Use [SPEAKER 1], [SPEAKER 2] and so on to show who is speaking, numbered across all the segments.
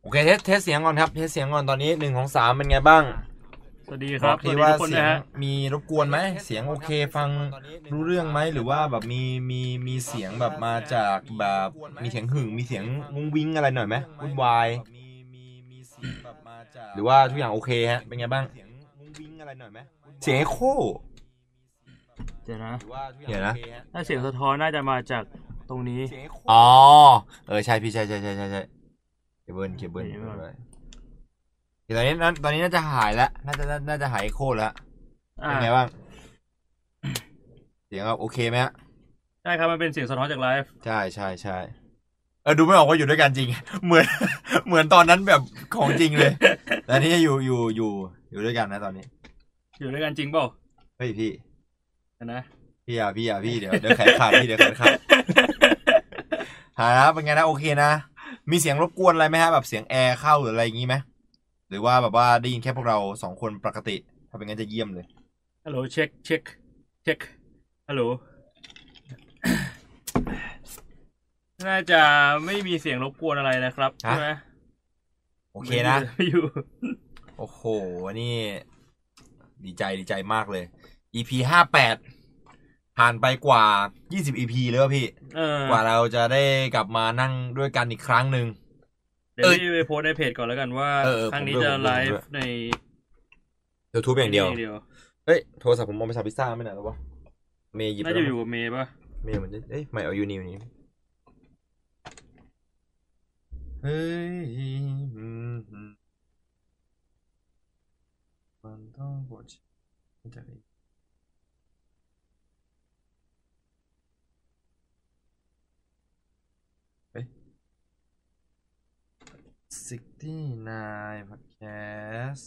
[SPEAKER 1] โอเคเทสเทสเสียงก่อนครับเทสเสียงก่อนตอนนี้หนึ่งของสามเป็นไงบ้าง
[SPEAKER 2] สวัสดีครับ
[SPEAKER 1] อก
[SPEAKER 2] สวั
[SPEAKER 1] ที
[SPEAKER 2] สดี
[SPEAKER 1] ว่า
[SPEAKER 2] ทุกคน
[SPEAKER 1] เสีย
[SPEAKER 2] นะ
[SPEAKER 1] ง
[SPEAKER 2] ฮะ
[SPEAKER 1] มีรบกวนไหมเสียงโอเคฟังรู้เรื่องไหมหรือว่าแบบมีมีมีเสียงแบบมาจากแบบมีเสียงหึ่งมีเสียงงุ้งวิ้งอะไรหน่อยไหมวุ่นวายหรือว่าทุกอย่างโอเคฮะเป็นไงบ้างเสียงเอ็กโค
[SPEAKER 2] เดี๋ยวนะ
[SPEAKER 1] เดี๋ยวนะ
[SPEAKER 2] ถ้าเสียงสะท้อนน่าจะมาจากตรงนี้
[SPEAKER 1] อ๋อ เออ ใช่พี่ใช่ใช่ใช่ใช่ใช่เคเบิลเคเบิล
[SPEAKER 2] เคเบิล
[SPEAKER 1] ไว้เดี๋ยวตอนนี้นั้นตอนนี้น่าจะหายแล้วน่าจะน่าน่าจะหายโคตรแล้ว
[SPEAKER 2] อ่า
[SPEAKER 1] เป็นไงบ้าง เสียงแบบโอเคไหมฮะ
[SPEAKER 2] ได้ครับมันเป็นเสียงสะท้อนจากไลฟ์
[SPEAKER 1] ใช่ใช่ใช่เออดูไม่ออกว่าอยู่ด้วยกันจริง เหมือน เหมือนตอนนั้นแบบของจริงเลยแต่อันนี่อยู่อยู่อยู่อยู่ด้วยกันนะตอนนี้
[SPEAKER 2] อยู่ด้วยกันจริงเปล่า
[SPEAKER 1] เฮ้ยพี่
[SPEAKER 2] เดี๋ยวนะ
[SPEAKER 1] พี่อ่ะพี่อ่ะพี่เดี๋ยวเดี๋ยวแขนขาดพี่เดี๋ยวแขนขาดหานะเป็นไงนะโอเคนะ มีเสียงรบกวนอะไรไหมฮะแบบเสียงแอร์เข้าหรืออะไรอย่างงี้ไหมหรือว่าแบบว่าได้ยินแค่พวกเราสองคนปกติ ถ้าเป็นงั้นจะเยี่ยมเลย
[SPEAKER 2] ฮัลโหลเช็คเช็คเช็คฮัลโหลน่าจะไม่มีเสียงรบกวนอะไรนะครับ
[SPEAKER 1] ฮะ
[SPEAKER 2] ใช่ไหม
[SPEAKER 1] โอเคนะ
[SPEAKER 2] ไม่อยู่
[SPEAKER 1] โอ้โหนี่ ดีใจดีใจมากเลย EP ห้าแปดผ่านไปกว่ายี่สิบ EP แล้วอะพี่
[SPEAKER 2] เออก
[SPEAKER 1] ว่าเราจะได้กลับมานั่งด้วยกันอีกครั้งหนึ่ง
[SPEAKER 2] เดี๋ยวพี่ไปโพสต์ในเพจก่อนแล้วกันว่า
[SPEAKER 1] เออเออ
[SPEAKER 2] ครั้งนี้
[SPEAKER 1] ผมด้วย
[SPEAKER 2] จะ
[SPEAKER 1] ผมด้วย
[SPEAKER 2] ไล
[SPEAKER 1] ผมด้
[SPEAKER 2] ฟ์
[SPEAKER 1] วย
[SPEAKER 2] ใน
[SPEAKER 1] YouTube อย่างเดียว
[SPEAKER 2] เดียว
[SPEAKER 1] เฮ้ยโทรศัพท์ผมมองไปสั่งพิซซ่าไม่ไหนหรอวะเมย์หยิบไป
[SPEAKER 2] น่า
[SPEAKER 1] แล้ว
[SPEAKER 2] จะ
[SPEAKER 1] มั้
[SPEAKER 2] อง ยู่กับเมย์ป่ะ
[SPEAKER 1] เมลมันจะเอ้ยไม่เอาอยู่นี่อยู่นี่เฮ้ยอืมอืมมันต้องกดมันจะได้เฮ้ย sixty nine podcast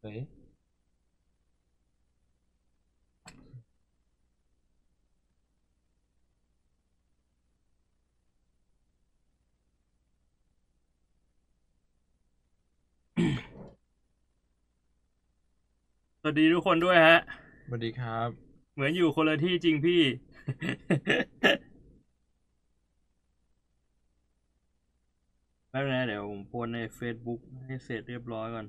[SPEAKER 1] เฮ้ย
[SPEAKER 2] สวัสดีทุกคนด้วยฮะ
[SPEAKER 1] สวัสดีครับ
[SPEAKER 2] เหมือนอยู่คนละที่จริงพี่ แป๊บนึงนะเดี๋ยวผมโพสต์ใน Facebook ให้เสร็จเรียบร้อยก่อน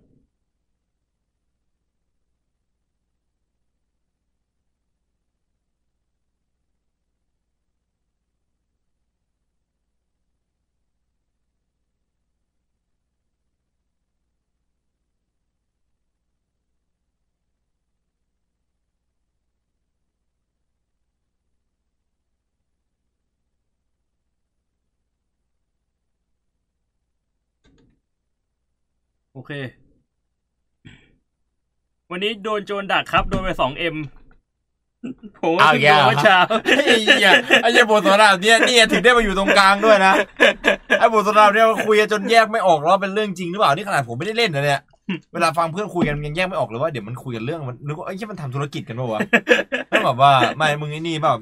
[SPEAKER 2] โอเค วันนี้โดนโจรดักครับ โดนไปสองเอ็ม ผมว่า
[SPEAKER 1] อ้าว
[SPEAKER 2] เพิ่ง
[SPEAKER 1] แย่
[SPEAKER 2] รู้
[SPEAKER 1] เหรอ
[SPEAKER 2] เมื่อเช้า
[SPEAKER 1] ไอ้เหี้ยไอ้เหี้ยโบสถ์นาเนี่ยเนี่ยถึงได้มาอยู่ตรงกลางด้วยนะ ไอ้บทสนทนาเนี่ยคุยกันจนแยกไม่ออกแล้ววาเป็นเรื่องจริงหรือเปล่านี่ขนาดผมไม่ได้เล่นนะเนี่ย เวลาฟังเพื่อนคุยกันยังแยกไม่ออกเลยว่าเดี๋ยวมันคุยกันเรื่องมันนึกว่าไอ้ที่มันทำธุรกิจกันปะวะแล้วแบบว่าไม่มึงไอ้นี่แบบ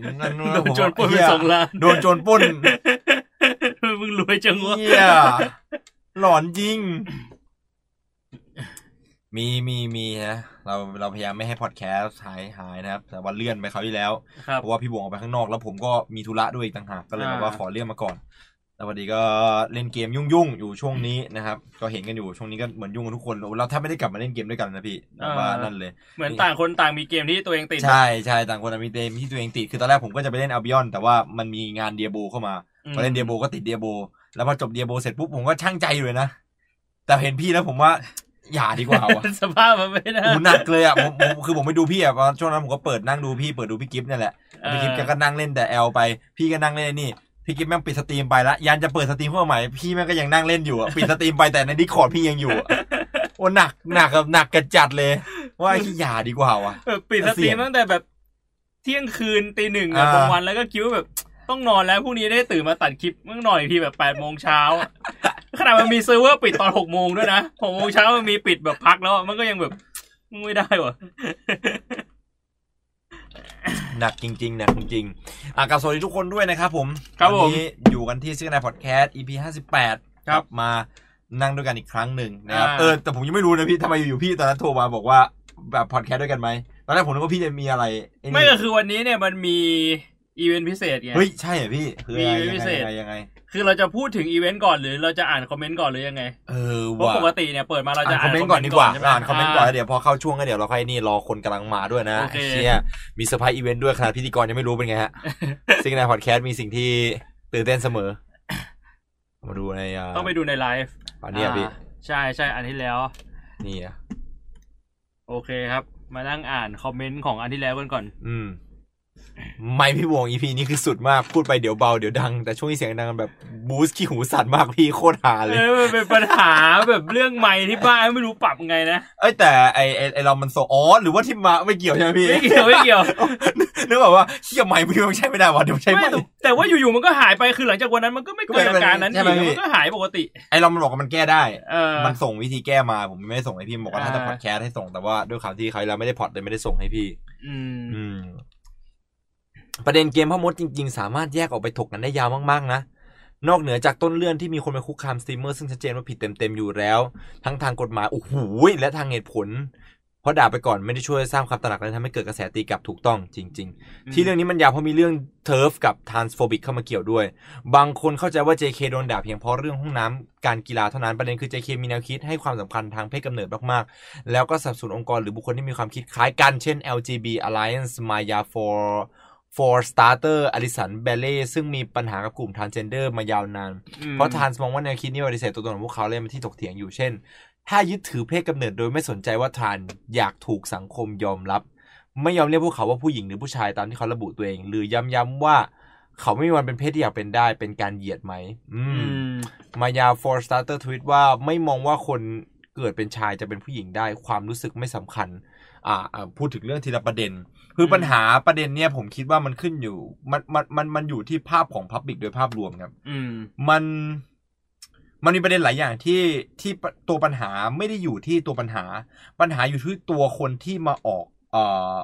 [SPEAKER 2] โดนโจรปล้นไปสองล้าน
[SPEAKER 1] โดนโจรปล้น
[SPEAKER 2] มึงรวยจังวะ
[SPEAKER 1] เหี้ยหลอนจริง มีมีมีนะเราเราพยายามไม่ให้พอดแคสต์หายหายนะครับ แต่ว่าเลื่อนไปคราวที่แล้ว
[SPEAKER 2] ครับ
[SPEAKER 1] เพราะว่าพี่บวงออกไปข้างนอกแล้วผมก็มีธุระด้วยอีกต่างหากก็เลยแบบว่า
[SPEAKER 2] อ่า
[SPEAKER 1] ขอเลื่อนมาก่อน แล้วพอดีก็เล่นเกมยุ่งๆ อยู่ช่วงนี้นะครับ ก็เห็นกันอยู่ช่วงนี้ก็เหมือนยุ่งกันทุกคนเราแทบไม่ได้กลับมาเล่นเกมด้วยกันนะพี่แบบว่านั่นเลย
[SPEAKER 2] เหมือนต่างคนต่างมีเกมที่ตัวเองติด
[SPEAKER 1] ใช่ใช่ต่างคนต่างมีเกมที่ตัวเองติดคือตอนแรกผมก็จะไปเล่น a อ b บิออนแต่ว่ามันมีงานเดียโบเข้ามาพอเล่นเดียโบก็ติดเดียโบแล้วพอจบเดียโบเสร็จปุ๊บผมก็ช่างใจอยู่เลยนะแต่เห็นพี่แล้วผมว่าอย่าดีกว่า ว่ะ
[SPEAKER 2] สภาพมันไม่น่า
[SPEAKER 1] โอ้โหหนักเลยอ่ะผมผมคือผมไม่ดูพี่อ่ะเพราะช่วงนั้นผมก็เปิดนั่งดูพี่เปิดดูพี่กิฟต์เนี่ยแหละ พี่กิฟต์แกก็นั่งเล่นแต่แอลไป พี่ก็นั่งเล่นไอ้นี่ พี่กิฟต์แม่งปิดสตรีมไปละยันจะเปิดสตรีมเพื่อใหม่ พี่แม่งก็ยังนั่งเล่นอยู่อะปิดสตรีมไปแต่ในดิสคอร์ดพี่ยังอยู่อะโอ้หนักหนักกับหนักกระจัดเลย ว่าไอ้ขี้ยาดีกว่าว่ะ
[SPEAKER 2] เออปิดสตรีมตั้งแต่แบบ เที่ยงคืนตีหนึ่งอะ
[SPEAKER 1] อ่า
[SPEAKER 2] บางวันแล้วก็คิดว่าแบบ ต้องนอนแล้วพรุ่งนี้ได้ตื่นมาตัดคลิปเมื่อหน่อยทีแบบแปดโมงเช้า อะขนาดมันมีเซิร์ฟเวอร์ปิดตอนหกโมงด้วยนะหกโมงเช้ามันมีปิดแบบพักแล้วอะมันก็ยังแบบไม่ได้ว่ะ
[SPEAKER 1] หนักจริงๆหนักจริงๆอ่ะกับสวัสดีทุกคนด้วยนะครับผม
[SPEAKER 2] ครับผม
[SPEAKER 1] วันนี้อยู่กันที่ซิกนายพอดแคสต์ EP ห้าสิบแปด
[SPEAKER 2] ครับ
[SPEAKER 1] มา นั่งด้วยกันอีกครั้งหนึ่งนะครับ
[SPEAKER 2] อ่า
[SPEAKER 1] เออแต่ผมยังไม่รู้นะพี่ทำไมอยู่ๆพี่ตอนนั้นโทรมาบอกว่าแบบพอดแคสต์ด้วยกันไหมตอนแรกผมนึกว่าพี่จะมีอะไรอ้นี่
[SPEAKER 2] ไม่ก็คือวันนี้เนี่ยมันมีอีเวนต์พิเศษไง
[SPEAKER 1] เฮ้ยใช่เหรอพี่คืออะไร
[SPEAKER 2] มี
[SPEAKER 1] ยั
[SPEAKER 2] พิ
[SPEAKER 1] ง
[SPEAKER 2] เศ
[SPEAKER 1] ไงยัง
[SPEAKER 2] ษ
[SPEAKER 1] ไงยังไง
[SPEAKER 2] คือเราจะพูดถึงอีเวนต์ก่อนหรือเราจะอ่านคอมเมนต์ก่อนหรือยังไง
[SPEAKER 1] เออ
[SPEAKER 2] เพราะ
[SPEAKER 1] ว่ะ
[SPEAKER 2] ปกติเนี่ยเปิดมาเราจะ
[SPEAKER 1] อ่านคอ
[SPEAKER 2] อ่า
[SPEAKER 1] น มเมนต์ก่อนดีกว่า
[SPEAKER 2] ใช่ไหม
[SPEAKER 1] อ่านคอมเมนต์ก่อนแล้วเดี๋ยวพอเข้าช่วงก็เดี๋ยวเราค่อยนี่รอคนกำลังมาด้วยนะ
[SPEAKER 2] โอเค
[SPEAKER 1] ไอ้เชี่ยมีเซอร์ไพรส์อีเวนต์ด้วยขนาดพิธีกรยังไม่รู้เป็นไง ฮะ สิ่งในพอดแคสต์มีสิ่งที่ตื่นเต้นเสมอ มาดูในอ่า
[SPEAKER 2] ต้องไปดูในไลฟ์
[SPEAKER 1] อันเนี้ยพี่
[SPEAKER 2] อ่าใช่ใช่อันที่แล้ว
[SPEAKER 1] นี่อ่ะ
[SPEAKER 2] โอเคครับ มานั่งอ่านคอมเมนต์ของอันที่แล้วกันก่อน
[SPEAKER 1] อืม ไม่พี่วงอีพีนี้คือสุดมากพูดไปเดี๋ยวเบาเดี๋ยวดัง แต่ช่วงที่เสียงดังกันแบบบูสต์ขี้หูสั่นมากพี่โคตรหาเลย
[SPEAKER 2] เออมันเป็นปัญหาแบบเรื่องไม้ที่บ้านไม่รู้ปรับไงนะ
[SPEAKER 1] เอ้ยแต่ไอไอ้ไอเรามันโซอ๋อหรือว่าที่มาไม่เกี่ยวใช่ไหมพี่
[SPEAKER 2] ไม่เกี่ยวไม่เกี่ยว
[SPEAKER 1] นึกออกว่าเฮียไม่พี่มันใช่ไม่ได้ วะเดี๋ยวใช่
[SPEAKER 2] ไม่
[SPEAKER 1] ไม่
[SPEAKER 2] แต่แต่ว่าอยู่ๆมันก็หายไปคือหลังจากวันนั้นมันก็ไม่เกิดอาการนั้น
[SPEAKER 1] ใช่
[SPEAKER 2] อีก
[SPEAKER 1] ไหมพี่
[SPEAKER 2] มันก็หายปกติ
[SPEAKER 1] ไอเรามันบอกว่ามันแก้ได้
[SPEAKER 2] เออ
[SPEAKER 1] มันส่งวิธีแก้มาผมไม่ได้ส่งให้พี่บอกว่า
[SPEAKER 2] อ่า
[SPEAKER 1] ถ้าจะพอดแคสต์ให้ส่งแต่ว่าด้วยความที่เขาเราไม่ได้พอดเลยไม่ได้ส่งให้พี่
[SPEAKER 2] อืม
[SPEAKER 1] อืม ประเด็นเกมพ่อมดจริง ๆ สามารถแยกออกไปถกกันได้ยาวมากๆนะ นอกเหนือจากต้นเรื่องที่มีคนไปคุกคามสตรีมเมอร์ซึ่งชัดเจนว่าผิดเต็มๆอยู่แล้ว ทั้งทางกฎหมายโอ้โหและทางเหตุผล เพราะด่าไปก่อนไม่ได้ช่วยสร้างความตระหนักและทำให้เกิดกระแสตีกลับถูกต้องจริง ๆ ที่เรื่องนี้มันยาวเพราะมีเรื่องเทิร์ฟกับทานสโฟบิกเข้ามาเกี่ยวด้วย บางคนเข้าใจว่า JK โดนด่าเพียงเพราะเรื่องห้องน้ำการกีฬาเท่านั้นประเด็นคือ JK มีแนวคิดให้ความสำคัญทางเพศกำเนิดมากๆ แล้วก็สนับสนุนองค์กรหรือบุคคลที่มีความคิดคล้ายกัน เช่น LGB Alliance Maya for for starter a l i s o n b e l l e ซึ่งมีปัญหากับกลุ่ม transgender มายาวนาน
[SPEAKER 2] อืม
[SPEAKER 1] เพราะทานมองว่าแนวคิดนี้ปฏิเสธตัวตนของพวกเขาเลยเป็นที่ถกเถียงอยู่เช่น ถ้ายึดถือเพศกำเนิดโดยไม่สนใจว่าทานอยากถูกสังคมยอมรับ ไม่ยอมเรียกพวกเขาว่าผู้หญิงหรือผู้ชายตามที่เขาระบุตัวเอง หรือย้ำๆว่าเขาไม่มีวันเป็นเพศที่อยากเป็นได้เป็นการเหยียดไหมอื
[SPEAKER 2] อื
[SPEAKER 1] ม
[SPEAKER 2] ม
[SPEAKER 1] มายา for starter ทวิตว่าไม่มองว่าคนเกิดเป็นชายจะเป็นผู้หญิงได้ความรู้สึกไม่สำคัญ อ่าอ่าพูดถึงเรื่องทีละประเด็น คือ
[SPEAKER 2] ม
[SPEAKER 1] ปัญหาประเด็นเนี่ยผมคิดว่ามันขึ้นอยู่ มันมันมันมันอยู่ที่ภาพของพับบิกโดยภาพรวมครับ
[SPEAKER 2] อืม
[SPEAKER 1] มันมันมีประเด็นหลายอย่างที่ที่ปะตัวปัญหาไม่ได้อยู่ที่ตัวปัญหา ปัญหาอยู่ที่ตัวคนที่มาออกเอ่อ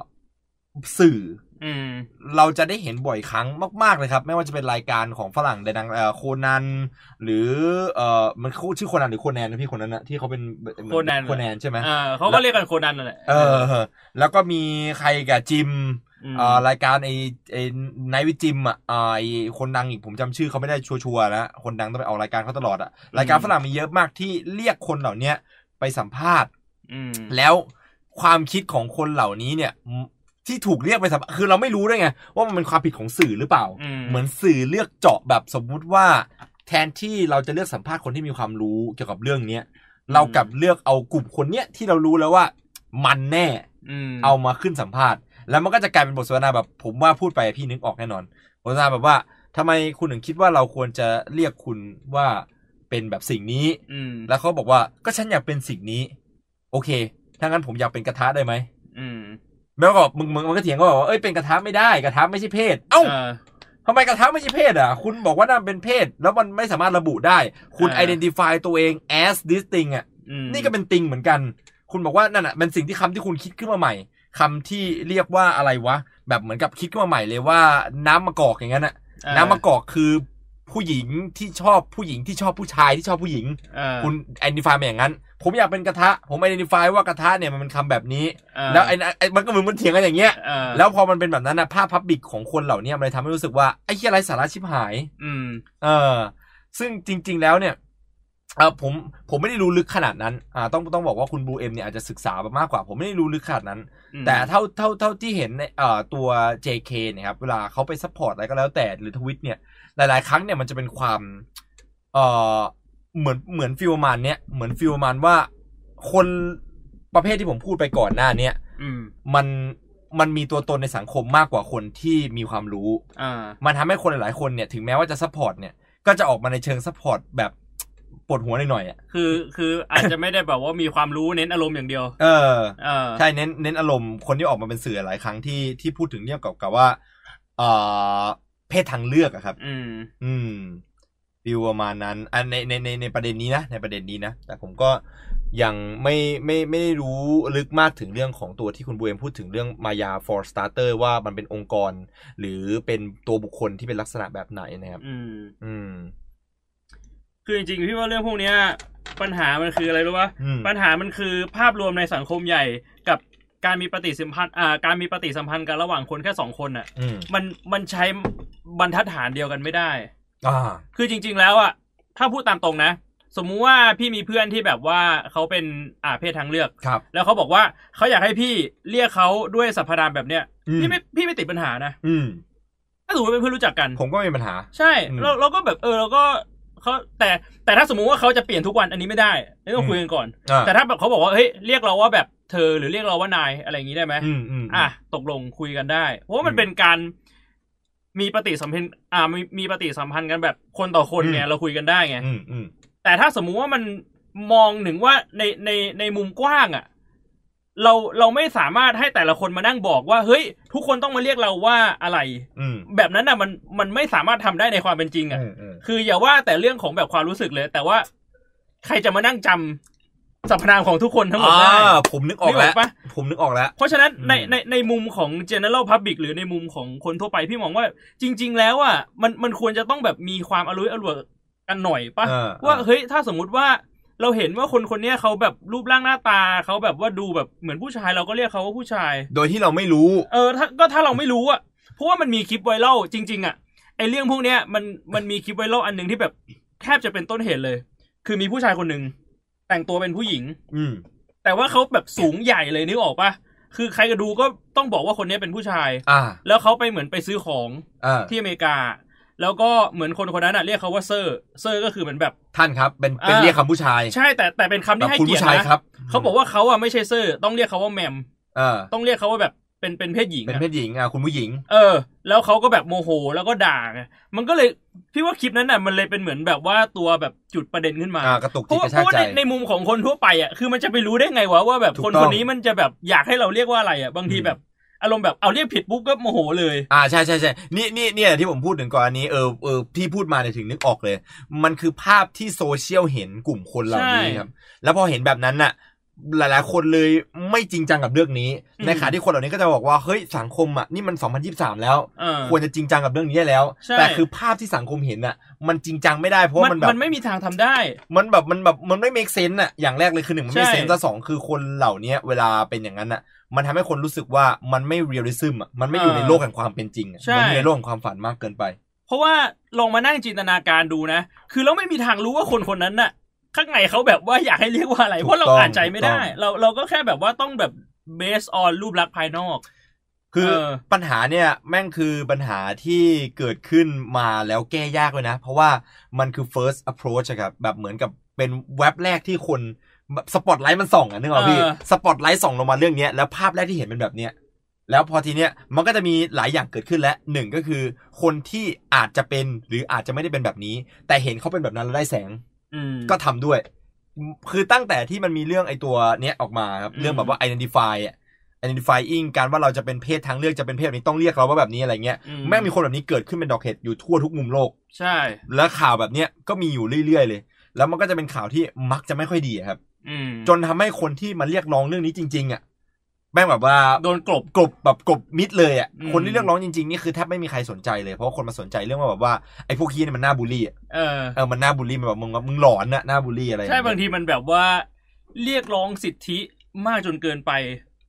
[SPEAKER 1] สื่อ
[SPEAKER 2] อืม
[SPEAKER 1] เราจะได้เห็นบ่อยครั้งมาก ๆ เลยครับ ไม่ว่าจะเป็นรายการของฝรั่งใดดังเอ่อโคนัน หรือเอ่อมันคู่ชื่อโคนันหรือโคแนนนะพี่คนนั้นนะที่เขาเป็นเหมือ
[SPEAKER 2] โคนัน
[SPEAKER 1] โคแนนใช่ไหม
[SPEAKER 2] เออเขาก็เรียกกันโคนันนั่นแหละ
[SPEAKER 1] เออ แล้วก็มีใครกับจิม
[SPEAKER 2] ม
[SPEAKER 1] เอ่อรายการไอ้ไอ้นายวิจิมอ่ะเอ่อไอ้คนดังอีกผมจำชื่อเขาไม่ได้ชัวร์ๆนะคนดังต้องไปออกรายการเขาตลอดอ่ะรายการ
[SPEAKER 2] อืม
[SPEAKER 1] ฝรั่งมีเยอะมากที่เรียกคนเหล่าเนี้ยไปสัมภาษณ์
[SPEAKER 2] อืม
[SPEAKER 1] แล้วความคิดของคนเหล่านี้เนี่ยที่ถูกเรียกไปสัมภาษณ์คือเราไม่รู้ด้วยไงว่ามันเป็นความผิดของสื่อหรือเปล่า
[SPEAKER 2] อืม
[SPEAKER 1] เหมือนสื่อเลือกเจาะแบบสมมุติว่า แทนที่เราจะเลือกสัมภาษณ์คนที่มีความรู้เกี่ยวกับเรื่องเนี้ยเรากลับเลือกเอากลุ่มคนเนี้ยที่เรารู้แล้วว่ามันแน่
[SPEAKER 2] อืม
[SPEAKER 1] เอามาขึ้นสัมภาษณ์ แล้วมันก็จะกลายเป็นบทสนทนาแบบผมว่าพูดไปพี่นึกออกแน่นอนบทสนทนาแบบว่าทำไมคุณถึงคิดว่าเราควรจะเรียกคุณว่าเป็นแบบสิ่งนี้
[SPEAKER 2] อืม
[SPEAKER 1] แล้วเขาบอกว่าก็ฉันอยากเป็นสิ่งนี้ โอเคถ้างั้นผมอยากเป็นกระทะได้ไหม
[SPEAKER 2] อืม
[SPEAKER 1] แล้วก็มึงมึงมันก็เถียงก็บอกว่าเอ้ยเป็นกระทะไม่ได้กระทะไม่ใช่เพศเอ้า
[SPEAKER 2] เออ
[SPEAKER 1] ทำไมกระทะไม่ใช่เพศอ่ะ คุณบอกว่านั่นเป็นเพศ แล้วมันไม่สามารถระบุได้ คุณ
[SPEAKER 2] อ่า
[SPEAKER 1] identify ตัวเอง as this thing อ่ะ
[SPEAKER 2] อืม
[SPEAKER 1] นี่ก็เป็นติงเหมือนกัน คุณบอกว่านั่นอ่ะเป็นสิ่งที่คำที่คุณคิดขึ้นมาใหม่คำที่เรียกว่าอะไรวะ แบบเหมือนกับคิดขึ้นมาใหม่เลยว่าน้ำมะกอกอย่างนั้นอ่ะ
[SPEAKER 2] เออ
[SPEAKER 1] น้ำมะกอกคือผู้หญิงที่ชอบผู้หญิงที่ชอบผู้ชายที่ชอบผู้หญิง
[SPEAKER 2] เออ
[SPEAKER 1] คุณไอดีฟายมาอย่างนั้น ผมอยากเป็นกระทะ ผมไอดีฟายว่ากระทะเนี่ยมันเป็นคำแบบนี้
[SPEAKER 2] เออ
[SPEAKER 1] แล้วไอ้นะไอ้มันก็เหมือนมันเถียงกันอย่างเงี้ย
[SPEAKER 2] เออ
[SPEAKER 1] แล้วพอมันเป็นแบบนั้นนะภาพพับบิกของคนเหล่าเนี้ยมันเลยทำให้รู้สึกว่าไอ้เหียไรสาระชิบหาย
[SPEAKER 2] อืม
[SPEAKER 1] เออซึ่งจริง ๆ แล้วเนี่ยเออผมผมไม่ได้รู้ลึกขนาดนั้นอ่าต้องต้องบอกว่าคุณบูเอ็มเนี่ยอาจจะศึกษามามากกว่า ผมไม่ได้รู้ลึกขนาดนั้น
[SPEAKER 2] อืม
[SPEAKER 1] แต่เท่าเท่าเท่าที่เห็นในเอ่อตัว JK เนี่ยครับเวลาเขาไปซัพพอร์ตอะไรก็แล้วแต่หรือทวิตเนี่ย หลาย ๆ ครั้งเนี่ยมันจะเป็นความเอ่อเหมือนเหมือนฟิลประมันเนี่ยเหมือนฟิลประมันว่าคนประเภทที่ผมพูดไปก่อนหน้าเนี่ย
[SPEAKER 2] อืม
[SPEAKER 1] มันมันมีตัวตนในสังคมมากกว่าคนที่มีความรู้
[SPEAKER 2] อ่า
[SPEAKER 1] มันทำให้คนหลายๆคนเนี่ย ถึงแม้ว่าจะซัพพอร์ตเนี่ย ก็จะออกมาในเชิงซัพพอร์ตแบบปวดหัวหน่อยๆอ่ะ
[SPEAKER 2] คือคืออาจจะไม่ได้แบบว่ามีความรู้เน้นอารมณ์อย่างเดียว
[SPEAKER 1] เออ
[SPEAKER 2] เออ
[SPEAKER 1] ใช่เน้นเน้นอารมณ์คนที่ออกมาเป็นสื่อหลายครั้งที่ที่พูดถึงเรื่องเกี่ยวกับว่าเอ่อเพศทางเลือกอะครับ
[SPEAKER 2] อืม
[SPEAKER 1] อืมฟิลประมาณนั้นอันในในในในประเด็นนี้นะในประเด็นนี้นะแต่ผมก็ยังไม่ไม่ไม่ได้รู้ลึกมากถึงเรื่องของตัวที่คุณบูเอมพูดถึงเรื่องมายา for starter ว่ามันเป็นองค์กร หรือเป็นตัวบุคคลที่เป็นลักษณะแบบไหนนะครับ
[SPEAKER 2] อืม
[SPEAKER 1] อืม
[SPEAKER 2] คือจริงๆพี่ว่าเรื่องพวกเนี้ย ปัญหามันคืออะไรรู้ปะ
[SPEAKER 1] อืม
[SPEAKER 2] ปัญหามันคือภาพรวมในสังคมใหญ่กับการมีปฏิสัมพันธ์อ่าการมีปฏิสัมพันธ์กันระหว่างคนแค่สองคนน่ะ
[SPEAKER 1] อืม
[SPEAKER 2] มันมันใช้บรรทัดฐานเดียวกันไม่ได้
[SPEAKER 1] อ่า
[SPEAKER 2] คือจริง ๆ แล้วอ่ะถ้าพูดตามตรงนะ สมมุติว่าพี่มีเพื่อนที่แบบว่าเขาเป็นอาเพศทางเลือก
[SPEAKER 1] ครับ
[SPEAKER 2] แล้วเขาบอกว่าเขาอยากให้พี่เรียกเขาด้วยสรรพนามแบบเนี้ย
[SPEAKER 1] อืม
[SPEAKER 2] พี่ไม่พี่ไม่ติดปัญหานะ
[SPEAKER 1] อืม
[SPEAKER 2] ถ้าสมมติเป็นเพื่อนรู้จักกัน
[SPEAKER 1] ผมก็ไม่มีปัญหา
[SPEAKER 2] ใช่
[SPEAKER 1] อืม
[SPEAKER 2] เราเราก็แบบเออเราก็เขาแต่แต่ถ้าสมมุติว่าเขาจะเปลี่ยนทุกวันอันนี้ไม่ได้นี่ต้อง
[SPEAKER 1] อืม
[SPEAKER 2] คุยกันก่อน
[SPEAKER 1] อ่า
[SPEAKER 2] แต่ถ้าแบบเขาบอกว่าเฮ้ยเรียกเราว่าแบบเธอหรือเรียกเราว่านายอะไรอย่างนี้ได้ไหม
[SPEAKER 1] อืมอืม
[SPEAKER 2] อ่ะตกลงคุยกันได้ เพราะว่ามัน
[SPEAKER 1] อืม
[SPEAKER 2] เป็นการมีปฏิสัมพันธ์อ่ามีมีปฏิสัมพันธ์กันแบบคนต่อคน
[SPEAKER 1] อืม
[SPEAKER 2] ไงเราคุยกันได้ไง
[SPEAKER 1] อืมอืม
[SPEAKER 2] แต่ถ้าสมมุติว่ามันมองถึงว่าในในในมุมกว้างอ่ะ เราเราไม่สามารถให้แต่ละคนมานั่งบอกว่าเฮ้ย ทุกคนต้องมาเรียกเราว่าอะไร
[SPEAKER 1] อืม
[SPEAKER 2] แบบนั้นอ่ะมันมันไม่สามารถทำได้ในความเป็นจริงอ่ะ
[SPEAKER 1] อืมอืม
[SPEAKER 2] คืออย่าว่าแต่เรื่องของแบบความรู้สึกเลย แต่ว่าใครจะมานั่งจำสรรพนามของทุกคนทั้งหมดได้
[SPEAKER 1] อ่าผมนึกออก
[SPEAKER 2] นึ
[SPEAKER 1] แล้ว
[SPEAKER 2] ปะ
[SPEAKER 1] ผมนึกออกแล้ว
[SPEAKER 2] เพราะฉะนั้น
[SPEAKER 1] อืม
[SPEAKER 2] ในในในมุมของ general public หรือในมุมของคนทั่วไปพี่มองว่า จริง ๆ แล้วอ่ะมันมันควรจะต้องแบบมีความอรุยอร่วยกันหน่อยปะ
[SPEAKER 1] เออ
[SPEAKER 2] ว่าเฮ้ยถ้าสมมุติว่าเราเห็นว่าคนคนเนี้ยเขาแบบรูปร่างหน้าตาเขาแบบว่าดูแบบเหมือนผู้ชายเราก็เรียกเขาว่าผู้ชาย
[SPEAKER 1] โดยที่เราไม่รู้
[SPEAKER 2] เออถ้าก็ถ้าเราไม่รู้อ่ะเพราะว่ามันมีคลิปไวรัลจริง ๆ อ่ะไอเรื่องพวกเนี้ยมันมันมีคลิปไวรัลอันหนึ่งที่แบบแทบจะเป็นต้นเหตุเลย คือมีผู้ชายคนหนึ่งแต่งตัวเป็นผู้หญิง
[SPEAKER 1] อืม
[SPEAKER 2] แต่ว่าเขาแบบสูงใหญ่เลยนึกออกปะคือใครก็ดูก็ต้องบอกว่าคนเนี้ยเป็นผู้ชาย
[SPEAKER 1] อ่า
[SPEAKER 2] แล้วเขาไปเหมือนไปซื้อของ
[SPEAKER 1] อ่า
[SPEAKER 2] ที่อเมริกา แล้วก็เหมือนคนคนนั้นอ่ะเรียกเขาว่าเซอร์เซอร์ก็คือเหมือนแบบ
[SPEAKER 1] ท่านครับเป็นเป็น
[SPEAKER 2] อ่า
[SPEAKER 1] เรียกคำผู้ชาย
[SPEAKER 2] ใช่แต่แต่เป็นคำ
[SPEAKER 1] แบ
[SPEAKER 2] ที่
[SPEAKER 1] บ
[SPEAKER 2] ให้
[SPEAKER 1] คุณ
[SPEAKER 2] เกียร
[SPEAKER 1] ผู้
[SPEAKER 2] ติ
[SPEAKER 1] ชายค
[SPEAKER 2] นะ
[SPEAKER 1] รับ
[SPEAKER 2] เขาบอกว่าเขาอ่ะไม่ใช่เซอร์ต้องเรียกเขาว่าแมม
[SPEAKER 1] เออ
[SPEAKER 2] ต้องเรียกเขาว่าแบบเป็นเป็นเพศหญิง
[SPEAKER 1] เป็น
[SPEAKER 2] อะ
[SPEAKER 1] เพศหญิงอ่ะคุณผู้หญิง
[SPEAKER 2] เออ แล้วเขาก็แบบโมโหแล้วก็ด่าไงมันก็เลยพี่ว่าคลิปนั้นน่ะมันเลยเป็นเหมือนแบบว่าตัวแบบจุดประเด็นขึ้นมา
[SPEAKER 1] อ่ากระตุก
[SPEAKER 2] เพ
[SPEAKER 1] จิต
[SPEAKER 2] ราะว่า
[SPEAKER 1] ระ
[SPEAKER 2] กเพ
[SPEAKER 1] ชาก
[SPEAKER 2] ราะว่า
[SPEAKER 1] ใจ
[SPEAKER 2] ในในมุมของคนทั่วไปอ่ะคือมันจะไปรู้ได้ไงวะว่าแบบ
[SPEAKER 1] ถูก
[SPEAKER 2] คน
[SPEAKER 1] ต้
[SPEAKER 2] ค
[SPEAKER 1] อน ง
[SPEAKER 2] นี้มันจะแบบอยากให้เราเรียกว่าอะไรอ่ะบางที
[SPEAKER 1] อืม
[SPEAKER 2] แบบอารมณ์แบบเอาเรียกผิดปุ๊บก็โมโหเลย
[SPEAKER 1] อ่าใช่ใช่ใช่นี่นี่เนี่ยที่ผมพูดถึงก่อนอันนี้เออเออที่พูดมาเนี่ยถึงนึกออกเลย มันคือภาพที่โซเชียลเห็นกลุ่มคนเหล่านี้
[SPEAKER 2] ใช่
[SPEAKER 1] ครับ แล้วพอเห็นแบบนั้นน่ะ หลายๆ คนเลยไม่จริงจังกับเรื่องนี้
[SPEAKER 2] อืม
[SPEAKER 1] ในขณะที่คนเหล่านี้ก็จะบอกว่าเฮ้ยสังคมอ่ะนี่มัน 2023 แล้ว
[SPEAKER 2] เออ
[SPEAKER 1] ควรจะจริงจังกับเรื่องนี้ได้แล้ว
[SPEAKER 2] ใช่
[SPEAKER 1] แต่คือภาพที่สังคมเห็นน่ะ มันจริงจังไม่ได้เพราะว่า
[SPEAKER 2] มั
[SPEAKER 1] มัน นแบบ
[SPEAKER 2] มันไม่มีทางทำได้
[SPEAKER 1] มันแบบมันแบบมันไม่เมคเซนต์อะอย่างแรกเลยคือหนึ่งมันไม่
[SPEAKER 2] ใช่
[SPEAKER 1] เซนต์และสองคือคนเหล่านี้เวลาเป็นอย่างนั้นอะมันทำให้คนรู้สึกว่ามันไม่เรียลลิซึมอะมันไม่อยู่ในโลกแห่งความเป็นจริงอะมันอยู่ในโลกแห่งความฝันมากเกินไป
[SPEAKER 2] เพราะว่าลองมานั่งจินตนาการดูนะ คือเราไม่มีทางรู้ว่าคนคนนั้นน่ะ ข้างในเขาแบบว่าอยากให้เรียกว่าอะไร
[SPEAKER 1] ถูก
[SPEAKER 2] เพราะเรา
[SPEAKER 1] ต้อง
[SPEAKER 2] อ่านใจไม่ได้
[SPEAKER 1] ถูกต้อง
[SPEAKER 2] เราเราก็แค่แบบว่าต้องแบบ based on รูปลักษณ์ภายนอก
[SPEAKER 1] คือ
[SPEAKER 2] เออ
[SPEAKER 1] ปัญหาเนี่ยแม่งคือปัญหาที่เกิดขึ้นมาแล้วแก้ยากเลยนะ เพราะว่ามันคือ first approach อะครับแบบเหมือนกับเป็นเว็บแรกที่คนสปอตไลท์มันส่องอะนึกออกปะพี่
[SPEAKER 2] เออ
[SPEAKER 1] สปอตไลท์ส่องลงมาเรื่องเนี้ยแล้วภาพแรกที่เห็นเป็นแบบเนี้ยแล้วพอทีเนี้ยมันก็จะมีหลายอย่างเกิดขึ้นและหนึ่งก็คือ คนที่อาจจะเป็นหรืออาจจะไม่ได้เป็นแบบนี้ แต่เห็นเขาเป็นแบบนั้นแล้วได้แสง
[SPEAKER 2] อืม
[SPEAKER 1] ก็ทำด้วย คือตั้งแต่ที่มันมีเรื่องไอ้ตัวเนี้ยออกมาครับ
[SPEAKER 2] อืม
[SPEAKER 1] เรื่องแบบว่า identify อะ identifying การว่าเราจะเป็นเพศทางเลือกจะเป็นเพศแบบนี้ต้องเรียกเราว่าแบบนี้อะไรเงี้ย
[SPEAKER 2] อื
[SPEAKER 1] แม่งมีคนแบบนี้เกิดขึ้นเป็นดอกเห็ดอยู่ทั่วทุกมุมโลก
[SPEAKER 2] ใช่
[SPEAKER 1] และข่าวแบบเนี้ยก็มีอยู่เรื่อยๆเลย แล้วมันก็จะเป็นข่าวที่มักจะไม่ค่อยดีอะครับ
[SPEAKER 2] อืม
[SPEAKER 1] จนทำให้คนที่มาเรียกร้องเรื่องนี้จริง ๆอ่ะ แม่งแบบว่า
[SPEAKER 2] โดนกลบ
[SPEAKER 1] กลบแบบกลบมิดเลยอ่ะ
[SPEAKER 2] อืม
[SPEAKER 1] คนที่เรียกร้องจริงๆนี่คือแทบไม่มีใครสนใจเลย เพราะว่าคนมาสนใจเรื่องว่าแบบว่าไอ้พวกเฮียเนี่ยมันน่าบูลลี่อะ
[SPEAKER 2] เออ
[SPEAKER 1] เออ มันน่าบูลลี่มันแบบมึงมึงหลอนน่ะน่าบูลลี่อะไรอย่เย
[SPEAKER 2] ใช่บางทีมันแบบว่า เรียกร้องสิทธิมากจนเกินไป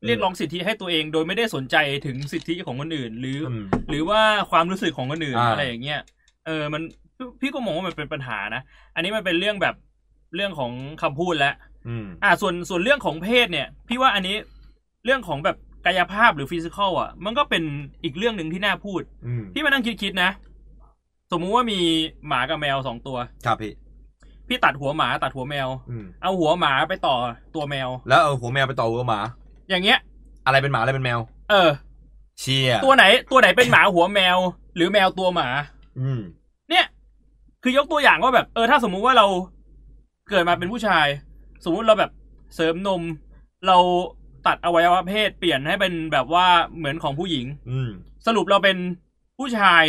[SPEAKER 2] เรียกร้องสิทธิให้ตัวเองโดยไม่ได้สนใจถึงสิทธิของคนอื่น หรืออ
[SPEAKER 1] อืม
[SPEAKER 2] หรือว่าความรู้สึกของคนอื่น
[SPEAKER 1] อ่า
[SPEAKER 2] อะไรอย่างเงี้ยเออมันพี่พี่ก็มองว่ามันเป็นปัญหานะอันนี้มันเป็นเรื่องแบบเรื่องของคำพูดแล้ว
[SPEAKER 1] อืม
[SPEAKER 2] อ่าส่วนส่วนเรื่องของเพศเนี่ย พี่ว่าอันนี้เรื่องของแบบกายภาพหรือฟิสิกอลอ่ะ มันก็เป็นอีกเรื่องหนึ่งที่น่าพูด
[SPEAKER 1] อืม
[SPEAKER 2] พี่มานั่งคิดๆนะ สมมุติว่ามีหมากับแมวสองตัว
[SPEAKER 1] ครับพี่
[SPEAKER 2] พี่ตัดหัวหมาตัดหัวแมว
[SPEAKER 1] อืม
[SPEAKER 2] เอาหัวหมาไปต่อตัวแมว
[SPEAKER 1] แล้วเอาหัวแมวไปต่อหัวหมา
[SPEAKER 2] อย่างเงี้ย
[SPEAKER 1] อะไรเป็นหมาอะไรเป็นแมว
[SPEAKER 2] เออ
[SPEAKER 1] เชีย
[SPEAKER 2] ตัวไหนตัวไหนเป็นหมาหัวแมว หรือแมวตัวหมา
[SPEAKER 1] อืม
[SPEAKER 2] เนี่ย คือยกตัวอย่างว่าแบบ เออ ถ้าสมมุติว่าเราเกิดมาเป็นผู้ชาย สมมุติเราแบบเสริมนม เราตัดอวัยวะเพศเปลี่ยนให้เป็นแบบว่าเหมือนของผู้หญิง
[SPEAKER 1] อืม
[SPEAKER 2] สรุปเราเป็นผู้ชาย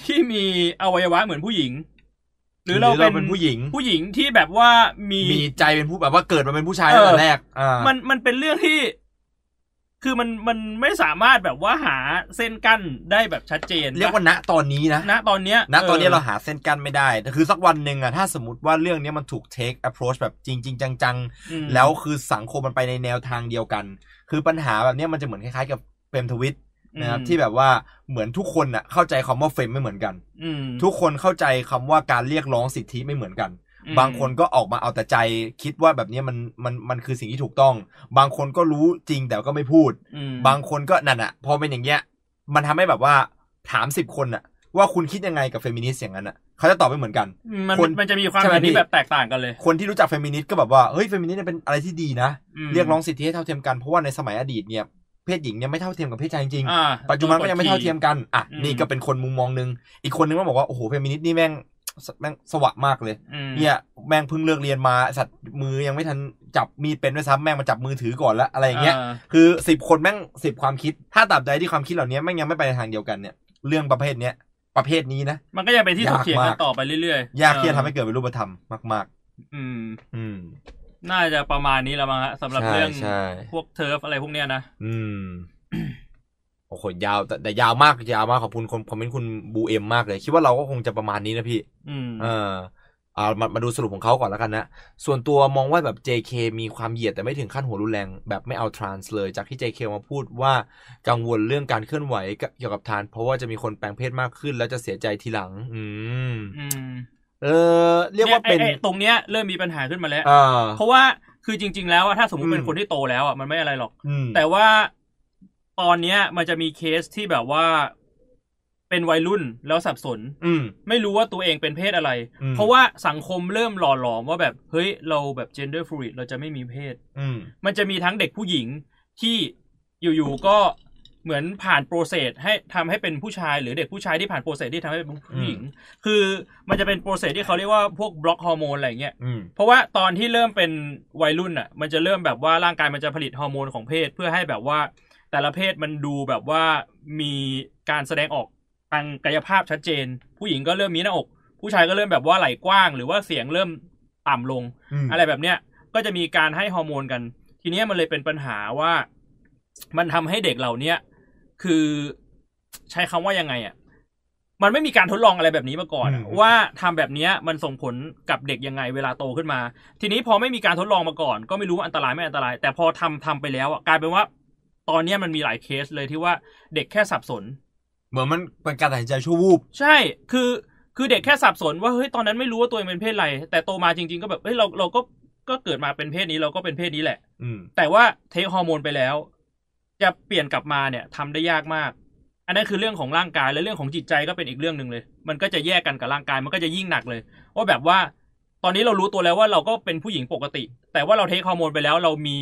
[SPEAKER 2] ที่มีอวัยวะเหมือนผู้หญิง หรือเราเป็น
[SPEAKER 1] ผู้หญิง
[SPEAKER 2] ผู้หญิงที่แบบว่ามี
[SPEAKER 1] มีใจเป็นผู้แบบว่าเกิดมาเป็นผู้ชาย
[SPEAKER 2] เออ
[SPEAKER 1] ตั้งแต่แรกอ่า
[SPEAKER 2] มันมันเป็นเรื่องที่ คือมันมันไม่สามารถแบบว่าหาเส้นกั้นได้แบบชัดเจน
[SPEAKER 1] เรียกว่าณตอนนี้นะ
[SPEAKER 2] ณตอนเนี้ย
[SPEAKER 1] ณตอนนี้เรา
[SPEAKER 2] ออ
[SPEAKER 1] หาเส้นกันไม่ได้แต่คือสักวันหนึ่งอะถ้าสมมติว่าเรื่องเนี้ยมันถูก take approach แบบจริงจริงจัง
[SPEAKER 2] อืม
[SPEAKER 1] ๆ แล้วคือสังคมมันไปในแนวทางเดียวกัน คือปัญหาแบบเนี้ยมันจะเหมือนคล้ายๆกับเฟมทวิตนะครับ
[SPEAKER 2] อืม
[SPEAKER 1] ที่แบบว่าเหมือนทุกคนอะเข้าใจคำว่าเฟมไม่เหมือนกัน
[SPEAKER 2] อืม
[SPEAKER 1] ทุกคนเข้าใจคำว่าการเรียกร้องสิทธิไม่เหมือนกัน
[SPEAKER 2] อืม
[SPEAKER 1] บางคนก็ออกมาเอาแต่ใจคิดว่าแบบเนี้ยมันมันมันคือสิ่งที่ถูกต้อง บางคนก็รู้จริงแต่ก็ไม่พูด
[SPEAKER 2] อืม
[SPEAKER 1] บางคนก็นั่นอะพอเป็นอย่างเงี้ย มันทำให้แบบว่าถามสิบคนอะว่าคุณคิดยังไงกับเฟมินิสต์อย่างนั้นอะเขาจะตอบไม่เหมือนกัน
[SPEAKER 2] มัน
[SPEAKER 1] คน
[SPEAKER 2] มันจะมีความ
[SPEAKER 1] ใช่ไหม
[SPEAKER 2] เห็น
[SPEAKER 1] พี่
[SPEAKER 2] ที่แบบแตกต่างกันเลย
[SPEAKER 1] คนที่รู้จักเฟมินิสต์ก็แบบว่าเฮ้ยเฟมินิสต์เนี่ยเป็นอะไรที่ดีนะ
[SPEAKER 2] ม
[SPEAKER 1] เรียกร้องสิทธิให้เท่าเทียมกันเพราะว่าในสมัยอดีตเนี่ยเพศหญิงเนี่ยไม่เท่าเทียมกับเพศชายจริง
[SPEAKER 2] อ่า
[SPEAKER 1] ๆปัจจุบันก็ยังไม่เท่าเทียมกันอ่ะ
[SPEAKER 2] อืม
[SPEAKER 1] นี่ก็เป็นคนมุมมองหนึงอีกคนนึงก็บอกว่าโอ้โหเฟมินิสต์นี่แม่งแม่งสวะมากเลย
[SPEAKER 2] อืม
[SPEAKER 1] เนี่ยแม่งเพิ่งเลิกเรียนมาสัตว์มือยังไม่ทันจับมีดเป็นด้วยซ้ำแม่งมาจับมือถือก่อนละอะไรอย่างเงี้ย คือสิบคนแม่งสิบความคิด ถ้าตราบใดที่ความคิดเหล่านี้แม่งยังไม่ไปในทางเดียวกันเนี่ยเรื่องประเภทเนี้ยประเภทนี้นะ
[SPEAKER 2] มันก็จะเป็นที่ถกเถียง
[SPEAKER 1] ยาก
[SPEAKER 2] กั
[SPEAKER 1] มาน ก
[SPEAKER 2] ต่อไปเรื่อยๆ
[SPEAKER 1] ยากที่จะทำให้
[SPEAKER 2] เออ
[SPEAKER 1] เกิดเป็นรูปธรรมมาก
[SPEAKER 2] อืม
[SPEAKER 1] ๆ อืม
[SPEAKER 2] น่าจะประมาณนี้แล้วมั้งฮะสำหรับ
[SPEAKER 1] ใช่
[SPEAKER 2] เรื่อง
[SPEAKER 1] ใช่
[SPEAKER 2] พวกเทิร์ฟอะไรพวกเนี้ยนะ
[SPEAKER 1] อืมโอ้โหยาวแต่แต่ยาวมากยาวมากขอบคุณคนคอมเมนต์คุณบูเอ็มมากเลย คิดว่าเราก็คงจะประมาณนี้นะพี่
[SPEAKER 2] อืม
[SPEAKER 1] เออเอามามาดูสรุปของเขาก่อนแล้วกันนะ ส่วนตัวมองว่าแบบ JK มีความเหยียดแต่ไม่ถึงขั้นหัวรุนแรง แบบไม่เอาทรานส์เลย จากที่ JK มาพูดว่ากังวลเรื่องการเคลื่อนไหวเกี่ยวกับทรานส์เพราะว่าจะมีคนแปลงเพศมากขึ้น แล้วจะเสียใจทีหลัง อืม
[SPEAKER 2] อืม
[SPEAKER 1] เออ เรียกว่าเป็น
[SPEAKER 2] ไอ้ไอ้ตรงเนี้ยเริ่มมีปัญหาขึ้นมาแล้ว
[SPEAKER 1] อ่า
[SPEAKER 2] เพราะว่าคือจริง ๆ แล้วอะถ้าสมมติ
[SPEAKER 1] อืม
[SPEAKER 2] เป็นคนที่โตแล้วอะมันไม่อะไรหรอก
[SPEAKER 1] อืม
[SPEAKER 2] แต่ว่าตอนเนี้ยมันจะมีเคสที่แบบว่า เป็นวัยรุ่นแล้วสับสน
[SPEAKER 1] อืม
[SPEAKER 2] ไม่รู้ว่าตัวเองเป็นเพศอะไร
[SPEAKER 1] อืม
[SPEAKER 2] เพราะว่าสังคมเริ่มหล่อหลอมว่าแบบเฮ้ยเราแบบ gender fluid เราจะไม่มีเพศ
[SPEAKER 1] อืม
[SPEAKER 2] มันจะมีทั้งเด็กผู้หญิงที่อยู่ๆก็เหมือนผ่านโปรเซสให้ทำให้เป็นผู้ชาย หรือเด็กผู้ชายที่ผ่านโปรเซสที่ทำให้เป็นผู้หญิง คือมันจะเป็นโปรเซสที่เขาเรียกว่าพวกบล็อกฮอร์โมนอะไรเงี้ย
[SPEAKER 1] อืม
[SPEAKER 2] เพราะว่าตอนที่เริ่มเป็นวัยรุ่นอ่ะ มันจะเริ่มแบบว่าร่างกายมันจะผลิตฮอร์โมนของเพศ เพื่อให้แบบว่า แต่ละเพศมันดูแบบว่ามีการแสดงออกทางกายภาพชัดเจน ผู้หญิงก็เริ่มมีหน้าอก ผู้ชายก็เริ่มแบบว่าไหล่กว้าง หรือว่าเสียงเริ่มต่ำลง
[SPEAKER 1] อืม
[SPEAKER 2] อะไรแบบเนี้ย ก็จะมีการให้ฮอร์โมนกัน ทีเนี้ยมันเลยเป็นปัญหาว่า มันทำให้เด็กเหล่าเนี้ยคือใช้คำว่ายังไงอ่ะ มันไม่มีการทดลองอะไรแบบนี้มาก่อนอะ
[SPEAKER 1] อืม
[SPEAKER 2] ว่าทำแบบเนี้ยมันส่งผลกับเด็กยังไงเวลาโตขึ้นมา ทีนี้พอไม่มีการทดลองมาก่อน ก็ไม่รู้ว่าอันตรายไม่อันตราย แต่พอทำทำไปแล้วอะกลายเป็นว่า ตอนเนี้ยมันมีหลายเคสเลยที่ว่าเด็กแค่สับสน
[SPEAKER 1] เหมือนมันเป็นการตัดสินใจชั่ววูบ
[SPEAKER 2] ใช่ คือ คือเด็กแค่สับสนว่า เฮ้ย ตอนนั้นไม่รู้ว่าตัวเองเป็นเพศอะไร แต่โตมาจริง ๆ ก็แบบ เฮ้ย เรา เราก็ ก็เกิดมาเป็นเพศนี้ เราก็เป็นเพศนี้แหละ
[SPEAKER 1] อืม
[SPEAKER 2] แต่ว่าเทคฮอร์โมนไปแล้ว จะเปลี่ยนกลับมาเนี่ยทำได้ยากมาก อันนั้นคือเรื่องของร่างกายและเรื่องของจิตใจก็เป็นอีกเรื่องหนึ่งเลย มันก็จะแยกกันกับร่างกาย มันก็จะยิ่งหนักเลย ว่าแบบว่า ตอนนี้เรารู้ตัวแล้วว่าเราก็เป็นผู้หญิงปกติ แต่ว่าเราเทคฮอร์โมนไปแล้ว เรามี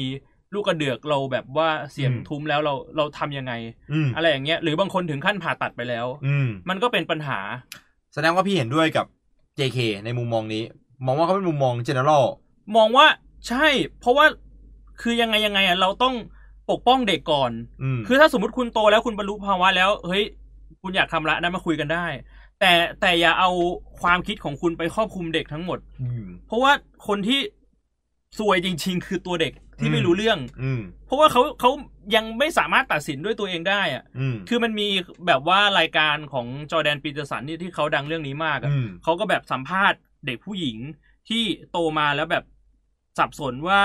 [SPEAKER 2] ลูกกระเดือก เราแบบว่าเสียง
[SPEAKER 1] อืม
[SPEAKER 2] ทุ้มแล้วเรา เราทำยังไง
[SPEAKER 1] อืม
[SPEAKER 2] อะไรอย่างเงี้ย หรือบางคนถึงขั้นผ่าตัดไปแล้ว
[SPEAKER 1] อืม
[SPEAKER 2] มันก็เป็นปัญหา
[SPEAKER 1] แสดงว่าพี่เห็นด้วยกับ JK ในมุมมองนี้ มองว่าเขาเป็นมุมมอง general
[SPEAKER 2] มองว่าใช่ เพราะว่าคือยังไงยังไงอ่ะเราต้องปกป้องเด็กก่อน
[SPEAKER 1] อืม
[SPEAKER 2] คือถ้าสมมติคุณโตแล้วคุณบรรลุภาวะแล้ว เฮ้ย คุณอยากทำละนะมาคุยกันได้ แต่แต่อย่าเอาความคิดของคุณไปครอบคลุมเด็กทั้งหมด
[SPEAKER 1] อืม
[SPEAKER 2] เพราะว่าคนที่ซวยจริง ๆ คือตัวเด็กที่ไม่รู้เรื่อง
[SPEAKER 1] อืม
[SPEAKER 2] เพราะว่าเขาเขายังไม่สามารถตัดสินด้วยตัวเองได้อ่ะ
[SPEAKER 1] อืม
[SPEAKER 2] คือมันมีแบบว่ารายการของจอร์แดนปีเตอร์สันที่ที่เขาดังเรื่องนี้มากอะ
[SPEAKER 1] อืม
[SPEAKER 2] เขาก็แบบสัมภาษณ์เด็กผู้หญิงที่โตมาแล้วแบบสับสนว่า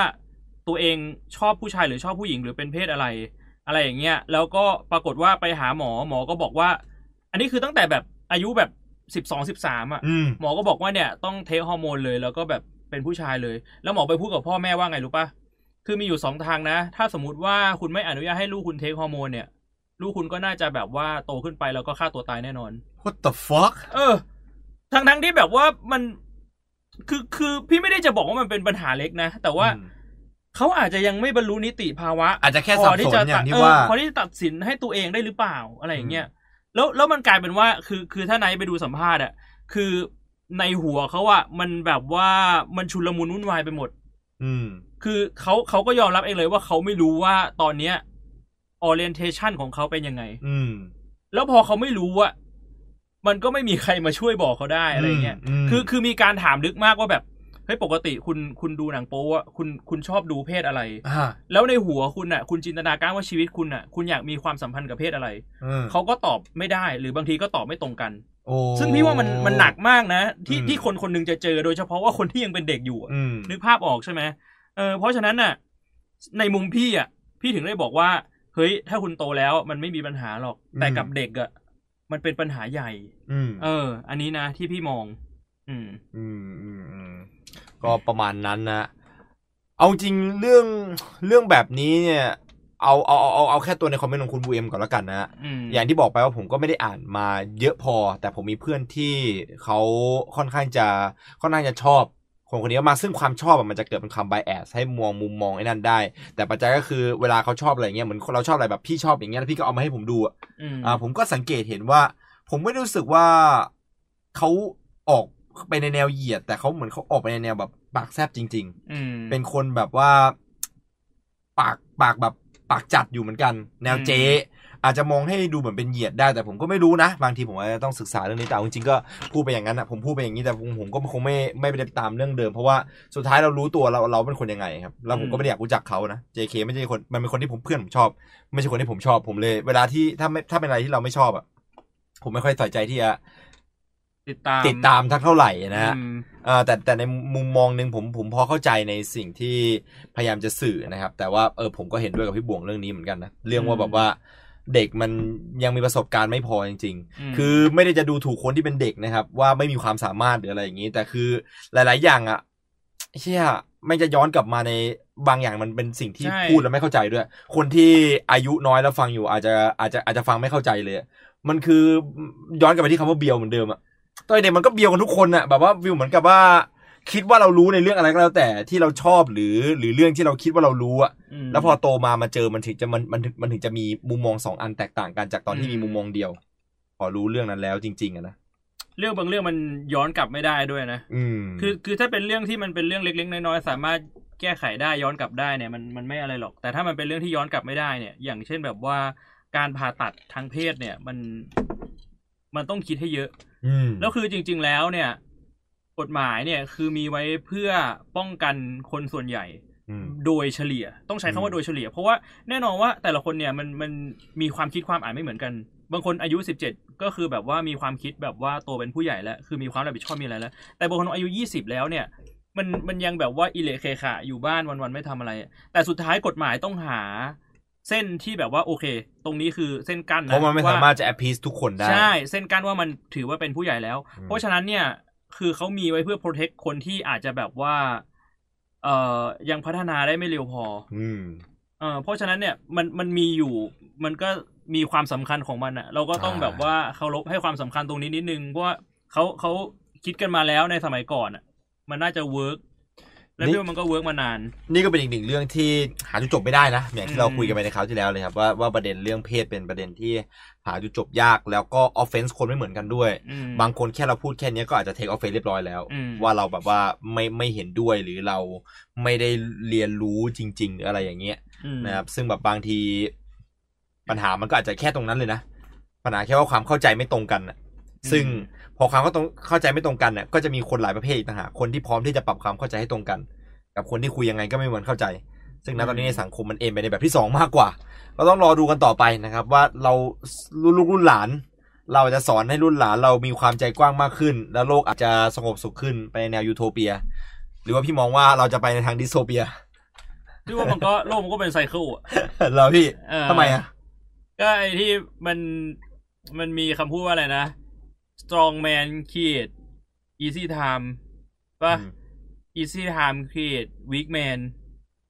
[SPEAKER 2] ตัวเองชอบผู้ชายหรือชอบผู้หญิงหรือเป็นเพศอะไร อะไรอย่างเงี้ย แล้วก็ปรากฏว่าไปหาหมอหมอก็บอกว่า อันนี้คือตั้งแต่แบบอายุแบบสิบสองสิบสามอ่ะ
[SPEAKER 1] อืม
[SPEAKER 2] หมอก็บอกว่าเนี่ยต้องเทคฮอร์โมนเลยแล้วก็แบบเป็นผู้ชายเลย แล้วหมอไปพูดกับพ่อแม่ว่าไงรู้ปะคือมีอยู่สองทางนะ ถ้าสมมติว่าคุณไม่อนุญาตให้ลูกคุณเทคฮอร์โมนเนี่ย ลูกคุณก็น่าจะแบบว่าโตขึ้นไปแล้วก็ฆ่าตัวตายแน่นอน
[SPEAKER 1] What the fuck
[SPEAKER 2] เออ ทั้งทั้งๆที่แบบว่ามัน คือ คือพี่ไม่ได้จะบอกว่ามันเป็นปัญหาเล็กนะ แต่ว่า
[SPEAKER 1] อืม
[SPEAKER 2] เขาอาจจะยังไม่บรรลุนิติภาวะ
[SPEAKER 1] อาจจะแค่สับสน
[SPEAKER 2] จะ
[SPEAKER 1] อย่างที่
[SPEAKER 2] เออ
[SPEAKER 1] ว่า
[SPEAKER 2] พอที่จะตัดสินให้ตัวเองได้หรือเปล่า อะไรอย่างเงี้ย แล้ว แล้วมันกลายเป็นว่า คือ คือถ้าไนท์ไปดูสัมภาษณ์อะ คือในหัวเขาอะมันแบบว่า มันชุลมุนวุ่นวายไปหมด
[SPEAKER 1] อืม
[SPEAKER 2] คือเขาเขาก็ยอมรับเองเลยว่าเขาไม่รู้ว่าตอนเนี้ย orientation ของเขาเป็นยังไง
[SPEAKER 1] อืม
[SPEAKER 2] แล้วพอเขาไม่รู้อะมันก็ไม่มีใครมาช่วยบอกเขาได้อะไรเงี้ย
[SPEAKER 1] ม
[SPEAKER 2] คือคือมีการถามลึกมากว่าแบบ เฮ้ยปกติคุณคุณดูหนังโป๊อะคุณคุณชอบดูเพศอะไร
[SPEAKER 1] อ่า
[SPEAKER 2] แล้วในหัวคุณอะคุณจินตนาการว่าชีวิตคุณอะคุณอยากมีความสัมพันธ์กับเพศอะไร
[SPEAKER 1] อืม
[SPEAKER 2] เขาก็ตอบไม่ได้ หรือบางทีก็ตอบไม่ตรงกัน
[SPEAKER 1] โอ้
[SPEAKER 2] ซึ่งพี่ว่ามันมันหนักมากนะ ที่
[SPEAKER 1] อืม
[SPEAKER 2] ที่คนคนหนึงจะเจอโดยเฉพาะว่าคนที่ยังเป็นเด็กอยู่อะ
[SPEAKER 1] อืม
[SPEAKER 2] นึกภาพออกใช่ไหมเออเพราะฉะนั้นน่ะ ในมุมพี่อ่ะ พี่ถึงได้บอกว่า เฮ้ย ถ้าคุณโตแล้วมันไม่มีปัญหาหรอก แต่กับเด็กอ่ะมันเป็นปัญหาใหญ่
[SPEAKER 1] อืม
[SPEAKER 2] เออ อันนี้นะที่พี่มอง อืม
[SPEAKER 1] อืมอืมอืมก็ประมาณนั้นนะ เอาจริงเรื่องเรื่องแบบนี้เนี่ย เอาเอาเอาเอาเอาแค่ตัวในคอมเมนต์ของคุณบูเอ็มก่อนแล้วกันนะ
[SPEAKER 2] อืม
[SPEAKER 1] อย่างที่บอกไปว่าผมก็ไม่ได้อ่านมาเยอะพอ แต่ผมมีเพื่อนที่เขาค่อนข้างจะค่อนข้างจะชอบคนคนนี้มากซึ่งความชอบอะมันจะเกิดเป็นคำ b i แอสให้มองมุมมองไอ้นั่นได้ แต่ปัจจัยก็คือเวลาเขาชอบอะไรเงี้ยเหมือนเราชอบอะไรแบบพี่ชอบอย่างเงี้ยแล้วพี่ก็เอามาให้ผมดูอะ
[SPEAKER 2] อืม
[SPEAKER 1] อ่าผมก็สังเกตเห็นว่า ผมไม่รู้สึกว่าเขาออกไปในแนวเหยียด แต่เขาเหมือนเขาออกไปในแนวแบบปากแซบจริง
[SPEAKER 2] อืม
[SPEAKER 1] ๆ เป็นคนแบบว่า ปากปากแบบปากจัดอยู่เหมือนกัน แนวเจ๊อาจจะมองให้ดูเหมือนเป็นเหยียดได้ แต่ผมก็ไม่รู้นะ บางทีผมอาจจะต้องศึกษาเรื่องนี้แต่เอาจริงๆก็พูดไปอย่างนั้นนะผมพูดไปอย่างนี้แต่ผมผมก็คงไม่ไม่ไปตามเรื่องเดิม เพราะว่าสุดท้ายเรารู้ตัวเราเราเป็นคนยังไงครับแล้วผมก็ไม่ได้อยากรู้จักเขานะ JK ไม่ใช่คนมันเป็นคนที่ผมเพื่อนผมชอบ ไม่ใช่คนที่ผมชอบผมเลย เวลาที่ถ้าไม่ถ้าเป็นอะไรที่เราไม่ชอบอ่ะผมไม่ค่อยใส่ใจที่จะ
[SPEAKER 2] ติดตาม
[SPEAKER 1] ติดตามทักเท่าไหร่นะฮะ
[SPEAKER 2] อืม
[SPEAKER 1] เอ่อแต่แต่ในมุมมองหนึ่งผมผมพอเข้าใจในสิ่งที่พยายามจะสื่อนะครับ แต่ว่าเออผมก็เห็นด้วยกับพี่บวงเรื่องนี้เหมือนกันนะเรื่องว่า
[SPEAKER 2] อืม
[SPEAKER 1] แบบว่าเด็กมันยังมีประสบการณ์ไม่พอจริง
[SPEAKER 2] ม
[SPEAKER 1] ๆ คือไม่ได้จะดูถูกคนที่เป็นเด็กนะครับ ว่าไม่มีความสามารถหรืออะไรอย่างนี้ แต่คือหลาย ๆ อย่างอะเชี่ยไม่งจะย้อนกลับมาในบางอย่างมันเป็นสิ่งที่
[SPEAKER 2] ใช่
[SPEAKER 1] พูดแล้วไม่เข้าใจด้วย คนที่อายุน้อยแล้วฟังอยู่อาจจะอาจจะอาจจะฟังไม่เข้าใจเลยอะมันคือย้อนกลับไปที่คำว่าเบียวเหมือนเดิมอะ ตอนเด็กมันก็เบียวกันทุกคนอะแบบว่าวิวเหมือนกับว่า คิดว่าเรารู้ในเรื่องอะไรก็แล้วแต่ที่เราชอบหรือหรือเรื่องที่เราคิดว่าเรารู้อะ
[SPEAKER 2] ม
[SPEAKER 1] แล้วพอโตมามาเจอมันถึงจะมันมันมันถึงจะมีมุมมองสองอันแตกต่างกันจากตอนที่
[SPEAKER 2] อืม
[SPEAKER 1] มีมุมมองเดียว พอรู้เรื่องนั้นแล้วจริง ๆอะนะ
[SPEAKER 2] เรื่องบางเรื่องมันย้อนกลับไม่ได้ด้วยนะ
[SPEAKER 1] อืม
[SPEAKER 2] คือคือถ้าเป็นเรื่องที่มันเป็นเรื่องเล็กๆ น้อยๆ สามารถแก้ไขได้ย้อนกลับได้เนี่ยมันมันไม่อะไรหรอก แต่ถ้ามันเป็นเรื่องที่ย้อนกลับไม่ได้เนี่ย อย่างเช่นแบบว่าการผ่าตัดทางเพศเนี่ยมันมันต้องคิดให้เยอะ
[SPEAKER 1] ม
[SPEAKER 2] แล้วคือจริง ๆแล้วเนี่ย กฎหมายเนี่ยคือมีไว้เพื่อป้องกันคนส่วนใหญ่
[SPEAKER 1] อืม
[SPEAKER 2] โดยเฉลี่ย ต้องใช้คำ
[SPEAKER 1] อื
[SPEAKER 2] ว่าม โดยเฉลี่ย เพราะว่าแน่นอนว่าแต่ละคนเนี่ยมันมันมีความคิดความอ่านไม่เหมือนกัน บางคนอายุ 17 ก็คือแบบว่ามีความคิดแบบว่าโตเป็นผู้ใหญ่แล้ว คือมีความรับผิดชอบมีอะไรแล้ว แต่บางคนอายุ 20 แล้วเนี่ย มันมันยังแบบว่าอิเละเคขะอยู่บ้านวันๆไม่ทำอะไร แต่สุดท้ายกฎหมายต้องหา เส้นที่แบบว่าโอเค ตรงนี้คือเส้นกั้นนะ
[SPEAKER 1] เพราะมันไม่สามารถ
[SPEAKER 2] ว่
[SPEAKER 1] จะแอพพีสทุกคนได้
[SPEAKER 2] ใช่เส้นกั้นว่ามันถือว่าเป็นผู้ใหญ่แล้ว
[SPEAKER 1] อืม
[SPEAKER 2] เพราะฉะนั้นเนี่ยคือเขามีไว้เพื่อ protect คนที่อาจจะแบบว่าเอ่อยังพัฒนาได้ไม่เร็วพอ
[SPEAKER 1] อืม
[SPEAKER 2] เออเพราะฉะนั้นเนี่ยมันมันมีอยู่มันก็มีความสำคัญของมันอะเราก็ต้อง
[SPEAKER 1] อ่า
[SPEAKER 2] แบบว่าเคารพให้ความสำคัญตรงนี้นิดนึงเพราะว่าเขาเขาคิดกันมาแล้วในสมัยก่อนอะมันน่าจะเวิร์กแล้วพี่ว่ามันก็เวิร์กมานาน
[SPEAKER 1] นี่ก็เป็นอีกหนึ่งเรื่องที่หาจุดจบไม่ได้นะอย่างที่เรา
[SPEAKER 2] อืม
[SPEAKER 1] คุยกันไปในคราวที่แล้วเลยครับว่าว่าประเด็นเรื่องเพศเป็นประเด็นที่หาจุดจบยากแล้วก็ออฟเฟนส์คนไม่เหมือนกันด้วย
[SPEAKER 2] อืม
[SPEAKER 1] บางคนแค่เราพูดแค่เนี้ยก็อาจจะเทคออฟเฟนเรียบร้อยแล้ว
[SPEAKER 2] อืม
[SPEAKER 1] ว่าเราแบบว่าไม่ไม่เห็นด้วยหรือเราไม่ได้เรียนรู้จริง ๆ หรืออะไรอย่างเงี้ย
[SPEAKER 2] อืม
[SPEAKER 1] นะครับ ซึ่งแบบบางทีปัญหามันก็อาจจะแค่ตรงนั้นเลยนะปัญหาแค่ว่าความเข้าใจไม่ตรงกันน่ะ ซึ่งพอความเข้าตรงเข้าใจไม่ตรงกันน่ะก็จะมีคนหลายประเภทอีกต่างหากคนที่พร้อมที่จะปรับความเข้าใจให้ตรงกัน กับคนที่คุยยังไงก็ไม่เหมือนเข้าใจ ซึ่งณตอนนี้ในสังคมมันเอ็นไปในแบบที่สองมากกว่า ก็ต้องรอดูกันต่อไปนะครับ ว่าเรารุ่นลูกรุ่นหลาน เราจะสอนให้รุ่นหลานเรามีความใจกว้างมากขึ้น แล้วโลกอาจจะสงบสุขขึ้นไปในแนวยูโทเปีย หรือว่าพี่มองว่าเราจะไปในทางดิสโทเปีย
[SPEAKER 2] พี่ว่ามันก็โลกมันก็เป็นไซเคิลอะ
[SPEAKER 1] เหราพี่
[SPEAKER 2] เออ
[SPEAKER 1] ทำไมอ่ะ
[SPEAKER 2] ก็ไอที่มันมันมีคำพูดว่าอะไรนะ strong man create easy time ป่ะ
[SPEAKER 1] อืม
[SPEAKER 2] easy time create weak man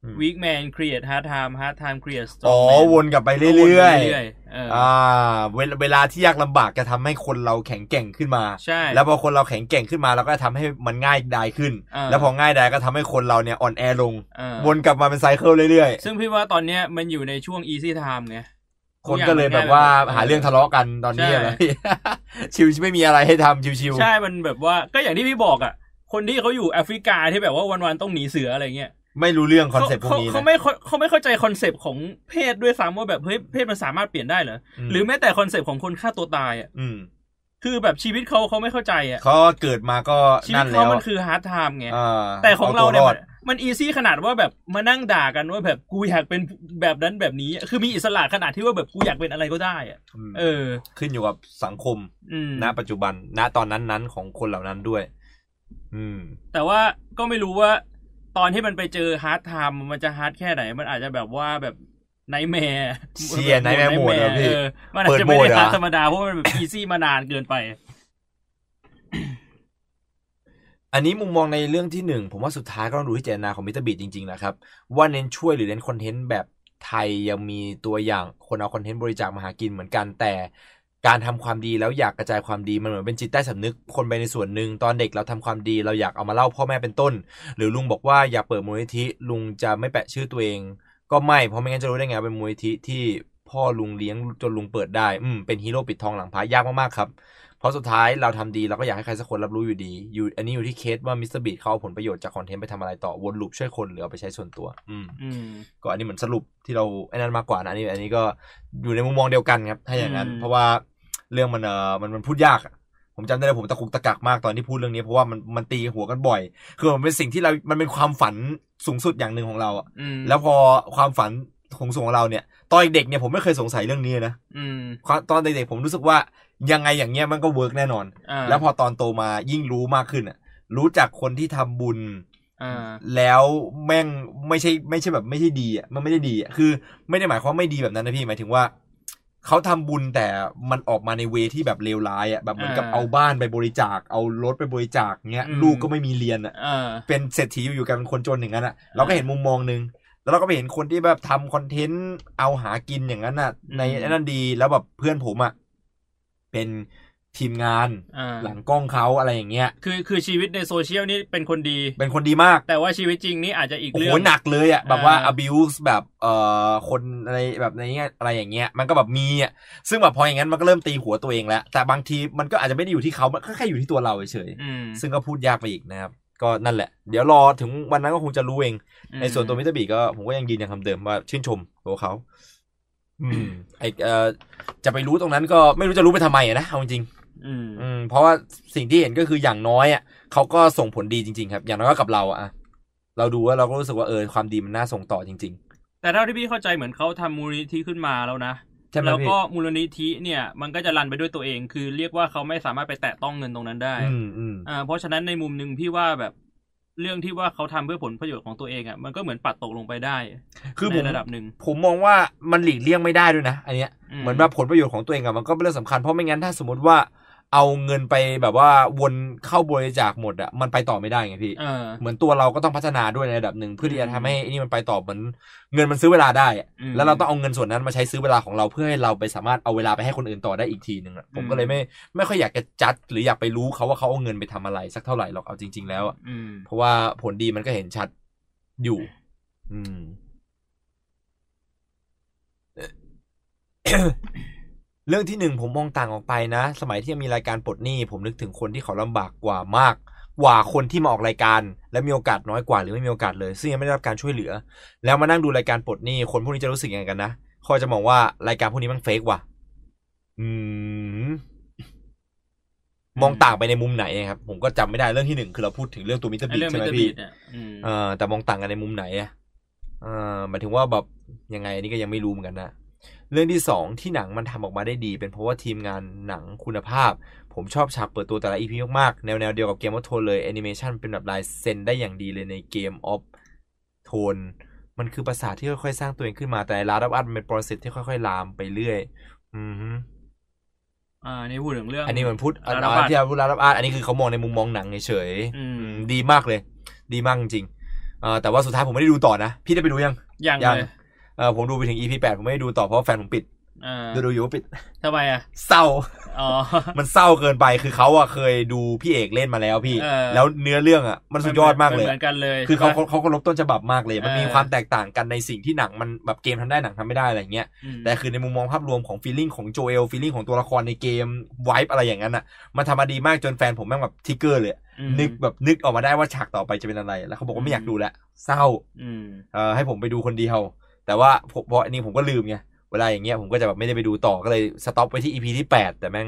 [SPEAKER 1] อืม
[SPEAKER 2] weak man create hard time hard time create
[SPEAKER 1] อ๋อ
[SPEAKER 2] strong man
[SPEAKER 1] วนกลับไป
[SPEAKER 2] ก็วนไป
[SPEAKER 1] เรื่อย
[SPEAKER 2] ๆเอ
[SPEAKER 1] ๆ
[SPEAKER 2] ออ
[SPEAKER 1] อ่าเวลเวลาที่ยากลำบากจะทำให้คนเราแข็งแกร่งขึ้นมา
[SPEAKER 2] ใช่
[SPEAKER 1] แล้วพอคนเราแข็งแกร่งขึ้นมาเราก็จะทำให้มันง่ายดายขึ้น
[SPEAKER 2] อ่า
[SPEAKER 1] แล้วพอง่ายดายก็ทำให้คนเราเนี่ยอ่อนแอลง
[SPEAKER 2] เออ
[SPEAKER 1] วนกลับมาเป็นไซเคิลเรื่อย
[SPEAKER 2] ซึ่งพี่ว่าตอนเนี้ยมันอยู่ในช่วง easy time ไง
[SPEAKER 1] ๆ คนก็เลยแบบว่าหาเรื่องทะเลาะกันตอนนี้เลย ชิวๆไม่มีอะไรให้ทำชิวๆ
[SPEAKER 2] ใช่ มันแบบว่าก็อย่างที่พี่บอกอ่ะ คนที่เขาอยู่แอฟริกาที่แบบว่าวันๆต้องหนีเสืออะไรเงี้ย
[SPEAKER 1] ไม่รู้เรื่องคอนเซ็ปต์พวก
[SPEAKER 2] ขา
[SPEAKER 1] นี้
[SPEAKER 2] เขา
[SPEAKER 1] นะ
[SPEAKER 2] ไม่เข้าเขาไม่เข้าใจคอนเซปต์ของเพศด้วยซ้ำว่าแบบเฮ้ยเพศมันสามารถเปลี่ยนได้เหรอ หรือแม้แต่คอนเซปต์ของคนฆ่าตัวตายอ่ะ
[SPEAKER 1] อืม
[SPEAKER 2] คือแบบชีวิตเขาเขาไม่เข้าใจอ่ะ
[SPEAKER 1] เขาเกิดมาก็
[SPEAKER 2] ชีวิ
[SPEAKER 1] นั่
[SPEAKER 2] ต
[SPEAKER 1] น
[SPEAKER 2] เขา
[SPEAKER 1] แล้ว
[SPEAKER 2] มันคือฮาร์ดไทม์ไง
[SPEAKER 1] อ่า
[SPEAKER 2] แต่ของเรา
[SPEAKER 1] ตัว
[SPEAKER 2] เนี่ย
[SPEAKER 1] อ
[SPEAKER 2] มั
[SPEAKER 1] ด
[SPEAKER 2] นมันอีซี่ขนาดว่าแบบมานั่งด่ากันว่าแบบกูอยากเป็นแบบนั้นแบบนี้ คือมีอิสระขนาดที่ว่าแบบกูอยากเป็นอะไรก็ได้อะ
[SPEAKER 1] อืม
[SPEAKER 2] เออ
[SPEAKER 1] ขึ้นอยู่กับสังคม
[SPEAKER 2] อืม
[SPEAKER 1] ณปัจจุบัน ณ ตอนนั้นนั้นๆของคนเหล่านั้นด้วย อืม
[SPEAKER 2] แต่ว่าก็ไม่รู้ว่า ตอนที่มันไปเจอฮาร์ดไทม์มันจะฮาร์ดแค่ไหน มันอาจจะแบบว่าแบบไนแมร์
[SPEAKER 1] เชี่ย nightmare โหมดเหรอพี่
[SPEAKER 2] มันอาจจะไม่
[SPEAKER 1] เปิดโหมด
[SPEAKER 2] ได้
[SPEAKER 1] เหรอ
[SPEAKER 2] ฮาร์ดธรรมดาเพราะมันแบบอีซี่มานานเกินไป
[SPEAKER 1] อันนี้มุมมองในเรื่องที่หนึ่ง ผมว่าสุดท้ายก็ต้องดูที่เจตนาของมิสเตอร์บีทจริง ๆ นะครับ ว่าเน้นช่วยหรือเน้นคอนเทนต์แบบไทยยังมีตัวอย่างคนเอาคอนเทนต์บริจาคมาหากินเหมือนกันแต่การทำความดีแล้วอยากกระจายความดีมันเหมือนเป็นจิตใต้สำนึกคนไปในส่วนหนึ่งตอนเด็กเราทำความดีเราอยากเอามาเล่าพ่อแม่เป็นต้น หรือลุงบอกว่าอยากเปิดมูลนิธิลุงจะไม่แปะชื่อตัวเอง ก็ไม่เพราะไม่งั้นจะรู้ได้ไงว่าเป็นมูลนิธิที่พ่อลุงเลี้ยงจนลุงเปิดได้อืมเป็นฮีโร่ปิดทองหลังพระยากมากๆครับ เพราะสุดท้ายเราทำดีเราก็อยากให้ใครสักคนรับรู้อยู่ดี อยู่อันนี้อยู่ที่เคสว่ามิสเตอร์บีเขาเอาผลประโยชน์จากคอนเทนต์ไปทำอะไรต่อวนลูปช่วยคนหรือเอาไปใช้ส่วนตัว อืม
[SPEAKER 2] อืม
[SPEAKER 1] ก็อันนี้เหมือนสรุปที่เราไอ้นั้นมากกว่านะอันนี้ อันนี้ก็อยู่ในมุมมองเดียวกันครับถ้าอย่างนั้น
[SPEAKER 2] อืม
[SPEAKER 1] เพราะว่าเรื่องมันเออมันมันพูดยากอะผมจำได้เลยผมตะกุกตะกักมากตอนที่พูดเรื่องนี้เพราะว่ามันมันตีหัวกันบ่อย คือมันเป็นสิ่งที่เรา มันเป็นความฝันสูงสุดอย่างหนึ่งของเราอะ
[SPEAKER 2] อืม
[SPEAKER 1] แล้วพอความฝันของสูงของเราเนี่ยตอนเด็กๆเนี่ยผมไม่เคยสงสัยเรื่องนี้นะ
[SPEAKER 2] อืม
[SPEAKER 1] ความตอนเด็กๆผมรู้สึกว่ายังไงอย่างเงี้ยมันก็เวิร์กแน่นอน
[SPEAKER 2] อ่า
[SPEAKER 1] แล้วพอตอนโตมายิ่งรู้มากขึ้นอ่ะ รู้จักคนที่ทำบุญ
[SPEAKER 2] อ่า
[SPEAKER 1] แล้วแม่งไม่ใช่ไม่ใช่แบบไม่ใช่ดีอ่ะมันไม่ได้ดีอ่ะคือ ไม่ได้หมายความว่าไม่ดีแบบนั้นนะพี่หมายถึงว่าเขาทำบุญแต่มันออกมาในเวที่แบบเลวร้ายอ่ะแบบเหมือนกับ
[SPEAKER 2] อ่า
[SPEAKER 1] เอาบ้านไปบริจาค เอารถไปบริจาคเงี้ย
[SPEAKER 2] อืม
[SPEAKER 1] ลูกก็ไม่มีเรียนอ่ะ
[SPEAKER 2] อ่า
[SPEAKER 1] เป็นเศรษฐีอยู่ๆกันเป็นคนจนอย่างนั้นอ่ะ เราก็
[SPEAKER 2] อ่า
[SPEAKER 1] เห็นมุมมองหนึ่งแล้วเราก็ไปเห็นคนที่แบบทำคอนเทนต์เอาหากินอย่างนั้นอ่ะ ใน
[SPEAKER 2] อืม
[SPEAKER 1] ไอ้นั่นดีแล้วแบบเพื่อนผมอ่ะเป็นทีมงาน
[SPEAKER 2] อ่า
[SPEAKER 1] หลังกล้องเขาอะไรอย่างเงี้ย
[SPEAKER 2] คือคือชีวิตในโซเชียลนี่เป็นคนดี
[SPEAKER 1] เป็นคนดีมาก
[SPEAKER 2] แต่ว่าชีวิตจริงนี่อาจจะอีก
[SPEAKER 1] โอ้
[SPEAKER 2] เรื่
[SPEAKER 1] โห
[SPEAKER 2] อง
[SPEAKER 1] หนักเลยอ่ะแบบว่า
[SPEAKER 2] อ่า
[SPEAKER 1] abuse แบบเอ่อคนอะไรแบบในเงี้ยอะไรอย่างเงี้ยมันก็แบบมีอ่ะซึ่งแบบพออย่างนั้นมันก็เริ่มตีหัวตัวเองแล้ว แต่บางทีมันก็อาจจะไม่ได้อยู่ที่เขามันก็แค่อยู่ที่ตัวเราเฉย
[SPEAKER 2] อืม
[SPEAKER 1] ๆซึ่งก็พูดยากไปอีกนะครับ ก็นั่นแหละ เดี๋ยวรอถึงวันนั้นก็คงจะรู้เอง
[SPEAKER 2] อืม
[SPEAKER 1] ในส่วนตัวมิสเตอร์บีก็ผมก็ยังยืนยันคำเดิมว่าชื่นชมตัวเขาอืมไอเอ่อจะไปรู้ตรงนั้นก็ไม่รู้จะรู้ไปทำไมอะนะเอาจริง
[SPEAKER 2] อืม
[SPEAKER 1] อืมเพราะว่าสิ่งที่เห็นก็คืออย่างน้อยอ่ะเขาก็ส่งผลดีจริง ๆ ครับ อย่างน้อยก็กับเราอ่ะเราดูว่าเราก็รู้สึกว่าเออความดีมันน่าส่งต่อจริง
[SPEAKER 2] แต่เท่าที่พี่เข้าใจเหมือนเขาทำมูลนิธิขึ้นมาแล้วนะ
[SPEAKER 1] ๆ ใช่ไหม
[SPEAKER 2] แล้ว
[SPEAKER 1] พี่
[SPEAKER 2] ก็มูลนิธิเนี่ย มันก็จะรันไปด้วยตัวเอง คือเรียกว่าเขาไม่สามารถไปแตะต้องเงินตรงนั้นได้
[SPEAKER 1] อืมอืม
[SPEAKER 2] อ่าเพราะฉะนั้นในมุมหนึ่งพี่ว่าแบบเรื่องที่ว่าเขาทำเพื่อผลประโยชน์ของตัวเองอ่ะมันก็เหมือนปัดตกลงไปได้
[SPEAKER 1] คือผ
[SPEAKER 2] ใน
[SPEAKER 1] ม
[SPEAKER 2] ระดับหนึ่ง
[SPEAKER 1] ผมมองว่ามันหลีกเลี่ยงไม่ได้ด้วยนะอันเนี้ยเหมือนแบบผลประโยชน์ของตัวเองอะมันก็เป็นเรื่องสำคัญเพราะไม่งั้นถ้าสมมติว่าเอาเงินไปแบบว่าวนเข้าบริจาคหมดอะมันไปต่อไม่ได้ไงพี่
[SPEAKER 2] เออ
[SPEAKER 1] เหมือนตัวเราก็ต้องพัฒนาด้วยในระดับหนึ่งเพื่อที่จะทำให้
[SPEAKER 2] อืม
[SPEAKER 1] ไอ้นี่มันไปต่อเหมือนเงินมันซื้อเวลาได้อะ
[SPEAKER 2] อืม
[SPEAKER 1] แล้วเราต้องเอาเงินส่วนนั้นมาใช้ซื้อเวลาของเราเพื่อให้เราไปสามารถเอาเวลาไปให้คนอื่นต่อได้อีกทีหนึ่งอะผม
[SPEAKER 2] อืม
[SPEAKER 1] ก็เลยไม่ไม่ค่อยอยากจะจัด หรืออยากไปรู้เขาว่าเขาเอาเงินไปทำอะไรสักเท่าไหร่หรอกเอาจริง ๆ แล้วอะ
[SPEAKER 2] อืม
[SPEAKER 1] เพราะว่าผลดีมันก็เห็นชัดอยู่ อืม เรื่องที่หนึ่งผมมองต่างออกไปนะ สมัยที่ยังมีรายการปลดหนี้ผมนึกถึงคนที่เขาลำบากกว่ามาก กว่าคนที่มาออกรายการ และมีโอกาสน้อยกว่าหรือไม่มีโอกาสเลย ซึ่งยังไม่ได้รับการช่วยเหลือ แล้วมานั่งดูรายการปลดหนี้คนพวกนี้จะรู้สึกยังไงกันนะเขาจะมองว่ารายการพวกนี้มันเฟกว่ะอืม มองต่างไปในมุมไหนครับ ผมก็จำไม่ได้เรื่องที่หนึ่งคือเราพูดถึงเรื่องตัวมิเตอร์
[SPEAKER 2] ไอ้
[SPEAKER 1] บี
[SPEAKER 2] เรื่อง
[SPEAKER 1] ใช่ไห
[SPEAKER 2] มิ
[SPEAKER 1] ม
[SPEAKER 2] เตอร์บี
[SPEAKER 1] พี่
[SPEAKER 2] ดเนี่ยอืม
[SPEAKER 1] เออแต่มองต่างกันในมุมไหนอะเออหมายถึงว่าแบบยังไงอันนี้ก็ยังไม่รู้เหมือนกันนะเรื่องที่สองที่หนังมันทำออกมาได้ดี เป็นเพราะว่าทีมงานหนังคุณภาพ ผมชอบฉากเปิดตัวแต่ละอีพีมากๆ แนวแนวเดียวกับเกมออฟโทนเลยแอนิเมชันเป็นแบบลายเซ็นได้อย่างดีเลยในเกมออฟโทนมันคือภาษาทที่ค่อยๆ สร้างตัวเองขึ้นมาแต่ลาดับอัดเป็นโปรเซสที่ค่อยๆ ลามไปเรื่อย อืมฮึ
[SPEAKER 2] อ่านี่พูดถึงเรื่อง
[SPEAKER 1] อันนี้เหมือนพูดอ่ะ
[SPEAKER 2] Last of
[SPEAKER 1] อ่ะ
[SPEAKER 2] Us
[SPEAKER 1] ที่เราพูดลาดับอัดอันนี้คือเขามองในมุมมองหนังเฉยๆ
[SPEAKER 2] อืม
[SPEAKER 1] อืมดีมากเลย ดีมากจริงๆเอ่อแต่ว่าสุดท้ายผมไม่ได้ดูต่อนะ พี่ได้ไปดูยัง
[SPEAKER 2] อย่าง
[SPEAKER 1] ยัง
[SPEAKER 2] เลย
[SPEAKER 1] เออผมดูไปถึง EP 8 ผมไม่ได้ดูต่อเพราะแฟนผมปิด
[SPEAKER 2] เอ่า
[SPEAKER 1] ดูดูอยู่ว่าปิด
[SPEAKER 2] ทำไมอ่ะ
[SPEAKER 1] เศร้า
[SPEAKER 2] อ๋อ
[SPEAKER 1] มันเศร้าเกินไป คือเขาอะเคยดูพี่เอกเล่นมาแล้วพี่
[SPEAKER 2] เออ
[SPEAKER 1] แล้วเนื้อเรื่องอะมันสุดยอดมากเลย
[SPEAKER 2] นเหมือนกันเลย
[SPEAKER 1] คือเขา
[SPEAKER 2] ใช่ปะ
[SPEAKER 1] เขาก็ลบต้นฉบับมากเลย มันมี
[SPEAKER 2] เออ
[SPEAKER 1] ความแตกต่างกันในสิ่งที่หนังมันแบบเกมทำได้หนังทำไม่ได้อะไรอย่างเงี้ย
[SPEAKER 2] อืม
[SPEAKER 1] แต่คือในมุมมองภาพรวมของฟีลลิ่งของโจเอลฟีลลิ่งของตัวละครในเกมไวป์อะไรอย่างนั้นอะมันทำมาดีมากจนแฟนผมแม่งแบบทิกเกอร์เลยอะ
[SPEAKER 2] อืม
[SPEAKER 1] นึกแบบนึกออกมาได้ว่าฉากต่อไปจะเป็นอะไร แล้วเขาบอกว่าไม่อยากดูแล้วเศร้า
[SPEAKER 2] อืม
[SPEAKER 1] เอ่อให้ผมไปดูคนเดียว แต่ว่าผมพออันนี้ผมก็ลืมไง วลาอย่างเงี้ยผมก็จะแบบไม่ได้ไปดูต่อก็เลยสต็อปไปที่ EP ที่ 8 แต่แม่ง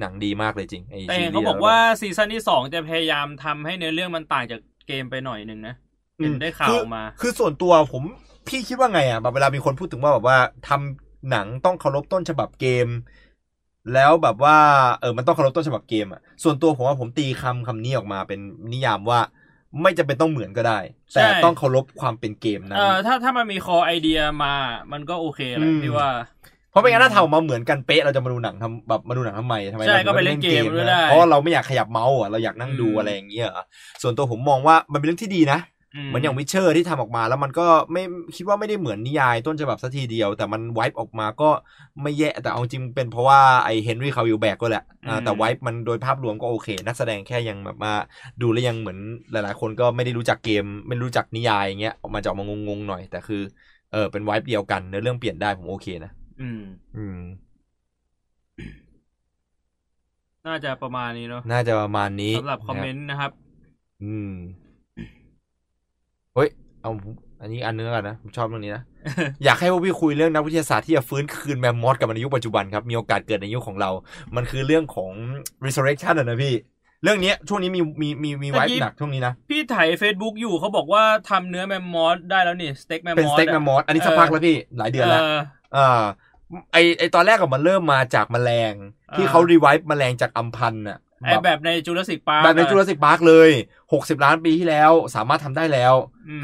[SPEAKER 1] หนังดีมากเลยจริงไอ้
[SPEAKER 2] แต่
[SPEAKER 1] ซีรีส์
[SPEAKER 2] เขาบอกว่าซีซั่นที่สองจะพยายามทำให้เนื้อเรื่องมันต่างจากเกมไปหน่อยหนึ่งนะ
[SPEAKER 1] อื
[SPEAKER 2] เห็น
[SPEAKER 1] ม
[SPEAKER 2] ได้ข่าว
[SPEAKER 1] คือ
[SPEAKER 2] มา
[SPEAKER 1] คือส่วนตัวผมพี่คิดว่าไงอ่ะแบบเวลามีคนพูดถึงว่าแบบว่าทำหนังต้องเคารพต้นฉบับเกม แล้วแบบว่าเออมันต้องเคารพต้นฉบับเกมอ่ะส่วนตัวผมว่าผมตีคำคำนี้ออกมาเป็นนิยามว่า ไม่จำเป็นต้องเหมือนก็ได้ แต่
[SPEAKER 2] ใช่
[SPEAKER 1] ต้องเคารพความเป็นเกมนั้น
[SPEAKER 2] เอ่อถ้าถ้ามันมีคอไอเดียมา มันก็โอเคแห
[SPEAKER 1] อื
[SPEAKER 2] ละ
[SPEAKER 1] ม
[SPEAKER 2] พี่ว่า
[SPEAKER 1] เพราะไม่งั้นถ้าเท่ามาเหมือนกันเป๊ะเราจะมาดูหนังทำแบบมาดูหนังทำไมทำไม
[SPEAKER 2] ใช่
[SPEAKER 1] ราถึง
[SPEAKER 2] ก็ไปเล่นเกมด้วยได้
[SPEAKER 1] เพราะว่าเราไม่อยากขยับเมาส์อ่ะเราอยากนั่งดู
[SPEAKER 2] อืม
[SPEAKER 1] อะไรอย่างเงี้ยเหรอส่วนตัวผมมองว่ามันเป็นเรื่องที่ดีนะ เหมือนอย่างวิเชอร์ที่ทำออกมาแล้วมันก็ไม่คิดว่าไม่ได้เหมือนนิยายต้นฉบับสักทีเดียว แต่มันไวป์ออกมาก็ไม่แย่แต่เอาจริงเป็นเพราะว่าไอเฮนรี่คาวิลแบกก็แหละอ่า
[SPEAKER 2] อืม
[SPEAKER 1] แต่ไวป์มันโดยภาพรวมก็โอเค นักแสดงแค่ยังแบบว่าดูแล้วยังเหมือนหลายๆ คนก็ไม่ได้รู้จักเกม ไม่รู้จักนิยายอย่างเงี้ยออกมาจะออกมางงๆหน่อยแต่คือเออเป็นไวป์เดียวกันเนื้อเรื่องเปลี่ยนได้ผมโอเคนะ
[SPEAKER 2] อืม
[SPEAKER 1] อืม
[SPEAKER 2] น่าจะประมาณนี้เนาะ
[SPEAKER 1] น่าจะประมาณนี้
[SPEAKER 2] สำหรับคอมเมนต์นะครับ
[SPEAKER 1] อืมเฮ้ย เอา อันนี้อันนึงแล้วกันนะผมชอบเรื่อง นี้นะ อยากให้พวกพี่คุยเรื่องนักวิทยาศาสตร์ที่จะฟื้นคืนแมมมอสกลับมาในยุคปัจจุบันครับ มีโอกาสเกิดในยุคของเรา มันคือเรื่องของ resurrection อะนะพี่ เรื่องเนี้ยช่วงนี้มีมีมีมี
[SPEAKER 2] แต่
[SPEAKER 1] ไว้
[SPEAKER 2] ยิป
[SPEAKER 1] หนักช่วงนี้นะ
[SPEAKER 2] พี่ไถ่าย Facebook อยู่เขาบอกว่าทำเนื้อแมมมอสได้แล้วนี่สเต็กแมมมอส
[SPEAKER 1] เป็นสเต็กแมมมอสอันนี้สักพักแล้วพี่ หลายเดือนแล้ว
[SPEAKER 2] ออ
[SPEAKER 1] อ่าไอไอตอนแรกอะมันเริ่มมาจากแมลง ที่
[SPEAKER 2] อ่า
[SPEAKER 1] เขารีไวฟ์แมลงจากอัมพันธ์อะ
[SPEAKER 2] ไอแบบในจูราสสิกปาร์
[SPEAKER 1] แบบในจูราสสิกพาร์คเลย 60 ล้านปีที่แล้วสามารถทำได้แล้ว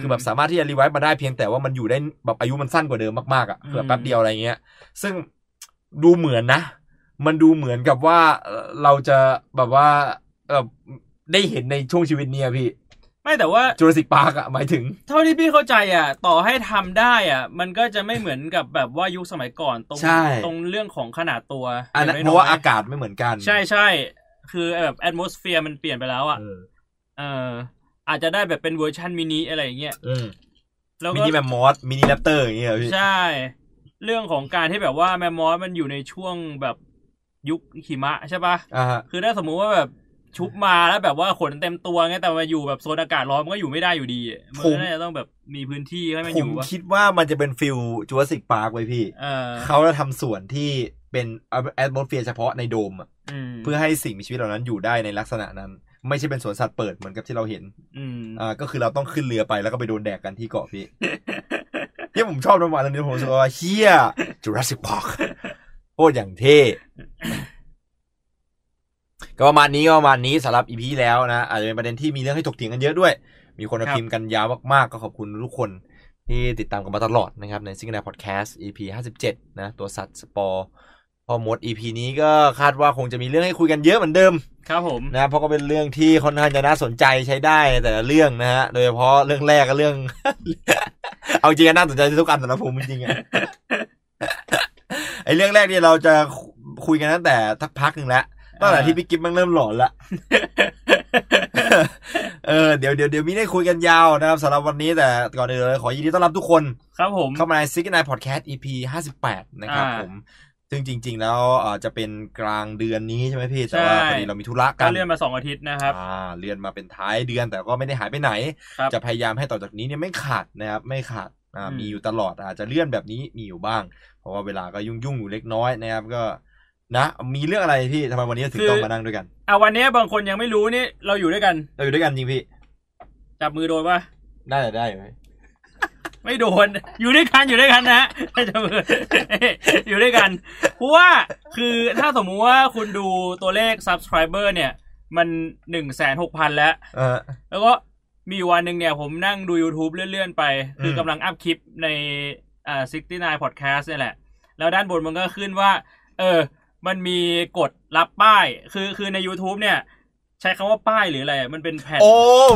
[SPEAKER 1] คือแบบสามารถที่จะรีไวซ์มาได้เพียงแต่ว่ามันอยู่ได้แบบอายุมันสั้นกว่าเดิมมากๆอ่ะ
[SPEAKER 2] อืม
[SPEAKER 1] คือแบบแป๊บเดียวอะไรเงี้ย ซึ่งดูเหมือนนะ มันดูเหมือนกับว่าเอ่อเราจะแบบว่าเอ่อได้เห็นในช่วงชีวิตเนี้ยพี่
[SPEAKER 2] ไม่แต่ว่า
[SPEAKER 1] จูราสสิกพาร์กอ่ะหมายถึง
[SPEAKER 2] เท่าที่พี่เข้าใจอ่ะ ต่อให้ทำได้อ่ะ มันก็จะไม่เหมือนกับแบบว่ายุคสมัยก่อนตรง
[SPEAKER 1] ใช่
[SPEAKER 2] ตรงเรื่องของขนาดตัว
[SPEAKER 1] อันนั้น
[SPEAKER 2] ย่งยๆ
[SPEAKER 1] เพราะว่าอากาศไม่เหมือนกัน
[SPEAKER 2] ใช่ใช่คือแบบแอดมอสเฟียร์มันเปลี่ยนไปแล้วอ่ะ
[SPEAKER 1] เออ
[SPEAKER 2] เออ อาจจะได้แบบเป็นเวอร์ชันมินิอะไรอย่างเงี้ย
[SPEAKER 1] อืม
[SPEAKER 2] แล้ว
[SPEAKER 1] มิ
[SPEAKER 2] ก็
[SPEAKER 1] นิแมมมอสมินิแรปเตอร์อย่างเงี้ยเหรอพี่
[SPEAKER 2] ใช่ เรื่องของการที่แบบว่าแมมมอสมันอยู่ในช่วงแบบยุคหิมะใช่ปะ
[SPEAKER 1] อ่าฮะ
[SPEAKER 2] คือถ้าสมมุติว่าแบบชุบมาแล้วแบบว่าขนเต็มตัวเงี้ยแต่มาอยู่แบบโซนอากาศร้อนมันก็อยู่ไม่ได้อยู่ดีอะมันก็น่าจะต้องแบบมีพื้นที่ให้มัน
[SPEAKER 1] ผม
[SPEAKER 2] อยู่วะ
[SPEAKER 1] คิดว่ามันจะเป็นฟิลจูราสสิกพาร์กไว้พี่
[SPEAKER 2] เออ
[SPEAKER 1] เขาจะทำส่วนที่เป็นแอดมอสเฟียเฉพาะในโดมอะ
[SPEAKER 2] ม
[SPEAKER 1] เพื่อให้สิ่งมีชีวิตเหล่านั้นอยู่ได้ในลักษณะนั้น ไม่ใช่เป็นสวนสัตว์เปิดเหมือนกับที่เราเห็น
[SPEAKER 2] อืม
[SPEAKER 1] อ่าก็คือเราต้องขึ้นเรือไปแล้วก็ไปโดนแดกกันที่เกาะพี่ ที่ผมชอบน้ำมันเรื่องนี้ผมรู้สึกว่าเฮียจูราสสิกพาร์คโคตรอย่างเท่ ก็ประมาณนี้ก็ประมาณนี้สำหรับอีพีแล้วนะอาจจะเป็นประเด็นที่มีเรื่องให้ถกเถียงกันเยอะด้วย มีคนมา
[SPEAKER 2] ครับ
[SPEAKER 1] พิมพ์กันยาวมากๆ ก็ขอบคุณทุกคน ที่ติดตามกันมาตลอดนะครับ ในซิงเกิลพอดแคสต์ EP 57 นะ ตัวสัตว์สปอร์พอหมด EP นี้ก็คาดว่าคงจะมีเรื่องให้คุยกันเยอะเหมือนเดิม
[SPEAKER 2] ครับผม
[SPEAKER 1] นะเพราะก็เป็นเรื่องที่ค่อนข้างจะน่าสนใจใช้ได้ในแต่ละเรื่องนะฮะ โดยเฉพาะเรื่องแรกก็เรื่อง เอาจริงๆน่าสนใจทุกอันสำหรับผมจริงๆอะ ไอเรื่องแรกเนี่ยเราจะคุยกันตั้งแต่ทักพักหนึ่งแล้วตั้งแต่ที่พี่กิ๊ฟมันเริ่มหลอนละ เออเดี๋ยวเดี๋ยวเดี๋ยวมีได้คุยกันยาวนะครับสำหรับวันนี้แต่ก่อนอื่นเลยขอยินดีต้อนรับทุกคน
[SPEAKER 2] ครับผม
[SPEAKER 1] เข้ามาในซิกไนพอดแคสต์ EP 58 นะครับ
[SPEAKER 2] อ่า
[SPEAKER 1] ผม ซึ่งจริง ๆ แล้วเอ่อจะเป็นกลางเดือนนี้ใช่ไหมพี่ แต่ว่า
[SPEAKER 2] ใช่
[SPEAKER 1] พอดีเรามีธุระกั
[SPEAKER 2] ก็
[SPEAKER 1] น
[SPEAKER 2] เลื่อนมาสองอาทิตย์นะครับ
[SPEAKER 1] อ่าเลื่อนมาเป็นท้ายเดือนแต่ก็ไม่ได้หายไปไหน
[SPEAKER 2] ครับ
[SPEAKER 1] จะพยายามให้ต่อจากนี้เนี่ยไม่ขาดนะครับไม่ขาดอ่า
[SPEAKER 2] อืม
[SPEAKER 1] มีอยู่ตลอดอาจจะเลื่อนแบบนี้มีอยู่บ้าง เพราะว่าเวลาก็ยุ่งยุ่งๆอยู่เล็กน้อยนะครับก็นะ มีเรื่องอะไรพี่ทำไมวันนี้ถึงต้องมานั่งด้วยกัน
[SPEAKER 2] อ่ะวันนี้บางคนยังไม่รู้นี่เราอยู่ด้วยกัน
[SPEAKER 1] เราอยู่ด้วยกันจริงพี่
[SPEAKER 2] จับมือโดนปะ
[SPEAKER 1] น่าจะได้ไหม
[SPEAKER 2] ไม่โดน อยู่ด้วยกันอยู่ด้วยกันนะ จับมือ อยู่ด้วยกันเพราะว่าคือถ้าสมมุติว่าคุณดูตัวเลข subscriber เนี่ย มันหนึ่งแสนหกพันแล้ว
[SPEAKER 1] เออ
[SPEAKER 2] แล้วก็มีอยู่วันหนึ่งเนี่ยผมนั่งดู YouTube เลื่อนๆไป คือ
[SPEAKER 1] ม
[SPEAKER 2] กำลังอัพคลิปในอ่าซิกตี้นายพอดแคสต์เนี่ยแหละ แล้วด้านบนมันก็ขึ้นว่า เออ มันมีกดรับป้าย คือคือใน YouTube เนี่ย ใช้คำว่าป้ายหรืออะไร มันเป็นแผ่น
[SPEAKER 1] โอ้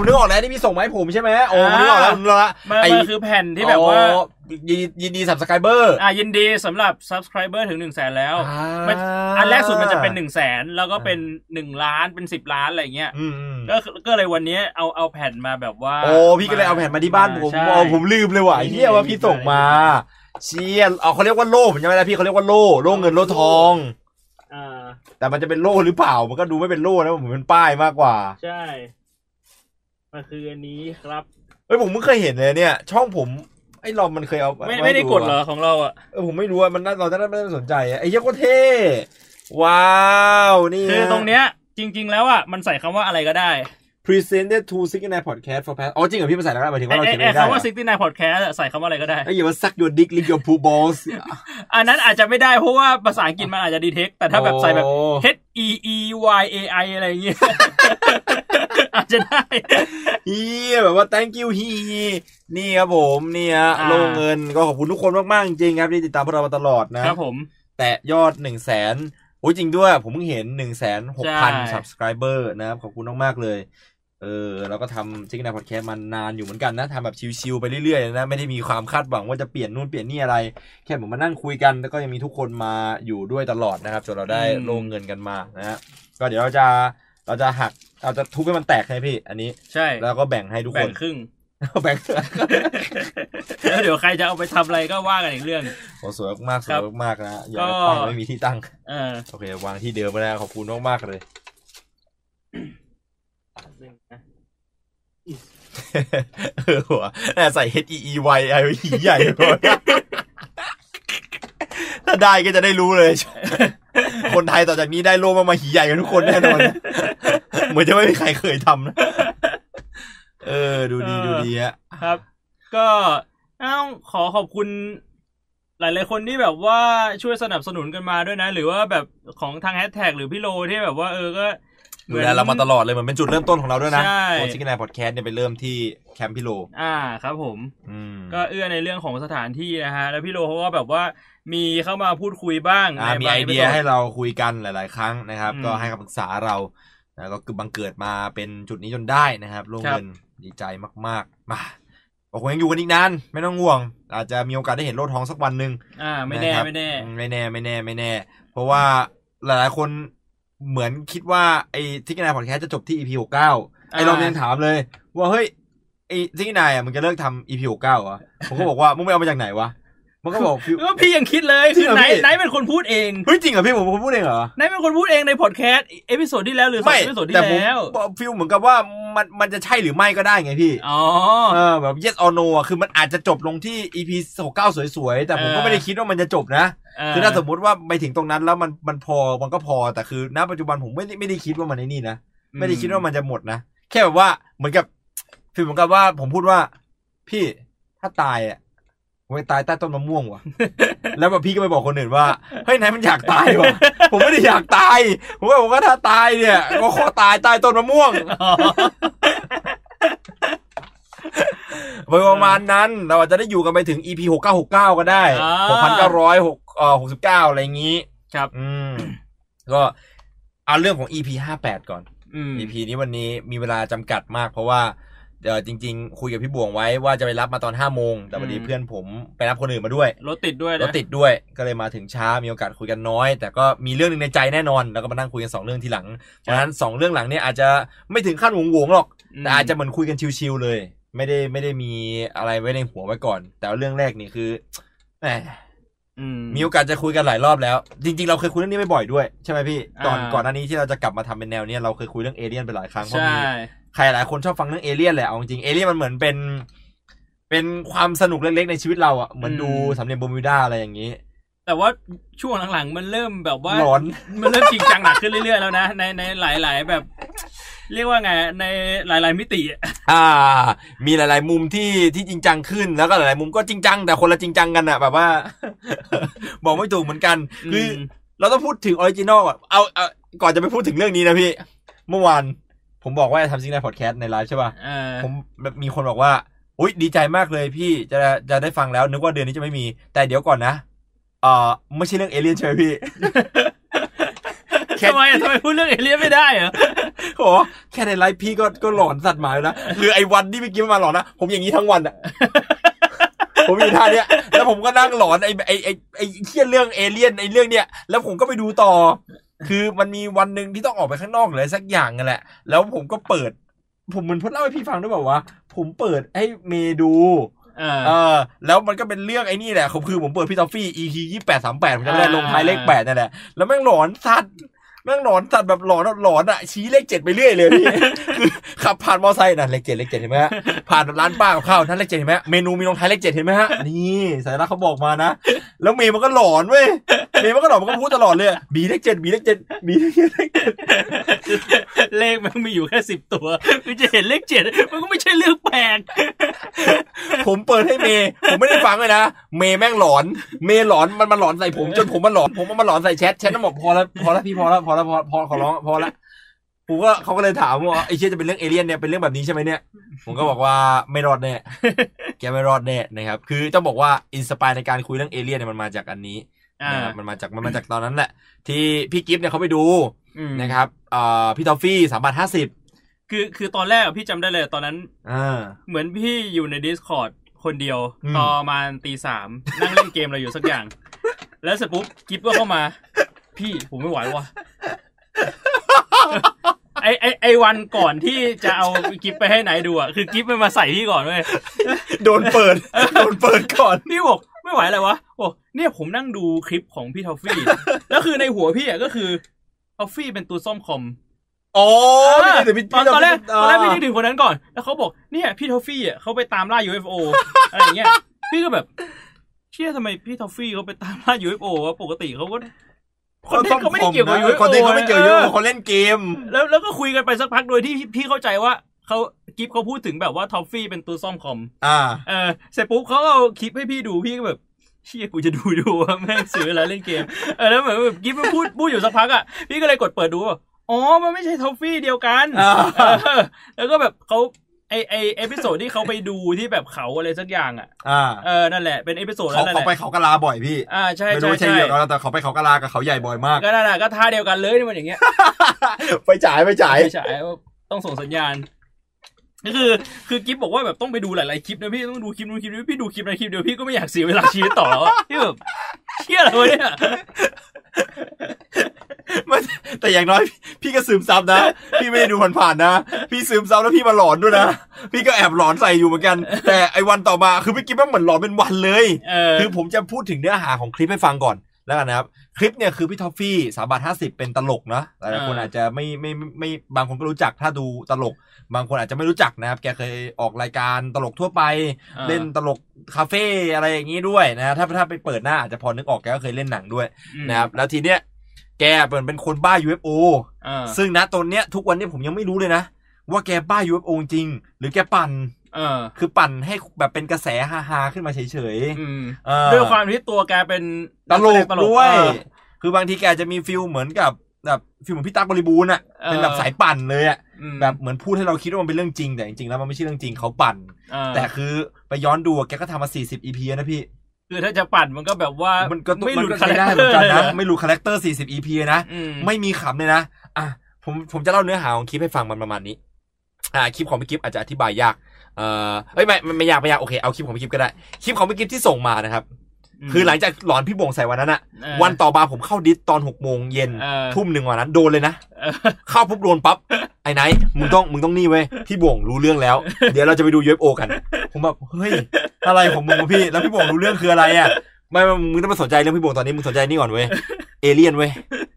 [SPEAKER 1] นึกออกแล้วที่พี่ส่งมาให้ผมใช่ไหมโอ้
[SPEAKER 2] อ่า
[SPEAKER 1] นึกออกแล้วนึกออกแล้ว
[SPEAKER 2] มัน
[SPEAKER 1] ไอ้
[SPEAKER 2] มันคือแผ่นที่แบบว่า
[SPEAKER 1] อ๋อยินดียินดีสับสกายเบอร์
[SPEAKER 2] อ่ายินดีสำหรับ subscriber ถึงหนึ่งแสนแล้ว มัน อันแรกสุดมันจะเป็นหนึ่งแสนแล้วก็เป็นหนึ่งล้านเป็นสิบล้านอะไรเงี้ย
[SPEAKER 1] อืมอืม
[SPEAKER 2] ก็ก็เลยวันนี้เอาเอาแผ่นมาแบบว่า
[SPEAKER 1] โอ้พี่ก็เลยเอาแผ่นมาที่บ้านผม
[SPEAKER 2] ใช่
[SPEAKER 1] โอ้ผมลืมเลยว่ะ
[SPEAKER 2] นี่
[SPEAKER 1] เฮียว่าพี่ส่งมา เชียเอาเขาเรียกว่าโล่ผมจำไม่ได้พี่เขาเรียกว่าโล่โล่เงินโล่ทอง
[SPEAKER 2] อ่า
[SPEAKER 1] แต่มันจะเป็นโล่หรือเปล่า มันก็ดูไม่เป็นโล่นะผมเป็นป้ายมากกว่า
[SPEAKER 2] ใช่ มันคืออันนี้ครับ
[SPEAKER 1] เฮ้ยผมเพิ่งเคยเห็นเลยเนี่ย ช่องผม ไอ้เรามันเคยเอา
[SPEAKER 2] ไม่ไม่ได้กดเหรอ
[SPEAKER 1] วะ
[SPEAKER 2] ของเราอ่ะ
[SPEAKER 1] เออผมไม่รู้อะมันน่าเราจะได้ไม่ได้สนใจอะไอ้เหี้ยโคตรเท่ว้าวนี่
[SPEAKER 2] คือตรงเนี้ยจริง ๆ แล้วอ่ะมันใส่คำว่าอะไรก็ได้
[SPEAKER 1] presented to s i g n a podcast for past อ๋อจริงเหรอพี่ภาษาแล้วหมายถึงว่าเรา
[SPEAKER 2] ไอ้
[SPEAKER 1] เขียน
[SPEAKER 2] ไอ้
[SPEAKER 1] ไม่ได้
[SPEAKER 2] คำว่า
[SPEAKER 1] อะ
[SPEAKER 2] ซิกตี้นายพอดแคสต์ใส่คำว่าอะไรก็ได้
[SPEAKER 1] ไอ้เหี้ยว่า suck your dick lick your poo balls
[SPEAKER 2] อันนั้นอาจจะไม่ได้เพราะว่าภาษาอังกฤษมันอาจจะดีเทค แต่ถ้าแบบใส่แบบ
[SPEAKER 1] โอ้
[SPEAKER 2] H E E Y A I อะไรอย่างเงี้ย อาจจะได้
[SPEAKER 1] เฮียแบบว่า thank you ฮีนี่ครับผมเนี่ย
[SPEAKER 2] อ่า
[SPEAKER 1] โลงเงินก็ขอบคุณทุกคนมากๆจริงๆครับที่ติดตามพวกเรามาตลอดนะ
[SPEAKER 2] ครับผม
[SPEAKER 1] แต่ยอดหนึ่งแสนโอ้ยจริงด้วย ผมเพิ่งเห็นหนึ่งแสนหกพัน
[SPEAKER 2] ใช่
[SPEAKER 1] subscriber นะครับ ขอบคุณมาก ๆ เลย เออเราก็ทำชิคกี้พายพอดแคสต์มานานอยู่เหมือนกันนะทำแบบชิวๆไปเรื่อยๆนะ ไม่ได้มีความคาดหวังว่าจะเปลี่ยนนู่นเปลี่ยนนี่อะไร แค่ผมมานั่งคุยกันแล้วก็ยังมีทุกคนมาอยู่ด้วยตลอดนะครับจนเราได้
[SPEAKER 2] อืม
[SPEAKER 1] ลงเงินกันมานะฮะก็เดี๋ยวเราจะเราจะหักเราจะทุบให้มันแตกให้พี่ อันนี้
[SPEAKER 2] ใช่
[SPEAKER 1] แล้วก็แบ่งให้ทุกค
[SPEAKER 2] แบ่
[SPEAKER 1] น
[SPEAKER 2] งครึ่ง
[SPEAKER 1] แบ่ง
[SPEAKER 2] แล้วเดี๋ยวใครจะเอาไปทำอะไรก็ว่ากันอีกเรื่อง
[SPEAKER 1] โอ้สวยมากๆสวยมากๆนะอย่า
[SPEAKER 2] ก็
[SPEAKER 1] ตั้งไม่มีที่ตั้ง
[SPEAKER 2] เออ
[SPEAKER 1] โอเควางที่เดิมไปแล้วขอบคุณมากๆเลย เออหัวแต่ใส่ H E E Y I E ใหญ่เลย ถ้าได้ก็จะได้รู้เลย คนไทยต่อจากนี้ได้โลมามาหีใหญ่กันทุกคนแน่นอน เหมือนจะไม่มีใครเคยทำนะ เออ ดูดีดูดีฮะ
[SPEAKER 2] ครับ ก็ต้องขอขอบคุณ หลาย ๆ คนที่แบบว่าช่วยสนับสนุนกันมาด้วยนะ หรือว่าแบบของทางแฮชแท็กหรือพี่โลที่แบบว่าเออก็
[SPEAKER 1] ดูแลเรามาตลอดเลยเหมือนเป็นจุดเริ่มต้นของเราด้วยนะ
[SPEAKER 2] ใช่
[SPEAKER 1] โอชิคไนพอดแคสต์เนี่ยไปเริ่มที่แคมป์พิโล
[SPEAKER 2] อ่าครับผม
[SPEAKER 1] อืม
[SPEAKER 2] ก็เอื้อในเรื่องของสถานที่นะฮะ แล้วพี่โลเขาก็แบบว่ามีเข้ามาพูดคุยบ้าง
[SPEAKER 1] อ่ามี
[SPEAKER 2] ในบาง
[SPEAKER 1] ไอเดียให้เราคุยกันหลาย ๆ ครั้งนะครับ
[SPEAKER 2] อืม
[SPEAKER 1] ก็ให้คำปรึกษาเราแล้วก็คือบังเกิดมาเป็นจุดนี้จนได้นะครับโล่ง
[SPEAKER 2] ครับ
[SPEAKER 1] เงินดีใจมากๆมาบอกคงยังอยู่กันอีกนาน ไม่ต้องห่วง อาจจะมีโอกาสได้เห็นโลดท้องสักวันหนึ่ง
[SPEAKER 2] อ่า ไม่แน่
[SPEAKER 1] ะครับ
[SPEAKER 2] ไม่แน่
[SPEAKER 1] อืมไม่แน่ไม่แน่ไม่แน่ เพราะว่าหลาย ๆ คนเหมือนคิดว่าไอ้ทิกนายพอดแคสจะจบที่ EP หกเก้าไอ้
[SPEAKER 2] อ่า
[SPEAKER 1] เรายังถามเลย ว่าเฮ้ยไอ้ทิกนายอ่ะมึงจะเลิกทำ EP หกเก้าอ่ะผมก็บอกว่ามึงไปเอามาจากไหนวะมันก็บอกฟิว
[SPEAKER 2] ก็พี่ยังคิดเลย
[SPEAKER 1] จริงเหรอ
[SPEAKER 2] ไหน
[SPEAKER 1] พี่
[SPEAKER 2] ไหนเป็นคนพูดเอง
[SPEAKER 1] เฮ้ยจริงเหรอพี่ผมผมพูดเองเหรอ
[SPEAKER 2] ไหนเป็นคนพูดเองในพอดแคสต์เอพิโซดที่แล้วหรือสอง
[SPEAKER 1] ไม่
[SPEAKER 2] เอพิโซดที่
[SPEAKER 1] แต่ผม
[SPEAKER 2] แล้ว
[SPEAKER 1] ฟิลเหมือนกับว่ามันมันจะใช่หรือไม่ก็ได้ไงพี่
[SPEAKER 2] อ๋อ
[SPEAKER 1] เออแบบ yes or no อะคือมันอาจจะจบลงที่ EP 69 สวยๆ แต่ผม
[SPEAKER 2] เออ
[SPEAKER 1] ก็ไม่ได้คิดว่ามันจะจบนะ คือถ้าสมมติว่าไปถึงตรงนั้นแล้วมันมันพอมันก็พอแต่คือณปัจจุบันผมไม่ได้ไม่ได้คิดว่ามันไอ้นี่นะ ไม่ได้คิดว่ามันจะหมดนะ แค่แบบว่าเหมือนกับฟิลเหมือนกับว่าผมพูดว่า พี่ถ้าตายอ่ะผมไปตายใต้ต้นมะม่ว งว่ะ แล้วแบบพี่ก็ไปบอกคนอื่นว่าเฮ้ยนายมันอยากตายว่ะ ผมไม่ได้อยากตาย ผมก็บอกว่าถ้าตายเนี่ยก็ขอตายใต้ต้นมะม่วง
[SPEAKER 2] อ๋อ
[SPEAKER 1] ไปประมาณนั้นเราอาจจะได้อยู่กันไปถึง EP หกเก้าหกเก้าก็ได้
[SPEAKER 2] อ่
[SPEAKER 1] หกพันา เก้าร้อยหกเอ่อหกสิบเก้าอะไรอย่างนี้
[SPEAKER 2] ครับ
[SPEAKER 1] อืม ก็เอาเรื่องของ EP ห้าแปดก่อน
[SPEAKER 2] อืม
[SPEAKER 1] EP นี้วันนี้มีเวลาจำกัดมาก เพราะว่าเอ่อจริง ๆ คุยกับพี่บวงไว้ว่าจะไปรับมาตอนห้าโมงแต่พอดี
[SPEAKER 2] อืม
[SPEAKER 1] เพื่อนผมไปรับคนอื่นมาด้วย
[SPEAKER 2] รถติดด้วย
[SPEAKER 1] รถ
[SPEAKER 2] นะ
[SPEAKER 1] ติดด้วยก็เลยมาถึงช้ามีโอกาสคุยกันน้อย แต่ก็มีเรื่องหนึ่งในใจแน่นอน แล้วก็มานั่งคุยกันสองเรื่องทีหลังเพราะฉะนั้นสองเรื่องหลังเนี่ยอาจจะไม่ถึงขั้นหวงหวงๆหรอก
[SPEAKER 2] ม
[SPEAKER 1] แต่อาจจะเหมือนคุยกันชิวๆเลย ไม่ได้ไม่ได้มีอะไรไว้ในหัวไว้ก่อน แต่ว่าเรื่องแรกนี่คือแหม
[SPEAKER 2] อืม
[SPEAKER 1] มีโอกาสจะคุยกันหลายรอบแล้ว จริง ๆ เราเคยคุยเรื่องนี้ไปบ่อยด้วยใช่ไหมพี่ก่อน
[SPEAKER 2] อ่า
[SPEAKER 1] ก่อนหน้านี้ที่เราจะกลับมาทำเป็นแนวเนี้ยเราเคยคุยเรื่องเอเลี่ยนไปหลายครั้งเพราะ
[SPEAKER 2] ใช่
[SPEAKER 1] มีใครหลายคนชอบฟังเรื่องเอเลี่ยนแหละเอาจริงๆเอเลี่ยนมันเหมือนเป็น เป็นความสนุกเล็กๆในชีวิตเราอะเหมือนดูสำเนียงบอร์มิวดาอะไรอย่างนี้
[SPEAKER 2] แต่ว่าช่วงหลังๆ มันเริ่มแบบว่า
[SPEAKER 1] หลอน
[SPEAKER 2] มันเริ่มจริงจังหนักขึ้นเรื่อยๆแล้วนะ ในในหลาย ๆ แบบ เรียกว่าไงในหลาย ๆ มิติอะ
[SPEAKER 1] อ่า มีหลาย ๆ มุมที่ที่จริงจังขึ้นแล้วก็หลาย ๆ มุมก็จริงจังแต่คนละจริงจังกันอะแบบว่า บอกไม่ถูกเหมือนกันคือ เราต้องพูดถึงออริจินอลก่อนเอาเอาก่อนจะไปพูดถึงเรื่องนี้นะพี่ เมื่อวานผมบอกว่าจะทำซิงไนพอดแคสต์ในไลฟ์ใช่ป่ะ
[SPEAKER 2] เออ
[SPEAKER 1] ผมแบบมีคนบอกว่า อุ๊ย ดีใจมากเลยพี่จะจะได้ฟังแล้วนึกว่าเดือนนี้จะไม่มี แต่เดี๋ยวก่อนนะ เออไม่ใช่เรื่องเอเลี่ยนใช่ไหมพี่ แค่
[SPEAKER 2] ทำไมอะทำไมพูดเรื่องเอเลี่ยนไม่ได้เหรอ
[SPEAKER 1] โอ้แค่ในไลฟ์พี่ก็ก็หลอนสัตว์หมาแล้วนะหรือไอ้วันที่เมื่อกี้มันมาหลอนนะผมอย่างนี้ทั้งวันอะ ผมอยู่ท่าเนี้ยแล้วผมก็นั่งหลอนไอ้ไอ้ไอ้ไอ้เคียเรื่องเอเลี่ยนไอ้เรื่องเนี้ยแล้วผมก็ไปดูต่อ คือมันมีวันหนึ่งที่ต้องออกไปข้างนอกเลยสักอย่างนั่นแหละ แล้วผมก็เปิด ผมเหมือนพูดเล่าให้พี่ฟังด้วยแบบว่าวะผมเปิดให้เมย์ดู
[SPEAKER 2] เอ
[SPEAKER 1] เอ
[SPEAKER 2] อ
[SPEAKER 1] อแล้วมันก็เป็นเรื่องไอ้นี่แหละผมคือผมเปิดพี่ทอฟฟี่ EP ยี่แปดสามแปดผมจำได้
[SPEAKER 2] อ่า
[SPEAKER 1] ลงท้ายเลขแปดนั่นแหละแล้วแม่งหลอนสัตว์ แม่งหลอนจัดแบบหลอนหลอนอะชี้เลขเจ็ดไปเรื่อยเลยพี่ คือขับผ่านมอเตอร์ไซค์นั่นเลขเจ็ดเลขเจ็ดเห็นไหมฮะผ่านร้านป้ากับข้าวนั่นเลขเจ็ดเห็นไหมฮะเมนูมีลงท้ายเลขเจ็ดเห็นไหมฮะนี่สายลักษณ์เขาบอกมานะแล้วเมย์มันก็หลอนเว้ยเมย์มันก็หลอนมันก็พูดตลอดเลยบีเลขเจ็ดบีเลขเจ็ดบีเลขเจ็ด
[SPEAKER 2] เลขมันมีอยู่แค่สิบตัวมันจะเห็นเลขเจ็ดมันก็ไม่ใช่เรื่องแปลก
[SPEAKER 1] ผมเปิดให้เมย์ผมไม่ได้ฟังเลยนะเมย์แม่งหลอน เมย์หลอนมันมันหลอนใส่ผม จนผมมันหลอนผมมันมาหลอนใส่แชทแชทมันบอกพอแล้วพอแล้วพี่พอแล้วพอแล้วพอพอขอร้องพอแล้วผมก็เขาก็เลยถามว่าไอ้เชี่ยจะเป็นเรื่องเอเลี่ยนเนี่ยเป็นเรื่องแบบนี้ใช่ไหมเนี่ย ผมก็บอกว่าไม่รอดแน่ แกไม่รอดแน่นะครับ คือต้องบอกว่าอินสปายในการคุยเรื่องเอเลี่ยนเนี่ยมันมาจากอันนี้
[SPEAKER 2] อ่า
[SPEAKER 1] นะครับมันมาจากมันมาจากตอนนั้นแหละ ที่พี่กิฟต์เนี่ยเขาไปดู
[SPEAKER 2] อืม
[SPEAKER 1] นะครับเอ่อพี่ทอฟฟี่สามบาทห้าสิบ
[SPEAKER 2] คือคือตอนแรกอะพี่จำได้เลยตอนนั้น
[SPEAKER 1] อ่า
[SPEAKER 2] เหมือนพี่อยู่ใน Discord คนเดียว
[SPEAKER 1] อืม
[SPEAKER 2] ตอนประมาณตีสามนั่งเล่นเกมอะไรอยู่สักอย่าง แล้วเสร็จปุ๊บกิฟก็เข้ามา พี่ผมไม่ไหวว่ะไอไอไอวันก่อนที่จะเอากิฟไปให้ไหนดูอ่ะคือกิฟมันมาใส่พี่ก่อนเว้ย
[SPEAKER 1] โดนเปิด โดนเปิดก่อน
[SPEAKER 2] พี่บอกไม่ไหวอะไรวะบอกเนี่ยผมนั่งดูคลิปของพี่ทอฟฟี่ แล้วคือในหัวพี่อ่ะก็คือทอฟฟี่เป็นตัวซ่อมคอม
[SPEAKER 1] อ๋อ
[SPEAKER 2] เออ
[SPEAKER 1] พี่ถึงพี่
[SPEAKER 2] ตอนตอนแรกตอนแรกพี่นึก
[SPEAKER 1] พี่
[SPEAKER 2] ถึงคนนั้นก่อน แล้วเขาบอกเนี่ยพี่ทอฟฟี่อ่ะเขาไปตามล่า UFO อะไรอย่างเงี้ย พี่ก็แบบเชื่อทำไมพี่ทอฟฟี่เขาไปตามล่า UFO วะปกติเขาก็คอนเทนต์เขาไม่ได้เกี่ยวกับ UFO
[SPEAKER 1] คนเทนต์เขาไม่เกี่ยวกับ UFO
[SPEAKER 2] ออ
[SPEAKER 1] เขาเล่นเกม
[SPEAKER 2] แล้วแล้วก็คุยกันไปสักพักโดยที่พี่เข้าใจว่าเขากิฟเขาพูดถึงแบบว่าทอฟฟี่เป็นตัวซ่อมคอม
[SPEAKER 1] อ่า
[SPEAKER 2] เออเสร็จปุ๊บเขาก็เอาคลิปให้พี่ดูพี่ก็แบบเชี่ยกูจะดูดูว่าแม่งเสียเวลาเล่นเกมเออแล้วเหมือนแบบกิฟมันพูดพูดอยู่สักพักอ่ะพี่ก็เลยกดเปิดดูว่าอ๋อมันไม่ใช่ทอฟฟี่เดียวกัน
[SPEAKER 1] อ่า
[SPEAKER 2] เออแล้วก็แบบเขาไอไอเอพิโซดที่เขาไปดูที่แบบเขาอะไรสักอย่างอ่ะ
[SPEAKER 1] อ่า
[SPEAKER 2] เออนั่นแหละเป็นเอพิโซด
[SPEAKER 1] เขา
[SPEAKER 2] นั่นแห
[SPEAKER 1] เขา
[SPEAKER 2] ละ
[SPEAKER 1] ไปเขากะลาบ่อยพี่
[SPEAKER 2] อ่าใช่
[SPEAKER 1] ไม่รู้ว่า
[SPEAKER 2] ใช่
[SPEAKER 1] ใช่
[SPEAKER 2] ใช่
[SPEAKER 1] เดียวกันแล้วแต่เขาไปเขากะลากับเขาใหญ่บ่อยมาก
[SPEAKER 2] ก็นั่นแหละก็ท่าเดียวกันเลยนี่มันอย่างเงี้ย
[SPEAKER 1] ไปจ่ายไปจ่าย
[SPEAKER 2] ไม่ใช่ต้องส่งสัญญาณก็คือคือกิฟบอกว่าแบบต้องไปดูหลายๆคลิปนะพี่ต้องดูคลิปนู้นคลิปนี้พี่ดูคลิปในนคลิปเดียวพี่ก็ไม่อยากเสียเวลาชีวิตต่อแล้วอะพี่แบบเชี่ยอะไรวะเนี่ย
[SPEAKER 1] ไม่แต่อย่างน้อยพี่พี่ก็ซึมซับ นะ พี่ไม่ได้ดูผ่านๆนะ พี่ซึมซับแล้วพี่มาหลอนด้วยนะ พี่ก็แอบหลอนใส่อยู่เหมือนกัน แต่ไอ้วันต่อมาคือพี่กิ๊ฟแม่งเหมือนหลอนเป็นวันเลย
[SPEAKER 2] เออ
[SPEAKER 1] คือผมจะพูดถึงเนื้อหาของคลิปให้ฟังก่อนแล้วกันนะครับ คลิปเนี่ยคือพี่ท็อฟฟี่สามบาทห้าสิบเป็นตลกนะหลายๆคนอาจจะไม่ไม่ไม่ไม่บางคนก็รู้จักถ้าดูตลก บางคนอาจจะไม่รู้จักนะครับ แกเคยออกรายการตลกทั่วไป เล่นตลกคาเฟ่อะไรอย่างนี้ด้วยนะถ้าถ้าไปเปิดหน้าอาจจะพอนึกออกแกก็เคยเล่นหนังด้วยนะครับแล้วทีเนี้ยแกเหมือนเป็นคนบ้า UFO
[SPEAKER 2] เออ
[SPEAKER 1] ซึ่งนะตอนเนี้ยทุกวันเนี้ยผมยังไม่รู้เลยนะ ว่าแกบ้า UFO จริง หรือแกปั่น
[SPEAKER 2] เออ
[SPEAKER 1] คือปั่นให้แบบเป็นกระแสฮาๆขึ้นมาเฉย
[SPEAKER 2] อืม
[SPEAKER 1] ๆเออ
[SPEAKER 2] ด้วยความที่ตัวแกเป็น
[SPEAKER 1] ตลกด้วย
[SPEAKER 2] เออ
[SPEAKER 1] คือบางทีแกจะมีฟิลเหมือนกับแบบฟิลเหมือนพี่ตั๊กบริบูรณ์อะ
[SPEAKER 2] เออ
[SPEAKER 1] เป็นแบบสายปั่นเลยอะ
[SPEAKER 2] อืม
[SPEAKER 1] แบบเหมือนพูดให้เราคิดว่ามันเป็นเรื่องจริง แต่จริงๆแล้วมันไม่ใช่เรื่องจริงเขาปั่น
[SPEAKER 2] เออ
[SPEAKER 1] แต่คือไปย้อนดูอะแกก็ทำมา 40 EP แล้วนะพี่
[SPEAKER 2] คือถ้าจะปั่นมันก็แบบว่า
[SPEAKER 1] มั
[SPEAKER 2] มัน
[SPEAKER 1] ก็ต้อง
[SPEAKER 2] ไม่หลุด
[SPEAKER 1] นก็
[SPEAKER 2] คาแร
[SPEAKER 1] ใช้
[SPEAKER 2] ค
[SPEAKER 1] ได้
[SPEAKER 2] เต
[SPEAKER 1] เหมื
[SPEAKER 2] อ
[SPEAKER 1] อน
[SPEAKER 2] ร์
[SPEAKER 1] กัน
[SPEAKER 2] เลย
[SPEAKER 1] นะ
[SPEAKER 2] นะ
[SPEAKER 1] ไม่รู้คาแรคเตอร์ 40 EP นะ
[SPEAKER 2] อืม
[SPEAKER 1] ไม่มีขำเลยนะ อ่ะ ผมผมจะเล่าเนื้อหาของคลิปให้ฟังมันประมาณนี้ อ่า คลิปของพี่กิฟอาจจะอธิบายยาก เอ่อเอ้ยไม่ไม่ไม่ยากไม่ยากโอเค เอาคลิปของพี่กิฟก็ได้ คลิปของพี่กิฟที่ส่งมานะครับ คือหลังจากหลอนพี่บงใส่วันนั้นอะ
[SPEAKER 2] เออ
[SPEAKER 1] วันต่อมาผมเข้าดิสตอนหกโมงเย็น
[SPEAKER 2] เออ
[SPEAKER 1] ทุ่มหนึ่งวันนั้นโดนเลยนะ
[SPEAKER 2] เออ
[SPEAKER 1] เข้าปุ๊บโดนปั๊บ ไอ้ไหนท์มึงต้องมึงต้องนี่เว้ยพี่บ่งรู้เรื่อง แล้ว เดี๋ยวเราจะไปดูยูเอฟโอกัน ผมแบบเฮ้ยอะไรของมึงวะพี่ แล้วพี่บ่งรู้เรื่องคืออะไรอ่ะไม่ไม่มึงต้องมาสนใจเรื่องพี่บ่งตอนนี้มึงสนใจนี่ก่อนเว้ยเอเลี่ยนเว้ย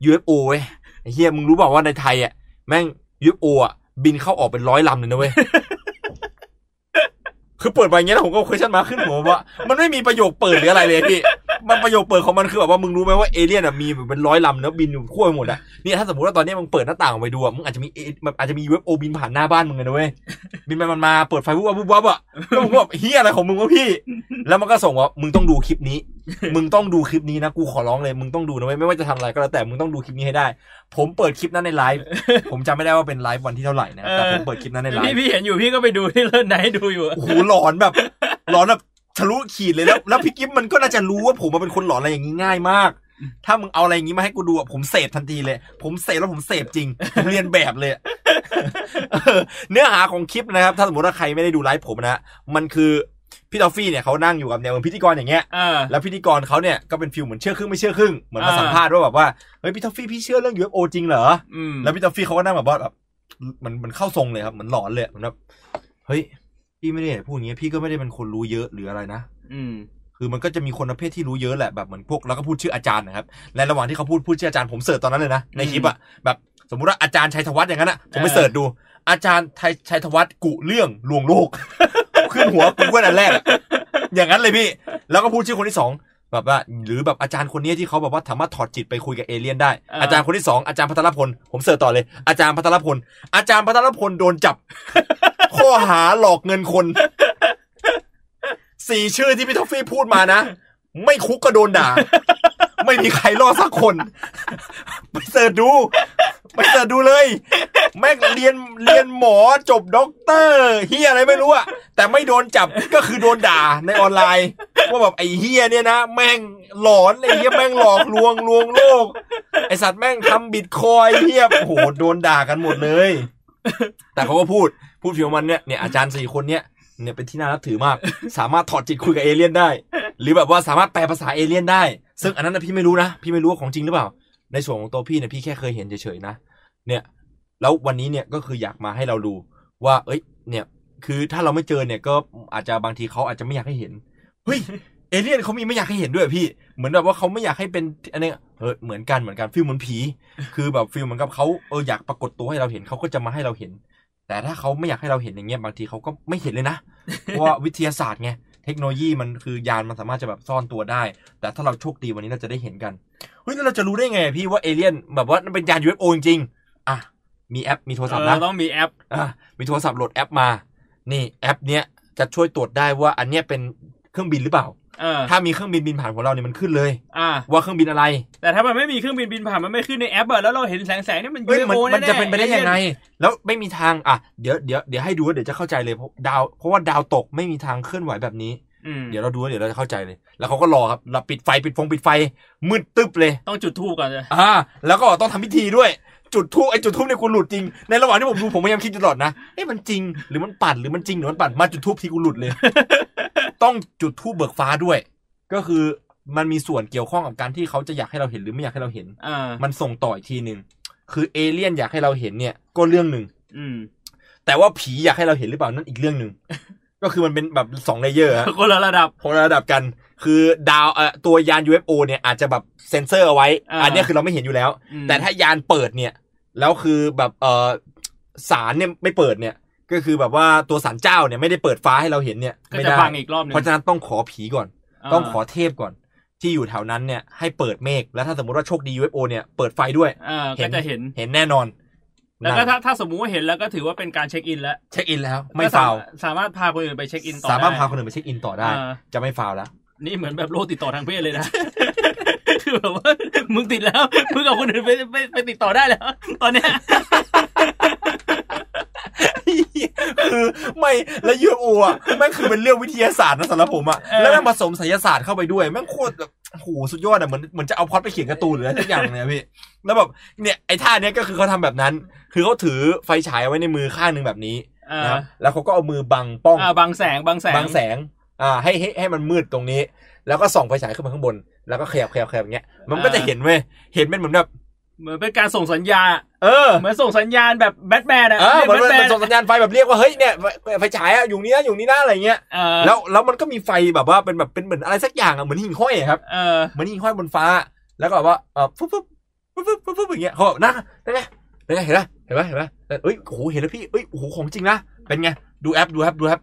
[SPEAKER 1] ยูเอฟโอเว้ยไอ้เฮียมึงรู้เปล่าว่าในไทยอ่ะแม่งยูเอฟโออ่ะบินเข้าออกเป็นร้อยลำเลยนะเว้ยคือเปิดมาอย่างเงี้ยแล้วผมก็ question มาขึ้นหัวว่ามันไม่มีประโยคเปิดหรืออะไรเลยพี่ มันประโยคเปิดของมันคือแบบว่ามึงรู้ไหมว่าเอเลี่ยนอ่ะมีแบบเป็นร้อยลำแล้วบินอยู่ทั่วไปหมดอ่ะเนี่ยถ้าสมมติว่าตอนเนี้ยมึงเปิดหน้าต่างออกไปดูอ่ะมึงอาจจะมี A- มันอาจจะมี UFO บินผ่านหน้าบ้านมึงเลยนะเว้ยบินไปมันมาเปิดไฟวุบวับวุบวับอ่ะแล้วมึงก็แบบเฮียอะไรของมึงวะพี่ แล้วมันก็ส่งว่ามึงต้องดูคลิปนี้ มึงต้องดูคลิปนี้นะกูขอร้องเลยมึงต้องดูนะเว้ยไม่ว่าจะทำอะไรก็แล้วแต่มึงต้องดูคลิปนี้ให้ได้ ผมเปิดคลิปนั้นในไลฟ์ผมจำไม่ได้ว่าเป็นไลฟ์วันที่เท่าไหร่นะแต่ผมเปิดคลิปนั้นในไล
[SPEAKER 2] พี่
[SPEAKER 1] ฟ์
[SPEAKER 2] พี่เห็นอยู่พี่ก็ไปดูที่เลื่อนไหนดูอยู่อะ
[SPEAKER 1] โอ้โหหลอนแบบหลอนแบบทะลุขีดเลยแล้วแล้วพี่กิฟมันก็น่าจะรู้ว่าผมมันเป็นคนหลอนอะไรอย่างนี้ง่ายมาก ถ้ามึงเอาอะไรอย่างนี้มาให้กูดูอะผมเสพทันทีเลย ผมเสพแล้วผมเสพจริง ผมเรียนแบบเลยอะ เออเนื้อหาของคลิปนะครับ ถ้าสมมติว่าใครไม่ได้ดูไลฟ์ผมนะ มันคือพี่ทอฟฟี่เนี่ยเขานั่งอยู่กับเนี่ยเหมือนพิธีกรอย่างเงี้ย
[SPEAKER 2] เออ
[SPEAKER 1] แล้วพิธีกรเขาเนี่ยก็เป็นฟิลเหมือนเชื่อครึ่งไม่เชื่อครึ่งเหมือนมา
[SPEAKER 2] อ่า
[SPEAKER 1] สัมภาษณ์ว่าแบบว่าเฮ้ยพี่ทอฟฟี่พี่เชื่อเรื่อง UFO จริงเหรอ
[SPEAKER 2] อืม
[SPEAKER 1] แล้วพี่ทอฟฟี่เขาก็นั่งแบบว่าแบบมันมันเข้าทรงเลยครับเหมือนหลอนเลยเหมือนแบบเฮ้ยพี่ไม่ได้พูดอย่างเงี้ยพี่ก็ไม่ได้เป็นคนรู้เยอะหรืออะไรนะ
[SPEAKER 2] อืม
[SPEAKER 1] คือมันก็จะมีคนประเภทที่รู้เยอะแหละแบบเหมือนพวกแล้วก็พูดชื่ออาจารย์นะครับและระหว่างที่เขาพูดพูดชื่ออาจารย์ผมเสิร์ชตอนนั้นเลยนะในคลิปอะแบบสมมติว่าอาจารย์ชัยธวัฒน์อย่างนั้นอะผมไป
[SPEAKER 2] เออ
[SPEAKER 1] เสิร์ชดู อาจารย์ชัยชัยธวัฒน์กุเรื่องลวงโลก ขึ้นหัวกูว่าอันแรกอะอย่างนั้นเลยพี่ แล้วก็พูดชื่อคนที่สองแบบว่าหรือแบบอาจารย์คนนี้ที่เขาแบบว่าสามารถถอดจิตไปคุยกับเอเลี่ยนได้
[SPEAKER 2] เอออ
[SPEAKER 1] อาจารย์คนที่สองอาจารย์พัทรพลผมเสิร์ชต่อเลย อาจารย์พัทรพลอาจารย์พัทรพลโดนจับ ข้อหาหลอกเงินคนสี่ชื่อที่พี่ท็อฟฟี่พูดมานะ ไม่คุกก็โดนด่า ไม่มีใครรอดสักคน ไปเสิร์ชดู ไปเสิร์ชดูเลย แม่งเรียนเรียนหมอจบด็อกเตอร์เฮียอะไรไม่รู้อะแต่ไม่โดนจับก็คือโดนด่าในออนไลน์ ว่าแบบไอ้เฮียเนี่ยนะ แม่งหลอนไอ้เฮียแม่งหลอกลวงลวงโลก ไอสัตว์แม่งทำบิตคอยน์เฮียโอ้โหโดนด่ากันหมดเลย แต่เขาก็พูดพูดผิวมันเนี่ยเนี่ยอาจารย์สี่คนเนี่ยเนี่ยเป็นที่น่านับถือมาก สามารถถอดจิตคุยกับเอเลี่ยนได้ หรือแบบว่าสามารถแปลภาษาเอเลี่ยนได้ ซึ่งอันนั้นนะพี่ไม่รู้นะ พี่ไม่รู้ว่าของจริงหรือเปล่า ในส่วนของตัวพี่เนี่ยพี่แค่เคยเห็นเฉยๆนะ เนี่ย แล้ววันนี้เนี่ยก็คืออยากมาให้เราดูว่า เอ้ย เนี่ย คือถ้าเราไม่เจอเนี่ยก็อาจจะบางทีเขาอาจจะไม่อยากให้เห็น เฮ้ย เอเลี่ยนเขามีไม่อยากให้เห็นด้วยพี่ เหมือนแบบว่าเขาไม่อยากให้เป็นอันเนี้ยเออเหมือนกันเหมือนกันฟิลเหมือนผี คือแบบฟิลเหมือนกับเขาเอออยากปรากฏตัวให้เราเห็นเขาก็จะมาให้เราเห็น แต่ถ้าเขาไม่อยากให้เราเห็นอย่างเงี้ยบางทีเขาก็ไม่เห็นเลยนะ เพราะว่าวิทยาศาสตร์ไงเทคโนโลยีมันคือยานมันสามารถจะแบบซ่อนตัวได้ แต่ถ้าเราโชคดีวันนี้เราจะได้เห็นกันเฮ้ยแล้วเราจะรู้ได้ไงพี่ว่าเอเลี่ยนแบบว่ามันเป็นยาน UFO จริงๆอ่ะมีแอปมีโทรศัพท์
[SPEAKER 2] เอ
[SPEAKER 1] นะ
[SPEAKER 2] อต้องมีแอป
[SPEAKER 1] อ่ะมีโทรศัพท์โหลดแอปมา นี่แอปเนี้ยจะช่วยตรวจได้ว่าอันเนี้ยเป็นเครื่องบินหรือเปล่า
[SPEAKER 2] เออ
[SPEAKER 1] ถ้ามีเครื่องบินบินผ่านของเราเนี่ยมันขึ้นเลย
[SPEAKER 2] อ่า
[SPEAKER 1] ว่าเครื่องบินอะไร
[SPEAKER 2] แต่ถ้ามันไม่มีเครื่องบินบินผ่านมันไม่ขึ้นในแอปอะแล้วเราเห็นแสงแสงนี่มัน
[SPEAKER 1] เอ้ยมัน
[SPEAKER 2] UFO
[SPEAKER 1] มัน
[SPEAKER 2] แๆ
[SPEAKER 1] จะเป็นไปได้ยังไง แล้วไม่มีทางอ่ะเดี๋ยวเดี๋ยวเดี๋ยวให้ดูว่าเดี๋ยวจะเข้าใจเลยเพราะดาวเพราะว่าดาวตกไม่มีทางเคลื่อนไหวแบบนี้
[SPEAKER 2] อืม
[SPEAKER 1] เดี๋ยวเราดูว่าเดี๋ยวเราจะเข้าใจเลย แล้วเขาก็รอครับเราปิดไฟปิดฟงปิดไฟมืดตึ๊บเลย
[SPEAKER 2] ต้องจุดทูบก่อนเลย
[SPEAKER 1] อ่าแล้วก็ต้องทำพิธีด้วย จุดทูบไอ้จุดทูบเนี่ยกูหลุดจริง ในระหว่างที่ผมดูผมพยายามคิดตลอดนะเอ๊ะมันจริงหรือมันปั่นหรือมันจริงหรือมันปั่นมาจุดทูบทีกูหลุดเลย ต้องจุดทูบเบิกฟ้าด้วย ก็คือมันมีส่วนเกี่ยวข้องกับการที่เขาจะอยากให้เราเห็นหรือไม่อยากให้เราเห็น
[SPEAKER 2] อ่า
[SPEAKER 1] มันส่งต่ออีกทีหนึ่งคือเอเลี่ยนอยากให้เราเห็นเนี่ยก็เรื่องหนึ่ง
[SPEAKER 2] อืม
[SPEAKER 1] แต่ว่าผีอยากให้เราเห็นหรือเปล่านั่นอีกเรื่องหนึ่งก็คือมันเป็นแบบสองเลเยอร์ฮะ
[SPEAKER 2] คนละระดับ
[SPEAKER 1] คนละระดับกันคือดาวเอ่อตัวยาน UFO เนี่ยอาจจะแบบเซ็นเซอร์เอาไว้
[SPEAKER 2] อ่า
[SPEAKER 1] อันเนี้ยคือเราไม่เห็นอยู่แล้ว
[SPEAKER 2] อืม
[SPEAKER 1] แต่ถ้ายานเปิดเนี่ย แล้วคือแบบเออสารเนี่ยไม่เปิดเนี่ย ก็คือแบบว่าตัวสารเจ้าเนี่ยไม่ได้เปิดฟ้าให้เราเห็นเนี่ย
[SPEAKER 2] ก็
[SPEAKER 1] ไม่
[SPEAKER 2] จะ
[SPEAKER 1] ได้
[SPEAKER 2] ฟังอีกรอบหนึ่ง
[SPEAKER 1] เพราะฉะนั้นต้องขอผีก่อน
[SPEAKER 2] า
[SPEAKER 1] ต้องขอเทพก่อน ที่อยู่แถวนั้นเนี่ยให้เปิดเมฆแล้วถ้าสมมติว่าโชคดี UFO เนี่ยเปิดไฟด้วย
[SPEAKER 2] อ่า
[SPEAKER 1] เห็
[SPEAKER 2] ก็
[SPEAKER 1] น
[SPEAKER 2] จะเห็น
[SPEAKER 1] เห็นแน่นอน
[SPEAKER 2] แล้วก็
[SPEAKER 1] นั่น
[SPEAKER 2] ถ้าถ้าสมมุติว่าเห็นแล้วก็ถือว่าเป็นการเช็คอินแล้ว
[SPEAKER 1] เช็คอินแล้วไม่
[SPEAKER 2] ก็ส
[SPEAKER 1] ฟาวล์
[SPEAKER 2] สามารถพาคนอื่นไปเช็คอินต่อ
[SPEAKER 1] สามารถ
[SPEAKER 2] ได้
[SPEAKER 1] พาคนอื่นไปเช็คอินต่อได้
[SPEAKER 2] อ่า
[SPEAKER 1] จะไม่ฟาวล์แล้ว
[SPEAKER 2] นี่เหมือนแบบโรคติดต่อทางเพศเลยนะ คือแบบว่ามึงติดแล้วมึงกับคนอื่นไปไปไปติดต่อได้แล้ว ตอนเนี้ย
[SPEAKER 1] คือไม่แล้วยูเอฟโออ่ะแม่งคือเป็นเรื่องวิทยาศาสตร์นะสำหรับผมอ่ะ
[SPEAKER 2] เออ
[SPEAKER 1] แล้วแม่งผสมไสยศาสตร์เข้าไปด้วยแม่งโคตรแบบโอ้โหสุดยอดอ่ะเหมือนเหมือนจะเอาพล็อดไปเขียนการ์ตูนหรืออะไรสักอย่างเลยอะพี่แล้วแบบเนี่ยไอ้ท่าเนี้ยก็คือเขาทำแบบนั้น คือเขาถือไฟฉายไว้ในมือข้างหนึ่งแบบนี้
[SPEAKER 2] อ่า
[SPEAKER 1] นะครับแล้วเขาก็เอามือบังป้อง
[SPEAKER 2] อ่าบางแสงบางแสง
[SPEAKER 1] บังแสงอ่าให้ให้ให้มันมืดตรงนี้ แล้วก็ส่องไฟฉายขึ้นมาข้างบน แล้วก็ขยับขยับขยับอย่างเงี้ยมันก็จะเห็นเว้ยเห็นเป็นเหมือนแบบ
[SPEAKER 2] เหมือนเป็นการส่งสัญญา
[SPEAKER 1] เออ
[SPEAKER 2] เหมือนส่งสัญญาณแบบแบทแมนอะ
[SPEAKER 1] เออเหมือน
[SPEAKER 2] แบทแม
[SPEAKER 1] มัน
[SPEAKER 2] น
[SPEAKER 1] ส่งสัญญาณไฟแบบเรียกว่าเฮ้ยเนี่ยไฟไฟฉายอะอยู่นี้นะอยู่นี้นะอะไรเงี้ย
[SPEAKER 2] เออ
[SPEAKER 1] แล้วแล้วมันก็มีไฟแบบว่าเป็นแบบเป็นเหมือนอะไรสักอย่างอะเหมือนหิ่งห้อยอะครับ
[SPEAKER 2] เออ
[SPEAKER 1] เหมือนหิ่งห้อยบนฟ้า แล้วก็แบบว่าเออปุ๊บปุ๊บปุ๊บปุ๊บปุ๊บปุ๊บอย่างเงี้ยเขาบอกนะนั่นไงนั่นไงเห็นไหมเห็นไหมเห็นไหมเอ้ยโอ้โหเห็นแล้วพี่เอ้ยโอ้โหของจริงนะเป็นไงดูแอปดูแอปดูแอป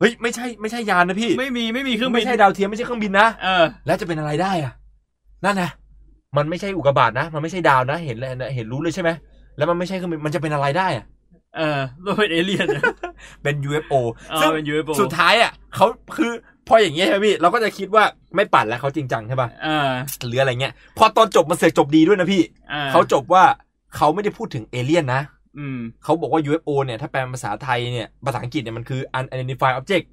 [SPEAKER 1] เฮ้ยไม่ใช่ไม่ใช่ยานนะพี่
[SPEAKER 2] ไม่มีไม่มีเครื่องบิ
[SPEAKER 1] ไม่
[SPEAKER 2] น
[SPEAKER 1] ใช่ดาวเทียมไม่ใช่เครื่องบินนะ
[SPEAKER 2] เออ
[SPEAKER 1] แล้วจะเป็นอะไรได้อะนั่นนะมันไม่ใช่อุกกาบาตนะ มันไม่ใช่ดาวนะ เห็นแล้วเห็นรู้เลยใช่ไหมแล้วมันไม่ใช่เครื่องบินมันจะเป็นอะไรได้อะ
[SPEAKER 2] เออเราเป็นเอเลี่ยนอะ
[SPEAKER 1] เป็น UFO
[SPEAKER 2] เออ
[SPEAKER 1] ซึ่ง
[SPEAKER 2] เป็นยูเอฟโอ
[SPEAKER 1] สุดท้ายอ่ะเขาคือพออย่างเงี้ยใช่ไหมพี่เราก็จะคิดว่าไม่ปั่นแล้วเขาจริงจังใช่ป่ะ
[SPEAKER 2] เออ
[SPEAKER 1] หรืออะไรเงี้ย พอตอนจบมันเสือกจบดีด้วยนะพี่
[SPEAKER 2] ออ
[SPEAKER 1] เขาจบว่าเขาไม่ได้พูดถึงเอเลี่ยนนะ
[SPEAKER 2] อืม
[SPEAKER 1] เขาบอกว่า UFO เนี่ยถ้าแปลเป็นภาษาไทยเนี่ยภาษาอังกฤษเนี่ยมันคือ unidentified object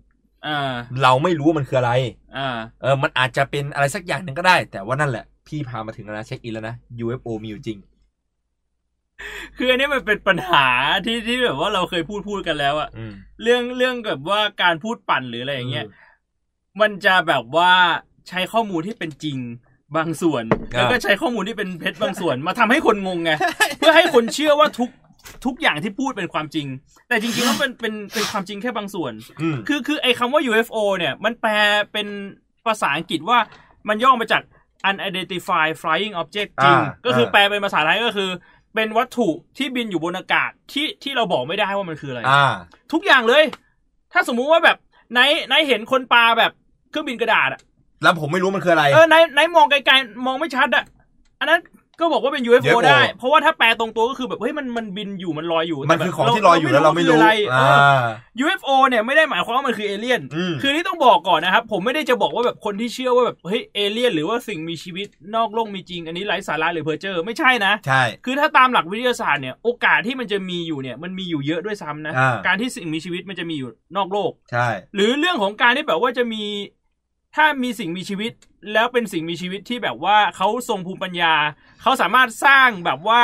[SPEAKER 2] เออ
[SPEAKER 1] เราไม่รู้ว่ามันคืออะไร
[SPEAKER 2] เออ
[SPEAKER 1] เออมันอาจจะเป็นอะไรสักอย่างหนึ่งก็ได้ แต่ว่านั่นแหละพี่พามาถึงแล้วนะเช็คอินแล้วนะ UFO มีอยู่จริง
[SPEAKER 2] คืออันนี้มันเป็นปัญหาที่ที่แบบว่าเราเคยพูดพูดกันแล้วอะ
[SPEAKER 1] อืม
[SPEAKER 2] เรื่องเรื่องแบบว่าการพูดปั่นหรืออะไรอย่างเงี้ยมันจะแบบว่าใช้ข้อมูลที่เป็นจริงบางส่วน แล้วก็ใช้ข้อมูลที่เป็นเท็จบาง ส่วน มาทำให้คนงงไงเพื่อให้คนเชื่อว่าทุกทุกอย่างที่พูดเป็นความจริง แต่จริงๆแล้วมันเป็นเป็นความจริงแค่บางส่วน
[SPEAKER 1] อืม
[SPEAKER 2] คือคือไอ้คำว่า UFO เนี่ย มันแปลเป็น ภาษาอังกฤษว่ามันย่อมาจาก unidentified flying object จริง
[SPEAKER 1] อ่า
[SPEAKER 2] ก็คืออา แปลเป็นภาษาไทยก็คือ เป็นวัตถุที่บินอยู่บนอากาศที่ที่เราบอกไม่ได้ว่ามันคืออะไร
[SPEAKER 1] อ่า
[SPEAKER 2] ทุกอย่างเลย ถ้าสมมุติว่าแบบไนท์ไนท์เห็นคนปลาแบบเครื่องบินกระดาษอะ
[SPEAKER 1] แล้วผมไม่รู้มันคืออะไร
[SPEAKER 2] เออไนท์ไนท์มองไกลๆมองไม่ชัดอะอันนั้นก็บอกว่าเป็น UFO
[SPEAKER 1] UFO
[SPEAKER 2] ได้ เพราะว่าถ้าแปลตรงตัวก็คือแบบเฮ้ยมันมันบินอยู่มันลอยอยู่
[SPEAKER 1] มันคือของที่ลอยอยู่แล้วเราไม่รู้
[SPEAKER 2] อะเอ
[SPEAKER 1] อ่
[SPEAKER 2] อ
[SPEAKER 1] า
[SPEAKER 2] UFO เนี่ยไม่ได้หมายความว่ามันคือเอเลี่ยน
[SPEAKER 1] อืม
[SPEAKER 2] คือนี่ต้องบอกก่อนนะครับ ผมไม่ได้จะบอกว่าแบบคนที่เชื่อว่าแบบเฮ้ยเอเลี่ยนหรือว่าสิ่งมีชีวิตนอกโลกมีจริง อันนี้ไร้สาระหรือเพอเจอร์ไม่ใช่นะ
[SPEAKER 1] ใช่
[SPEAKER 2] คือถ้าตามหลักวิทยาศาสตร์เนี่ยโอกาสที่มันจะมีอยู่เนี่ยมันมีอยู่เยอะด้วยซ้ำนะ
[SPEAKER 1] อ่า
[SPEAKER 2] การที่สิ่งมีชีวิตมันจะมีอยู่นอกโลก
[SPEAKER 1] ใช่
[SPEAKER 2] หรือเรื่องของการที่แบบว่าจะมี ถ้ามีสิ่งมีชีวิต แล้วเป็นสิ่งมีชีวิตที่แบบว่าเขาทรงภูมิปัญญา เขาสามารถสร้างแบบว่า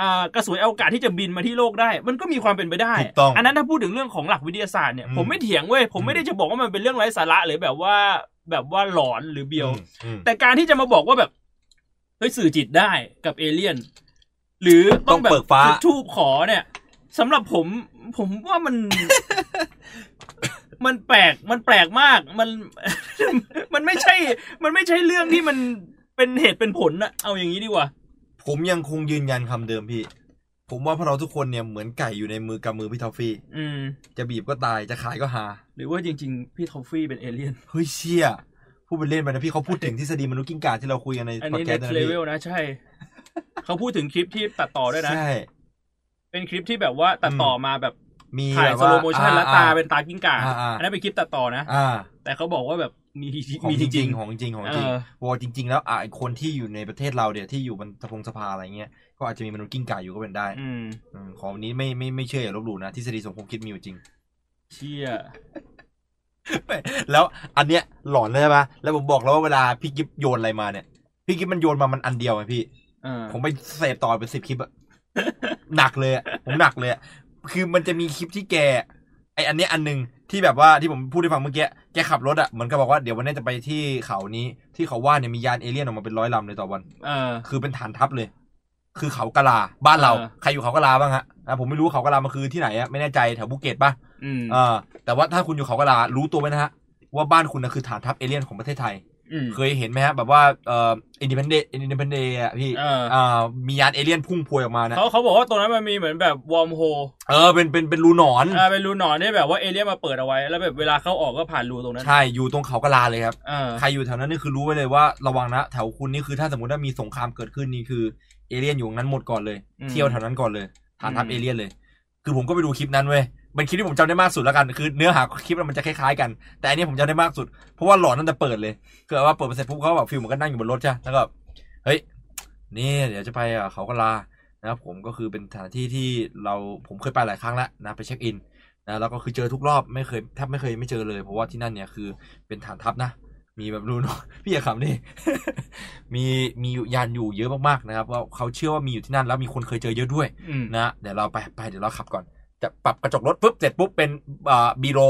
[SPEAKER 2] อ่ากระสวยอวกาศที่จะบินมาที่โลกได้ มันก็มีความเป็นไปได้
[SPEAKER 1] ถูกต้อง
[SPEAKER 2] นนั้นถ้าพูดถึงเรื่องของหลักวิทยาศาสตร์เนี่ย
[SPEAKER 1] อืม
[SPEAKER 2] ผมไม่เถียงเว้ยผมไม่ได้จะบอกว่ามันเป็นเรื่องไร้สาระหรือแบบว่าแบบว่าหลอนหรือเบียว
[SPEAKER 1] อืมอืม
[SPEAKER 2] แต่การที่จะมาบอกว่าแบบเฮ้ยสื่อจิตได้กับเอเลี่ยน หรือต้องแบบ
[SPEAKER 1] เปิดฟ้า
[SPEAKER 2] จุดทูบขอเนี่ยสำหรับผม ผมว่ามัน มันแปลกมันแปลกมากมัน มันไม่ใช่ มันไม่ใช่เรื่องที่มันเป็นเหตุเป็นผลนะเอาอย่างนี้ดีกว่า
[SPEAKER 1] ผมยังคงยืนยันคำเดิมพี่ ผมว่าพวกเราทุกคนเนี่ยเหมือนไก่อยู่ในมือกำมือพี่ทอฟฟี่
[SPEAKER 2] อืม
[SPEAKER 1] จะบีบก็ตาย จะขายก็หา
[SPEAKER 2] หรือว่าจริง ๆ พี่ทอฟฟี่เป็นเอเลี่ยน
[SPEAKER 1] เฮ้ยเชี่ยพูดเป็นเล่นไปนะพี่เขาพูดถึงทฤษฎีมนุษย์กิ้งก่าที่เราคุยกันใน
[SPEAKER 2] อัน
[SPEAKER 1] พอด
[SPEAKER 2] นี้
[SPEAKER 1] แคส
[SPEAKER 2] next
[SPEAKER 1] ต์นะพี่
[SPEAKER 2] level นะใช่ เขาพูดถึงคลิปที่ตัดต่อด้วยนะ
[SPEAKER 1] ใช่
[SPEAKER 2] เป็นคลิปที่แบบว่าตัดต่อมาแบบ
[SPEAKER 1] มี
[SPEAKER 2] ถ่าย
[SPEAKER 1] แบบ
[SPEAKER 2] ส
[SPEAKER 1] ว่า
[SPEAKER 2] โลโมชั่น
[SPEAKER 1] อ่
[SPEAKER 2] แล้วตาเป็นตากิ้งก่า
[SPEAKER 1] อ่าอ่า
[SPEAKER 2] อันนั้นเป็นคลิปตัดต่อนะ
[SPEAKER 1] อ่า
[SPEAKER 2] แต่เขาบอกว่าแบบมี
[SPEAKER 1] ของ
[SPEAKER 2] มี
[SPEAKER 1] จ
[SPEAKER 2] จ
[SPEAKER 1] ริ
[SPEAKER 2] ริ
[SPEAKER 1] ง
[SPEAKER 2] ง
[SPEAKER 1] ๆของจริงของจริง
[SPEAKER 2] เออ
[SPEAKER 1] วอจริง ๆ แล้วอ่ะไอ้คนที่อยู่ในประเทศเราเนี่ยที่อยู่บนสะพงสภาอะไรเงี้ยก็อาจจะมีมนุษย์กิ้งก่าอยู่ก็เป็นได้
[SPEAKER 2] อืม
[SPEAKER 1] อืมของนี้ไม่ไม่ไม่เชื่ออย่าลบหลู่นะทฤษฎีสมคบคิดมีอยู่จริง
[SPEAKER 2] เชี่ย
[SPEAKER 1] แล้วอันเนี้ยหลอนเลยใช่ปะแล้วผมบอกแล้วว่าเวลาพี่กิฟโยนอะไรมาเนี่ย พี่กิฟมันโยนมามันอันเดียวไงพี่
[SPEAKER 2] เออ
[SPEAKER 1] ผมไปเสพต่อไปสิบคลิปอะ หนักเลยอะผมหนักเลยอะคือมันจะมีคลิปที่แก ไออันเนี้ยอันหนึ่งที่แบบว่าที่ผมพูดให้ฟังเมื่อกี้แกขับรถอะเหมือนกับบอกว่าเดี๋ยววันนี้จะไปที่เขานี้ ที่เขาว่าเนี่ยมียานเอเลี่ยนออกมาเป็นร้อยลำเลยต่อวัน
[SPEAKER 2] เออ
[SPEAKER 1] คือเป็นฐานทัพเลย คือเขากะลาบ้านเรา
[SPEAKER 2] เออ
[SPEAKER 1] ใครอยู่เขากะลาบ้างฮะอ่ะผมไม่รู้เขากะลามันคือที่ไหนอะไม่แน่ใจแถวภูเก็ตปะ
[SPEAKER 2] อืม
[SPEAKER 1] เออแต่ว่าถ้าคุณอยู่เขากระลารู้ตัวไว้นะฮะ ว่าบ้านคุณนะคือฐานทัพเอเลี่ยนของประเทศไทย
[SPEAKER 2] อืม
[SPEAKER 1] เคยเห็นไหมฮะ แบบว่าเอ่ออินดิพนเดนอินดิพนเดอ่ะพี่
[SPEAKER 2] เออ
[SPEAKER 1] เอ่อมียานเอเลี่ยนพุ่งพวยออกมานะ
[SPEAKER 2] เขาเขาบอกว่าตรงนั้นมันมีเหมือนแบบวอร์มโฮ
[SPEAKER 1] เออเป็นเป็นเป็นรูหนอน
[SPEAKER 2] อ่าเป็นรูหนอนที่แบบว่าเอเลี่ยนมาเปิดเอาไว้ แล้วแบบเวลาเข้าออกก็ผ่านรูตรงนั้น
[SPEAKER 1] ใช่อยู่ตรงเขากระลาเลยครับ
[SPEAKER 2] เออ
[SPEAKER 1] ใครอยู่แถวนั้นนี่คือรู้ไว้เลยว่าระวังนะแถวคุณนี่คือถ้าสมมติว่ามีสงครามเกิดขึ้นนี่คือเอเลี่ยนอยู่ตรงนั้นหมดก่อนเลย
[SPEAKER 2] อืม
[SPEAKER 1] เที่ยวแถวนั้นก่อนเลยฐานทัพ
[SPEAKER 2] อืม
[SPEAKER 1] เอเลี่ยนเลย คือผมก็ไปดูคลิปนั้นเว้ยเป็นคลิปที่ผมจำได้มากสุดแล้วกัน คือเนื้อหาคลิปมันจะคล้ายๆกัน แต่อันนี้ผมจำได้มากสุด เพราะว่าหลอนนั่นแต่เปิดเลย คือว่าเปิดมาเสร็จปุ๊บเขาแบบฟิลเหมือนก็นั่งอยู่บนรถใช่ไหมแล้วก็ เฮ้ย นี่เดี๋ยวจะไปอ่ะเขากะลา นะครับผมก็คือเป็นสถานที่ที่เราผมเคยไปหลายครั้งแล้วนะไปเช็คอินนะแล้วก็คือเจอทุกรอบไม่เคยแทบไม่เคยไม่เจอเลยเพราะว่าที่นั่นเนี่ยคือเป็นฐานทัพนะ มีแบบรูน พี่อย่าขำดิ มีมีอยู่ยานอยู่เยอะมากๆนะครับว่าเขาเชื่อว่ามีอยู่ที่นั่นแล้วมีคนเคยเจอเยอะด้วย
[SPEAKER 2] อืม
[SPEAKER 1] นะเดี๋ยวเราไปไปเดี๋ยวเราขับก่อน จะปรับกระจกรถปุ๊บเสร็จปุ๊บเป็นอ่าบีโร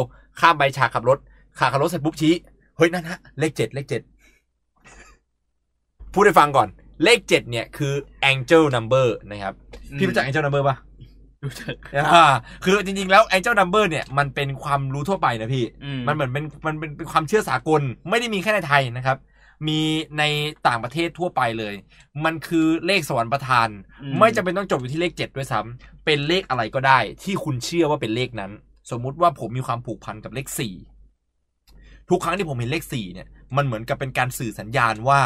[SPEAKER 1] ข้ามไปฉากขับรถขาขับรถเสร็จปุ๊บชี้เฮ้ยนั่นฮะเลขเจ็ดเลขเจ็ดพูดให้ฟังก่อน เลขเจ็ดเนี่ยคือ angel number นะครับ พี่รู้จัก angel number ปะ
[SPEAKER 2] รู้จัก
[SPEAKER 1] อ่าคือจริงๆแล้ว angel number เนี่ยมันเป็นความรู้ทั่วไปนะพี่
[SPEAKER 2] อื
[SPEAKER 1] มันเหมือนเป็นมันเป็นเป็นความเชื่อสากลไม่ได้มีแค่ในไทยนะครับ มีในต่างประเทศทั่วไปเลย มันคือเลขสวรรค์ประทาน
[SPEAKER 2] อื
[SPEAKER 1] ไม่จำเป็นต้องจบอยู่ที่เลขเจ็ดด้วยซ้ำเป็นเลขอะไรก็ได้ ที่คุณเชื่อว่าเป็นเลขนั้น สมมุติว่าผมมีความผูกพันกับเลขสี่ทุกครั้งที่ผมเห็นเลขสี่เนี่ย มันเหมือนกับเป็นการสื่อสัญญาณว่า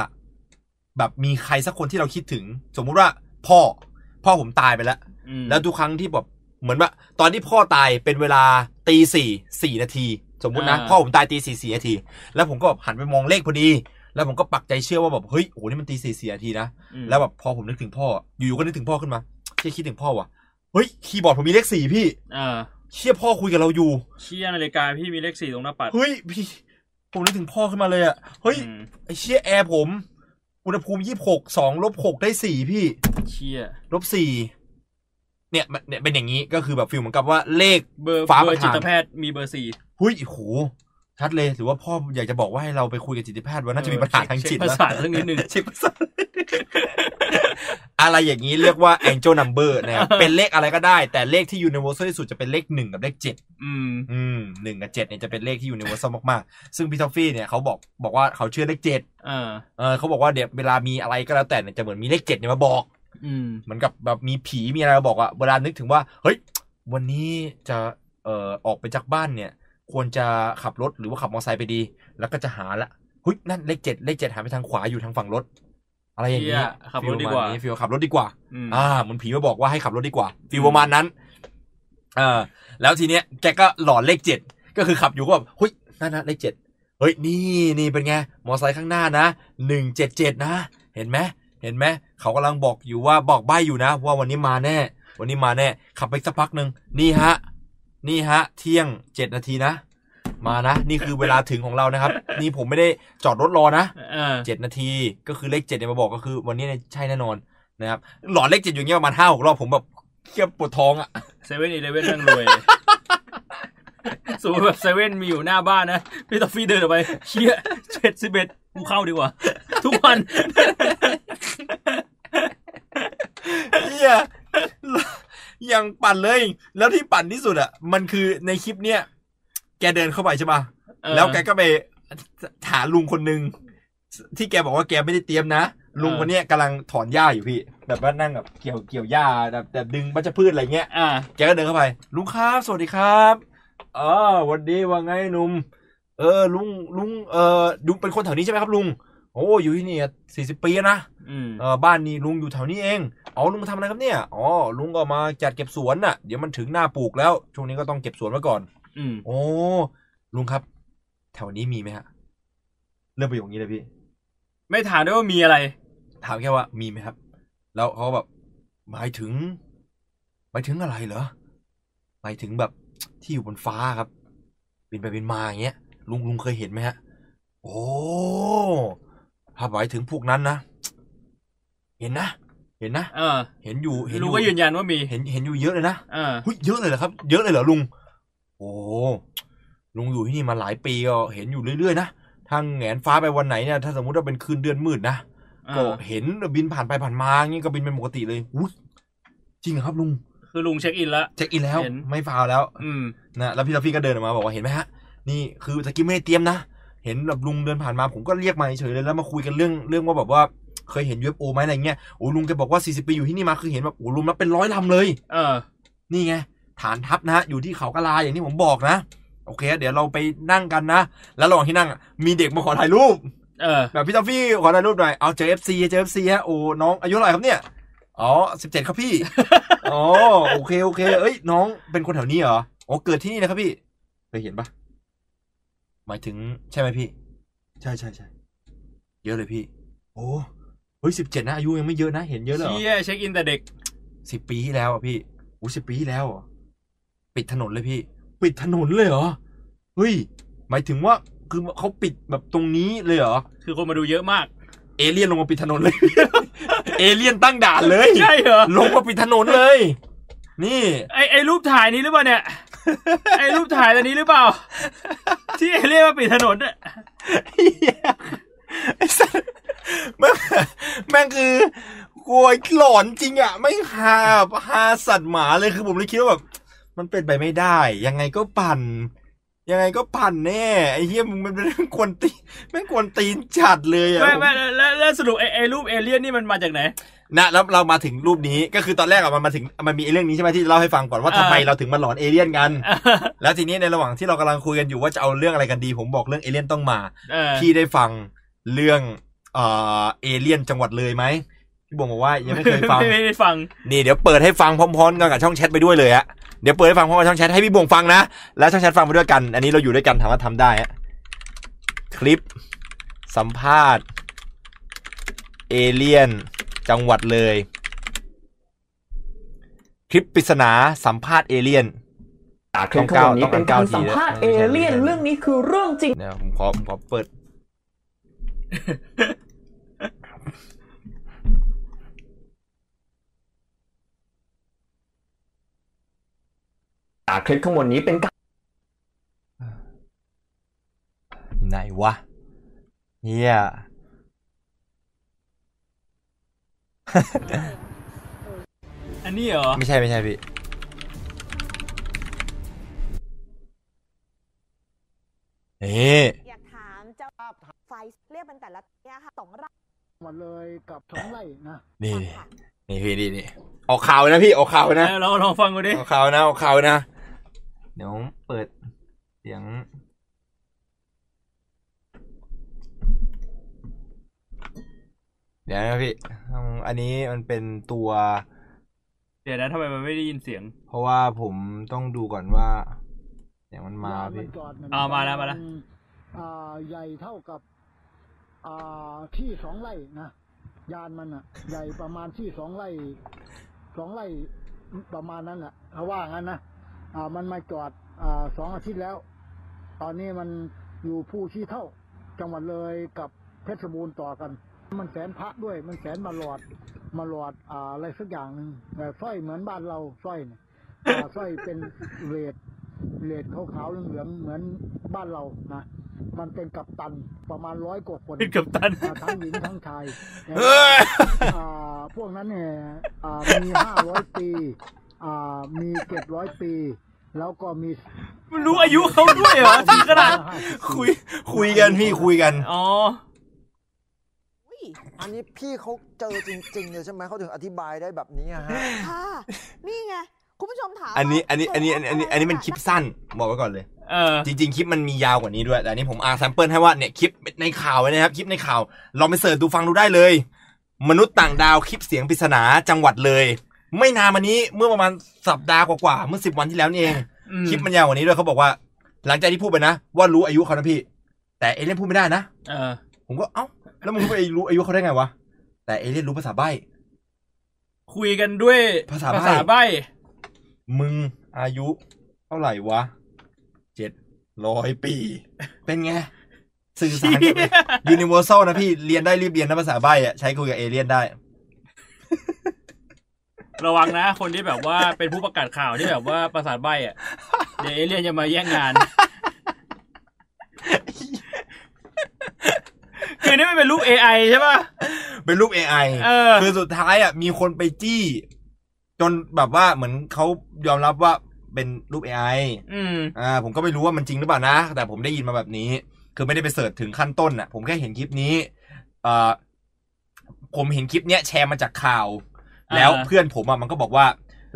[SPEAKER 1] แบบมีใครสักคนที่เราคิดถึง สมมุติว่าพ่อ พ่อผมตายไปแล้ว
[SPEAKER 2] อืม
[SPEAKER 1] แล้วทุกครั้งที่แบบเหมือนว่า ตอนที่พ่อตายเป็นเวลาตีสี่สี่นาที สมมุตินะ
[SPEAKER 2] อ่า
[SPEAKER 1] พ่อผมตายตีสี่สี่นาที แล้วผมก็แบบหันไปมองเลขพอดี แล้วผมก็ปักใจเชื่อว่าแบบเฮ้ยโอ้โหนี่มันตีสี่สี่นาทีนะ
[SPEAKER 2] อืม
[SPEAKER 1] แล้วแบบพอผมนึกถึงพ่อ อยู่ๆก็นึกถึงพ่อขึ้นมาเชี่ยคิดถึงพ่อว่ะ เฮ้ย คีย์บอร์ดผมมีเลขสี่พี่
[SPEAKER 2] เออ
[SPEAKER 1] เชี่ยพ่อคุยกับเราอยู่
[SPEAKER 2] เชี่ยนาฬิกาพี่มีเลขสี่ตรงหน้าปัด
[SPEAKER 1] เฮ้ยพี่ ผมนึกถึงพ่อขึ้นมาเลยอะเฮ้ย
[SPEAKER 2] อืม
[SPEAKER 1] ไอเชี่ยแอร์ผม อุณหภูมิยี่สิบหกสองลบหกได้สี่พี่
[SPEAKER 2] เชี่ย
[SPEAKER 1] ลบสี่เนี่ยมันเนี่ยเป็นอย่างนี้ก็คือแบบฟิลเหมือนกับว่าเลข
[SPEAKER 2] เบอร์
[SPEAKER 1] ฟ้า
[SPEAKER 2] เบอ
[SPEAKER 1] ประ
[SPEAKER 2] ร์
[SPEAKER 1] ธาน
[SPEAKER 2] จิตแพทย์มีเบอร์สี่
[SPEAKER 1] เฮ้ยโหชัดเลยหรือว่าพ่ออยากจะบอกว่าให้เราไปคุยกับจิตแพทย์ว่าน่าจะมีปัญหาทางจิต
[SPEAKER 2] เช็คประ
[SPEAKER 1] นะ
[SPEAKER 2] สาทเรื่องนิดนึง
[SPEAKER 1] เช็คประสาท อะไรอย่างนี้เรียกว่า angel number นะครับเป็นเลขอะไรก็ได้ แต่เลขที่ universal ที่สุดจะเป็นเลขหนึ่งกับเลขเจ็ด
[SPEAKER 2] อืม
[SPEAKER 1] อืมหนึ่งกับเจ็ดเนี่ยจะเป็นเลขที่อยู่ในวัสมากๆ ซึ่งพี่ทอฟฟี่เนี่ยเขาบอกบอกว่าเขาเชื่อเลขเจ็ด
[SPEAKER 2] เออ
[SPEAKER 1] เออเขาบอกว่าเดี๋ยวเวลามีอะไรก็แล้วแต่เนี่ยจะเหมือนมีเลขเจ็ดเนี่ยมาบอก
[SPEAKER 2] อืม
[SPEAKER 1] เหมือนกับแบบมีผีมีอะไรมาบอกอะเวลานึกถึงว่า เฮ้ย วันนี้จะเอ่อออกไปจากบ้านเนี่ย ควรจะขับรถหรือว่าขับมอเตอร์ไซค์ไปดี แล้วก็จะหาละเฮ้ยนั่นเลขเจ็ดเลขเจ็ดหายไปทางขวาอยู่ทางฝั่งรถ อะไรอย่าง
[SPEAKER 2] เหี้
[SPEAKER 1] เงี้ย
[SPEAKER 2] ยขับรถดีกว่า
[SPEAKER 1] ฟิลขับรถดีกว่า
[SPEAKER 2] อืม
[SPEAKER 1] อ่าเหมันผีมาบอกว่าให้ขับรถดีกว่าฟีล
[SPEAKER 2] อืม
[SPEAKER 1] ประมาณนั้นเออแล้วทีเนี้ยแกก็หลอนเลขเจ็ดก็คือขับอยู่ก็แบบเฮ้ยนั่นนะเลขเจ็ดเฮ้ยนี่นี่เป็นไงมอไซค์ข้างหน้านะหนึ่งเจ็ดเจ็ดนะ เห็นไหมเห็นไหมเขากำลังบอกอยู่ว่าบอกใบอยู่นะ ว่าวันนี้มาแน่ วันนี้มาแน่ ขับไปสักพักหนึ่งนี่ฮะ นี่ฮะ เที่ยงเจ็ดนาทีนะ มานะ นี่คือเวลาถึงของเรานะครับ นี่ผมไม่ได้จอดรถรอนะ
[SPEAKER 2] เออ
[SPEAKER 1] เจ็ดนาทีก็คือเลขเจ็ดเนี่ยมาบอกก็คือวันนี้เนี่ยใช่แน่นอนนะครับหลอนเลขเจ็ดอยู่เงี้ยประมาณห้าหกรอบผมแบบเครียดปวดท้องอ่ะ
[SPEAKER 2] เซเว่นอีเลเว่นนั่งรวย สมมติแบบเซเว่นมีอยู่หน้าบ้านนะ พี่ตอฟฟี่เดินออกไปเชี่ยเจ็ดสิบเอ็ดกูเข้าดีกว่า ทุกวัน
[SPEAKER 1] เฮียยังปั่นเลย แล้วที่ปั่นที่สุดอ่ะ มันคือในคลิปเนี่ย แกเดินเข้าไปใช่ปะ
[SPEAKER 2] เออ
[SPEAKER 1] แล้วแกก็ไปหาลุงคนหนึ่งที่แกบอกว่าแกไม่ได้เตรียมนะ ลุงคนเนี้ยกำลังถอนหญ้าอยู่พี่ แบบว่านั่งแบบเกี่ยวเกี่ยวหญ้าแบบแบบดึงวัชพืชอะไรเงี้ย
[SPEAKER 2] อ่า
[SPEAKER 1] แกก็เดินเข้าไป ลุงครับ สวัสดีครับเออวันดีว่าไงหนุ่ม เออ ลุง ลุง เออลุงเป็นคนแถวนี้ใช่ไหมครับลุง โอ้อยู่ที่นี่สี่สิบปีแล้วนะ
[SPEAKER 2] อืม
[SPEAKER 1] เออ บ้านนี้ลุงอยู่แถวนี้เอง อ๋อ ลุงมาทำอะไรครับเนี่ย อ๋อ ลุงก็มาจัดเก็บสวนน่ะ เดี๋ยวมันถึงหน้าปลูกแล้ว ช่วงนี้ก็ต้องเก็บสวนไว้ก่อน
[SPEAKER 2] อืม
[SPEAKER 1] โอ้ ลุงครับ แถวนี้มีไหมฮะ เริ่มประโยคนี้เลยพี่
[SPEAKER 2] ไม่ถามด้วยว่ามีอะไร
[SPEAKER 1] ถามแค่ว่ามีไหมครับ แล้วเขาแบบหมายถึง หมายถึงอะไรเหรอ หมายถึงแบบที่อยู่บนฟ้าครับ บินไปบินมาอย่างเงี้ย ลุงลุงเคยเห็นไหมฮะ โอ้ถ้าหมายถึงพวกนั้นนะ เห็นนะ เห็นนะ
[SPEAKER 2] เออ
[SPEAKER 1] เห็นอยู่เห็นอ
[SPEAKER 2] ลุง
[SPEAKER 1] ยู่
[SPEAKER 2] ก็ยืนยันว่ามี
[SPEAKER 1] เห็นเห็นอยู่เยอะเลยนะ
[SPEAKER 2] เออ
[SPEAKER 1] เฮ้ยเยอะเลยเหรอครับ เยอะเลยเหรอลุง โอ้ลุงอยู่ที่นี่มาหลายปีก็เห็นอยู่เรื่อยๆนะทางแหงนฟ้าไปวันไหนเนี่ยถ้าสมมุติว่าเป็นคืนเดือนมืดนะ
[SPEAKER 2] เอ
[SPEAKER 1] ก็
[SPEAKER 2] อ
[SPEAKER 1] เห็นบินผ่านไปผ่านมาอย่างนี้ก็บินเป็นปกติเลยอุ๊ยจริงเหรอครับลุง
[SPEAKER 2] คือลุงเช็คอินแล้ว
[SPEAKER 1] เช็คอินแล้ว
[SPEAKER 2] เห็น
[SPEAKER 1] ไม่ฟาวแล้ว
[SPEAKER 2] อืม
[SPEAKER 1] นะแล้วพี่ทัฟฟี่ก็เดินออกมาบอกว่าเห็นไหมฮะ นี่คือตะกี้ไม่ได้เตรียมนะ เห็นแบบลุงเดินผ่านมาผมก็เรียกมาเฉยๆเลยแล้วมาคุยกันเรื่องเรื่องว่าแบบว่าเคยเห็น UFO ไหมอะไรเงี้ยโอ้ลุงแกบอกว่า 40 ปีอยู่ที่นี่มาคือเห็นแบบโอ้ลุงนับเป็นร้อยลำเลย
[SPEAKER 2] เออ
[SPEAKER 1] นี่ไงฐานทัพนะฮะอยู่ที่เขากะลาอย่างที่ผมบอกนะ โอเค เดี๋ยวเราไปนั่งกันนะ แล้วระหว่างที่นั่งอะมีเด็กมาขอถ่ายรูป
[SPEAKER 2] เออ
[SPEAKER 1] แบบพี่ทัฟฟี่ขอถ่ายรูปหน่อย เอาเจอเอฟซีเจอเอฟซีฮะ โอ้น้องอายุเท่าไหร่ครับเนี่ย อ๋อสิบเจ็ดครับพี่ อ๋อโอเคโอเค เอ้ยน้องเป็นคนแถวนี้เหรอ อ๋อเกิดที่นี่นะครับพี่เคยเห็นปะหมายถึงใช่ไหมพี่ ใช่ใช่ใช่เยอะเลยพี่ โอ้เฮ้ยสิบเจ็ดนะอายุยังไม่เยอะนะเห็นเยอะเลยเหรอ
[SPEAKER 2] เชี่ยเช็คอินแต่เด็ก
[SPEAKER 1] สิบปีที่แล้วอ่ะพี่โอ้สิบปีที่แล้วเหรอปิดถนนเลยพี่ ปิดถนนเลยเหรอเฮ้ยหมายถึงว่าคือเขาปิดแบบตรงนี้เลยเหรอ
[SPEAKER 2] คือคนมาดูเยอะมาก
[SPEAKER 1] เอเลี่ยนลงมาปิดถนนเลย เอเลี่ยนตั้งด่านเลย
[SPEAKER 2] ใช่เหรอ
[SPEAKER 1] ลงมาปิดถนนเลย นี่
[SPEAKER 2] ไอไอรูปถ่ายนี้หรือเป ล่าเนี่ย ไอรูปถ่ายตัวนี้หรือเปล่า ที่เรียกว่าปิดถนนน่ะ
[SPEAKER 1] ไอ้สัสแม่งแม่งคือกลัวหลอนจริงอ่ะ ไม่งหาหาสัตว์หมาเลยคือผมเลยคิดว่าแบบ มันเป็นไปไม่ได้ ยังไงก็ปั่น ยังไงก็ปั่นแน่ไอ้เหี้ยมึงมันเป็นเรื่องกวนตีนแม่งกวนตีนจัดเลยอ่ะ
[SPEAKER 2] ไม่ไม่แล้วแล้วแล้วสรุปไอไอรูปเอเลี่ยนนี่มันมาจากไหน
[SPEAKER 1] นะแล้วเรามาถึงรูปนี้ก็คือตอนแรกอะมันมาถึงมันมีไอ้เรื่องนี้ใช่ไหมที่เล่าให้ฟังก่อนว่า
[SPEAKER 2] อ่า
[SPEAKER 1] ทำไมเราถึงมาหลอนเอเลี่ยนกัน แล้วทีนี้ในระหว่างที่เรากำลังคุยกันอยู่ว่าจะเอาเรื่องอะไรกันดี ผมบอกเรื่องเอเลี่ยนต้องมา
[SPEAKER 2] เออ
[SPEAKER 1] พี่ได้ฟังเรื่องเอ่อเอเลี่ยนจังหวัดเลยไหมพี่บงบอกว่ายังไม่เคยฟัง
[SPEAKER 2] ไม่ได้ฟัง
[SPEAKER 1] นี่เดี๋ยวเปิดให้ฟังพร้อมๆกันกับช่องแชทไปด้วยเลยฮะเดี๋ยวเปิดให้ฟังพร้อมกับช่องแชทให้พี่บงฟังนะแล้วช่องแชทฟังไปด้วยกัน อันนี้เราอยู่ด้วยกันถามว่าทำได้ฮะคลิปสัมภาษณ์เอเลียนจังหวัดเลย คลิปปริศนาสัมภาษณ์เอเลียนอ่ะ
[SPEAKER 3] คลิปขนาดนี้เป็นการสัมภาษณ์เอเลี่ยนเรื่องนี้คือเรื่องจริง
[SPEAKER 1] เดี๋ยวผมขอผมขอเปิด
[SPEAKER 3] จากคลิปข้างบนนี้เป็นการ
[SPEAKER 1] อยู่ไหนวะเฮีย
[SPEAKER 2] อันนี้เหรอ
[SPEAKER 1] ไม่ใช่ไม่ใช่พี่เอ๊ะ
[SPEAKER 4] อยากถามเจ้าไฟเรียกเป็นแต่ละเนี่ยค่ะสองรอบ
[SPEAKER 5] หมดเลยกับสองไร่นะ
[SPEAKER 1] นี่
[SPEAKER 4] ค่ะ
[SPEAKER 1] นี่พี่นี่นี่ออกข่าวนะพี่ออกข่าวนะ
[SPEAKER 2] เราลองฟังกูดิ
[SPEAKER 1] เอาเขานะเอาเขานะ เดี๋ยวเปิดเสียง เดี๋ยวนะพี่อืมอันนี้มันเป็นตัว
[SPEAKER 2] เดี๋ยวนะทำไมมันไม่ได้ยินเสียง
[SPEAKER 1] เพราะว่าผมต้องดูก่อนว่าเสียงมันมาพี่
[SPEAKER 5] จอดมัน
[SPEAKER 2] อ่ามาแล้วมาแล้ว
[SPEAKER 5] อ่าใหญ่เท่ากับ อ่าที่สองไร่นะยานมันอ่ะ ใหญ่ประมาณที่สองไร่สองไร่ประมาณนั้นแหละเขาว่างั้นนะอ่ามันมาจอดอ่าสองอาทิตย์แล้ว ตอนนี้มันอยู่ผู้ชี้เท่า จังหวัดเลยกับเพชรบูรณ์ต่อกัน มันแสนพระด้วย มันแสนมาหลอดมาหลอดอ่าอะไรสักอย่างหนึ่งแต่สร้อยเหมือนบ้านเราสร้อยเนี่ยอ่าสร้อยเป็นเรด เลดขาวๆเหลืองๆเหมือนบ้านเรานะ มันเป็นกัปตันประมาณร้อยกว่าคน
[SPEAKER 2] เป็นกับตัน
[SPEAKER 5] อ่าทั้งหญิงทั้งชาย
[SPEAKER 1] เฮ้ย
[SPEAKER 5] อ่าพวกนั้นเนี่ยอ่ามีห้าร้อยปีอ่ามีเจ็ดร้อยปี แล้วก็มี
[SPEAKER 2] มันรู้อายุเขาด้วยเหรอถึงขนาด
[SPEAKER 5] 50
[SPEAKER 1] คุย คุยกันพี่คุยกัน
[SPEAKER 2] อ๋อ
[SPEAKER 4] อุ้ย
[SPEAKER 6] อันนี้พี่เขาเจอจริงๆเลยใช่ไหมเขาถึงอธิบายได้แบบนี้อะฮะ
[SPEAKER 4] ค่ะ นี่ไง คุณผู้ชมถาม
[SPEAKER 1] อันนี้
[SPEAKER 4] ว่า
[SPEAKER 1] อันนี้ อันนี้ อันนี้ อันนี้อันนี้มันคลิปสั้น บอกไว้ก่อนเลย
[SPEAKER 2] เออ
[SPEAKER 1] จริงๆ คลิปมันมียาวกว่านี้ด้วย แต่อันนี้ผมอาแซมเปิลให้ว่าเนี่ยคลิปในข่าวนะครับ คลิปในข่าวลองไปเสิร์ชดูฟังดูได้เลย มนุษย์ต่างดาวคลิปเสียงปริศนาจังหวัดเลย ไม่นานมานี้เมื่อประมาณสัปดาห์กว่าๆเมื่อสิบวันที่แล้วนี่เอง
[SPEAKER 2] อืม
[SPEAKER 1] คลิปมันยาวกว่านี้ด้วยเขาบอกว่า หลังจากที่พูดไปนะ ว่ารู้อายุเขานะพี่ แต่เอเลี่ยนพูดไม่ได้นะ
[SPEAKER 2] เออ
[SPEAKER 1] ผมก็เอ้าแล้วมึงไปรู้อายุเขาได้ไงวะแต่เอเลี่ยนรู้ภาษาใบ้
[SPEAKER 2] คุยกันด้วย
[SPEAKER 1] ภาษาใบ้
[SPEAKER 2] ใบ้
[SPEAKER 1] มึงอายุ เท่าไหร่วะเจ็ดร้อยปี เป็นไง สื่อสารกัน ยูนิเวอร์แซลนะพี่ เรียนได้รีบเรียนนะภาษาใบ้อะใช้คุยกับเอเลี่ยนได้
[SPEAKER 2] ระวังนะ คนที่แบบว่าเป็นผู้ประกาศข่าวที่แบบว่า ภาษาใบ้อะเดี๋ยวเอเลี่ยนจะมาแย่งงาน คือนี่มันเป็นลูก AI ใช่ป่ะ
[SPEAKER 1] เป็นรูป AI
[SPEAKER 2] เออ
[SPEAKER 1] คือสุดท้ายอ่ะมีคนไปจี้ จนแบบว่าเหมือนเขายอมรับว่าเป็นรูป AI
[SPEAKER 2] อืม
[SPEAKER 1] อ่าผมก็ไม่รู้ว่ามันจริงหรือเปล่านะ แต่ผมได้ยินมาแบบนี้ คือไม่ได้ไปเสิร์ชถึงขั้นต้นอ่ะ ผมแค่เห็นคลิปนี้เอ่อผมเห็นคลิปเนี้ยแชร์มาจากข่าว
[SPEAKER 2] อ่า
[SPEAKER 1] แล้วเพื่อนผมอ่ะมันก็บอกว่า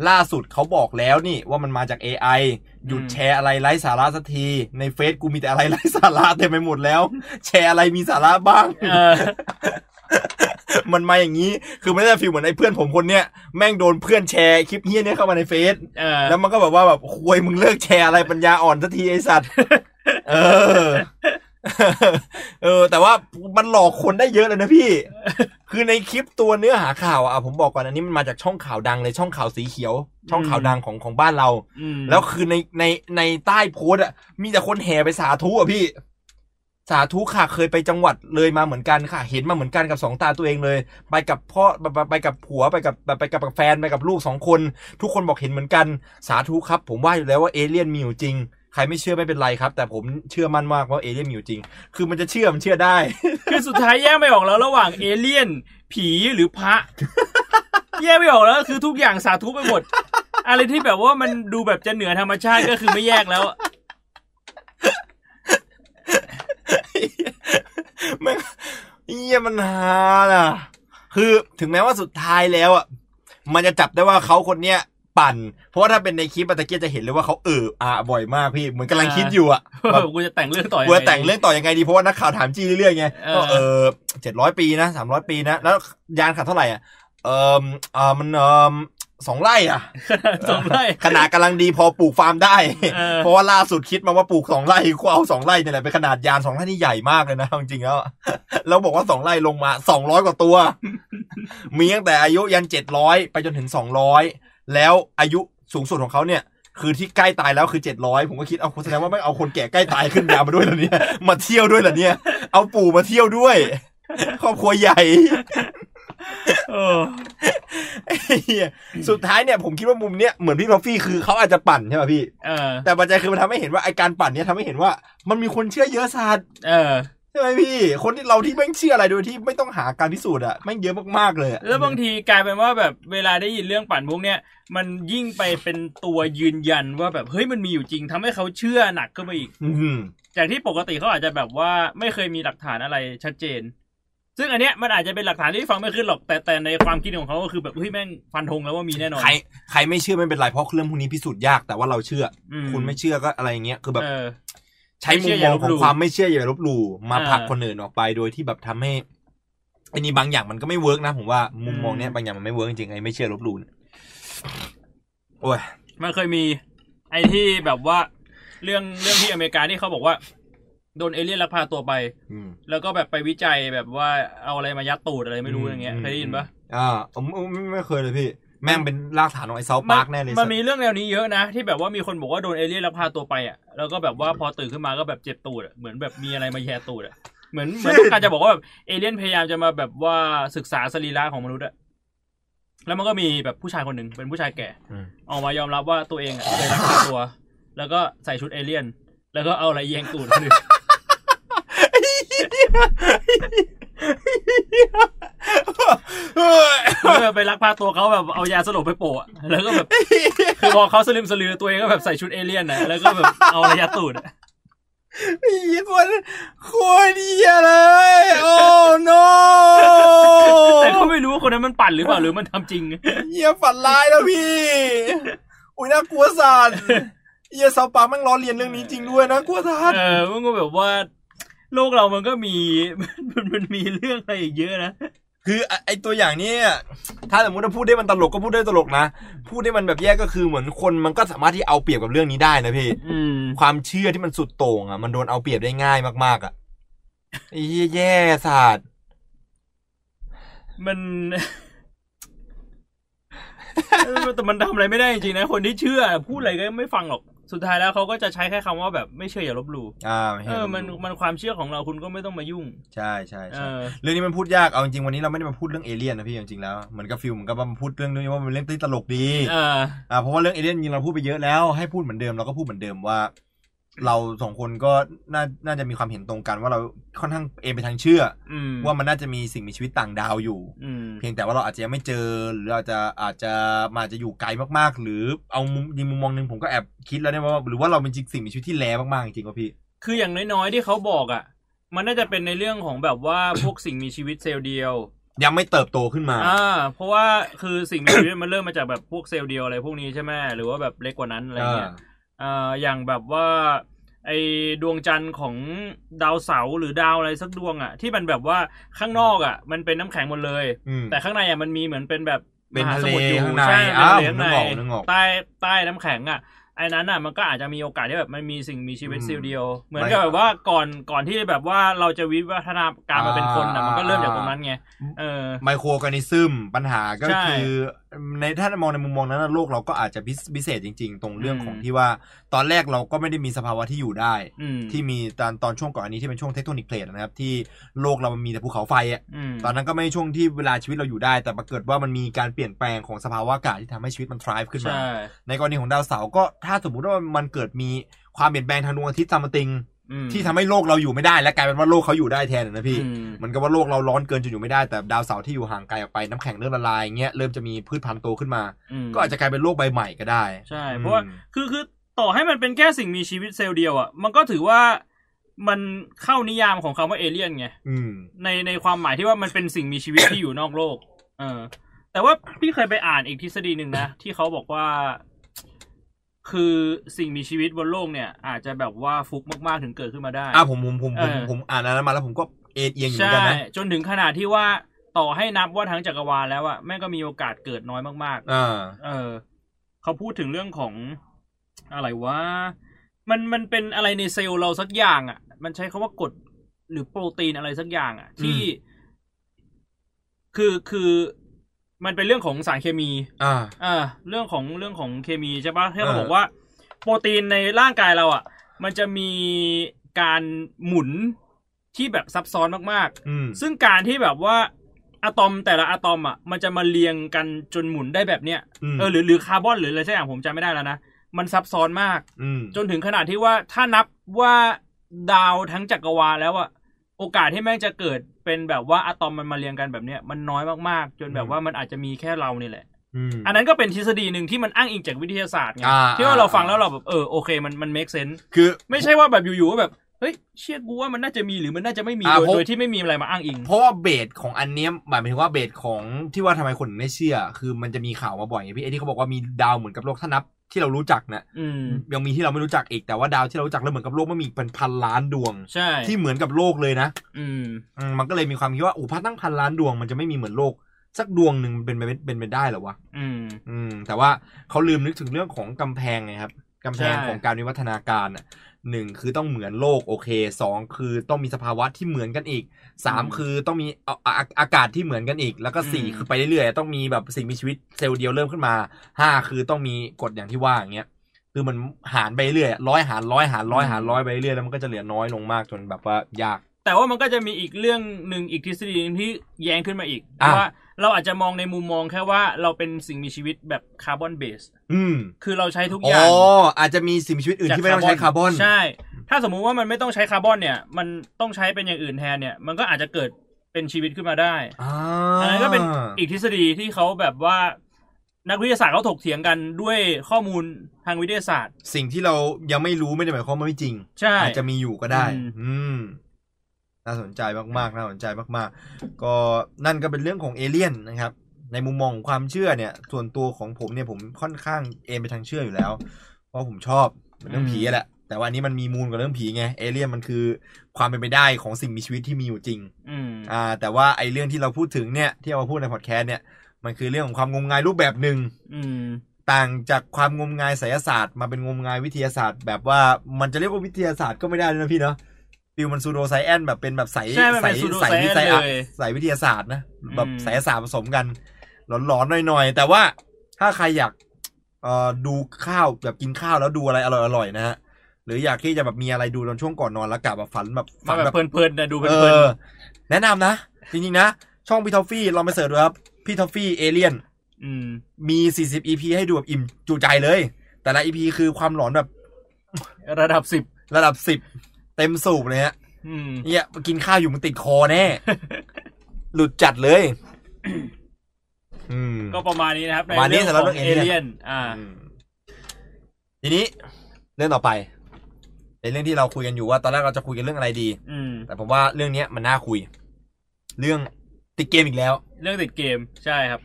[SPEAKER 1] ล่าสุดเขาบอกแล้วนี่ว่ามันมาจาก AI หยุด
[SPEAKER 2] อืม
[SPEAKER 1] แชร์อะไรไร้สาระสักที ในเฟซกูมีแต่อะไร ไร้สาระเต็มไปหมดแล้ว แชร์อะไรมีสาระบ้าง
[SPEAKER 2] เออ
[SPEAKER 1] มันมาอย่างนี้ คือไม่ได้ฟีลเหมือนไอ้เพื่อนผมคนเนี้ยแม่งโดนเพื่อนแชร์คลิปเฮี้ยเนี้ยเข้ามาในเฟซ
[SPEAKER 2] เออ
[SPEAKER 1] แล้วมันก็แบบว่าแบบควยมึงเลิกแชร์อะไรปัญญาอ่อนสักทีไอสัตว์ เออ เออ แต่ว่ามันหลอกคนได้เยอะเลยนะพี่ คือในคลิปตัวเนื้อหาข่าวอ่ะผมบอกก่อนอันนี้มันมาจากช่องข่าวดังเลยช่องข่าวสีเขียว ช่องข่าวดังของของบ้านเรา
[SPEAKER 2] อืม
[SPEAKER 1] แล้วคือในในในใต้โพสต์อ่ะมีแต่คนแห่ไปสาธุอ่ะพี่ สาธุค่ะเคยไปจังหวัดเลยมาเหมือนกันค่ะ เห็นมาเหมือนกันกับสองตาตัวเองเลย ไปกับพ่อไปไปไปกับผัวไปกับไปไปกับแฟนไปกับลูกสองคน ทุกคนบอกเห็นเหมือนกัน สาธุครับ ผมว่าอยู่แล้วว่าเอเลี่ยนมีอยู่จริง ใครไม่เชื่อไม่เป็นไรครับ แต่ผมเชื่อมั่นมากว่าเอเลี่ยนมีอยู่จริง คือมันจะเชื่อมันเชื่อได้
[SPEAKER 2] คือสุดท้ายแยกไม่ออกแล้วระหว่างเอเลี่ยน ผีหรือพระ แยกไม่ออกแล้วคือทุกอย่างสาธุไปหมด อะไรที่แบบว่ามันดูแบบจะเหนือธรรมชาติก็คือไม่แยกแล้ว
[SPEAKER 1] แม่งเยี่ยมันหาล่ะ คือถึงแม้ว่าสุดท้ายแล้วอ่ะ มันจะจับได้ว่าเขาคนเนี้ยปั่น เพราะว่าถ้าเป็นในคลิปอะตะเกียจะเห็นเลยว่าเขาเอออ่ะบ่อยมากพี่ เหมือนกำลังคิดอยู่ อ่ะ
[SPEAKER 2] เอ
[SPEAKER 1] แบ
[SPEAKER 2] อบ กูจะแต่งเรื่องต่อยั
[SPEAKER 1] กลัว
[SPEAKER 2] ไ
[SPEAKER 1] แต่งเรื่องต่อยังไงดี เพราะว่านักข่าวถามจี้เรื่อยๆไง
[SPEAKER 2] เออ
[SPEAKER 1] ก็เออเจ็ดร้อยปีนะสามร้อยปีนะ แล้วยานขาดเท่าไหร่อ่ะ เออเออมันเออสองไร่อ่ะ
[SPEAKER 2] สองไร่
[SPEAKER 1] ขนาดกำลังดีพอปลูกฟาร์มได้
[SPEAKER 2] เออ
[SPEAKER 1] เพราะว่าล่าสุดคิดมาว่าปลูกสองไร่กูเอาสองไร่เนี่ยแหละเป็นขนาดยานสองไร่นี่ใหญ่มากเลยนะเอาจริงๆแล้วอะ แล้วบอกว่าสองไร่ลงมาสองร้อยกว่าตัว มีตั้งแต่อายุยันเจ็ดร้อยไปจนถึงสองร้อยแล้วอายุสูงสุดของเขาเนี่ย คือที่ใกล้ตายแล้วคือเจ็ดร้อยผมก็คิดเอาแสดงว่าไม่งเอาคนแก่ใกล้ตายขึ้นยานมาด้วยเหรอเนี่ยมาเที่ยวด้วยเหรอเนี่ย เอาปู่มาเที่ยวด้วย ครอบครัวใหญ่
[SPEAKER 2] เออ
[SPEAKER 1] เหี้ยสุดท้ายเนี่ยผมคิดว่ามุมเนี้ยเหมือนพี่พอฟฟี่คือเขาอาจจะปั่นใช่ป่ะพี่
[SPEAKER 2] เออ
[SPEAKER 1] แต่ปัจจัยคือมันทำให้เห็นว่าไอการปั่นเนี่ยทำให้เห็นว่ามันมีคนเชื่อเยอะสัตว์
[SPEAKER 2] เออ
[SPEAKER 1] ใช่ไหมพี่ คนที่เราที่แม่งเชื่ออะไรโดยที่ไม่ต้องหาการพิสูจน์อะแม่งเยอะมากๆเลยอะ
[SPEAKER 2] แล้วบางทีกลายเป็นว่าแบบเวลาได้ยินเรื่องปั่นพวกเนี้ยมันยิ่งไปเป็นตัวยืนยันว่าแบบเฮ้ยมันมีอยู่จริงทำให้เขาเชื่อหนักขึ้นไปอีก
[SPEAKER 1] อืม
[SPEAKER 2] จากที่ปกติเขาอาจจะแบบว่าไม่เคยมีหลักฐานอะไรชัดเจน ซึ่งอันเนี้ยมันอาจจะเป็นหลักฐานที่ฟังไม่ขึ้นหรอกแต่แต่ในความคิดของเขาก็คือแบบเฮ้ยแม่งฟันธงแล้วว่ามีแน่นอน
[SPEAKER 1] ใครใครไม่เชื่อไม่เป็นไรเพราะเรื่องพวกนี้พิสูจน์ยากแต่ว่าเราเชื่อ
[SPEAKER 2] อื
[SPEAKER 1] อคุณไม่เชื่อก็อะไรอย่างเงี้ยคือแบบ
[SPEAKER 2] เออ
[SPEAKER 1] ใช้มุมมองของความไม่เชื่ออย่าไปลบหลู่มาผลักคนอื่นออกไปโดยที่แบบทำให้ไอ้นี่บางอย่างมันก็ไม่เวิร์กนะผมว่ามุมมองเนี้ย
[SPEAKER 2] อืม
[SPEAKER 1] บางอย่างมันไม่เวิร์กจริงๆไอ้ไม่เชื่อลบหลู่เนี่ยโอ้ย
[SPEAKER 2] มันเคยมีไอ้ที่แบบว่าเรื่องเรื่องที่อเมริกาที่เขาบอกว่า โดนเอเลี่ยนลักพาตัวไป
[SPEAKER 1] อืม
[SPEAKER 2] แล้วก็แบบไปวิจัยแบบว่าเอาอะไรมายัดตูดอะไรไม่รู้อย่างเงี้ยเคยได้ยินปะ
[SPEAKER 1] อ่าผมผมไม่เคยเลยพี่ แม่งเป็นรากฐานของไอ้เซาปาร์กแน่เลย
[SPEAKER 2] มันมีเรื่องแนวนี้เยอะนะ ที่แบบว่ามีคนบอกว่าโดนเอเลี่ยนลักพาตัวไปอ่ะแล้วก็แบบว่าพอตื่นขึ้นมาก็แบบเจ็บตูดอะเหมือนแบบมีอะไรมาแย่ตูดอ่ะเหมือน เหมือนต้องการจะบอกว่าแบบเอเลี่ยนพยายามจะมาแบบว่าศึกษาสรีระของมนุษย์อ่ะแล้วมันก็มีแบบผู้ชายคนหนึ่งเป็นผู้ชายแก่
[SPEAKER 1] อืม
[SPEAKER 2] ออกมายอมรับว่าตัวเองอ่ะเคยลักพาตัว แล้วก็ใส่ชุดเอเลี่ยน แล้วก็เอาอะไรแยงตูดคน อื่น
[SPEAKER 1] เฮ้ย
[SPEAKER 2] แล้วก็ไปลักพาตัวเขาแบบเอายาสลบไปโปะอะแล้วก็แบบคือพอเขาสลืมสลือตัวเองก็แบบใส่ชุดเอเลี่ยนนะแล้วก็แบบเอาอะไรยัดตูดอะ
[SPEAKER 1] ไอ้เหี้ยคนคนเหี้ยเลยโอ้ no
[SPEAKER 2] แต่ก็ไม่รู้ว่าคนนั้นมันปั่นหรือเปล่าหรือมันทำจริง
[SPEAKER 1] เยี่ยฝันร้ายแล้วพี่ อุ้ยน่ากลัวสัตว์เยี่ยสาวปากแม่งล้อเลียนเรื่องนี้จริงด้วยนะกลัวสัตว์
[SPEAKER 2] เออมันก็แบบว่า โลกเรามันก็มี มันมันมีเรื่องอะไรอีกเยอะนะ
[SPEAKER 1] คือไอไอตัวอย่างเนี้ยถ้าสมมติว่าพูดได้มันตลกก็พูดได้ตลกนะ พูดได้มันแบบแย่ก็คือเหมือนคนมันก็สามารถที่เอาเปรียบกับเรื่องนี้ได้นะพี่
[SPEAKER 2] อืม
[SPEAKER 1] ความเชื่อที่มันสุดโต่งอ่ะมันโดนเอาเปรียบได้ง่ายมากๆอ่ะไอ้เหี้ยแย่สัตว์
[SPEAKER 2] มัน เออแต่มันทำอะไรไม่ได้จริงๆนะ คนที่เชื่อ พูดอะไรก็ไม่ฟังหรอก สุดท้ายแล้วเขาก็จะใช้แค่คำว่าแบบไม่เชื่ออย่าลบหลู่
[SPEAKER 1] อ่า
[SPEAKER 2] เออ มันมันความเชื่อของเราคุณก็ไม่ต้องมายุ่ง
[SPEAKER 1] ใช่ใช่
[SPEAKER 2] เอ
[SPEAKER 1] ใช่
[SPEAKER 2] อ
[SPEAKER 1] เรื่องนี้มันพูดยาก เอาจริงๆวันนี้เราไม่ได้มาพูดเรื่องเอเลี่ยนนะพี่จริงๆแล้ว เหมือนกับฟิลเหมือนกับว่ามันพูดเรื่องนี้ว่ามันเป็นเรื่องที่ตลกดี
[SPEAKER 2] เออ
[SPEAKER 1] อ่าเพราะว่าเรื่องเอเลี่ยนจริงเราพูดไปเยอะแล้วให้พูดเหมือนเดิมเราก็พูดเหมือนเดิมว่า เราสองคนก็น่าน่าจะมีความเห็นตรงกันว่าเราค่อนข้างเอนไปทางเชื่อ
[SPEAKER 2] อืม
[SPEAKER 1] อว่ามันน่าจะมีสิ่งมีชีวิตต่างดาวอยู่
[SPEAKER 2] อืม
[SPEAKER 1] เพียงแต่ว่าเราอาจจะยังไม่เจอหรืออาจจะอาจจะมาจะอยู่ไกลมากๆ หรือเอามุมยิงมุมมองหนึ่งผมก็แอบคิดแล้วเนี่ยว่าหรือว่าเราเป็นจริงสิ่งมีชีวิตที่แร้มากๆจริงๆวะพี่
[SPEAKER 2] คืออย่างน้อยๆที่เขาบอกอ่ะ มันน่าจะเป็นในเรื่องของแบบว่าพวกสิ่งมีชีวิตเซลล์เดียว
[SPEAKER 1] ยังไม่เติบโตขึ้นมา
[SPEAKER 2] อ่า เพราะว่าคือสิ่งมีชีวิตมันเริ่มมาจากแบบพวกเซลล์เดียวอะไรพวกนี้ใช่ไหมหรือว่าแบบเล็กกว่านั้นอะไรเงี้ยอ่าอย่างแบบว่า ไอดวงจันทร์ของดาวเสาร์หรือดาวอะไรสักดวงอ่ะ ที่มันแบบว่าข้างนอกอ่ะ มันเป็นน้ำแข็งหมดเลย
[SPEAKER 1] อืม
[SPEAKER 2] แต่ข้างในอ่ะมันมีเหมือนเป็นแบบ
[SPEAKER 1] เป็น
[SPEAKER 2] มหา
[SPEAKER 1] ทะ
[SPEAKER 2] ส
[SPEAKER 1] เล
[SPEAKER 2] มุทรอยู่
[SPEAKER 1] ข้างใน
[SPEAKER 2] ใช่
[SPEAKER 1] อ้าว
[SPEAKER 2] เป็นทะเลข้างใน
[SPEAKER 1] นึกออกนึกออก
[SPEAKER 2] ใต้ใต้น้ำแข็งอ่ะไอ้นั้นอ่ะมันก็อาจจะมีโอกาสที่แบบมันมีสิ่งมีชีวิต
[SPEAKER 1] อืม
[SPEAKER 2] เซลล์เดียว เหมือน
[SPEAKER 1] ไม่
[SPEAKER 2] กับแบบว่าก่อนก่อนที่แบบว่าเราจะวิวัฒนาการมาเป็นคนอ่ะมันก็เริ่มจากตรงนั้นไง
[SPEAKER 1] อ่า
[SPEAKER 2] เออ
[SPEAKER 1] ไมโครออร์แกนิซึมปัญหาก็
[SPEAKER 2] ใช่
[SPEAKER 1] คือในถ้ามองในมุมมองนั้นนะโลกเราก็อาจจะพิพิเศษจริง ๆ ตรงเรื่อง
[SPEAKER 2] อืม
[SPEAKER 1] ของที่ว่า ตอนแรกเราก็ไม่ได้มีสภาวะที่อยู่ได้
[SPEAKER 2] อืม
[SPEAKER 1] ที่มีตอนตอนช่วงก่อนอันนี้ที่เป็นช่วงเทคโทนิกเพลทนะครับ ที่โลกเรามันมีแต่ภูเขาไฟอะ
[SPEAKER 2] ม
[SPEAKER 1] ตอนนั้นก็ไม่ใช่ช่วงที่เวลาชีวิตเราอยู่ได้ แต่ปรากฏว่ามันมีการเปลี่ยนแปลงของสภาวะอากาศที่ทำให้ชีวิตมัน thrive ขึ้นมา
[SPEAKER 2] ใช่
[SPEAKER 1] ในกรณีของดาวเสาร์ก็ถ้าสมมติว่ามันเกิดมีความเปลี่ยนแปลงทางดวงอาทิตย์ซัมติง
[SPEAKER 2] อืม
[SPEAKER 1] ที่ทำให้โลกเราอยู่ไม่ได้ และกลายเป็นว่าโลกเขาอยู่ได้แทนนะพี่
[SPEAKER 2] อืม
[SPEAKER 1] เหมันก็ว่าโลกเราร้อนเกินจนอยู่ไม่ได้แต่ดาวเสาร์ที่อยู่ห่างไกลออกไปน้ำแข็งเริ่มละลายอย่างเงี้ยเริ่มจะมีพืชพันธุ์โตขึ้นมา
[SPEAKER 2] ม
[SPEAKER 1] ก็อาจจะกลายเป็นโลกใบใหม่ก็ได้
[SPEAKER 2] ใช่ เพราะว่าคือคือต่อให้มันเป็นแค่สิ่งมีชีวิตเซลล์เดียวอ่ะมันก็ถือว่ามันเข้านิยามของคำว่าเอเลี่ยนไง
[SPEAKER 1] อืม
[SPEAKER 2] ในในความหมายที่ว่ามันเป็นสิ่งมีชีวิต ที่อยู่นอกโลก เออ แต่ว่าพี่เคยไปอ่านอีกทฤษฎีหนึ่ง นะ ที่เขาบอกว่า คือสิ่งมีชีวิตบนโลกเนี่ย อาจจะแบบว่าฟุกมากๆถึงเกิดขึ้นมาได้
[SPEAKER 1] อ่าผมผมผมผม
[SPEAKER 2] เออ
[SPEAKER 1] ผมอ่านอันนั้นมาแล้วผมก็เอ็นเอียงอยู่เหมือน
[SPEAKER 2] ใช่
[SPEAKER 1] กันนะ
[SPEAKER 2] จนถึงขนาดที่ว่าต่อให้นับว่าทั้งจักรวาลแล้วอะแม่งก็มีโอกาสเกิดน้อยมากๆ
[SPEAKER 1] อ่า
[SPEAKER 2] เออเขาพูดถึงเรื่องของอะไรวะมันมันเป็นอะไรในเซลล์เราสักอย่างอะ่ะ มันใช้คาว่ากรดหรือโปรตีนอะไรสักอย่างอะ่ะ ที่ คือคือมันเป็นเรื่องของสารเคมี
[SPEAKER 1] อ่า
[SPEAKER 2] เออเรื่องของเรื่องของเคมีใช่ปะที่เรา
[SPEAKER 1] เออ
[SPEAKER 2] บอกว่า โปรตีนในร่างกายเราอะ่ะ มันจะมีการหมุนที่แบบซับซ้อนมากๆ
[SPEAKER 1] อืม
[SPEAKER 2] ซึ่งการที่แบบว่าอะตอมแต่ละอะตอมอ่ะมันจะมาเรียงกันจนหมุนได้แบบเนี้ย
[SPEAKER 1] ม
[SPEAKER 2] เออหรือหรือคาร์บอนหรืออะไรสักอย่างผมจำไม่ได้แล้วนะ มันซับซ้อนมาก
[SPEAKER 1] อืม
[SPEAKER 2] จนถึงขนาดที่ว่าถ้านับว่าดาวทั้งจักรวาลแล้วอ่ะ โอกาสที่แม่งจะเกิดเป็นแบบว่าอะตอมมันมาเรียงกันแบบเนี้ยมันน้อยมากๆ จนแบบว่ามันอาจจะมีแค่เรานี่แหละ
[SPEAKER 1] อืม
[SPEAKER 2] อันนั้นก็เป็นทฤษฎีหนึ่งที่มันอ้างอิงจากวิทยาศาสตร์ไง
[SPEAKER 1] อ่า
[SPEAKER 2] ที่ว่าเราฟังแล้วเราแบบเออโอเคมันมัน make sense
[SPEAKER 1] คือ
[SPEAKER 2] ไม่ใช่ว่าแบบอยู่ๆว่าแบบเฮ้ยเชื่อกูว่ามันน่าจะมีหรือมันน่าจะไม่มี
[SPEAKER 1] อ่า
[SPEAKER 2] โดย
[SPEAKER 1] ผม
[SPEAKER 2] โดยที่ไม่มีอะไรมาอ้างอิง
[SPEAKER 1] เพราะว่าเบสของอันเนี้ยหมายถึงว่าเบสของที่ว่าทำไมคนถึงไม่เชื่อ คือมันจะมีข่าวมาบ่อยไงพี่ไอ้ที่เขาบอกว่ามีดาวเหมือนกับโลกถ้านับที่เรารู้จักนะ
[SPEAKER 2] อืม
[SPEAKER 1] ยังมีที่เราไม่รู้จักอีกแต่ว่าดาวที่เรารู้จักแล้วเหมือนกับโลกไม่มีเป็นพันล้านดวง
[SPEAKER 2] ใช่
[SPEAKER 1] ที่เหมือนกับโลกเลยนะ
[SPEAKER 2] อืม
[SPEAKER 1] อืมมันก็เลยมีความคิดว่าอูพัดตั้งพันล้านดวงมันจะไม่มีเหมือนโลก สักดวงหนึ่งเป็นไปไม่เป็นไปได้เหรอวะ
[SPEAKER 2] อืม
[SPEAKER 1] อืมแต่ว่าเขาลืมนึกถึงเรื่องของกำแพงไงครับกำแพง
[SPEAKER 2] ใช่
[SPEAKER 1] ของการวิวัฒนาการอ่ะหนึ่งคือต้องเหมือนโลกโอเคสองคือต้องมีสภาวะที่เหมือนกันอีกสามคือต้องมีเอาอาอาอากาศที่เหมือนกันอีก แล้วก็สี่คือไปเรื่อยๆต้องมีแบบสิ่งมีชีวิตเซลล์เดียวเริ่มขึ้นมาห้าคือต้องมีกฎอย่างที่ว่าอย่างเงี้ยคือมันหารไปเรื่อยร้อยหารร้อยหารร้อยหารร้อยไปเรื่อยแล้วมันก็จะเหลือน้อยลงมากจนแบบว่ายาก
[SPEAKER 2] แต่ว่ามันก็จะมีอีกเรื่องหนึ่งอีกทฤษฎีหนึงที่แย้งขึ้นมาอีก
[SPEAKER 1] อ่ะ
[SPEAKER 2] ว่าเราอาจจะมองในมุมมองแค่ว่าเราเป็นสิ่งมีชีวิตแบบคาร์บอนเบส
[SPEAKER 1] อืม
[SPEAKER 2] คือเราใช้ทุกอ
[SPEAKER 1] อ๋อย่าง อาจจะมีสิ่งมีชีวิตอื่นที่ไม่ต้องใช้คาร์บอน
[SPEAKER 2] ใช่ ถ้าสมมุติว่ามันไม่ต้องใช้คาร์บอนเนี่ย มันต้องใช้เป็นอย่างอื่นแทนเนี่ย มันก็อาจจะเกิดเป็นชีวิตขึ้นมาได้
[SPEAKER 1] อ่า
[SPEAKER 2] อันนั้นก็เป็นอีกทฤษฎีที่เขาแบบว่า นักวิทยาศาสตร์เขาถกเถียงกันด้วยข้อมูลทางวิทยาศาสตร์
[SPEAKER 1] สิ่งที่เรายังไม่รู้ไม่ได้หมายความว่าไม่จริง
[SPEAKER 2] ใช่
[SPEAKER 1] อาจจะมีอยู่ก็ได้
[SPEAKER 2] อืม
[SPEAKER 1] อืม น่าสนใจมากๆ น่าสนใจมากๆ ก็นั่นก็เป็นเรื่องของเอเลี่ยนนะครับ ในมุมมองของความเชื่อเนี่ย ส่วนตัวของผมเนี่ยผมค่อนข้างเอนไปทางเชื่ออยู่แล้ว เพราะผมชอบเรื่องผีแหละ แต่ว่าอันนี้มันมีมูลกับเรื่องผีไง เอเลี่ยนมันคือความเป็นไปได้ของสิ่งมีชีวิตที่มีอยู่จริง
[SPEAKER 2] อืม
[SPEAKER 1] อ่า แต่ว่าไอ้เรื่องที่เราพูดถึงเนี่ย ที่เอามาพูดในพอดแคสต์เนี่ย มันคือเรื่องของความงมงายรูปแบบหนึ่ง
[SPEAKER 2] อืม
[SPEAKER 1] ต่างจากความงมงายไสยศาสตร์มาเป็นงมงายวิทยาศาสตร์แบบว่ามันจะเรียกว่าวิทยาศาสตร์ก็ไม่ได้เลยนะพี่เนาะฟิลมันซูโดไซแอนแบบเป็นแบบใส
[SPEAKER 2] ใช่มัน
[SPEAKER 1] ใส
[SPEAKER 2] เป็น
[SPEAKER 1] ใส
[SPEAKER 2] pseudo-science
[SPEAKER 1] วิทยา
[SPEAKER 2] เลย
[SPEAKER 1] ใสวิทยาศาสตร์นะแบบ
[SPEAKER 2] อืม
[SPEAKER 1] ไสยศาสตร์ผสมกัน หลอนๆหน่อยๆ แต่ว่าถ้าใครอยากเอ่อดูข้าวแบบกินข้าวแล้วดูอะไรอร่อยๆนะฮะหรืออยากที่จะแบบมีอะไรดูตอนช่วงก่อนนอนแล้วกลับแบบฝันแบบ
[SPEAKER 2] มา
[SPEAKER 1] ฝัน
[SPEAKER 2] แบ
[SPEAKER 1] แบบ บ
[SPEAKER 2] เพลินๆนะดูเพ
[SPEAKER 1] เอ
[SPEAKER 2] ลิน
[SPEAKER 1] อแนะนำนะ จริงๆนะ ช่องพี่ทอฟฟี่ลองไปเสิร์ชดูครับพี่ทอฟฟี่เอเลียน
[SPEAKER 2] ๆอืม
[SPEAKER 1] มี 40 EP ให้ดูแบบอิ่มจุใจเลย แต่ละ EP คือความหลอนแบบ
[SPEAKER 2] ระดับสิบ
[SPEAKER 1] ระดับ 10 เต็มสูบเลยฮะ
[SPEAKER 2] อืม
[SPEAKER 1] เนี่ยกินข้าวอยู่มันติดคอแน่ หลุดจัดเลย อืม
[SPEAKER 2] ก็ประมาณนี้นะครับ
[SPEAKER 1] ประมาณนี้สำหรับเรื่อง
[SPEAKER 2] เอ
[SPEAKER 1] Alien
[SPEAKER 2] เลียนอ่า
[SPEAKER 1] อืมทีนี้เรื่องต่อไปเป็นเรื่องที่เราคุยกันอยู่ว่า ตอนแรกเราจะคุยกันเรื่องอะไรดี
[SPEAKER 2] อืม
[SPEAKER 1] แต่ผมว่าเรื่องเนี้ยมันน่าคุย เรื่องติดเกมอีกแล้ว
[SPEAKER 2] เรื่องติดเกมใช่ครับ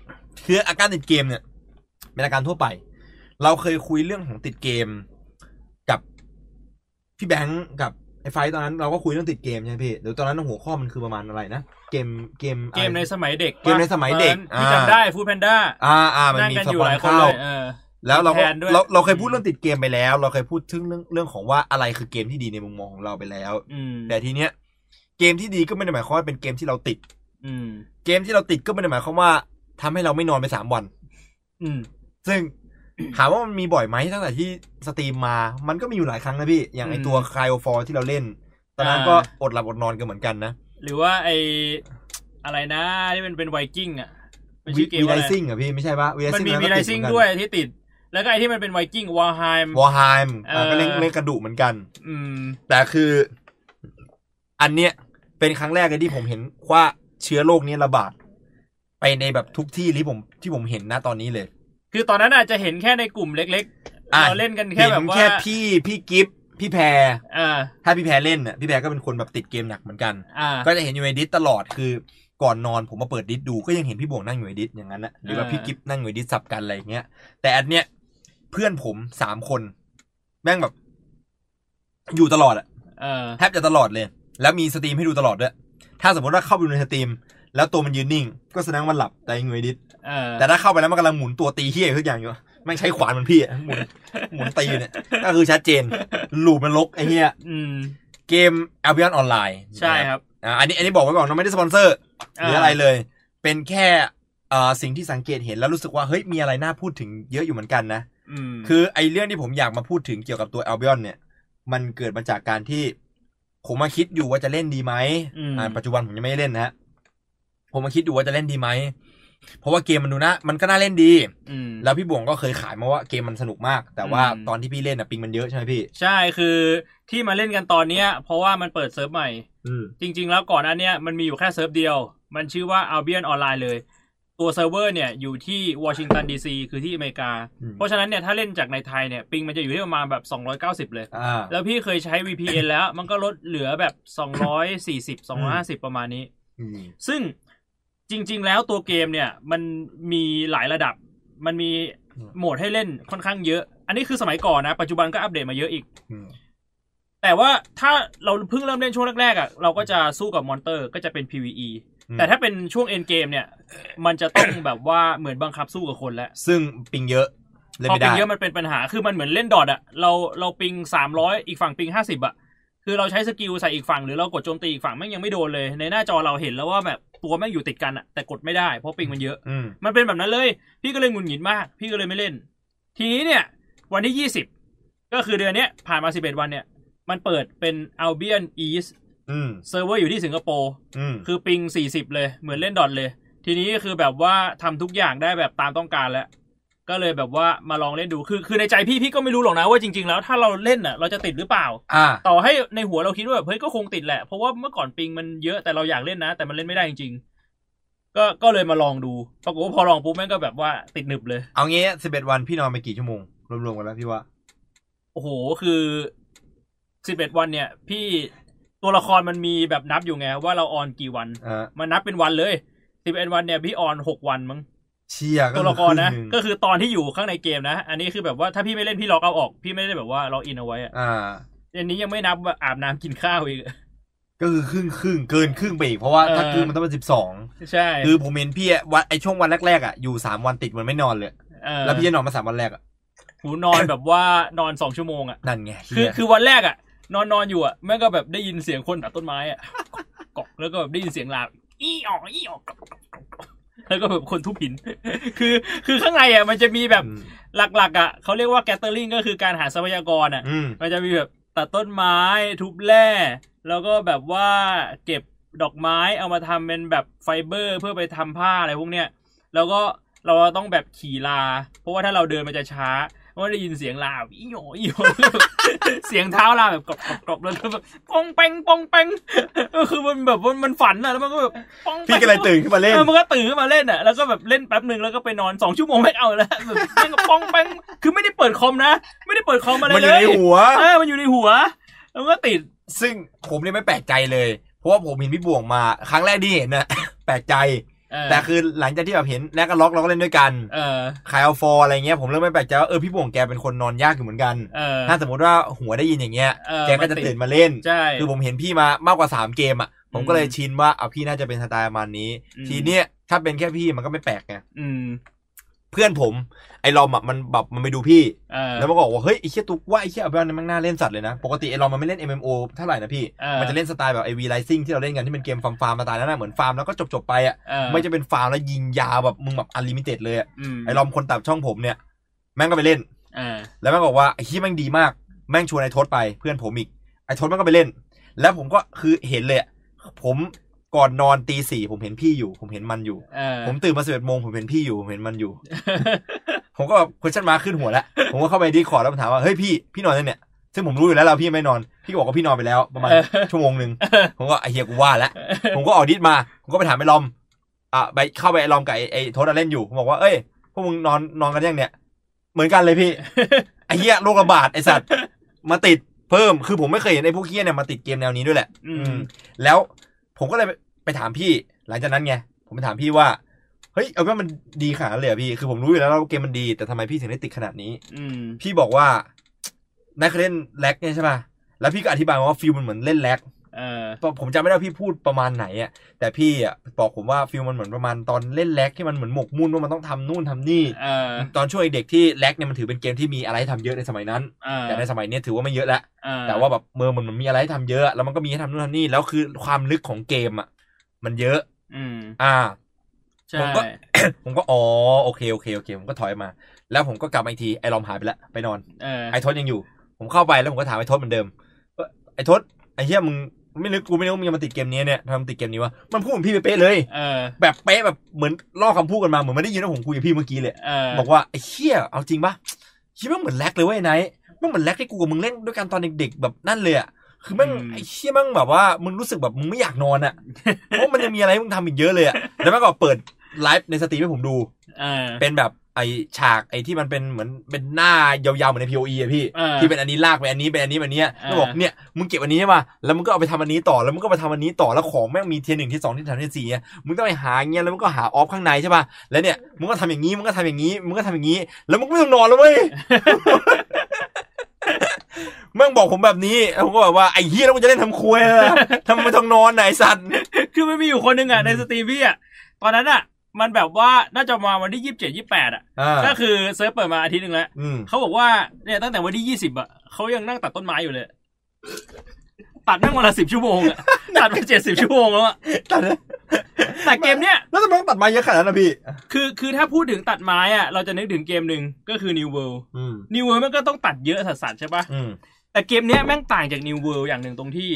[SPEAKER 1] คืออาการติดเกมเนี่ยเป็นอาการทั่วไป เราเคยคุยเรื่องของติดเกม กับพี่แบงค์กับไอ้ไฟท์ตอนนั้นเราก็คุยเรื่องติดเกมใช่ไหมพี่หรือตอนนั้นหัวข้อมันคือประมาณอะไรนะเกมเกมอะไร
[SPEAKER 2] เกมในสมัยเด็ก
[SPEAKER 1] เกมในสมัยเด็ก
[SPEAKER 2] ตอนนั้นพี่
[SPEAKER 1] อ่า
[SPEAKER 2] จำได้ฟูดแพนด้า
[SPEAKER 1] อ่าอ่ามัน
[SPEAKER 2] นั่ง
[SPEAKER 1] มี
[SPEAKER 2] กัน
[SPEAKER 1] ส
[SPEAKER 2] อยู่
[SPEAKER 1] ปอ
[SPEAKER 2] ห
[SPEAKER 1] น
[SPEAKER 2] ลายคน
[SPEAKER 1] เข้า
[SPEAKER 2] เลยเออ
[SPEAKER 1] แล้วเราก็
[SPEAKER 2] แทนด้วย
[SPEAKER 1] เราเราเคยพูด
[SPEAKER 2] อืม
[SPEAKER 1] เรื่องติดเกมไปแล้ว เราเคยพูดถึงเรื่องเรื่องของว่าอะไรคือเกมที่ดีในมุมมองของเราไปแล้ว
[SPEAKER 2] อืม
[SPEAKER 1] แต่ทีเนี้ยเกมที่ดีก็ไม่ได้หมายความว่าเป็นเกมที่เราติด
[SPEAKER 2] อืม
[SPEAKER 1] เกมที่เราติดก็ไม่ได้หมายความว่าทำให้เราไม่นอนไปสามวัน
[SPEAKER 2] อืม
[SPEAKER 1] ซึ่ง ถามว่ามันมีบ่อยไหมตั้งแต่ที่สตรีมมา มันก็มีอยู่หลายครั้งนะพี่ อย่างไอ
[SPEAKER 2] อืม
[SPEAKER 1] ตัวคลายฟอร์ที่เราเล่น ตอนนั้นก็
[SPEAKER 2] อ่า
[SPEAKER 1] อดหลับอดนอนกันเหมือนกันนะ
[SPEAKER 2] หรือว่าไออะไรนะที่มันเป็นไวกิ้งอ่ะเป็น
[SPEAKER 1] วี
[SPEAKER 2] ชื่อเกม
[SPEAKER 1] ไล
[SPEAKER 2] ว่าอะไร
[SPEAKER 1] ซิ่งอะพี่ไม่ใช่ปะวีไล
[SPEAKER 2] มัน
[SPEAKER 1] ซิ่ง
[SPEAKER 2] มีวีไลซิ่งด้วยที่ติด แล้วก็ไอที่มันเป็นไวกิ้งวอลไฮม
[SPEAKER 1] วอร์ไฮม
[SPEAKER 2] เออ
[SPEAKER 1] ก็เล่นเล่นกระดูกเหมือนกัน
[SPEAKER 2] อืม
[SPEAKER 1] แต่คือ อันเนี้ยเป็นครั้งแรกเลยที่ผมเห็นว่าเชื้อโรคเนี้ยระบาด ไปในแบบทุกที่ที่ผมที่ผมเห็นนะตอนนี้เลย
[SPEAKER 2] คือตอนนั้นอาจจะเห็นแค่ในกลุ่มเล็กๆ
[SPEAKER 1] อ่ะ
[SPEAKER 2] เราเล่นกันแค่แบบ
[SPEAKER 1] เห็น
[SPEAKER 2] ว่า
[SPEAKER 1] แค่พี่พี่กิฟต์พี่แพร
[SPEAKER 2] อ่า
[SPEAKER 1] ถ้าพี่แพรเล่นน่ะพี่แพรก็เป็นคนแบบติดเกมหนักเหมือนกัน
[SPEAKER 2] อ่า
[SPEAKER 1] ก็จะเห็นอยู่ในดิสตลอดคือก่อนนอนผมมาเปิดดิสดูก็ยังเห็นพี่บวงนั่งอยู่ในดิสอย่างนั้นนะหรือว่า
[SPEAKER 2] อ่า
[SPEAKER 1] พี่กิฟนั่งอยู่ในดิสสับกันอะไรอย่างเงี้ย แต่อันเนี้ยเพื่อนผมสามคน แม่งแบบ อยู่ตลอดอะ
[SPEAKER 2] เออ
[SPEAKER 1] แทบจะตลอดเลย แล้วมีสตรีมให้ดูตลอดด้วยถ้าสมมติว่าเข้าไปดูในสตรีม แล้วตัวมันยืนนิ่ง ก็แสดงว่ามันหลับแต่ยังอยู่ในดิส
[SPEAKER 2] เออ
[SPEAKER 1] แต่ถ้าเข้าไปแล้วมันกำลังหมุนตัวตีเฮี้ยอยู่ทุกอย่างอยู่แม่งใช้ขวานเหมือนพี่อะหมุนหมุนตีอยู่เนี่ยก็คือชัดเจนลูปมันลกไอ้เหี้ย
[SPEAKER 2] อืม
[SPEAKER 1] เกมแอลบิออนออนไลน์
[SPEAKER 2] ใช่ครับ
[SPEAKER 1] อ่าอันนี้อันนี้บอกไว้ก่อนเราไม่ได้สปอนเซอร์หรืออะไรเลย เป็นแค่เอ่อสิ่งที่สังเกตเห็นแล้วรู้สึกว่าเฮ้ยมีอะไรน่าพูดถึงเยอะอยู่เหมือนกันนะ
[SPEAKER 2] อืม
[SPEAKER 1] คือไอ้เรื่องที่ผมอยากมาพูดถึงเกี่ยวกับตัว a l b i o n เนี่ย มันเกิดมาจากการที่ผมมาคิดอยู่ว่าจะเล่นดีไหม
[SPEAKER 2] อืม
[SPEAKER 1] ปัจจุบันผมยังไม่ได้เล่นนะฮะผมมาคิดอยู่ว่าจะเล่นดีไหม เพราะว่าเกมมันดูนะ มันก็น่าเล่นดี
[SPEAKER 2] อืม
[SPEAKER 1] แล้วพี่บ่วงก็เคยขายมาว่าเกมมันสนุกมาก แต่ว่า
[SPEAKER 2] อืม
[SPEAKER 1] ตอนที่พี่เล่นอ่ะปิงมันเยอะใช่ไหมพี่
[SPEAKER 2] ใช่คือที่มาเล่นกันตอนเนี้ย เพราะว่ามันเปิดเซิร์ฟใหม่
[SPEAKER 1] อืม
[SPEAKER 2] จริง ๆ แล้วก่อนหน้าเนี้ยมันมีอยู่แค่เซิร์ฟเดียว มันชื่อว่า Albion Online เลย ตัวเซิร์ฟเวอร์เนี่ยอยู่ที่วอชิงตันดีซีคือที่อเมริกา
[SPEAKER 1] อืม
[SPEAKER 2] เพราะฉะนั้นเนี่ยถ้าเล่นจากในไทยเนี่ยปิงมันจะอยู่ที่ประมาณแบบ 290 เลย
[SPEAKER 1] อ่า
[SPEAKER 2] แล้วพี่เคยใช้ VPN แล้วมันก็ลดเหลือแบบ 240 250 ประมาณนี้
[SPEAKER 1] อืม
[SPEAKER 2] ซึ่งจริง ๆ แล้วตัวเกมเนี่ยมันมีหลายระดับ มันมี
[SPEAKER 1] อืม
[SPEAKER 2] โหมดให้เล่นค่อนข้างเยอะ อันนี้คือสมัยก่อนนะ ปัจจุบันก็อัปเดตมาเยอะอีก
[SPEAKER 1] อืม
[SPEAKER 2] แต่ว่าถ้าเราเพิ่งเริ่มเล่นช่วงแรกๆอ่ะเราก็จะสู้กับมอนเตอร์ก็จะเป็น PVE แต่ถ้าเป็นช่วงเอ็นเกมเนี่ย มันจะต้อง แบบว่าเหมือนบังคับสู้กับคนแล้ว
[SPEAKER 1] ซึ่งปิงเยอะเล่น
[SPEAKER 2] พอ
[SPEAKER 1] ไม่
[SPEAKER 2] ปิ
[SPEAKER 1] ได้
[SPEAKER 2] งเยอะมันเป็นปัญหาคือมันเหมือนเล่นดอทอ่ะเราเราปิงสามร้อยอีกฝั่งปิงห้าสิบอ่ะคือเราใช้สกิลใส่อีกฝั่งหรือเรากดโจมตีอีกฝั่งแม่งยังไม่โดนเลย ในหน้าจอเราเห็นแล้วว่าแบบตัวแม่งอยู่ติดกันอ่ะแต่กดไม่ได้เพราะปิงมันเยอะ
[SPEAKER 1] อืม
[SPEAKER 2] มันเป็นแบบนั้นเลย พี่ก็เลยหงุดหงิดมาก พี่ก็เลยไม่เล่น ทีนี้เนี่ย วันที่ยี่สิบก็คือเดือนเนี้ยผ่านมาสิบเอ็ดวันเนี่ย มันเปิดเป็น Albion East
[SPEAKER 1] อืม
[SPEAKER 2] เซิร์ฟเวอร์อยู่ที่สิงคโปร์
[SPEAKER 1] อืม
[SPEAKER 2] คือปิงสี่สิบเลย เหมือนเล่นดอทเลย ทีนี้คือแบบว่าทำทุกอย่างได้แบบตามต้องการแล้ว ก็เลยแบบว่ามาลองเล่นดู คือ คือในใจพี่พี่ก็ไม่รู้หรอกนะว่าจริง ๆ แล้วถ้าเราเล่นน่ะเราจะติดหรือเปล่า
[SPEAKER 1] อ่า
[SPEAKER 2] ต่อให้ในหัวเราคิดว่าแบบเฮ้ยก็คงติดแหละ เพราะว่าเมื่อก่อนปิงมันเยอะแต่เราอยากเล่นนะ แต่มันเล่นไม่ได้จริงๆ ก็ก็เลยมาลองดูปรากฏว่าพอลองปุ๊บแม่งก็แบบว่าติดหนึบเลย
[SPEAKER 1] เอางี้สิบเอ็ดวันพี่นอนไปกี่ชั่วโมง รวมๆกันแล้วพี่ว่า
[SPEAKER 2] โอ้โหคือสิบเอ็ดวันเนี่ย พี่ตัวละครมันมีแบบนับอยู่ไงว่าเราออนกี่วัน
[SPEAKER 1] เออ
[SPEAKER 2] มันนับเป็นวันเลยสิบเอ็ดวันเนี่ยพี่ออนหกวันมั้ง
[SPEAKER 1] เชียก็
[SPEAKER 2] ตัวละครนะ
[SPEAKER 1] ง
[SPEAKER 2] ก็คือตอนที่อยู่ข้างในเกมนะ อันนี้คือแบบว่าถ้าพี่ไม่เล่นพี่ล็อกเอาออก พี่ไม่ได้แบบว่าล็อกอินเอาไว้อะ
[SPEAKER 1] อ่า
[SPEAKER 2] อันนี้ยังไม่นับว่าอาบน้ำกินข้าวอีก
[SPEAKER 1] ก็คือครึ่งครึ่งๆเกินครึ่งไปอีก เพราะว่า
[SPEAKER 2] เออ
[SPEAKER 1] ถ้าครึ่งมันต้องเป็นสิบสอง
[SPEAKER 2] ใช่
[SPEAKER 1] คือผมเห็นพี่อะวันไอช่วงวันแรกๆอ่ะอยู่สามวันติดมันไม่นอนเลย
[SPEAKER 2] เออ
[SPEAKER 1] แล้วพี่จะนอนมาสามวันแรกอ่ะ
[SPEAKER 2] หูนอนแบบว่านอนสองชั่วโมงอ่ะ
[SPEAKER 1] นั่นไงเหี้ย
[SPEAKER 2] คือคือวันแรกอ่ะ นอนนอนอยู่อ่ะแม่งก็แบบได้ยินเสียงคนตัดต้นไม้อ่ะกอกแล้วก็แบบได้ยินเสียงลาบอีออกอีออกกอกกอกกอกกอกแล้วก็แบบคนทุบหิน คือคือข้างในอ่ะมันจะมีแบบ
[SPEAKER 1] ม
[SPEAKER 2] หลักๆอ่ะเขาเรียกว่าแกตเตอริงก็คือการหาทรัพยากรอ่ะ
[SPEAKER 1] อืม
[SPEAKER 2] มันจะมีแบบตัดต้นไม้ทุบแร่แล้วก็แบบว่าเก็บดอกไม้เอามาทำเป็นแบบไฟเบอร์เพื่อไปทำผ้าอะไรพวกเนี้ยแล้วก็เราต้องแบบขี่ลา เพราะว่าถ้าเราเดินมันจะช้าเพราะว่าได้ยินเสียงลาแบบอีโยอีโยเสียงเท้าลาแบบกรอบกรอบกรอบแล้วก็แบบปองแปงปองแปงเออคือมันแบบว่ามันฝันอะแล้วมันก็แบบปองแปง
[SPEAKER 1] พี่ก็เลยตื่นขึ้นมาเล่น
[SPEAKER 2] ออมันก็ตื่นขึ้นมาเล่นอ่ะ แล้วก็แบบเล่นแป๊บหนึ่งแล้วก็ไปนอนสองชั่วโมงไม่เอาแล้วแบบแม่งก็ป้องแป้งคือไม่ได้เปิดคอมนะ ไม่ได้เปิดคอมอะไร
[SPEAKER 1] มันอ
[SPEAKER 2] เล
[SPEAKER 1] ยู่
[SPEAKER 2] ย
[SPEAKER 1] ในหัว
[SPEAKER 2] เออมันอยู่ในหัวแล้วมันก็ติด
[SPEAKER 1] ซึ่งผมเนี่ยไม่แปลกใจเลย เพราะว่าผมเห็นพี่บ่วงมา ครั้งแรกที่เห็นน่ะ แปลกใจ
[SPEAKER 2] เออ
[SPEAKER 1] แต่คือหลังจากที่แบบเห็นแลกกันล็อกเราก็เล่นด้วยกัน
[SPEAKER 2] เออ
[SPEAKER 1] คายเอาฟอร์อะไรเงี้ยผมเริ่มไม่แปลกใจว่าเออพี่บ่วงแกเป็นคนนอนยากอยู่เหมือนกัน
[SPEAKER 2] เออ
[SPEAKER 1] ถ้าสมมติว่าหัวได้ยินอย่างเงี้ย
[SPEAKER 2] เออ
[SPEAKER 1] แกก็จะ
[SPEAKER 2] มันติด
[SPEAKER 1] ตื่นมาเล่น
[SPEAKER 2] ใช่
[SPEAKER 1] คือผมเห็นพี่มามากกว่าสามเกมอ่ะผมก็เลย
[SPEAKER 2] อืม
[SPEAKER 1] ชินว่าเอาพี่น่าจะเป็นสไตล์ประมาณนี้
[SPEAKER 2] อืม
[SPEAKER 1] ทีเนี้ยถ้าเป็นแค่พี่มันก็ไม่แปลกไง
[SPEAKER 2] อืม
[SPEAKER 1] เพื่อนผมไอ้ลอมอะมันแบบมันไปดูพี่
[SPEAKER 2] เออ
[SPEAKER 1] แล้วมันก็บอกว่าเฮ้ยไอ้เชี่ยตุกว่าไอ้เชี่ยอัลเบลนี่ยแมันน่าเล่นสัตว์เลยนะ ปกติไอ้ลอมมันไม่เล่น MMO เท่าไหร่นะพี่
[SPEAKER 2] เออ
[SPEAKER 1] มันจะเล่นสไตล์แบบไอวีไลซิ่งที่เราเล่นกันที่เป็นเกมฟาร์มฟาร์มสไตล์นั่นน่ะเหมือนฟาร์มแล้วก็จบจบๆไปอ่ะ
[SPEAKER 2] เออ
[SPEAKER 1] ไม่จะเป็นฟาร์มแล้วยิงยาวแบบมึงแบบอันลิมิเต็ดเลยอะ
[SPEAKER 2] อืม
[SPEAKER 1] ไอ้ลอมคนตัดช่องผมเนี่ยแม่งก็ไปเล่น
[SPEAKER 2] เออ
[SPEAKER 1] แล้วแม่งบอกว่าไอ้ที่แม่งดีมาก แม่งชวนไอ้ทศไปเพื่อนผมอีก ไอ้ทศแม่งก็ไปเล่น แล้วผมก็คือเห็นเลยอะผมก่อนนอนตีสี่ผมเห็นพี่อยู่ ผมเห็นมันอยู่
[SPEAKER 2] เออ
[SPEAKER 1] ผมตื่นมาสิบเอ็ดโมงผมเห็นพี่อยู่ผมเห็นมันอยู่ ผมก็แบบคุณชันมาขึ้นหัวแล้ว ผมก็เข้าไปดีคอร์ดแล้วผมถามว่าเฮ้ยพี่พี่นอนยังเนี่ย ซึ่งผมรู้อยู่แล้วเราพี่ไม่นอน พี่ก็บอกว่าพี่นอนไปแล้วประมาณ
[SPEAKER 2] เออ
[SPEAKER 1] ชั่วโมงหนึ่งผมก็ไอเฮียกูว่าแล้ว ผมก็ออกดิสมา ผมก็ไปถามไอ้ลอม อ่ะไปเข้าไปไอ้ลอมกับไอ้ไอ้โทษเล่นอยู่ผมบอกว่า เอ้ย พวกมึงนอนนอนกันยังเนี่ย เหมือนกันเลยพี่ ไอ้เหี้ยโรคระบาดไอ้สัตว์ มาติดเพิ่ม คือผมไม่เคยเห็นไอ้พวกเหี้ยเนี่ยมาติดเกมแนวนี้ด้วยแหละ
[SPEAKER 2] อืม
[SPEAKER 1] อืม แล้วผมก็เลยไปถามพี่ หลังจากนั้นไง ผมไปถามพี่ว่า เฮ้ย เอาว่ามันดีขนาดนั้นเลยเหรอพี่ คือผมรู้อยู่แล้วว่าเกมมันดี แต่ทำไมพี่ถึงได้ติดขนาดนี้
[SPEAKER 2] อืม
[SPEAKER 1] พี่บอกว่า นายเคยเล่นแล็กเนี่ยใช่ป่ะ แล้วพี่ก็อธิบายมาว่าฟิลมันเหมือนเล่นแล็ก
[SPEAKER 2] เออ
[SPEAKER 1] ผมจำไม่ได้ว่าพี่พูดประมาณไหนอะแต่พี่อะบอกผมว่าฟิลมันเหมือนประมาณตอนเล่นแล็กที่มันเหมือนหมกมุ่นว่ามันต้องทำนู่นทำนี่
[SPEAKER 2] เออ
[SPEAKER 1] ตอนช่วงเด็กๆที่แล็กเนี่ยมันถือเป็นเกมที่มีอะไรให้ทำเยอะในสมัยนั้น
[SPEAKER 2] เออ
[SPEAKER 1] แต่ในสมัยเนี้ยถือว่าไม่เยอะแล้ว
[SPEAKER 2] เออ
[SPEAKER 1] แต่ว่าแบบเมืองมันมันมีอะไรให้ทำเยอะ แล้วมันก็มีให้ทำนู่นทำนี่ แล้วคือความลึกของเกมอะมันเยอะ
[SPEAKER 2] อืม
[SPEAKER 1] อ่า
[SPEAKER 2] ใช่
[SPEAKER 1] ผมก็ ผมก็อ๋อโอเคโอเคโอเค ผมก็ถอยมา แล้วผมก็กลับมาอีกทีไอ้ลอมหายไปแล้วไปนอน
[SPEAKER 2] เออ
[SPEAKER 1] ไอ้ทศยังอยู่ ผมเข้าไปแล้วผมก็ถามไอ้ทศเหมือนเดิมว่าไอ้ทศไอ้เหี้ยมึง ไม่นึกกูไม่นึกว่ามึงจะมาติดเกมนี้เนี่ยทำติดเกมนี้วะมันพูดเหมือนพี่เป๊ะๆเลย
[SPEAKER 2] เออ
[SPEAKER 1] แบบเป๊ะแบบเหมือนลอกคำพูดกันมาเหมือนไม่ได้ยินว่าผมคุยกับพี่เมื่อกี้เลย
[SPEAKER 2] เออ
[SPEAKER 1] บอกว่าไอ้เชี่ยเอาจริงปะคิดว่าเหมือนแลกเลยเว้ยไนท์แม่งเหมือนแลกที่กูกับมึงเล่นด้วยกันตอนเด็กๆแบบนั่นเลยอะคือแม่ง
[SPEAKER 2] อืม
[SPEAKER 1] ไอ้เชี่ยแม่งแบบว่ามึงรู้สึกแบบมึงไม่อยากนอนอะเพราะมันจะมีอะไรให้มึงทำอีกเยอะเลยอะแล้วแม่งก็เปิดไลฟ์ในสตรีมให้ผมดู
[SPEAKER 2] เออ
[SPEAKER 1] เป็นแบบไอฉากไอที่มันเป็นเหมือนเป็นหน้ายาวๆเหมือนใน POE อะพี่
[SPEAKER 2] เออ
[SPEAKER 1] ที่เป็นอันนี้ลากไปอันนี้ไปอันนี้ไปอันเนี้ย
[SPEAKER 2] เออ
[SPEAKER 1] แล้วบอกเนี่ยมึงเก็บอันนี้ใช่ป่ะแล้วมึงก็เอาไปทำอันนี้ต่อแล้วมึงก็ไปทำอันนี้ต่อแล้วของแม่งมีเทียหนึ่งที่สองที่สามที่สี่เนี่ยมึงต้องไปหาเงี้ยแล้วมึงก็หาออฟข้างในใช่ป่ะแล้วเนี่ยมึงก็ทำอย่างนี้มึงก็ทำอย่างนี้มึงก็ทำอย่างนี้ แล้วมึงก็ไม่ต้องนอนแล้วเว้ย แม่งบอกผมแบบนี้แล้วผมก็แบบว่าไอ้เฮียแล้วมึงจะเล่นทำครัวเลยทำไมไม่ต้องนอนไหนะไอ้สัตว์
[SPEAKER 2] คือมันมีอยู่คนหนึ่งอ่ะในสตรีมพี่อ่ะตอนนั้นอ่ะ มันแบบว่าน่าจะมาวันที่ยี่สิบเจ็ดยี่แปดอ่ะ
[SPEAKER 1] อ่า
[SPEAKER 2] ก็คือเซิร์ฟเปิดมาอาทิตย์หนึ่งแล้ว
[SPEAKER 1] อืม
[SPEAKER 2] เขาบอกว่าเนี่ยตั้งแต่วันที่ยี่สิบอ่ะเขายังนั่งตัดต้นไม้อยู่เลย ตัดนั่งวันละสิบชั่วโมง อ่ะ ตัดไปเจ็ดสิบชั่วโมงแล้วอ่ะ
[SPEAKER 1] ตัดเลย
[SPEAKER 2] แต่เกมเนี้ย
[SPEAKER 1] แล้วทำไมต้องตัดไม้เยอะขนาดนั้นนะพี่
[SPEAKER 2] คือคือถ้าพูดถึงตัดไม้อ่ะเราจะนึกถึงเกมหนึ่งก็คือ New World
[SPEAKER 1] อืม
[SPEAKER 2] New World มันก็ต้องตัดเยอะสัสๆใช่ปะ
[SPEAKER 1] อืม
[SPEAKER 2] แต่เกมเนี้ยแม่งต่างจาก New World อย่างหนึ่งตรงที่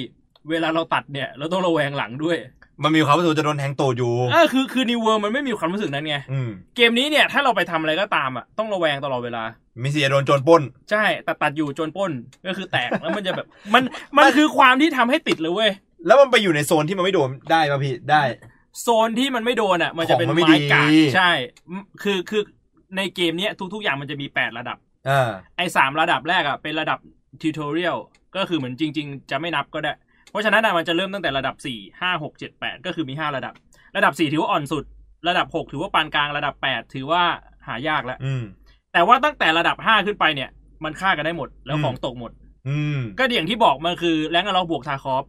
[SPEAKER 2] เวลาเราตัดเนี่ย เราต้องระแวงหลังด้วย
[SPEAKER 1] มันมีความรู้สึกจะโดนแทงตูดอยู่
[SPEAKER 2] เออคือคือ New World มันไม่มีความรู้สึกนั้นไง
[SPEAKER 1] อืม
[SPEAKER 2] เกมนี้เนี่ยถ้าเราไปทำอะไรก็ตามอ่ะต้องระแวงตลอดเวลา
[SPEAKER 1] มีเสียโดนโจรปล้น
[SPEAKER 2] ใช่แต่ตัดอยู่จนปล้นก็คือแตกแล้วมันจะแบบ มันมันคือความที่ทำให้ติดเลยเว้ย
[SPEAKER 1] แล้วมันไปอยู่ในโซนที่มันไม่โดนได้ป่ะพี่ ได้
[SPEAKER 2] โซนที่มันไม่โดนอ่ะ มันจะเป็น
[SPEAKER 1] ของมันไม่
[SPEAKER 2] ไม้
[SPEAKER 1] ดี
[SPEAKER 2] กาดใช่คือคือในเกมเนี้ยทุกๆอย่างมันจะมีแปดระดับ
[SPEAKER 1] อ่า
[SPEAKER 2] ไอ้สามระดับแรกอะเป็นระดับทิวทอเรียลก็คือเหมือนจริง ๆ จะไม่นับก็ได้ เพราะฉะนั้นอะมันจะเริ่มตั้งแต่ระดับสี่ห้าหกเจ็ดแปดก็คือมีห้าระดับ ระดับสี่ถือว่าอ่อนสุด ระดับหกถือว่าปานกลางระดับแปดถือว่าหายากแล้ว
[SPEAKER 1] อืม
[SPEAKER 2] แต่ว่าตั้งแต่ระดับห้าขึ้นไปเนี่ย มันฆ่ากันได้หมดแล้ว
[SPEAKER 1] อืม
[SPEAKER 2] ของตกหมด
[SPEAKER 1] อืม
[SPEAKER 2] ก็อย่างที่บอกมันคือแรงอเราบวกทาคอฟ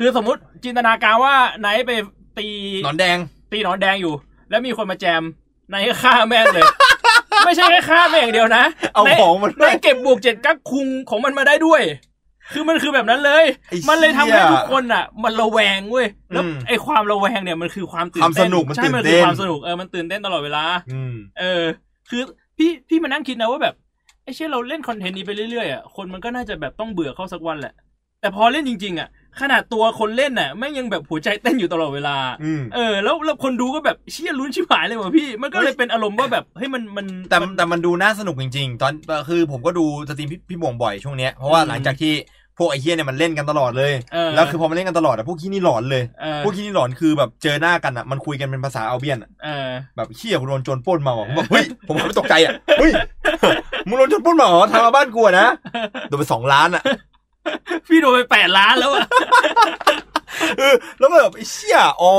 [SPEAKER 2] คือสมมติจินตนาการว่าไหนไปตี
[SPEAKER 1] หนอนแดง
[SPEAKER 2] ตีหนอนแดงอยู่ แล้วมีคนมาแจมไหนก็ฆ่าแม่งเลย ไม่ใช่แค่ฆ่าแม่งอย่างเดียวนะ
[SPEAKER 1] เอาของมัน
[SPEAKER 2] ได้เก็บบวกเจ็ดกักคุงของมันมาได้ด้วย คือมันคือแบบนั้นเลย
[SPEAKER 1] ไอ้
[SPEAKER 2] มันเลยทำให้
[SPEAKER 1] เหี้ย
[SPEAKER 2] ทุกคนอ่ะ มันระแวงเว้ย แล้ว
[SPEAKER 1] อืม
[SPEAKER 2] ไอ้ความระแวงเนี่ยมันคือความตื่น
[SPEAKER 1] ความ
[SPEAKER 2] เต้
[SPEAKER 1] สนุกมัน
[SPEAKER 2] ใช่ มัน
[SPEAKER 1] ตื่นเต้
[SPEAKER 2] คือน ความสนุก เออ มันตื่นเต้นตลอดเวลา
[SPEAKER 1] อืม
[SPEAKER 2] เออ คือพี่พี่มานั่งคิดนะว่าแบบไอ้เช่ยเราเล่นคอนเทนต์นี้ไปเรื่อยๆอ่ะ คนมันก็น่าจะแบบต้องเบื่อเข้าสักวันแหละ แต่พอเล่นจริง ๆ อ่ะ ขนาดตัวคนเล่นน่ะแม่งยังแบบหัวใจเต้นอยู่ตลอดเวลา
[SPEAKER 1] อืม
[SPEAKER 2] เออ แล้วแล้วคนดูก็แบบเชี่ยลุ้นชิบหายเลยว่ะพี่ มันก็เลยเป็นอารมณ์ว่าแบบเฮ้ยมันมัน
[SPEAKER 1] แต่แต่มันดูน่าสนุกจริง ๆ ตอนคือผมก็ดูสตรีมพี่พี่บ่งบ่อยช่วงเนี้ย เพราะว่า
[SPEAKER 2] อืม
[SPEAKER 1] หลังจากที่พวกไอ้เฮียเนี่ยมันเล่นกันตลอดเลย
[SPEAKER 2] เออ
[SPEAKER 1] แล้วคือพอมันเล่นกันตลอดอะพวกขี้นี่หลอนเลย
[SPEAKER 2] เออ
[SPEAKER 1] พวกขี้นี่หลอนคือแบบเจอหน้ากันอะมันคุยกันเป็นภาษาเอาเบียนอะ
[SPEAKER 2] เออ
[SPEAKER 1] แบบเชี่ยกูโดนโจรปล้นมาว่ะผมบอกเฮ้ยผมไม่ตกใจอ่ะเฮ้ย มึงโดนโจรปล้นมาเหรอทางมาบ้านกูอะนะโดนไปสองล้านอ่ะ
[SPEAKER 2] พี่โดนไปแปดล้านแล้วอะ
[SPEAKER 1] เออแล้วก็แบบไอ้เชี่ยอ๋อ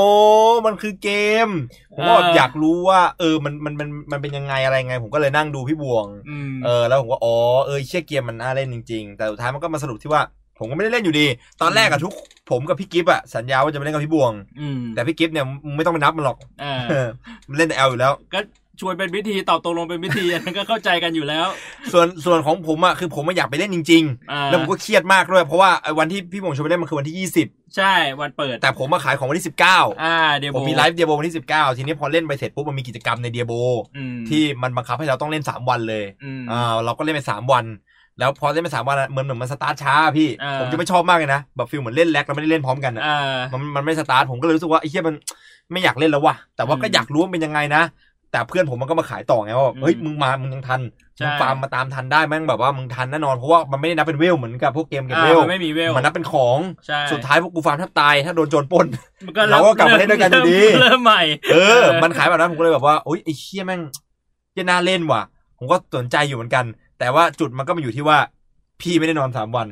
[SPEAKER 1] มันคือเกม ผมก็แบบอยากรู้ว่า เออมันมันมันมันเป็นยังไงอะไรไง ผมก็เลยนั่งดูพี่บวง เออแล้วผมก็อ๋อเออไอ้เชี่ยเกมมันน่าเล่นจริง ๆ แต่สุดท้ายมันก็มาสรุปที่ว่า ผมก็ไม่ได้เล่นอยู่ดี ตอนแรกอะทุก ผมกับพี่กิฟต์อะสัญญาว่าจะไปเล่นกับพี่บวง
[SPEAKER 2] อืม
[SPEAKER 1] แต่พี่กิฟต์เนี่ยมึงไม่ต้องไปนับมันหรอก
[SPEAKER 2] เออ
[SPEAKER 1] เออมันเล่นแต่แอลอยู่แล้ว
[SPEAKER 2] ชวนเป็นพิธีตอบตกลงเป็นพิธีอันนั้นก็ เข้าใจกันอยู่แล้ว
[SPEAKER 1] ส่วนส่วนของผมอะคือผมอะอยากไปเล่นจริง ๆ
[SPEAKER 2] อ่า
[SPEAKER 1] แล้วผมก็เครียดมากด้วยเพราะว่าไอ้วันที่พี่หมงชวนไปเล่นมันคือวันที่
[SPEAKER 2] ใช่วันเปิด
[SPEAKER 1] 20 แต่ผมมาขายของวันที่ 19
[SPEAKER 2] อ่าเดี๋ยว
[SPEAKER 1] ผมมีไลฟ์เดียโบวันที่ 19 ทีนี้พอเล่นไปเสร็จปุ๊บมันมีกิจกรรมในเดียโบ
[SPEAKER 2] อืม
[SPEAKER 1] ที่มันบังคับให้เราต้องเล่น 3 วันเลย
[SPEAKER 2] อืม
[SPEAKER 1] อ่าเราก็เล่นไป 3 วัน แล้วพอเล่นไปสามวันอะเหมือนเหมือนมันสตาร์ทช้าอะพี่
[SPEAKER 2] อ่า
[SPEAKER 1] ผมจะไม่ชอบมากเลยนะแบบฟิลเหมือนเล่นแลกแล้วไม่ได้เล่นพร้อมกันอะ
[SPEAKER 2] อ่า
[SPEAKER 1] มันมันไม่สตาร์ทผมก็เลยรู้สึกว่าไอ้เหี้ยมันไม่อยากเล่นแล้วว่ะแต่ว่าก็
[SPEAKER 2] อืม
[SPEAKER 1] อยากรู้ว่ามันเป็นยังไงนะ แต่เพื่อนผมมันก็มาขายต่อไงว่าแบบเฮ้ย
[SPEAKER 2] อืม
[SPEAKER 1] มึงมามึงยังทัน
[SPEAKER 2] ใช่
[SPEAKER 1] มึงฟาร์มมาตามทันได้แม่งแบบว่ามึงทันแน่นอนเพราะว่ามันไม่ได้นับเป็นเวลเหมือนกับพวกเกมเก็บ
[SPEAKER 2] อ่า
[SPEAKER 1] เวล
[SPEAKER 2] มันไม่มีเวล
[SPEAKER 1] มันนับเป็นของ
[SPEAKER 2] ใช่
[SPEAKER 1] สุดท้ายพวกกูฟาร์มแทบตาย ถ้าโดนโจรปล้น
[SPEAKER 2] มันก็
[SPEAKER 1] เราก็กลับมาเล่นด้วยกันอยู่ดี
[SPEAKER 2] เริ่มเริ่มใหม่
[SPEAKER 1] เออ มันขายแบบนั้นผมก็เลยแบบว่า โอ๊ยไอ้เชี่ยแม่งเจะน่าเล่นว่ะ ผมก็สนใจอยู่เหมือนกัน แต่ว่าจุดมันก็มาอยู่ที่ว่า พี่ไม่ได้นอนสามวัน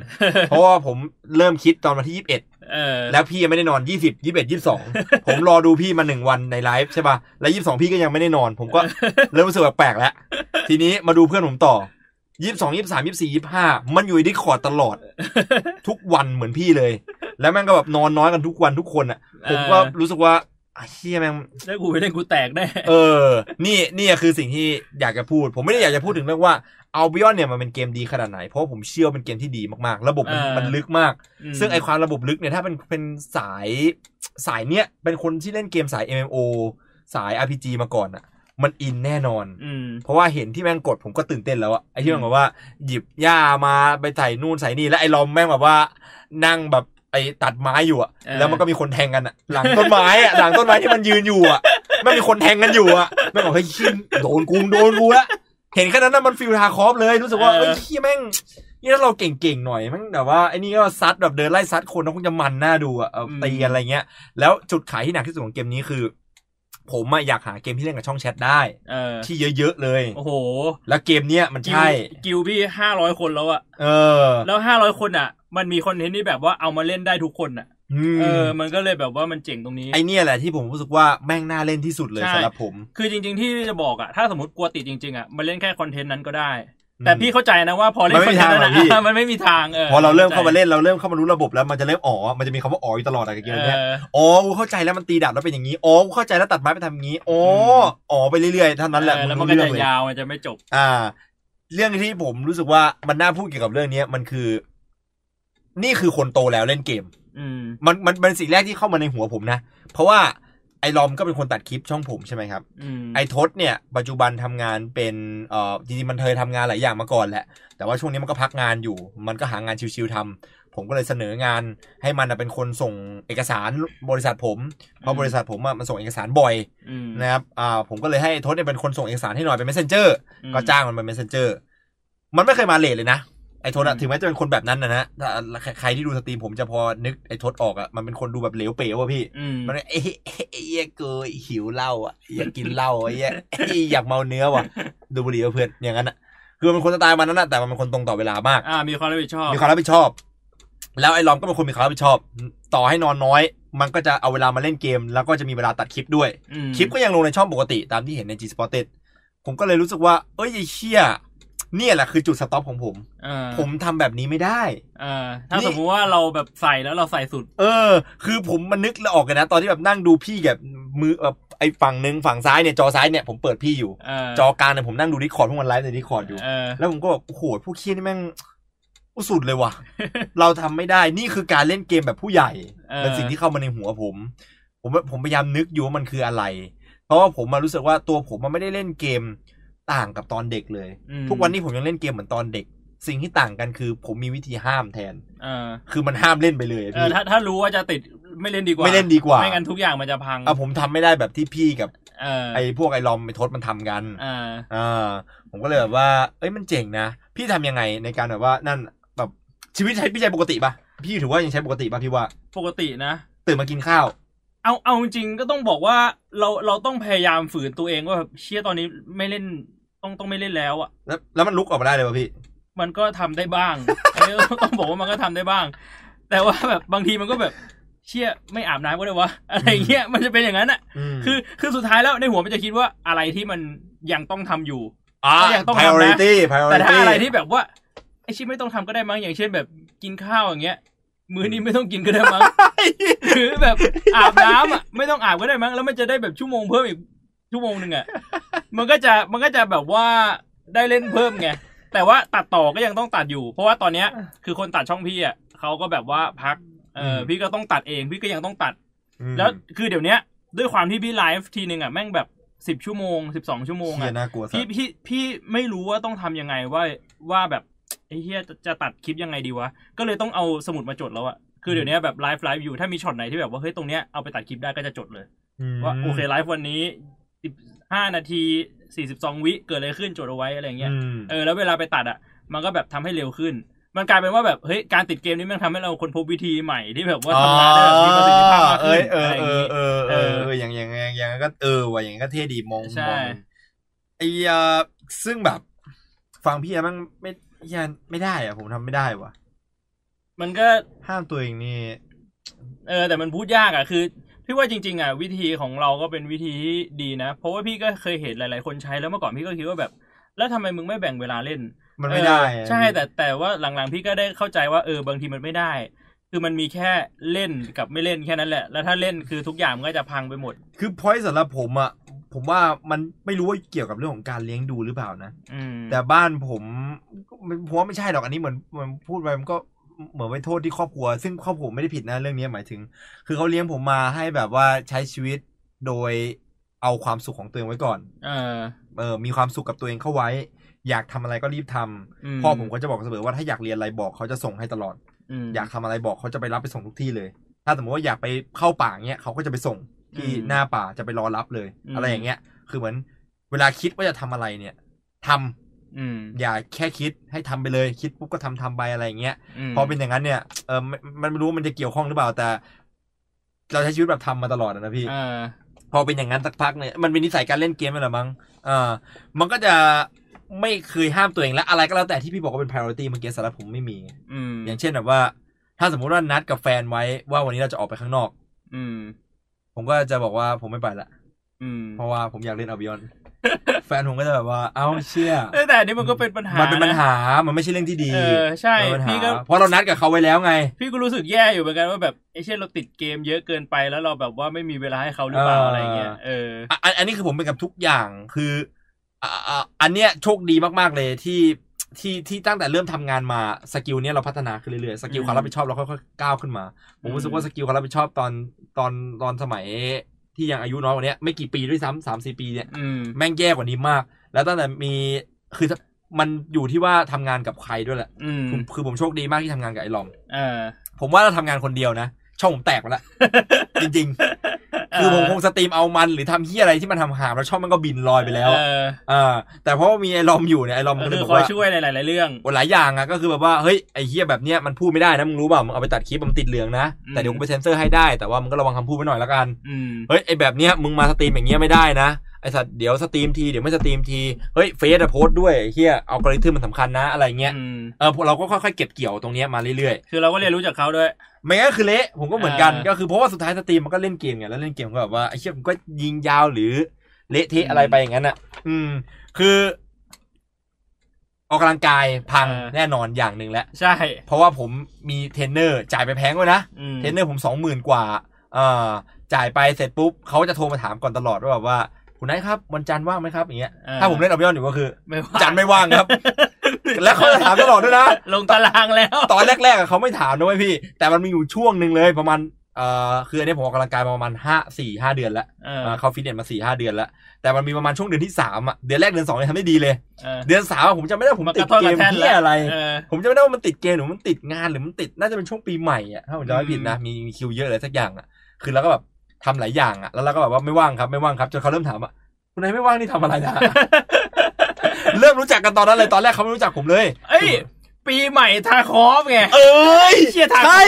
[SPEAKER 1] เพราะว่าผมเริ่มคิดตอนวันที่ยี่สิบเอ็ด
[SPEAKER 2] เออ
[SPEAKER 1] แล้วพี่ยังไม่ได้นอนยี่สิบยี่สิบเอ็ดยี่สิบสองผมรอดูพี่มาหนึ่งวันในไลฟ์ใช่ป่ะ แล้วยี่สิบสองพี่ก็ยังไม่ได้นอน ผม ก็เริ่มรู้สึกแปลกๆแล้ว ทีนี้มาดูเพื่อนผมต่อยี่สิบสองยี่สิบสามยี่สิบสี่ยี่สิบห้ามันอยู่ในดิสคอร์ดตลอด ทุกวันเหมือนพี่เลย แล้วแม่งก็แบบนอนน้อยกันทุกวันทุกคนอ่ะ ผมก็รู้สึกว่าอ่ะเฮียแม่ง
[SPEAKER 2] ได้วกูไปเล่นกูแตกแน่
[SPEAKER 1] เออ นี่นี่คือสิ่งที่อยากจะพูด ผมไม่ได้อยากจะพูดถึงเรื่องว่าเอาบิออนเนี่ยมันเป็นเกมดีขนาดไหน เพราะผมเชื่อว่าเป็นเกมที่ดีมากๆ ระบบมันมันลึกมาก
[SPEAKER 2] ม
[SPEAKER 1] ซึ่งไอความระบบลึกเนี่ยถ้าเป็นเป็นสายสายเนี้ยเป็นคนที่เล่นเกมสาย MMO สาย RPG มาก่อนอ่ะ มันอินแน่นอน
[SPEAKER 2] อืม
[SPEAKER 1] เพราะว่าเห็นที่แม่งกดผมก็ตื่นเต้นแล้วอะไอ้ที่แม่งแบบว่าหยิบหญ้ามาไปใส่นู่นใส่นี่แล้วไอ้ลอมแม่งแบบว่านั่งแบบ ไอ้ตัดไม้อยู่อะ
[SPEAKER 2] เออ
[SPEAKER 1] แล้วมันก็มีคนแทงกันอะหลังต้นไม้อะหลังต้นไม้ที่มันยืนอยู่อะไม่งมีคนแทงกันอยู่อะแม่งบอกเฮ้ยชิมโดนกูโดนกูละเห็นแค่นั้นนะมันฟิลทาคอฟเลยรู้สึกว่าเอ้ยเหียแม่งนี่ถ้าเราเก่งๆหน่อยแม่งแบบว่าไอ้นี่ก็ซัดแบบเดินไล่ซัดคนแล้วคงจะมันหน้าดูอะเอาตีกันอะไรเงี้ย แล้วจุดขายที่หนักที่สุดของเกมนี้คือ ผมอะอยากหาเกมที่เล่นกับช่องแชทได้
[SPEAKER 2] เออ
[SPEAKER 1] ที่เยอะๆเลย
[SPEAKER 2] โอ้โห
[SPEAKER 1] แล้วเกมเนี้ยมัน
[SPEAKER 2] กิว
[SPEAKER 1] ใช่
[SPEAKER 2] กิวพี่ห้าร้อยคนแล้วอะ
[SPEAKER 1] เออ
[SPEAKER 2] แล้วห้าร้อยคนอะมันมีคอนเทนต์ที่แบบว่าเอามาเล่นได้ทุกคนอะ
[SPEAKER 1] ม
[SPEAKER 2] เออ มันก็เลยแบบว่ามันเจ๋งตรงนี้
[SPEAKER 1] ไอเนี่ยแหละที่ผมรู้สึกว่าแม่งน่าเล่นที่สุดเลย
[SPEAKER 2] ใช่
[SPEAKER 1] สำหรับผม
[SPEAKER 2] คือจริง ๆ ที่จะบอกอะถ้าสมมติกลัวติดจริง ๆอะมันเล่นแค่คอนเทนต์นั้นก็ได้
[SPEAKER 1] อืม
[SPEAKER 2] แต่พี่เข้าใจนะว่าพอเล่น
[SPEAKER 1] มัน
[SPEAKER 2] ค
[SPEAKER 1] ไม่
[SPEAKER 2] อ
[SPEAKER 1] มี
[SPEAKER 2] นเทนต์นั้น
[SPEAKER 1] ทางหรอกพี่
[SPEAKER 2] อะ มันไม่ มีทางเออ
[SPEAKER 1] พอเราเริ่มเข้ามาเล่นเราเริ่มเข้ามารู้ระบบแล้วมันจะเริ่มอ๋อมันจะมีคำว่าอ๋ออยู่ตลอดอะไรกับเกม
[SPEAKER 2] เอ
[SPEAKER 1] เนี้ย
[SPEAKER 2] อ
[SPEAKER 1] อ๋อกูเข้าใจแล้วมันตีดาบแล้วเป็นอย่างนี้อ๋อกูเข้าใจแล้วตัดไม้ไปทำอย่างนี้อ๋อ
[SPEAKER 2] ม
[SPEAKER 1] อ๋อไปเรื่อยๆเท่านั้นแหละ
[SPEAKER 2] เออแล้วมั
[SPEAKER 1] รู้
[SPEAKER 2] นก็
[SPEAKER 1] เรื่
[SPEAKER 2] จะ
[SPEAKER 1] องเลย
[SPEAKER 2] ยาวมันจะไม่จบ
[SPEAKER 1] อ่า เรื่องที่ผมรู้สึกว่ามันน่าพูดเกี่ยวกับเรื่องเนี้ยมันคือ นี่คือคนโตแล้วเล่นเกม
[SPEAKER 2] อืม
[SPEAKER 1] มันมันเป็นสิ่งแรกที่เข้ามาในหัวผมนะ เพราะว่าไอ้ลอมก็เป็นคนตัดคลิปช่องผมใช่ไหมครับ
[SPEAKER 2] อืม
[SPEAKER 1] ไอ้ทศเนี่ยปัจจุบันทำงานเป็นเอ่อจริงๆมันเคยทำงานหลายอย่างมาก่อนแหละ แต่ว่าช่วงนี้มันก็พักงานอยู่ มันก็หางานชิวๆทำผมก็เลยเสนองานให้มันน่ะเป็นคนส่งเอกสารบริษัทผมเพราะบริษัทผมอะมันส่งเอกสารบ่อย
[SPEAKER 2] อืม
[SPEAKER 1] นะครับอ่าผมก็เลยให้ไอ้ทศเนี่ยเป็นคนส่งเอกสารให้หน่อยเป็น messenger
[SPEAKER 2] อืม
[SPEAKER 1] ก็จ้างมันเป็น messenger มันไม่เคยมาเลทเลยนะ ไอ้ทศอะ
[SPEAKER 2] อืม
[SPEAKER 1] ถึงแม้จะเป็นคนแบบนั้นนะนะถ้าใครที่ดูสตรีมผมจะพอนึกไอ้ทศออกอะมันเป็นคนดูแบบเหลวเป๋วอะพี่
[SPEAKER 2] อืม
[SPEAKER 1] มันเอ้ยเอ้ยเอ้ยเอ้ยกูหิวเหล้าอ่ะ อยากกินเหล้าอ่ะเอ้ยเอ้ยอยากเมาเนื้อว่ะ ดูบุหรี่กับเพื่อนอย่างนั้นอ่ะ คือมันเป็นคนสไตล์มันนั้นอ่ะแต่มันเป็นคนตรงต่อเวลามาก
[SPEAKER 2] อ่า มีความรับผิดชอบ
[SPEAKER 1] มีความรับผิดชอบ แล้วไอ้ลอมก็เป็นคนมีความรับผิดชอบ ต่อให้นอนน้อย มันก็จะเอาเวลามาเล่นเกม แล้วก็จะมีเวลาตัดคลิปด้วย
[SPEAKER 2] อืม
[SPEAKER 1] คลิปก็ยังลงในช่องปกติตามที่เห็นใน G Sported ผมก็เลยรู้สึกว่า เอ้ยไอ้เชี่ยเนี่ยแหละคือจุดสต็อปของผม
[SPEAKER 2] เออ
[SPEAKER 1] ผมทำแบบนี้ไม่ได้
[SPEAKER 2] เออถ้า
[SPEAKER 1] นี่
[SPEAKER 2] สมมุติว่าเราแบบใส่แล้วเราใส่สุด
[SPEAKER 1] เออ คือผมมันนึกแล้วออกกันนะ ตอนที่แบบนั่งดูพี่แบบมือแบบไอ้ฝั่งหนึ่งฝั่งซ้ายเนี่ย จอซ้ายเนี่ยผมเปิดพี่อยู่
[SPEAKER 2] เออ
[SPEAKER 1] จอกลางเนี่ยผมนั่งดูดิคอร์ดพวกมันไลฟ์ในดิคอร์ดอยู่
[SPEAKER 2] เออ
[SPEAKER 1] แล้วผมก็แบบโอ้โหพวกเคียนี่แม่งสุดเลยว่ะ เราทำไม่ได้นี่คือการเล่นเกมแบบผู้ใหญ่
[SPEAKER 2] เออ
[SPEAKER 1] เป็นสิ่งที่เข้ามาในหัวผม ผมผมพยายามนึกอยู่ว่ามันคืออะไร เพราะว่าผมมารู้สึกว่าตัวผมมันไม่ได้เล่นเกมต่างกับตอนเด็กเลย
[SPEAKER 2] อืม
[SPEAKER 1] ทุกวันนี้ผมยังเล่นเกมเหมือนตอนเด็ก สิ่งที่ต่างกันคือ ผมมีวิธีห้ามแทน
[SPEAKER 2] เออ
[SPEAKER 1] คือมันห้ามเล่นไปเลยอะ
[SPEAKER 2] เอ
[SPEAKER 1] พี่
[SPEAKER 2] อถ้าถ้ารู้ว่าจะติดไม่เล่นดีกว่า
[SPEAKER 1] ไม่เล่นดีกว่า
[SPEAKER 2] ไม่งั้นทุกอย่างมันจะพัง
[SPEAKER 1] อ่ะผมทำไม่ได้แบบที่พี่กับ
[SPEAKER 2] เออ
[SPEAKER 1] ไอ้พวกไอ้ลอมไอ้ทศมันทำกัน
[SPEAKER 2] เออ
[SPEAKER 1] อ่าผมก็เลยแบบว่า เอ้ยมันเจ๋งนะ พี่ทำยังไงในการแบบว่านั่นแบบชีวิตใช้พี่ใช้ปกติปะพี่ถือว่ายังใช้ปกติปะพี่ว่า
[SPEAKER 2] ปกตินะ
[SPEAKER 1] ตื่นมากินข้าว
[SPEAKER 2] เอาเอาจริงๆก็ต้องบอกว่าเราเราต้องพยายามฝืนตัวเองว่าแบบเชี่ยตอนนี้ไม่เล่นต้องต้องไม่เล่นแล้วอ่ะ
[SPEAKER 1] แล้วแล้วมันลุกออกมาได้เลยป่ะพี่
[SPEAKER 2] มันก็ทำได้บ้าง อันนี้ต้องบอกว่ามันก็ทำได้บ้าง แต่ว่าแบบบางทีมันก็แบบ เชี่ยไม่อาบน้ำก็ได้วะ อะไรเงี้ยมันจะเป็นอย่างนั้นอ่ะ
[SPEAKER 1] ม
[SPEAKER 2] คือคือสุดท้ายแล้วในหัวมันจะคิดว่าอะไรที่มันยังต้องทำอยู่
[SPEAKER 1] อ่า
[SPEAKER 2] ก็ยังต้องทำนะ
[SPEAKER 1] priority
[SPEAKER 2] แต่
[SPEAKER 1] priority
[SPEAKER 2] ถ้าอะไรที่แบบว่าไอชิ้นไม่ต้องทำก็ได้มั้งอย่างเช่นแบบกินข้าวอย่างเงี้ย มื้อนี้ไม่ต้องกินก็ได้มั้งหรือแบบอาบน้ำอ่ะไม่ต้องอาบก็ได้มั้งแล้วมันจะได้แบบชั่วโมงเพิ่มอีกชั่วโมงหนึ่งอ่ะมันก็จะมันก็จะแบบว่าได้เล่นเพิ่มไงแต่ว่าตัดต่อก็ยังต้องตัดอยู่ เพราะว่าตอนเนี้ยคือคนตัดช่องพี่อ่ะเขาก็แบบว่าพักเออพี่ก็ต้องตัดเองพี่ก็ยังต้องตัด
[SPEAKER 1] อืม
[SPEAKER 2] แล้วคือเดี๋ยวเนี้ยด้วยความที่พี่ไลฟ์ทีหนึ่งอ่ะแม่งแบบสิบ10 ชั่วโมงสิบสองชั่วโมง
[SPEAKER 1] เฮีย
[SPEAKER 2] อ่ะ
[SPEAKER 1] น่ากลัวสัส
[SPEAKER 2] พี่พี่พี่ไม่รู้ว่าต้องทำยังไงว่าว่าแบบไอ้เฮียจะจะตัดคลิปยังไงดีวะ ก็เลยต้องเอาสมุดมาจดแล้วอ่ะคือเดี๋ยวเนี้ยแบบไลฟ์ไลฟ์อยู่ถ้ามีช็อตไหนที่แบบว่าเฮ้ยตรงเนี้ยเอาไปตัดคลิปได้ก็จะจดเลย
[SPEAKER 1] ม
[SPEAKER 2] ว่าโอเคไลฟ์วันนี้สิบห้านาทีสี่สิบสองวิเกิดอะไรขึ้นจดเอาไว้อะไรเงี้ย
[SPEAKER 1] อืม
[SPEAKER 2] เออแล้วเวลาไปตัดอ่ะ มันก็แบบทำให้เร็วขึ้น มันกลายเป็นว่าแบบเฮ้ยการติดเกมนี้มันทำให้เราคนพบวิธีใหม่ที่แบบว่าทำงานได้แบบมีประสิทธิภาพมากขึ้น
[SPEAKER 1] เอ
[SPEAKER 2] อะ
[SPEAKER 1] อ
[SPEAKER 2] ไรอ
[SPEAKER 1] เอง อ
[SPEAKER 2] ย่างี้
[SPEAKER 1] เออเออเอออย่างอย่างอย่างอย่างนั้นก็เออว่ะอย่างนั้นก็เท่ดีมอง
[SPEAKER 2] ใช่
[SPEAKER 1] มองไอ้ยาซึ่งแบบ ฟังพี่อะมันไม่ยาไม่ได้อะผมทำไม่ได้ว่ะ
[SPEAKER 2] มันก็
[SPEAKER 1] ห้ามตัวเองนี่
[SPEAKER 2] เออแต่มันพูดยากอ่ะคือพี่ว่าจริง ๆอ่ะวิธีของเราก็เป็นวิธีที่ดีนะ เพราะว่าพี่ก็เคยเห็นหลาย ๆ คนใช้แล้วเมื่อก่อนพี่ก็คิดว่าแบบ แล้วทำไมมึงไม่แบ่งเวลาเล่น
[SPEAKER 1] มันไม่ได้
[SPEAKER 2] เอ
[SPEAKER 1] อะ
[SPEAKER 2] อใช่แต่แต่ว่าหลังๆพี่ก็ได้เข้าใจว่าเออบางทีมันไม่ได้ คือมันมีแค่เล่นกับไม่เล่นแค่นั้นแหละ แล้วถ้าเล่นคือทุกอย่างมันก็จะพังไปหมด
[SPEAKER 1] คือพอยสำหรับผมอะผมว่ามันไม่รู้ว่าเกี่ยวกับเรื่องของการเลี้ยงดูหรือเปล่านะ
[SPEAKER 2] อืม
[SPEAKER 1] แต่บ้านผมผมว่าไม่ใช่หรอกอันนี้เหมือนเหมันพูดไปมันก็เหมือนไปโทษที่ครอบครัว ซึ่งครอบครัวผมไม่ได้ผิดนะเรื่องนี้หมายถึง คือเขาเลี้ยงผมมาให้แบบว่าใช้ชีวิตโดยเอาความสุขของตัวเองไว้ก่อน
[SPEAKER 2] เออ
[SPEAKER 1] เออมีความสุขกับตัวเองเข้าไว้ อยากทำอะไรก็รีบทำพ่อผมก็จะบอกเสมอว่าถ้าอยากเรียนอะไรบอกเขาจะส่งให้ตลอด
[SPEAKER 2] ม
[SPEAKER 1] อยากทำอะไรบอกเขาจะไปรับไปส่งทุกที่เลย ถ้าสมมติว่าอยากไปเข้าป่าเงี้ยเขาก็จะไปส่งที่
[SPEAKER 2] อืม
[SPEAKER 1] หน้าป่าจะไปรอรับเลย
[SPEAKER 2] อืม
[SPEAKER 1] อะไรอย่างเงี้ย คือเหมือนเวลาคิดว่าจะทำอะไรเนี่ยทำ
[SPEAKER 2] อืม
[SPEAKER 1] อย่าแค่คิดให้ทำไปเลย คิดปุ๊บก็ทำทำไปอะไรอย่างเงี้ย
[SPEAKER 2] ม
[SPEAKER 1] พอเป็นอย่างนั้นเนี่ย เออมันมันไม่รู้มันจะเกี่ยวข้องหรือเปล่าแต่ เราใช้ชีวิตแบบทำมาตลอดอะนะพี่
[SPEAKER 2] เออ
[SPEAKER 1] พอเป็นอย่างนั้นสักพักเนี่ยมันเป็นนิสัยการเล่นเกมนั่นแหละมั้งเอ่ามันก็จะไม่เคยห้ามตัวเองและอะไรก็แล้วแต่ที่พี่บอกว่าเป็น priority เมื่อกี้สำหรับผมไม่มี
[SPEAKER 2] อืม
[SPEAKER 1] อย่างเช่นแบบว่า ถ้าสมมุติว่านัดกับแฟนไว้ว่าวันนี้เราจะออกไปข้างนอก
[SPEAKER 2] อืม
[SPEAKER 1] ผมก็จะบอกว่าผมไม่ไปละ
[SPEAKER 2] อืม
[SPEAKER 1] เพราะว่าผมอยากเล่นอ b บ y o อน แฟนผมก็จะแบบว่า เอ้าเชื่อ
[SPEAKER 2] เออแต่อันนี้มันก็เป็นปัญหา
[SPEAKER 1] มั
[SPEAKER 2] มัน
[SPEAKER 1] เป็นปัญหา มันไม่ใช่เรื่องที่ดี
[SPEAKER 2] เออใช่
[SPEAKER 1] มันเป็นปัญหา
[SPEAKER 2] พี่ก็
[SPEAKER 1] เพราะเรานัดกับเขาไว้แล้วไง
[SPEAKER 2] พี่ก็รู้สึกแย่อยู่เหมือนกันว่าแบบไอ้เช่นเราติดเกมเยอะเกินไปแล้วเราแบบว่าไม่มีเวลาให้เขาหรือเปล่า
[SPEAKER 1] เอออ
[SPEAKER 2] อะไรเงี้ยเออ
[SPEAKER 1] อ่ะอันอันนี้คือผมเป็นกับทุกอย่างคืออ่ะอ่ะอันเนี้ยโชคดีมากๆเลยที่ที่ที่ตั้งแต่เริ่มทำงานมาสกิลเนี้ยเราพัฒนาขึ้นเรื่อยๆสกิล
[SPEAKER 2] อืม
[SPEAKER 1] ความรับผิดชอบเราค่อยๆก้าวขึ้นมา ผมรู้สึกว่าสกิลความรับผิดชอบตอนตอนตอนสมัยที่ยังอายุน้อยกว่าเนี้ยไม่กี่ปีด้วยซ้ำสามสี่ปีเนี่ย
[SPEAKER 2] อืม
[SPEAKER 1] แม่งแย่กว่านี้มาก แล้วตั้งแต่มีคือมันอยู่ที่ว่าทำงานกับใครด้วยแหละ
[SPEAKER 2] อืม
[SPEAKER 1] คือคือผมโชคดีมากที่ทำงานกับไอ้หลอม
[SPEAKER 2] เออ
[SPEAKER 1] ผมว่าเราทำงานคนเดียวนะ ช่องผมแตกไปแล้ว จริงๆ คือผมคงสตรีมเอามันหรือทำเฮียอะไรที่มันทำหามแล้วช่องมันก็บินลอยไปแล้ว
[SPEAKER 2] เออ
[SPEAKER 1] เอ่าแต่เพราะว่ามีไอ้ลอมอยู่เนี่ยไอ้ลอมมัน
[SPEAKER 2] ก็
[SPEAKER 1] ก็เล
[SPEAKER 2] คื
[SPEAKER 1] ย
[SPEAKER 2] อ
[SPEAKER 1] บอก
[SPEAKER 2] คอย
[SPEAKER 1] ว่า
[SPEAKER 2] ช่วยในหลาย ๆ เรื่อง
[SPEAKER 1] หลายอย่างอะก็คือแบบว่าเฮ้ยไอ้เฮียแบบเนี้ยมันพูดไม่ได้นะมึงรู้เปล่ามึงเอาไปตัดคลิปมันติดเหลืองนะ
[SPEAKER 2] อืม
[SPEAKER 1] แต่เดี๋ยวกูไปเซ็นเซอร์ให้ได้แต่ว่ามึงก็ระวังคำพูดไว้หน่อยละกัน
[SPEAKER 2] อืม
[SPEAKER 1] เฮ้ยไอ้แบบเนี้ยมึงมาสตรีมอย่างเงี้ยไม่ได้นะไอ้สัตว์เดี๋ยวสตรีมทีเดี๋ยวไม่สตรีมทีเฮ้ยเฟซอะโพสต์ด้วยไอ้เฮียเอากริทึมมันสำคัญนะอะไรเงี้ย
[SPEAKER 2] อืม
[SPEAKER 1] เออพวกเราก็ค่อยๆเก็บเกี่ยวตรงเนี้ยมาเรื่อยๆ
[SPEAKER 2] คือเราก็เรียนรู้จากเขาด้วย
[SPEAKER 1] ไม่งั้นก็คือเละผมก็เหมือนกัน
[SPEAKER 2] อ่า
[SPEAKER 1] ก็คือเพราะว่าสุดท้ายสตรีมมันก็เล่นเกมไงแล้วเล่นเกมก็แบบว่าไอ้เชี่ยมันก็ยิงยาวหรือเละเทะอะไรไปอย่างนั้นอ่ะ อืม คือ ออกกำลังกายพัง
[SPEAKER 2] เออ
[SPEAKER 1] แน่นอนอย่างหนึ่งแล้ว
[SPEAKER 2] ใช่
[SPEAKER 1] เพราะว่าผมมีเทรนเนอร์ จ่ายไปแพงด้วยนะ
[SPEAKER 2] อืม
[SPEAKER 1] เทรนเนอร์ผมสองหมื่นกว่าอ่าจ่ายไปเสร็จปุ๊บเขาจะโทรมาถามก่อนตลอดว่าแบบว่า คุณนายครับวันจันทร์ว่างไหมครับอย่างเงี้ย
[SPEAKER 2] เออ
[SPEAKER 1] ถ้าผมเล่นออบิออนอยู่ก็คือ
[SPEAKER 2] ไม่ว่าง
[SPEAKER 1] จันทร์ไม่ว่าง ครับ แล้วเขาจะถามตลอดด้วยนะ
[SPEAKER 2] ลงตารางแล้ว
[SPEAKER 1] ตอนแรกๆอะเขาไม่ถามนะเว้ยพี่ แต่มันมีอยู่ช่วงหนึ่งเลยประมาณเอ่อคืออันนี้ผมออกกำลังกายมาประมาณห้าสี่ห้าเดือนแล้ว
[SPEAKER 2] เออ
[SPEAKER 1] เอ่อเข้าฟิตเนสมาสี่ห้าเดือนแล้ว แต่มันมีประมาณช่วงเดือนที่สามอะเดือนแรกเดือนสองยังทำได้ดีเลย
[SPEAKER 2] เออ
[SPEAKER 1] เดือนสามอะผมจำไม่ได้ผม
[SPEAKER 2] มัน
[SPEAKER 1] ติด
[SPEAKER 2] กระทบ
[SPEAKER 1] เก
[SPEAKER 2] ก
[SPEAKER 1] ม
[SPEAKER 2] ระแทก
[SPEAKER 1] ที่
[SPEAKER 2] แล้ว
[SPEAKER 1] อะไร
[SPEAKER 2] เออ
[SPEAKER 1] ผมจำไม่ได้ว่ามันติดเกมหรือมันติดงานหรือมันติดน่าจะเป็นช่วงปีใหม่อะถ้าผมจำไม่ผิดนะมีมีคิวเยอะเลยสักอย่างอะคือเราก็แบบทำหลายอย่างอะแล้วเราก็แบบว่าไม่ว่างครับไม่ว่างครับจนเขาเริ่มถามอะคุณนายไม่ว่างนี่ทำอะไรนะ เริ่มรู้จักกันตอนนั้นเลยตอนแรกเขาไม่รู้จักผมเลย
[SPEAKER 2] เอ้ย ปีใหม่ทาคอฟไง
[SPEAKER 1] เอ้ย
[SPEAKER 2] เชี่ยทาโคฟ
[SPEAKER 1] ใช่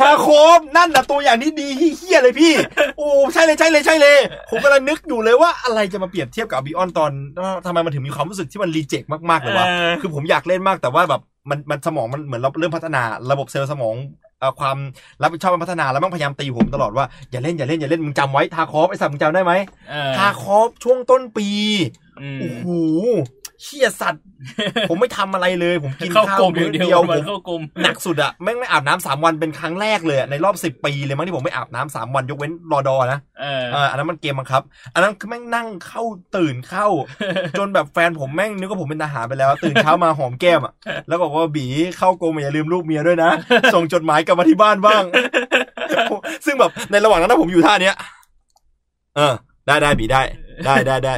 [SPEAKER 1] ทาโคฟนั่นแหละตัวอย่างที่ดีเฮี้ยเลยพี่ โอ้ใช่เลยใช่เลยใช่เลย ผมกำลังนึกอยู่เลยว่าอะไรจะมาเปรียบเทียบกับบิออนตอนเอ่อทำไมมันถึงมีความรู้สึกที่มันรีเจ็คมากๆเลยวะ
[SPEAKER 2] เออ
[SPEAKER 1] คือผมอยากเล่นมากแต่ว่าแบบมันมันสมองมันเหมือนเราเริ่มพัฒนาระบบเซลล์สมองเอ่อความรับผิดชอบมันพัฒนาแล้วมันพยายามตีผมตลอดว่าอย่าเล่นอย่าเล่นอย่าเล่นมึงจำไว้ทาโคฟไอ้สัตว์มึงจำได้ไหม
[SPEAKER 2] เออ
[SPEAKER 1] ทาโคฟช่วงต้นปี
[SPEAKER 2] อืม
[SPEAKER 1] โอ้โหเชี่ยสัตว์ ผมไม่ทำอะไรเลย ผมกิน
[SPEAKER 2] เข้า
[SPEAKER 1] ข้าว
[SPEAKER 2] กลมอ
[SPEAKER 1] มื้
[SPEAKER 2] ย่า
[SPEAKER 1] อง
[SPEAKER 2] เดี
[SPEAKER 1] เดียวผ
[SPEAKER 2] ยวมัน
[SPEAKER 1] ม
[SPEAKER 2] เข้ากลม
[SPEAKER 1] หนักสุดอะแม่งไม่อาบน้ำสามวันเป็นครั้งแรกเลยอะในรอบสิบปีเลยมั้งที่ผมไม่อาบน้ำสามวันยกเว้นรอดอนะ
[SPEAKER 2] เออ
[SPEAKER 1] เอออันนั้นมันเกมบังคับ อันนั้นคือแม่งนั่งเข้าตื่นเข้า จนแบบแฟนผมแม่งนึกว่าผมเป็นทหารไปแล้ว ตื่นเช้ามาหอมแก้มอะแล้วบอกว่าบีเข้ากรมอย่าลืมลูกเมียด้วยนะ ส่งจดหมายกลับมาที่บ้านบ้าง ซึ่งแบบในระหว่างนั้นนะผมอยู่ท่าเนี้ยเออ ได้ได้บีได้ ได้ได้ได้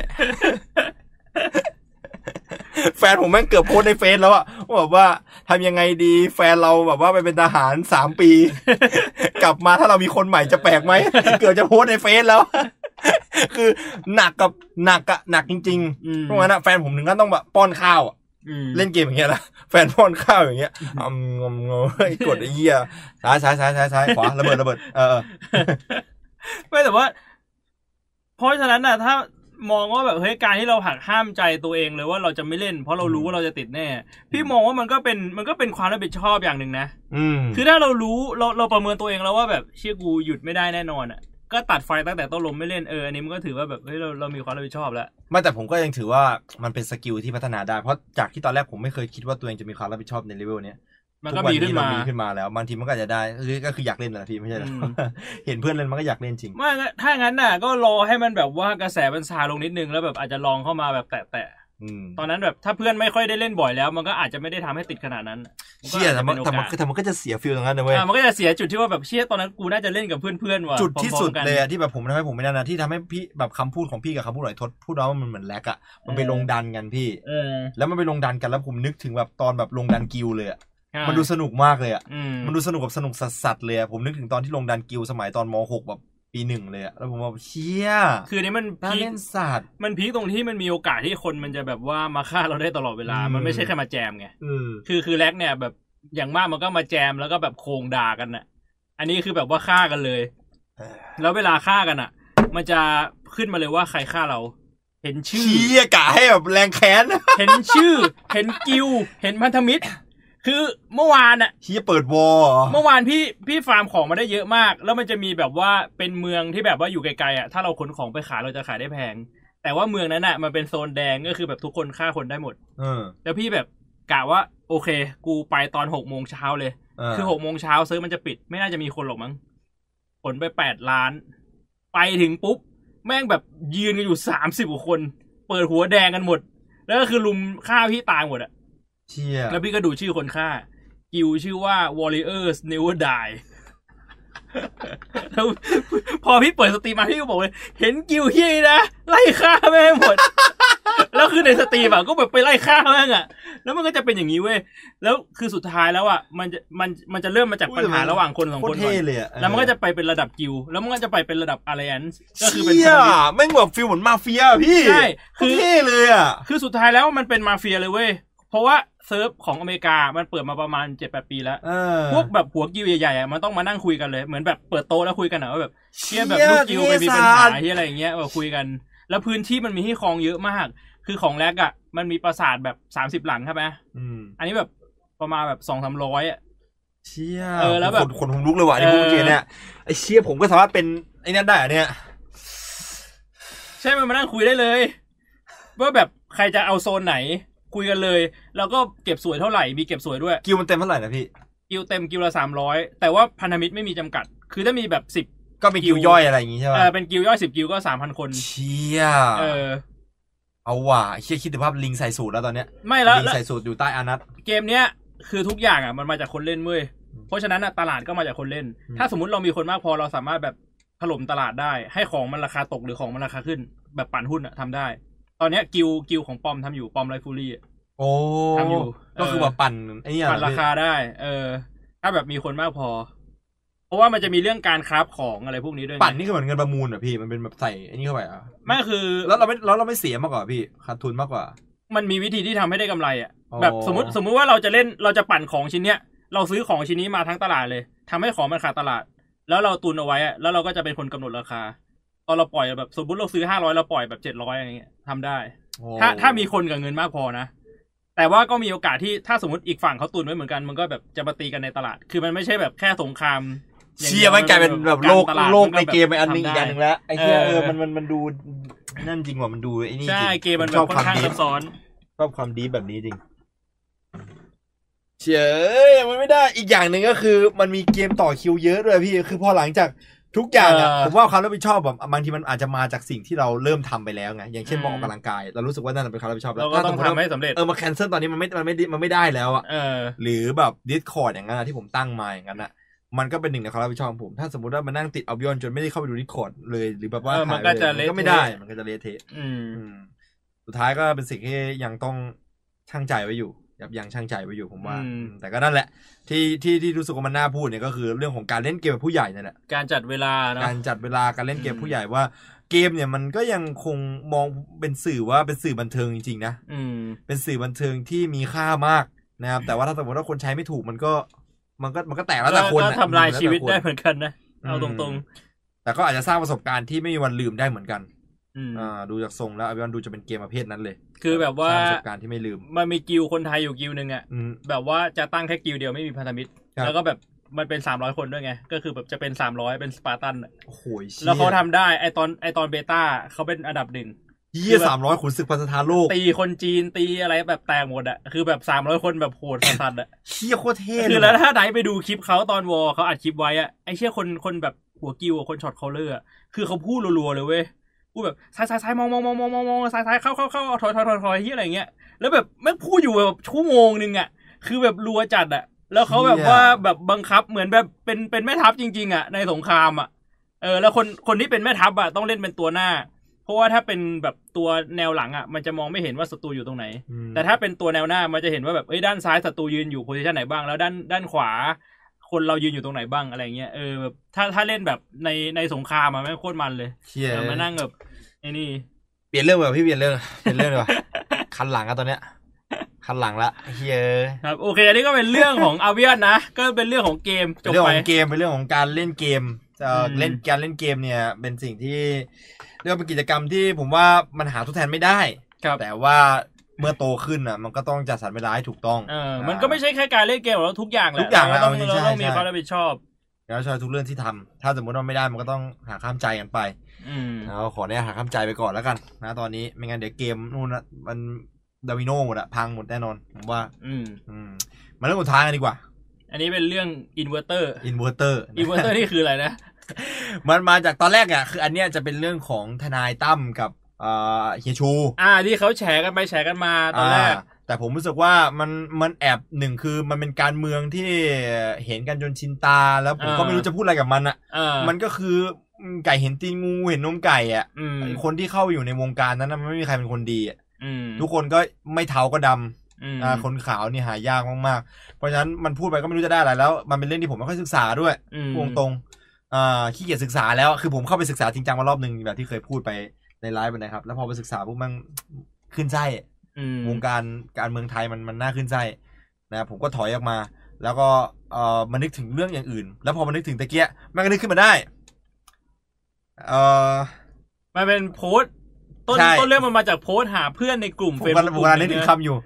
[SPEAKER 1] แฟนผมแม่งเกือบโพสต์ในเฟซแล้วอะว่าแบบว่าทำยังไงดีแฟนเราแบบว่าไปเป็นทหารสามปี กลับมาถ้าเรามีคนใหม่จะแปลกไหม เกือบจะโพสต์ในเฟซแล้ว คือหนักกับหนักอะหนักจริง
[SPEAKER 2] อืม
[SPEAKER 1] ๆเพราะงั้นอะแฟนผมถึงขั้นต้องแบบป้อนข้าวอะ
[SPEAKER 2] อืม
[SPEAKER 1] เล่นเกมอย่างเงี้ยนะแฟนป้อนข้าวอย่างเงี้ยอ่ำงมงมเฮ้ยกดไอ้เหี้ยซ้ายซ้ายซ้ายซ้ายซ้ายขวาระเบิดระเบิดเออเออ
[SPEAKER 2] ไม่แต่ว่า เพราะฉะนั้นน่ะ ถ้ามองว่าแบบเฮ้ยการที่เราหักห้ามใจตัวเองเลยว่าเราจะไม่เล่น เพราะเรารู้
[SPEAKER 1] อืม
[SPEAKER 2] ว่าเราจะติดแน่ พี่มองว่ามันก็เป็นมันก็เป็นความรับผิดชอบอย่างหนึ่งนะ
[SPEAKER 1] อืม
[SPEAKER 2] คือถ้าเรารู้เราเราประเมินตัวเองแล้วว่าแบบเชี่ยกูหยุดไม่ได้แน่นอนอ่ะ ก็ตัดไฟตั้งแต่ต้นลมไม่เล่นเอออันนี้มันก็ถือว่าแบบเฮ้ยเราเรามีความรับผิดชอบแล้ว
[SPEAKER 1] ไม่แต่ผมก็ยังถือว่ามันเป็นสกิลที่พัฒนาได้ เพราะจากที่ตอนแรกผมไม่เคยคิดว่าตัวเองจะมีความรับผิดชอบในเลเวลเนี้ย
[SPEAKER 2] มัน
[SPEAKER 1] ทุ
[SPEAKER 2] ก็
[SPEAKER 1] วั
[SPEAKER 2] มีขึ้น
[SPEAKER 1] เรา
[SPEAKER 2] มา
[SPEAKER 1] มีขึ้นมาแล้วบางทีมันก็อาจจะได้คือก็คืออยากเล่นแหละพี่ไม่ใช่หรอ
[SPEAKER 2] อืม
[SPEAKER 1] เห็นเพื่อนเล่นมันก็อยากเล่นจริง
[SPEAKER 2] ว่างั้นถ้างั้นน่ะ ก็รอให้มันแบบว่ากระแสมันซาลงนิดนึงแล้วแบบอาจจะลองเข้ามาแบบแตะ
[SPEAKER 1] อืม
[SPEAKER 2] ๆตอนนั้นแบบถ้าเพื่อนไม่ค่อยได้เล่นบ่อยแล้ว มันก็อาจจะไม่ได้ทำให้ติดขนาดนั้น
[SPEAKER 1] เชี่ยแต่มันแต่มัน
[SPEAKER 2] ก็อาจจะเป็นโอกาส
[SPEAKER 1] แต่มันก็จะเสียฟิลตรงนั้นนะเว้ย
[SPEAKER 2] อ่ะมันก็จะเสียจุดที่ว่าแบบเชี่ยตอนนั้นกูน่าจะเล่นกับเพื่อนๆว่ะ
[SPEAKER 1] จุดที่สุด
[SPEAKER 2] พร้อมๆกัน
[SPEAKER 1] เลยอะที่แบบผมทำให้ผมไม่ได้นะที่ทำให้พี่แบบคำพูดของพี่กับคำพูดหน่อยทศพูดแล้วมันเหมือนแลกอะมันไป
[SPEAKER 2] เออ
[SPEAKER 1] ลงดันกันพี่
[SPEAKER 2] เออ
[SPEAKER 1] แล้วมันไปลงดันกันแล้วผมนึกถึงแบบตอนแบบลงดันกิลเลยอะ
[SPEAKER 2] ใช่
[SPEAKER 1] มันดูสนุกมากเลยอ่ะ
[SPEAKER 2] อืม
[SPEAKER 1] มันดูสนุกกับสนุกสัสๆเลยอะผมนึกถึงตอนที่ลงดันกิลสมัยตอนม .6 แบบปีหนึ่งเลยอะแล้วผมว่าเชี่ย
[SPEAKER 2] คืออนนี้มัน
[SPEAKER 1] น่า
[SPEAKER 2] พีค
[SPEAKER 1] เล่นสัตว์
[SPEAKER 2] มันพีคตรงที่มันมีโอกาสที่คนมันจะแบบว่ามาฆ่าเราได้ตลอดเวลา
[SPEAKER 1] อืม
[SPEAKER 2] มันไม่ใช่แค่มาแจมไง
[SPEAKER 1] อืม
[SPEAKER 2] คือคือแร็กเนี่ยแบบอย่างมากมันก็มาแจมแล้วก็แบบโคงด่ากันน่ะ อันนี้คือแบบว่าฆ่ากัน เลย แล้วเวลาฆ่ากันอ่ะ มันจะขึ้นมาเลยว่าใครฆ่าเรา เห็นชื่อ
[SPEAKER 1] เชี่ยกะให้แบบแรงแค้น
[SPEAKER 2] เห็นชื่อ เห็นกิลเห็นพันธมิตร คือเมื่อวานอ่ะ
[SPEAKER 1] เชี่ยเปิดวอร์เหรอ
[SPEAKER 2] เมื่อวานพี่พี่ฟาร์มของมาได้เยอะมาก แล้วมันจะมีแบบว่าเป็นเมืองที่แบบว่าอยู่ไกลๆอ่ะถ้าเราขนของไปขายเราจะขายได้แพง แต่ว่าเมืองนั้นอ่ะมันเป็นโซนแดงก็คือแบบทุกคนฆ่าคนได้หมด
[SPEAKER 1] เออ
[SPEAKER 2] แล้วพี่แบบกะว่าโอเค กูไปตอนหกโมงเช้าเลย
[SPEAKER 1] เออ
[SPEAKER 2] คือหกโมงเช้าซื้อมันจะปิดไม่น่าจะมีคนหรอกมั้งขนไปแปดล้าน ไปถึงปุ๊บ แม่งแบบยืนกันอยู่สามสิบกว่าคน เปิดหัวแดงกันหมด แล้วก็คือลุมฆ่าพี่ตายหมดอะ
[SPEAKER 1] เชี่ย
[SPEAKER 2] แล้วพี่ก็ดูชื่อคนฆ่า กิวชื่อว่า Warriors Never Die แล้วพอพี่เปิดสตรีมมาพี่ก็บอกเลย เห็นกิวเฮียนะ ไล่ฆ่าแม่งหมด แล้วคือในสตรีมอะก็แบบไปไล่ฆ่าแม่งอะแล้วมันก็จะเป็นอย่างนี้เว้ยแล้วคือสุดท้ายแล้วอะมันจะมันมันจะเริ่มมาจากปัญหาระหว่างคนสอง
[SPEAKER 1] โค
[SPEAKER 2] ค
[SPEAKER 1] ตร
[SPEAKER 2] นก่อ
[SPEAKER 1] เท่
[SPEAKER 2] น
[SPEAKER 1] เลยอะเออ
[SPEAKER 2] แล้วมันก็จะไปเป็นระดับกิลด์แล้วมันก็จะไปเป็นระดับอาร์เรนก็คือเป็น
[SPEAKER 1] เชี่ย
[SPEAKER 2] พันธมิตร
[SPEAKER 1] แม่งแบบฟิลเหมือนมาเฟียอะพี่
[SPEAKER 2] ใช่คื
[SPEAKER 1] โคือ
[SPEAKER 2] อ
[SPEAKER 1] เท่เลยอะ
[SPEAKER 2] คือสุดท้ายแล้วมันเป็นมาเฟียเลยเว้ย เพราะว่าเซิร์ฟของอเมริกา มันเปิดมาประมาณเจ็ดแปดปีแล้ว
[SPEAKER 1] เออ
[SPEAKER 2] พวกแบบหัวกิลด์ใหญ่ๆอะมันต้องมานั่งคุยกันเลย เหมือนแบบเปิดโต๊ะแล้วคุยกันอะว่าแบบเชี่ยแบบลูกกิลด์ไปมีปัญหา
[SPEAKER 1] เท่สัส
[SPEAKER 2] ที่อะไรอย่างเงี้ยแบบคุยกัน แล้วพื้นที่มันมีให้ครองเยอะมาก คือของแรกอะมันมีปราสาทแบบสามสิบ30 หลังใช่ไหม
[SPEAKER 1] อืม
[SPEAKER 2] อันนี้แบบประมาณแบบสองสามร้อยอะ
[SPEAKER 1] เชี่ย
[SPEAKER 2] เออแล้วแบบ
[SPEAKER 1] ขนขนผมลุกเลยว่ะไอ้พวก
[SPEAKER 2] เออ
[SPEAKER 1] เจเนี่ยไอ้เชี่ยผมก็สามารถเป็นไอ้นั่นได้อะเนี่ย
[SPEAKER 2] ใช่ มันมานั่งคุยได้เลย ว่าแบบใครจะเอาโซนไหน คุยกันเลย แล้วก็เก็บสวยเท่าไหร่ มีเก็บสวยด้วย
[SPEAKER 1] กิวมันเต็มเท่าไหร่นะพี่
[SPEAKER 2] กิวเต็มกิวละสามร้อยแต่ว่าพันธมิตรไม่มีจำกัด คือถ้ามีแบบสิบ
[SPEAKER 1] ก็เป็น
[SPEAKER 2] กิ
[SPEAKER 1] กิ
[SPEAKER 2] ว
[SPEAKER 1] วย่อยอะไรอย่างงี้ใช่ป่ะ
[SPEAKER 2] เออเป็นกิวย่อยสิบกิวก็สามพันคน
[SPEAKER 1] เชี่ย
[SPEAKER 2] เออ
[SPEAKER 1] เอาว่ะเชี่ยคิดถึงภาพลิงใส่สูตรแล้วตอนเนี้ย
[SPEAKER 2] ไม่แล้ว
[SPEAKER 1] ลิง
[SPEAKER 2] แล้ว
[SPEAKER 1] ใส่สูตรอยู่ใต้อานัต
[SPEAKER 2] เกมเนี้ยคือทุกอย่างอ่ะมันมาจากคนเล่นเว้ย
[SPEAKER 1] อืม
[SPEAKER 2] เพราะฉะนั้นอ่ะตลาดก็มาจากคนเล่น
[SPEAKER 1] อืม
[SPEAKER 2] ถ้าสมมติเรามีคนมากพอเราสามารถแบบถล่มตลาดได้ ให้ของมันราคาตกหรือของมันราคาขึ้น แบบปั่นหุ้นอ่ะทำได้ ตอนเนี้ยกิวกิวของปอมทำอยู่ปอมไรฟูรี่อะ
[SPEAKER 1] โอ้
[SPEAKER 2] ทำอยู่เออ
[SPEAKER 1] ก็คือแบบปั่นไอ้เนี่ย
[SPEAKER 2] ปัดราคาได้ เออ ถ้าแบบมีคนมากพอ เพราะว่ามันจะมีเรื่องการคราฟของอะไรพวกนี้ด้วยไง
[SPEAKER 1] ปั่นนี่คือเหมือนเงินประมูลเหรอ่ะพี่มันเป็นแบบใส่ไอ้นี่เข้าไปเหรอ่ะ
[SPEAKER 2] ไม่คือ
[SPEAKER 1] แล้วเราไม่แล้วเราไม่เสียมากกว่าพี่ขาดทุนมากกว่า
[SPEAKER 2] มันมีวิธีที่ทำให้ได้กำไรอ่ะ
[SPEAKER 1] อ๋อ
[SPEAKER 2] แบบสมมติสมมุติว่าเราจะเล่นเราจะปั่นของชิ้นเนี้ย เราซื้อของชิ้นนี้มาทั้งตลาดเลยทำให้ของมันขาดตลาด แล้วเราตุนเอาไว้อะแล้วเราก็จะเป็นคนกำหนดราคา ตอนเราปล่อยแบบสมมติเราซื้อห้าร้อยเราปล่อยแบบเจ็ดร้อยอะไรเงี้ยทำได้
[SPEAKER 1] โอ้
[SPEAKER 2] ถ้าถ้ามีคนกับเงินมากพอนะ แต่ว่าก็มีโอกาสที่ถ้าสมมติอีกฝั่งเขาตุนไว้เหมือนกัน มันก็แบบจะมาตีกันในตลาาด คือมันไม่ใช่แบบแค่สงครามอางดีว
[SPEAKER 1] เชี่ยมันกลายเป็นแบบโลก
[SPEAKER 2] ารตาด
[SPEAKER 1] โลกใน
[SPEAKER 2] บบ
[SPEAKER 1] เกมไปอันหนึงอีก
[SPEAKER 2] ทำได้
[SPEAKER 1] อันหนึงแล้วไอ้เชี่ย
[SPEAKER 2] เอ
[SPEAKER 1] เอ
[SPEAKER 2] อ
[SPEAKER 1] อมันมันมันดูนั่นจริงว่ะมันดูไอ้นี่
[SPEAKER 2] ใช่
[SPEAKER 1] จริง
[SPEAKER 2] เกมมัน
[SPEAKER 1] ผ
[SPEAKER 2] แบ
[SPEAKER 1] ช
[SPEAKER 2] บ
[SPEAKER 1] อบ
[SPEAKER 2] ค่
[SPEAKER 1] ควาน
[SPEAKER 2] อ
[SPEAKER 1] ม
[SPEAKER 2] ข้าง
[SPEAKER 1] ดี
[SPEAKER 2] ซับซ้อน
[SPEAKER 1] ชอบความดีแบบนี้จริง เฉยมันไม่ได้อีกอย่างหนึ่งก็คือ มันมีเกมต่อคิวเยอะด้วยพี่คือพอหลังจากทุกอย่างอะ
[SPEAKER 2] เออ
[SPEAKER 1] ผมว่าความรับผิดชอบแบบบางทีมันอาจจะมาจากสิ่งที่เราเริ่มทำไปแล้วไงอย่างเช่น
[SPEAKER 2] อืม
[SPEAKER 1] มองออกกำลังกาย เรารู้สึกว่านั่นเป็นความรับผิดชอบแล้
[SPEAKER 2] เรา
[SPEAKER 1] ว
[SPEAKER 2] ก็ต้อง
[SPEAKER 1] ถ้าสม
[SPEAKER 2] ทำ
[SPEAKER 1] ม
[SPEAKER 2] ให้สำเร็จ
[SPEAKER 1] เออมาแคนเซิลตอนนี้มันไม่มันไม่ได้มันไม่ได้แล้วอะ
[SPEAKER 2] เออ
[SPEAKER 1] หรือแบบ Discord อย่างนั้นอะที่ผมตั้งมาอย่างนั้นอะมันก็เป็นหนึ่งในความรับผิดชอบของผม ถ้าสมมติว่ามันนั่งติดเอาบยอนจนไม่ได้เข้าไปดู Discord เลยหรือแบบว่า
[SPEAKER 2] เออมัน
[SPEAKER 1] หา
[SPEAKER 2] ก็
[SPEAKER 1] ยไป
[SPEAKER 2] จะ
[SPEAKER 1] เลยมัน
[SPEAKER 2] เละ
[SPEAKER 1] ก็ไม่ได้
[SPEAKER 2] เทะ
[SPEAKER 1] มันก็จะเละเทะ
[SPEAKER 2] อืม
[SPEAKER 1] อืมสุดท้ายก็เป็นสิ่งที่ยังต้องช่างใจไว้อยู่ยับยังช่างใจไว้อยู่ผมว่า
[SPEAKER 2] อืม
[SPEAKER 1] แต่ก็นั่นแหละ ที่ที่ที่รู้สึกว่ามันน่าพูดเนี่ยก็คือเรื่องของการเล่นเกมกับผู้ใหญ่นั่นแหละ
[SPEAKER 2] การจัดเวลาเนาะ
[SPEAKER 1] การจัดเวลาการเล่นเกม
[SPEAKER 2] อืม
[SPEAKER 1] ผู้ใหญ่ว่าเกมเนี่ยมันก็ยังคงมองเป็นสื่อว่าเป็นสื่อบันเทิงจริงๆนะ
[SPEAKER 2] อืม
[SPEAKER 1] เป็นสื่อบันเทิงที่มีค่ามากนะครับ แต่ว่าถ้าสมมติว่าคนใช้ไม่ถูกมันก็ มันก็มันก็แตกแล้วแต่คน
[SPEAKER 2] ก็
[SPEAKER 1] น่ะ
[SPEAKER 2] ทำลาย
[SPEAKER 1] แแต่คน
[SPEAKER 2] ชีวิตได้เหมือนกันนะ เอาต
[SPEAKER 1] อื
[SPEAKER 2] รง
[SPEAKER 1] ม แต่ก็อาจจะสร้างประสบการณ์ที่ไม่มีวันลืมได้เหมือนกัน
[SPEAKER 2] ๆ อืม
[SPEAKER 1] อ่าดูจากทรงแล้วอภิวันดูจะเป็นเกมประเภทนั้นเลย
[SPEAKER 2] คือแบบว่า
[SPEAKER 1] สร้งประสบการณ์ที่ไม่ลืม
[SPEAKER 2] มันมีกิลด์คนไทยอยู่กิลด์หนึ่งอะ
[SPEAKER 1] อืม
[SPEAKER 2] แบบว่าจะตั้งแค่กิลด์เดียวไม่มีพันธมิตร
[SPEAKER 1] ครับ
[SPEAKER 2] แล้วก็แบบมันเป็นสามร้อยคนด้วยไง ก็คือแบบจะเป็นสามร้อยเป็นสปาร์ตันอะ
[SPEAKER 1] โอ้โหเชี่ย
[SPEAKER 2] แล้วเขาทำได้ไอตอนไอตอนเบต้าเขาเป็นอันดับหนึ่ง
[SPEAKER 1] เยี่ยสามร้อยขุนศึกพันธทานโลก
[SPEAKER 2] ตีคนจีนตีอะไรแบบแตกหมดอะคือแบบสามร้อยคนแบบโหดสัสๆอะ
[SPEAKER 1] เชี่ยโคตรเท่
[SPEAKER 2] คือ
[SPEAKER 1] เล
[SPEAKER 2] แล้ว
[SPEAKER 1] ย
[SPEAKER 2] ถ้าไหนไปดูคลิปเขาตอนวอเขาอัดคลิปไว้อะไอเชี่ยคนคนแบบหัวกิวอะคนช็อตเคาเลอร์อะคือเขาพูดรัวๆเลยเว้ยพูดแบบซ้ายซ้ายซ้ายมองมองมองมองมองมองซ้ายซ้ายเข้าเข้าเข้าถอยถอยถอยถอยที่อะไรเงี้ยแล้วแบบไม่งพูดอยู่แบบชั่วโมงนึงอะคือแบบรัวจัดอะแล้วเขาแบบว่าแบบบังคับเหมือนแบบเป็นเป็นแม่ทัพจริง ๆอะในสงครามอะเออแล้วคนคนที่เป็นแม่ทัพอะต้องเล่นเป็นตัวหน้า เพราะว่าถ้าเป็นแบบตัวแนวหลังอ่ะมันจะมองไม่เห็นว่าศัตรูอยู่ตรงไหน
[SPEAKER 1] อืม
[SPEAKER 2] แต่ถ้าเป็นตัวแนวหน้ามันจะเห็นว่าแบบเอ้ยด้านซ้ายศัตรูยืนอยู่โพซิชันไหนบ้างแล้วด้านด้านขวา คนเรายืนอยู่ตรงไหนบ้างอะไรเงี้ยเออแบบถ้าถ้าเล่นแบบในในสงครามอะแม่งโคตรมันเลย
[SPEAKER 1] เชี่ย
[SPEAKER 2] เออมานั่งแบบไอ้นี่
[SPEAKER 1] เปลี่ยนเรื่องเลยพี่เปลี่ยนเรื่องเปลี่ยนเรื่องเลยว่ะ คันหลังอะตอนเนี้ย คันหลังละเฮีย
[SPEAKER 2] ครับโอเค อันนี้ก็เป็นเรื่อง ของ อาเวียนนะ ก็เป็นเรื่องของเกมจ
[SPEAKER 1] เป็น
[SPEAKER 2] บ
[SPEAKER 1] เรื่อง
[SPEAKER 2] ไป
[SPEAKER 1] ของเกมเป็นเรื่องของการเล่นเกมเอ่ออ
[SPEAKER 2] ม
[SPEAKER 1] เล่นการเล่นเกมเนี่ย เป็นสิ่งที่เรียกว่าเป็นกิจกรรมที่ผมว่ามันหาทดแทนไม่ได้
[SPEAKER 2] ครับ
[SPEAKER 1] แต่ว่าเมื่อโตขึ้นอ่ะ มันก็ต้องจัดสรรเวลาให้ถูกต้อง
[SPEAKER 2] เออมันก็ไม่ใช่แค่การเล่นเกมหรอกทุกอย่างแหละ
[SPEAKER 1] ทุกอย่าง
[SPEAKER 2] เราต้อง
[SPEAKER 1] เอาจริง
[SPEAKER 2] เราต้อง
[SPEAKER 1] ใช่
[SPEAKER 2] มี
[SPEAKER 1] ใช่
[SPEAKER 2] ความรับผิดชอบ
[SPEAKER 1] แล้วชอยทุกเรื่องที่ทำถ้าสมมติว่าไม่ได้มันก็ต้องหาข้ามใจกันไป
[SPEAKER 2] อืม
[SPEAKER 1] เราขอเนี่ยหาข้ามใจไปก่อนแล้วกัน นะตอนนี้ไม่งั้นเดี๋ยวเกมนู่นนะมันดาวิโนหมดอะพังหมดแน่นอนผมว่า
[SPEAKER 2] อืม
[SPEAKER 1] อืมมาเรื่องสุดท้ายกันดีกว่า
[SPEAKER 2] อันนี้เป็นเรื่องอินเวอร์เตอร์
[SPEAKER 1] อินเวอร์เตอร์
[SPEAKER 2] อินเวอร์เตอร์นี่คืออะไรนะ
[SPEAKER 1] มันมาจากตอนแรกอ่ะคืออันเนี้ยจะเป็นเรื่องของทนายตั้มกับเอ่อเฮียชู
[SPEAKER 2] อ่าที่เขาแฉกันไปแฉกันมาตอนแรก
[SPEAKER 1] าแต่ผมรู้สึกว่ามันมันแอบหนึ่งคือมันเป็นการเมืองที่เห็นกันจนชินตา แล้วผมก็
[SPEAKER 2] อ่า
[SPEAKER 1] ไม่รู้จะพูดอะไรกับมันอ่ะ
[SPEAKER 2] เออ
[SPEAKER 1] มันก็คือไก่เห็นตีนงูเห็นนมไก่อ่ะ
[SPEAKER 2] อืม
[SPEAKER 1] คนที่เข้าอยู่ในวงการนั้นนะมันไม่มีใครเป็นคนดีอะ
[SPEAKER 2] อืม
[SPEAKER 1] ทุกคนก็ไม่เทาก็ดำ
[SPEAKER 2] อืม
[SPEAKER 1] อ่าคนขาวนี่หายากมากๆเพราะฉะนั้นมันพูดไปก็ไม่รู้จะได้อะไรแล้ว มันเป็นเรื่องที่ผมไม่ค่อยศึกษาด้วย
[SPEAKER 2] อืม
[SPEAKER 1] พูดตรงๆอ่าขี้เกียจศึกษาแล้ว คือผมเข้าไปศึกษาจริงจังมารอบหนึ่งแบบที่เคยพูดไปในไลฟ์ไปนะครับ แล้วพอไปศึกษาพวกมันขึ้นไส้
[SPEAKER 2] อืม
[SPEAKER 1] วงการการเมืองไทยมันมันน่าขึ้นไส้นะครับผมก็ถอยออกมา แล้วก็เอ่อมานึกถึงเรื่องอย่างอื่น แล้วพอมานึกถึงตะเกียะมันก็นึกขึ้นมาได้ เอ่อ
[SPEAKER 2] มันเป็นโพสต์ต้น
[SPEAKER 1] ใช่
[SPEAKER 2] ต้นเรื่องมันมาจากโพสต์หาเพื่อนในกลุ่ม
[SPEAKER 1] ผม
[SPEAKER 2] เฟซ
[SPEAKER 1] กำลังผมกำลังนึกถึง
[SPEAKER 2] เย
[SPEAKER 1] คำอยู่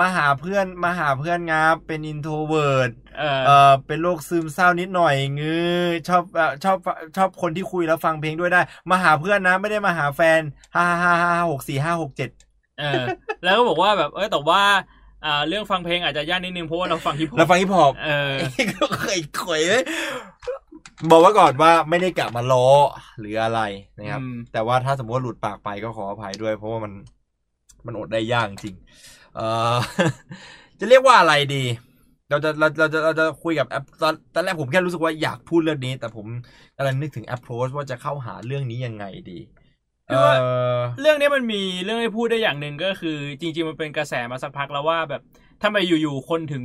[SPEAKER 1] มาหาเพื่อนมาหาเพื่อนงับเป็นอินโทรเวิร์ด
[SPEAKER 2] เออ
[SPEAKER 1] เออเป็นโรคซึมเศร้านิดหน่อยงื้อชอบเอ่อชอบชอบคนที่คุยแล้วฟังเพลงด้วยได้ มาหาเพื่อนนะไม่ได้มาหาแฟนห้าห้าห้าหกสี่ห้าหกเจ็ด
[SPEAKER 2] เออ แล้วก็บอกว่าแบบเออแต่ว่าอ่าเรื่องฟังเพลงอาจจะยากนิดนึงเพราะว่าเราฟังฮิปฮอป
[SPEAKER 1] แล้วฟังฮิปฮอป
[SPEAKER 2] เออ
[SPEAKER 1] ก็ เคยเคยบอกไว่าก่อนว่าไม่ได้กลับมาล้อหรืออะไรนะครับ
[SPEAKER 2] อืม
[SPEAKER 1] แต่ว่าถ้าสมมติว่าหลุดปากไปก็ขออภัยด้วย เพราะว่ามันมันอดได้ยากจริงเออ จะเรียกว่าอะไรดี เราจะเราเราจะเราจะคุยกับแอปตอนตอนแรกผมแค่รู้สึกว่าอยากพูดเรื่องนี้ แต่ผมกำลังนึกถึงแอปโพสว่าจะเข้าหาเรื่องนี้ยังไงดี เออ
[SPEAKER 2] เรื่องเนี้ยมันมีเรื่องให้พูดได้อย่างหนึ่งก็คือ จริง ๆ มันเป็นกระแสมาสักพักแล้วว่าแบบทำไมอยู่ๆคนถึง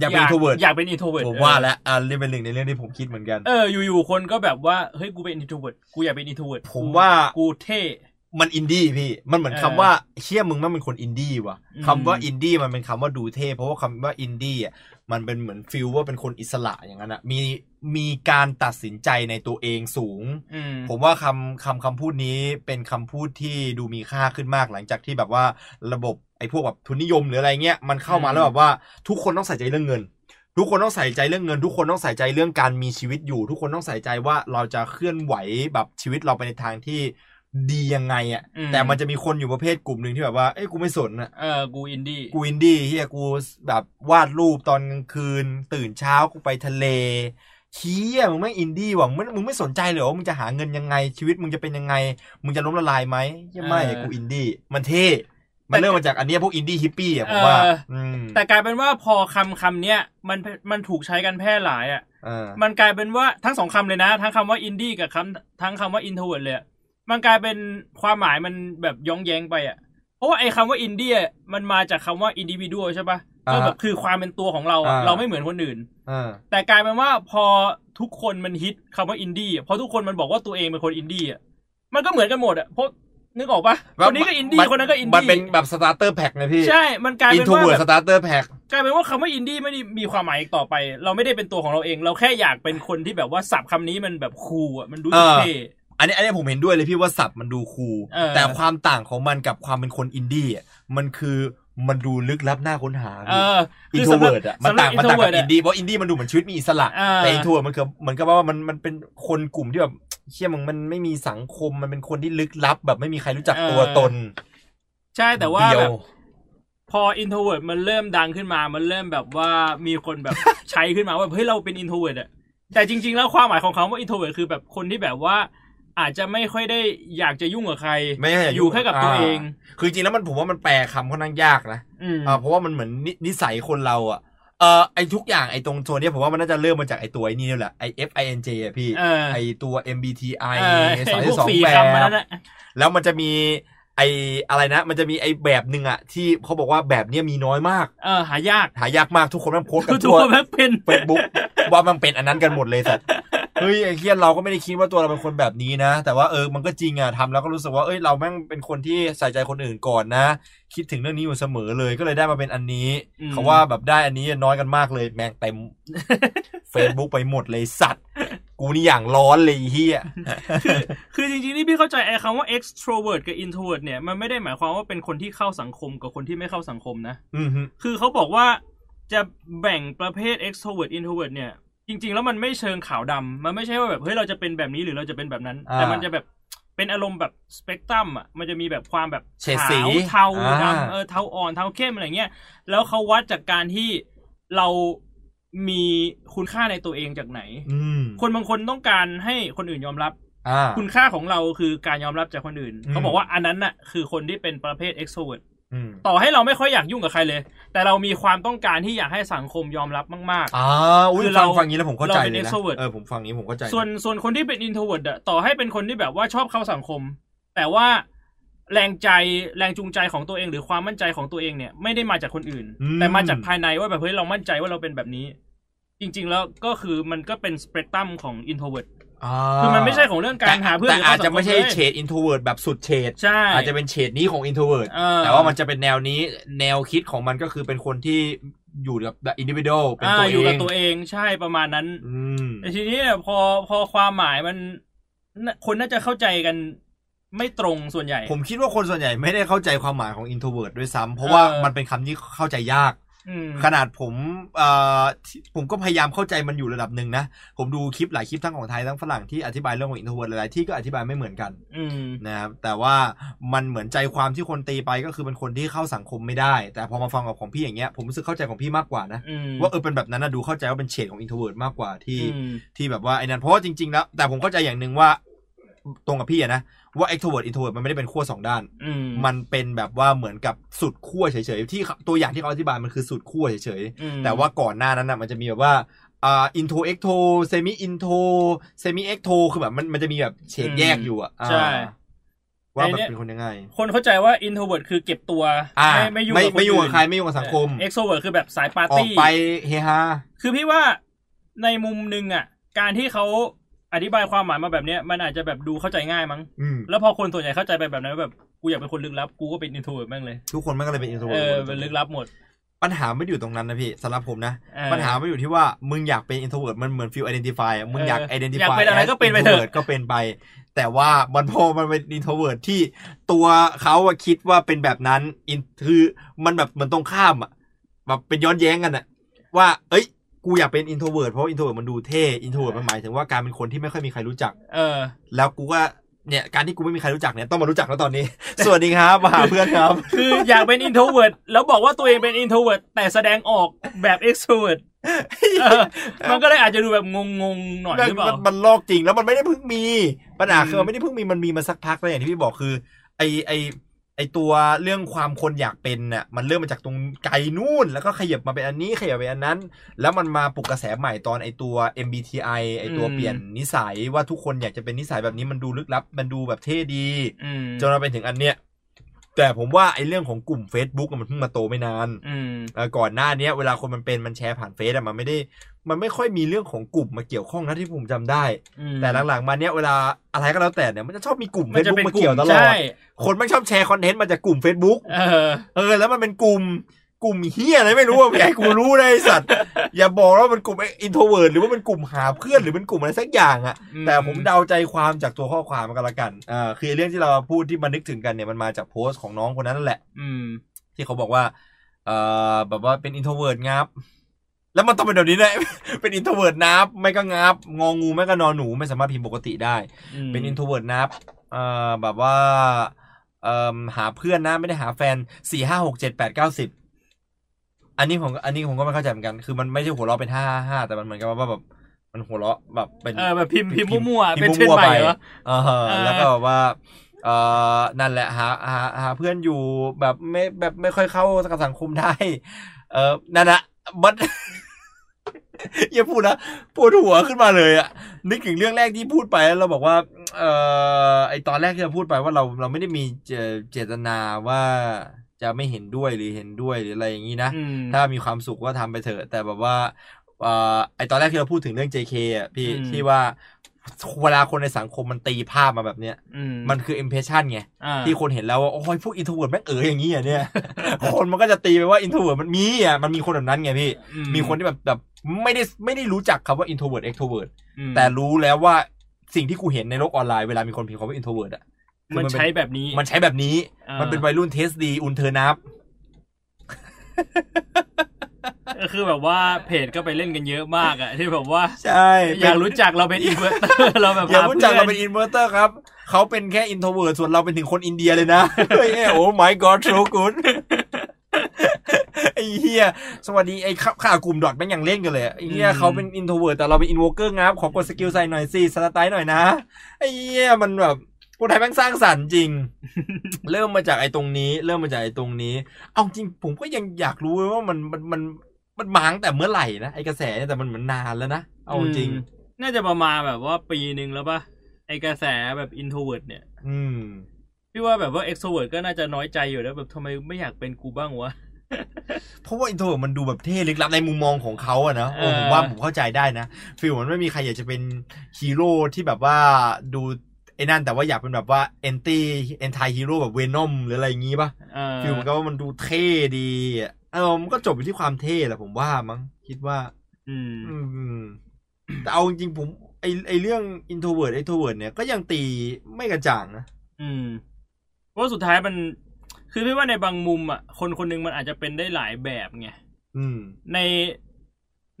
[SPEAKER 1] อยากเป็น introvert
[SPEAKER 2] อยากเป็นอินโทรเวิร์ด
[SPEAKER 1] ผมว่าแล้วอ่าเรื่องเป็นหนึ่งในเรื่องที่ผมคิดเหมือนกัน
[SPEAKER 2] เอออยู่ๆคนก็แบบว่าเฮ้ยกูเป็นอินโทรเวิร์ดกูอยากเป็นอินโทรเวิร์ด
[SPEAKER 1] ผมว่า
[SPEAKER 2] กูเท่
[SPEAKER 1] มันอินดี้พี่ มันเหมือน
[SPEAKER 2] เออ
[SPEAKER 1] คำว่าเชี่ยมึงมันเป็นคนอินดี้ว่ะ
[SPEAKER 2] อืม
[SPEAKER 1] คำว่าอินดี้มันเป็นคำว่าดูเท่เพราะว่าคำว่าอินดี้อ่ะมันเป็นเหมือนฟิลว่าเป็นคนอิสระอย่างนั้นอ่ะมีมีการตัดสินใจในตัวเองสูง
[SPEAKER 2] อืม
[SPEAKER 1] ผมว่าคำคำคำพูดนี้เป็นคำพูดที่ดูมีค่าขึ้นมากหลังจากที่แบบว่าระบบไอ้พวกแบบทุนนิยมหรืออะไรเงี้ยมันเข้ามา
[SPEAKER 2] อืม
[SPEAKER 1] แล้วแบบว่าทุกคนต้องใส่ใจเรื่องเงิน ทุกคนต้องใส่ใจเรื่องเงิน ทุกคนต้องใส่ใจเรื่องการมีชีวิตอยู่ ทุกคนต้องใส่ใจว่าเราจะเคลื่อนไหวแบบชีวิตเราไปในทางที่ดียังไงอะ่ะ
[SPEAKER 2] อื
[SPEAKER 1] แต่มันจะมีคนอยู่ประเภทกลุ่มหนึ่งที่แบบว่าเอ้ยกูไม่สนอ่ะ
[SPEAKER 2] เออกูอินดี้
[SPEAKER 1] กูอินดี้เฮียกูแบบวาดรูปตอนกลางคืน ตื่นเช้ากูไปทะเลเฮียมึงไม่อินดี้ว่ะมึงมึงไม่สนใจเลยเหรอว่ามึงจะหาเงินยังไง ชีวิตมึงจะเป็นยังไง มึงจะล้มละลายไหมยังไม่กูอินดี้มันเท่มันเริ่มมาจากอันเนี้ยพวกอินดี้ฮิปปี้อ่ะผมว่าม
[SPEAKER 2] แต่กลายเป็นว่าพอคำคำเนี้ยมันมันถูกใช้กันแพร่หลายอ่ะ
[SPEAKER 1] เออ
[SPEAKER 2] มันกลายเป็นว่าทั้งสองคำเลยนะ ทั้งคำว่าอินดี้กับคำทั้งคำว่าอินโทรเวิร์ดเลยอะมันกลายเป็นความหมายมันแบบย้องแย้งไปอ่ะเพราะว่าไอ้คำว่าอินดี้อะมันมาจากคำว่าอินดิวิด a l ใช่ปะ
[SPEAKER 1] อ่าฮะ
[SPEAKER 2] ก็แบบคือความเป็นตัวของเราอะ
[SPEAKER 1] อ่า
[SPEAKER 2] เราไม่เหมือนคนอื่น
[SPEAKER 1] เออ
[SPEAKER 2] แต่กลายเป็นว่าพอทุกคนมันฮิตคำว่าอินดี้อะพอทุกคนมันบอกว่าตัวเองเป็นคนอินดี้อ่ะมันก็เหมือนกันหมดอ่ะเพราะนึกออกปะคนนี้ก็อินดี้
[SPEAKER 1] มั
[SPEAKER 2] คนนั้นก็อิน
[SPEAKER 1] มัน
[SPEAKER 2] ดี้
[SPEAKER 1] เป็นแบบสตาร์เตอร์แพ็กนะพี่
[SPEAKER 2] ใช่มันกลาย
[SPEAKER 1] อิน
[SPEAKER 2] เป็น
[SPEAKER 1] ทู
[SPEAKER 2] ว่า
[SPEAKER 1] เวิร์ด
[SPEAKER 2] แบ
[SPEAKER 1] ส
[SPEAKER 2] บ
[SPEAKER 1] ตาร์เตอร์แพ็ก
[SPEAKER 2] กลายเป็นว่าคำว่าอินดี้ไม่ได้มีความหมายอีกต่อไป เราไม่ได้เป็นตัวของเราเอง เราแค่อยากเป็นคนที่แบบว่าศัพท์คำนี้มันแบบคูลอ่ะมันรู้สึกเท่
[SPEAKER 1] อันนี้อันนี้ผมเห็นด้วยเลยพี่ว่าสับมันดูคูล
[SPEAKER 2] เออ
[SPEAKER 1] แต่ความต่างของมันกับความเป็นคนอินดี้อะมันคือมันดูลึกลับหน้าค้นหา
[SPEAKER 2] เออ
[SPEAKER 1] อิน
[SPEAKER 2] คื
[SPEAKER 1] โทร
[SPEAKER 2] สำห
[SPEAKER 1] เวิร์ดอ่ะมัน
[SPEAKER 2] สำหรั
[SPEAKER 1] ต่างมันต่างกับอิ
[SPEAKER 2] ะ
[SPEAKER 1] นดี้เพราะอินดี้มันดูเหมือนชีวิตมีอิสระ
[SPEAKER 2] เออ
[SPEAKER 1] แต่อินโทรเวิร์ดมันคือเหมือนกับว่ามันมันเป็นคนกลุ่มที่แบบเชี่ยมึงมันไม่มีสังคมมันเป็นคนที่ลึกลับ แบบไม่มีใครรู้จักตัวตน
[SPEAKER 2] ใช่แต่ว่า
[SPEAKER 1] เดีย
[SPEAKER 2] แบบพออินโทรเวิร์ดมันเริ่มดังขึ้นมา มันเริ่มแบบว่ามีคนแบบ ใช้ขึ้นมาว่าเฮ้ยเราเป็นอินโทรเวิร์ดอะแต่จริง ๆ แล้วความหมายของคำว่าอินโทรเวิร์ดคือแบบคนที่แบบว่า อาจจะไม่ค่อยได้อยากจะยุ่งกับใคร
[SPEAKER 1] ไม่ให้
[SPEAKER 2] อยู่แค่กับตัวเอง
[SPEAKER 1] าคือจริงๆแล้วมันผมว่ามันแปลคำค่อนข้างยากนะ
[SPEAKER 2] อืม
[SPEAKER 1] อ่าเพราะว่ามันเหมือนนินิสัยคนเราอ่ะ เอ่อไอทุกอย่างไอตรงส่วนเนี้ยผมว่ามันน่าจะเริ่มมาจากไอตัวไอ้นี่นี่แหละไอ F I N J อะพี่
[SPEAKER 2] เออ
[SPEAKER 1] ไอตัว M B T I
[SPEAKER 2] เออ
[SPEAKER 1] สาย
[SPEAKER 2] พวก
[SPEAKER 1] สอง
[SPEAKER 2] สี
[SPEAKER 1] แบ
[SPEAKER 2] คำมัน
[SPEAKER 1] บ
[SPEAKER 2] นั่นน่ะ
[SPEAKER 1] แล้วมันจะมีไออะไรนะ มันจะมีไอแบบหนึ่งอะที่เขาบอกว่าแบบเนี้ยมีน้อยมาก
[SPEAKER 2] เออหายาก
[SPEAKER 1] หายากมากทุกคนแม่งโพสต์กั
[SPEAKER 2] คือน ทุก
[SPEAKER 1] ทั่ว
[SPEAKER 2] คนแม่งเป็น
[SPEAKER 1] Facebook ว่ามันเป็นอันนั้นกันหมดเลยสัตว์เฮ้ยไอ้เคียนเราก็ไม่ได้คิดว่าตัวเราเป็นคนแบบนี้นะ แต่ว่าเออมันก็จริงอะทำแล้วก็รู้สึกว่าเอ้ยเราแม่งเป็นคนที่ใส่ใจคนอื่นก่อนนะ คิดถึงเรื่องนี้อยู่เสมอเลยก็เลยได้มาเป็นอันนี้
[SPEAKER 2] อืม
[SPEAKER 1] เขาว่าแบบได้อันนี้น้อยกันมากเลยแม่ง เต็ม Facebook ไปหมดเลยสัตว์ กูนี่อย่างร้อนเลยไอ้เฮีย
[SPEAKER 2] คือคือจริงๆนี่พี่เข้าใจไอ้คำว่า extrovert กับ introvert เนี่ยมันไม่ได้หมายความว่าเป็นคนที่เข้าสังคมกับคนที่ไม่เข้าสังคมนะ
[SPEAKER 1] อืมฮึ
[SPEAKER 2] คือเขาบอกว่าจะแบ่งประเภท extrovert introvert เนี่ย จริง ๆ แล้วมันไม่เชิงขาวดำมันไม่ใช่ว่าแบบเฮ้ยเราจะเป็นแบบนี้หรือเราจะเป็นแบบนั้น
[SPEAKER 1] อ่า
[SPEAKER 2] แต่มันจะแบบเป็นอารมณ์แบบสเปกตรัมอ่ะมันจะมีแบบความแบบ
[SPEAKER 1] เฉดสี
[SPEAKER 2] ขาวเทา
[SPEAKER 1] อ่า
[SPEAKER 2] ดำเออเทาอ่อนเทาเข้มอะไรเงี้ยแล้วเขาวัดจากการที่เรามีคุณค่าในตัวเองจากไหน
[SPEAKER 1] อืม
[SPEAKER 2] คนบางคนต้องการให้คนอื่นยอมรับ
[SPEAKER 1] อ่า
[SPEAKER 2] คุณค่าของเราคือการยอมรับจากคนอื่น
[SPEAKER 1] อืม
[SPEAKER 2] เขาบอกว่าอันนั้นน่ะคือคนที่เป็นประเภท extrovert
[SPEAKER 1] อืม
[SPEAKER 2] ต่อให้เราไม่ค่อยอยากยุ่งกับใครเลย แต่เรามีความต้องการที่อยากให้สังคมยอมรับมาก
[SPEAKER 1] อ่าอุ้ย
[SPEAKER 2] คือ
[SPEAKER 1] ฟั
[SPEAKER 2] เรา
[SPEAKER 1] งฟังอย่างนี้แล้วผมเข้าใจ
[SPEAKER 2] เราเป็น
[SPEAKER 1] เลยนะ
[SPEAKER 2] extrovert
[SPEAKER 1] เออผมฟังอย่างนี้ผมเข้าใจ
[SPEAKER 2] ๆ ส่วนส่วนคนที่เป็น introvert อะต่อให้เป็นคนที่แบบว่าชอบเข้าสังคม แต่ว่าแรงใจแรงจูงใจของตัวเองหรือความมั่นใจของตัวเองเนี่ยไม่ได้มาจากคนอื่น แต่มาจากภายในว่าแบบเฮ้ยเรามั่นใจว่าเราเป็นแบบนี้ จริง ๆ แล้วก็คือมันก็เป็นสเปกตรัมของ introvert
[SPEAKER 1] า
[SPEAKER 2] คือมันไม่ใช่ของเรื่องการหาเพื่อน
[SPEAKER 1] แต่
[SPEAKER 2] หรื
[SPEAKER 1] แต่อาจ
[SPEAKER 2] เข้
[SPEAKER 1] จะไม่ใช่
[SPEAKER 2] สังค
[SPEAKER 1] เฉด introvert แบบสุดเฉด
[SPEAKER 2] ใช่
[SPEAKER 1] อาจจะเป็นเฉดนี้ของ introvert
[SPEAKER 2] เออ
[SPEAKER 1] แต่ว่ามันจะเป็นแนวนี้แนวคิดของมันก็คือเป็นคนที่อยู่กับ individual เป็น
[SPEAKER 2] อ่า
[SPEAKER 1] ตัว
[SPEAKER 2] อยู่
[SPEAKER 1] เอ
[SPEAKER 2] กับ
[SPEAKER 1] ง
[SPEAKER 2] ตัวเองใช่ประมาณนั้น
[SPEAKER 1] อืม
[SPEAKER 2] แต่ทีนี้เนี่ยพอพอความหมายมันน่ะคนน่าจะเข้าใจกันไม่ตรงส่วนใหญ่
[SPEAKER 1] ผมคิดว่าคนส่วนใหญ่ไม่ได้เข้าใจความหมายของ introvert ด้วยซ้ำเพราะว่า
[SPEAKER 2] เออ
[SPEAKER 1] มันเป็นคำที่เข้าใจยาก
[SPEAKER 2] อืม
[SPEAKER 1] ขนาดผมเอ่อที่ผมก็พยายามเข้าใจมันอยู่ระดับหนึ่งนะ ผมดูคลิปหลายคลิปทั้งของไทยทั้งฝรั่งที่อธิบายเรื่องของ introvert หลายๆที่ก็อธิบายไม่เหมือนกัน
[SPEAKER 2] อืม
[SPEAKER 1] นะครับแต่ว่ามันเหมือนใจความที่คนตีไปก็คือเป็นคนที่เข้าสังคมไม่ได้ แต่พอมาฟังกับของพี่อย่างเงี้ยผมรู้สึกเข้าใจของพี่มากกว่านะ
[SPEAKER 2] อืม
[SPEAKER 1] ว่าเออเป็นแบบนั้นนะดูเข้าใจว่าเป็นเฉดของ introvert มากกว่าที่
[SPEAKER 2] อืม
[SPEAKER 1] ที่แบบว่าไอ้นั้นเพราะว่าจริงๆแล้ว แต่ผมเข้าใจอย่างหนึ่งว่าตรงกับพี่อะนะว่า extrovert introvert มันไม่ได้เป็นขั้วสองด้าน
[SPEAKER 2] อืม
[SPEAKER 1] มันเป็นแบบว่าเหมือนกับสุดขั้วเฉยๆที่เขาตัวอย่างที่เขาอธิบายมันคือสุดขั้วเฉยๆ
[SPEAKER 2] อืม
[SPEAKER 1] แต่ว่าก่อนหน้านั้นนะมันจะมีแบบว่าอ่าอินโทเอ็กโทเซมิอินโทเซมิเอ็กโทคือแบบมันมันจะมีแบบเฉดแยกอยู่อ่ะอ่า
[SPEAKER 2] ใช่
[SPEAKER 1] ว่า
[SPEAKER 2] ไอ้
[SPEAKER 1] มัน
[SPEAKER 2] เนี่ย
[SPEAKER 1] เป็นคนยังไง
[SPEAKER 2] คนเข้าใจว่า introvert คือเก็บตัว
[SPEAKER 1] อ่า
[SPEAKER 2] ไม่ไม่ยุ่ง
[SPEAKER 1] ไม่
[SPEAKER 2] กับน
[SPEAKER 1] ไม่ยุ่งกับ
[SPEAKER 2] น
[SPEAKER 1] ใครไม่ยุ่งกับสังคม
[SPEAKER 2] เออ extrovert คือแบบสายปาร์
[SPEAKER 1] ออก
[SPEAKER 2] ตี้
[SPEAKER 1] ไปเฮฮา
[SPEAKER 2] คือพี่ว่าในมุมหนึ่งอ่ะ การที่เขาอธิบายความหมายมาแบบเนี้ย มันอาจจะแบบดูเข้าใจง่ายมั้ง
[SPEAKER 1] อืม
[SPEAKER 2] แล้วพอคนส่วนใหญ่เข้าใจไปแบบนั้นแบบกูอยากเป็นคนลึกลับกูก็เป็น introvert แม่งเลย
[SPEAKER 1] ทุกคนมันก็เลยเป็นอินโทร
[SPEAKER 2] เออเป็นลึกลับหมด
[SPEAKER 1] ปัญหาไม่อยู่ตรงนั้นนะพี่สำหรับผมนะ
[SPEAKER 2] เออ
[SPEAKER 1] ปัญหาไม่อยู่ที่ว่ามึงอยากเป็นอินโทรเวิร์ดมันเหมือนฟิลไอดีนติฟายมึงอยาก
[SPEAKER 2] เออ
[SPEAKER 1] ไอดีนติ
[SPEAKER 2] อยาก
[SPEAKER 1] ฟาย
[SPEAKER 2] เป็นอะไรก็เป็นไปเถอะ
[SPEAKER 1] ก็เป็นไป แต่ว่ามันพอมันเป็นอินโทรเวิร์ดที่ตัวเขาอะคิดว่าเป็นแบบนั้นอินคือมันแบบเหมือนตรงข้ามอะแบบเป็นย้อนแย้งกันอะว่า เอ้ย กูอยากเป็นอินโทรเวิร์ดเพราะอินโทรเวิร์ดมันดูเท่อินโทรเวิร์ดมันหมายถึงว่าการเป็นคนที่ไม่ค่อยมีใครรู้จัก
[SPEAKER 2] เออ
[SPEAKER 1] แล้วกูก็เนี่ยการที่กูไม่มีใครรู้จักเนี่ยต้องมารู้จักแล้วตอนนี้ สวัสดีครับมาหาเพื่อนครับ
[SPEAKER 2] คืออยากเป็น introvert แล้วบอกว่าตัวเองเป็น introvert แต่แสดงออกแบบ extrovert เออมันก็เลยอาจจะดูแบบงงๆหน่อยหรือเปล่า
[SPEAKER 1] มันมันโลกจริงแล้วมันไม่ได้เพิ่งมี ปัญหาคือ
[SPEAKER 2] ม
[SPEAKER 1] มันไม่ได้เพิ่งมีมันมีมาสักพักแล้วอย่างที่พี่บอกคือ ไอไอไอตัวเรื่องความคนอยากเป็นน่ะมันเริ่มมาจากตรงไกลนู่น แล้วก็ขยับมาเป็นอันนี้ขยับไปอันนั้น แล้วมันมาปลุกกระแสใหม่ตอนไอตัว MBTI ไอตัวเปลี่ยนนิสัยว่าทุกคนอยากจะเป็นนิสัยแบบนี้มันดูลึกลับ มันดูแบบเท่ดี
[SPEAKER 2] อืม
[SPEAKER 1] จนมาเป็นถึงอันเนี้ยแต่ผมว่าไอเรื่องของกลุ่ม Facebook อะมันเพิ่งมาโตไม่นาน
[SPEAKER 2] อืม
[SPEAKER 1] เอ่อก่อนหน้าเนี้ยเวลาคนมันเป็นมันแชร์ผ่านเฟซอะมันไม่ได้ มันไม่ค่อยมีเรื่องของกลุ่มมาเกี่ยวข้องนะที่ผมจำได้
[SPEAKER 2] อืม
[SPEAKER 1] แต่หลังๆมาเนี้ยเวลาอะไรก็แล้วแต่เนี่ยมันจะชอบมีกลุ่มเฟ
[SPEAKER 2] มัน
[SPEAKER 1] ซ
[SPEAKER 2] จะ
[SPEAKER 1] บุ๊
[SPEAKER 2] เป็น
[SPEAKER 1] กมาก
[SPEAKER 2] ลุ่
[SPEAKER 1] เกี่ยว
[SPEAKER 2] ม
[SPEAKER 1] ตลอ
[SPEAKER 2] ใช่
[SPEAKER 1] ดคนมันชอบแชร์คอนเทนต์มาจากกลุ่ม Facebook
[SPEAKER 2] เออ
[SPEAKER 1] เออแล้วมันเป็นกลุ่มกลุ่มเฮียอะไรไม่รู้อะแหม กูรู้นะไอ้สัตว์ อย่าบอกว่ามันกลุ่มอินโทรเวิร์ดหรือว่ามันกลุ่มหาเพื่อนหรือมันกลุ่มอะไรสักอย่างอะ
[SPEAKER 2] อืม
[SPEAKER 1] แต่ผมเดาใจความจากตัวข้อความมากันละกันอ่าคือเรื่องที่เราพูดที่มันนึกถึงกันเนี่ยมันมาจากโพสต์ของน้องคนนั้นนั่นแหละ
[SPEAKER 2] อืม
[SPEAKER 1] ที่เขาบอกว่า เอ่อ แบบว่าเป็นอินโทรเวิร์ดงับ แล้วมันต้องเป็นแบบนี้แหละ เป็นอินโทรเวิร์ดนับ ไม่ก็งับ งองูไม่ก็นอนหนูไม่สามารถพิมพ์ปกติได้ เป็นอินโทรเวิร์ดนับ เอ่อ แบบว่า เอ่อ หาเพื่อนนะ ไม่ได้หาแฟนสี่ห้าหกเจ็ดแปดเก้าสิบ อันนี้ผมอันนี้ผมก็ไม่เข้าใจเหมือนกัน คือมันไม่ใช่หัวเราะเป็นห้าห้าแต่มันเหมือนกับว่าแบบมันหัวเราะแบบเป็น
[SPEAKER 2] เออแบบพิมพ์พิมพ์มั่วๆ
[SPEAKER 1] พิ
[SPEAKER 2] เป็น
[SPEAKER 1] มพ์
[SPEAKER 2] เช่น
[SPEAKER 1] มั่วๆ
[SPEAKER 2] ใหม่เหรอ
[SPEAKER 1] เออ
[SPEAKER 2] เออ
[SPEAKER 1] แล้วก็แบบว่า เออนั่นแหละหาหาหาเพื่อนอยู่แบบไม่แบบไม่ค่อยเข้ากับสังคมได้ เออนั่นนะ มัน อย่าพูดนะปวดหัวขึ้นมาเลยอะนึกถึงเรื่องแรกที่พูดไปแล้วเราบอกว่า เอ่อไอตอนแรกที่เราพูดไปว่าเราเราไม่ได้มีเจเจตนาว่าจะไม่เห็นด้วยหรือเห็นด้วยหรืออะไรอย่างนี้นะ
[SPEAKER 2] อืม
[SPEAKER 1] ถ้ามีความสุขก็ทำไปเถอะ แต่แบบว่าเอ่อไอตอนแรกที่เราพูดถึงเรื่อง JK อ่ะพี่
[SPEAKER 2] อืม
[SPEAKER 1] ที่ว่าเวลาคนในสังคมมันตีภาพมาแบบเนี้ย
[SPEAKER 2] อื
[SPEAKER 1] มันคือ impression ไง
[SPEAKER 2] อ่า
[SPEAKER 1] ที่คนเห็นแล้วว่า โอ้ยพวกอินโทรเวิร์ดแม่งเอ๋ยอย่างนี้อ่ะเนี่ย คนมันก็จะตีไปว่าอินโทรเวิร์ดมันมีอ่ะมันมีคนแบบนั้นไงพี่
[SPEAKER 2] อืม
[SPEAKER 1] มีคนที่แบบแบบไม่ได้ไม่ได้รู้จักคำว่าอินโทรเวิร์ดเอ็กโทรเวิร์ด
[SPEAKER 2] อืม
[SPEAKER 1] แต่รู้แล้วว่าสิ่งที่กูเห็นในโลกออนไลน์เวลามีคนพิมพ์คำว่าอินโทรเวิร์ดอ่ะคือ
[SPEAKER 2] มัน
[SPEAKER 1] เป็
[SPEAKER 2] ใช้แบบนี้
[SPEAKER 1] มันใช้แบบนี้
[SPEAKER 2] อ่ามั
[SPEAKER 1] มันเป็นวัยรุ่นเทสดีอุนเทอร์นับ
[SPEAKER 2] ก็คือแบบว่าเพจก็ไปเล่นกันเยอะมากอะที่แบบว่า
[SPEAKER 1] ใช่
[SPEAKER 2] อยากรู้จักเราเป็นอินเวอร์เตอร์เราแบบ
[SPEAKER 1] อยากรู้จัก
[SPEAKER 2] พ
[SPEAKER 1] เราเป็นอินเวอร์เตอร์ครับเขาเป็นแค่อินโทรเวิร์ดส่วนเราเป็นถึงคนอินเดียเลยนะ เฮ้ยโอ้ my god so good ไอ้เฮียสวัสดีไอ้ข้าข่ากลุ่มดอทแม่งยังเล่นกันเลยอะไอ้เฮียเขาเป็นอินโทรเวิร์ดแต่เราเป็นอินโวเกอร์งับขอกดสกิลใส่หน่อยสิสไตล์หน่อยนะไอ้เฮียมันแบบคนไทยแม่งสร้างสรรค์จ ริง เริ่มมาจากไอ้ตรงนี้ เริ่มมาจากไอ้ตรงนี้ เอาจริงผมก็ยังอยากรู้ว่ามันมันมันมันมาตั้งแต่เมื่อไหร่นะไอ้กระแสเนี่ยแต่มันเหมือนนานแล้วนะเอาจริง
[SPEAKER 2] มน่าจะประมาณแบบว่าปีหนึ่งแล้วป่ะไอกระแสแบบอินโทรเวิร์ดเนี่ย
[SPEAKER 1] อืม
[SPEAKER 2] พี่ว่าแบบว่าเอ็กโทรเวิร์ดก็น่าจะน้อยใจอยู่แล้วแบบทำไมไม่อยากเป็นกูบ้างวะ
[SPEAKER 1] เพราะว่าอินโทรมันดูแบบเท่ลึกลับในมุมมองของเขาอะเนอะเออ
[SPEAKER 2] เออ
[SPEAKER 1] ผมว่าผมเข้าใจได้นะฟิลเหมันไม่มีใครอยากจะเป็นฮีโร่ที่แบบว่าดูไอ้นั่นแต่ว่าอยากเป็นแบบว่าแอนตี้แอนตี้ฮีโร่แบบเวนอมหรืออะไรอย่างงี้ป่ะ
[SPEAKER 2] เออ
[SPEAKER 1] ฟิลเหมันก็ว่ามันดูเท่ดีอะเออมันก็จบอยู่ที่ความเท่แหละผมว่ามั้งคิดว่า
[SPEAKER 2] อืม
[SPEAKER 1] อืม แต่เอาจริงๆผมไอไอเรื่องอินโทรเวิร์ดไอโทรเวิร์ดเนี่ยก็ยังตีไม่กระจ่างนะ
[SPEAKER 2] อืมเพราะว่าสุดท้ายมัน คือพี่ว่าในบางมุมอ่ะคนคนหนึงมันอาจจะเป็นได้หลายแบบไง
[SPEAKER 1] อืม
[SPEAKER 2] ใน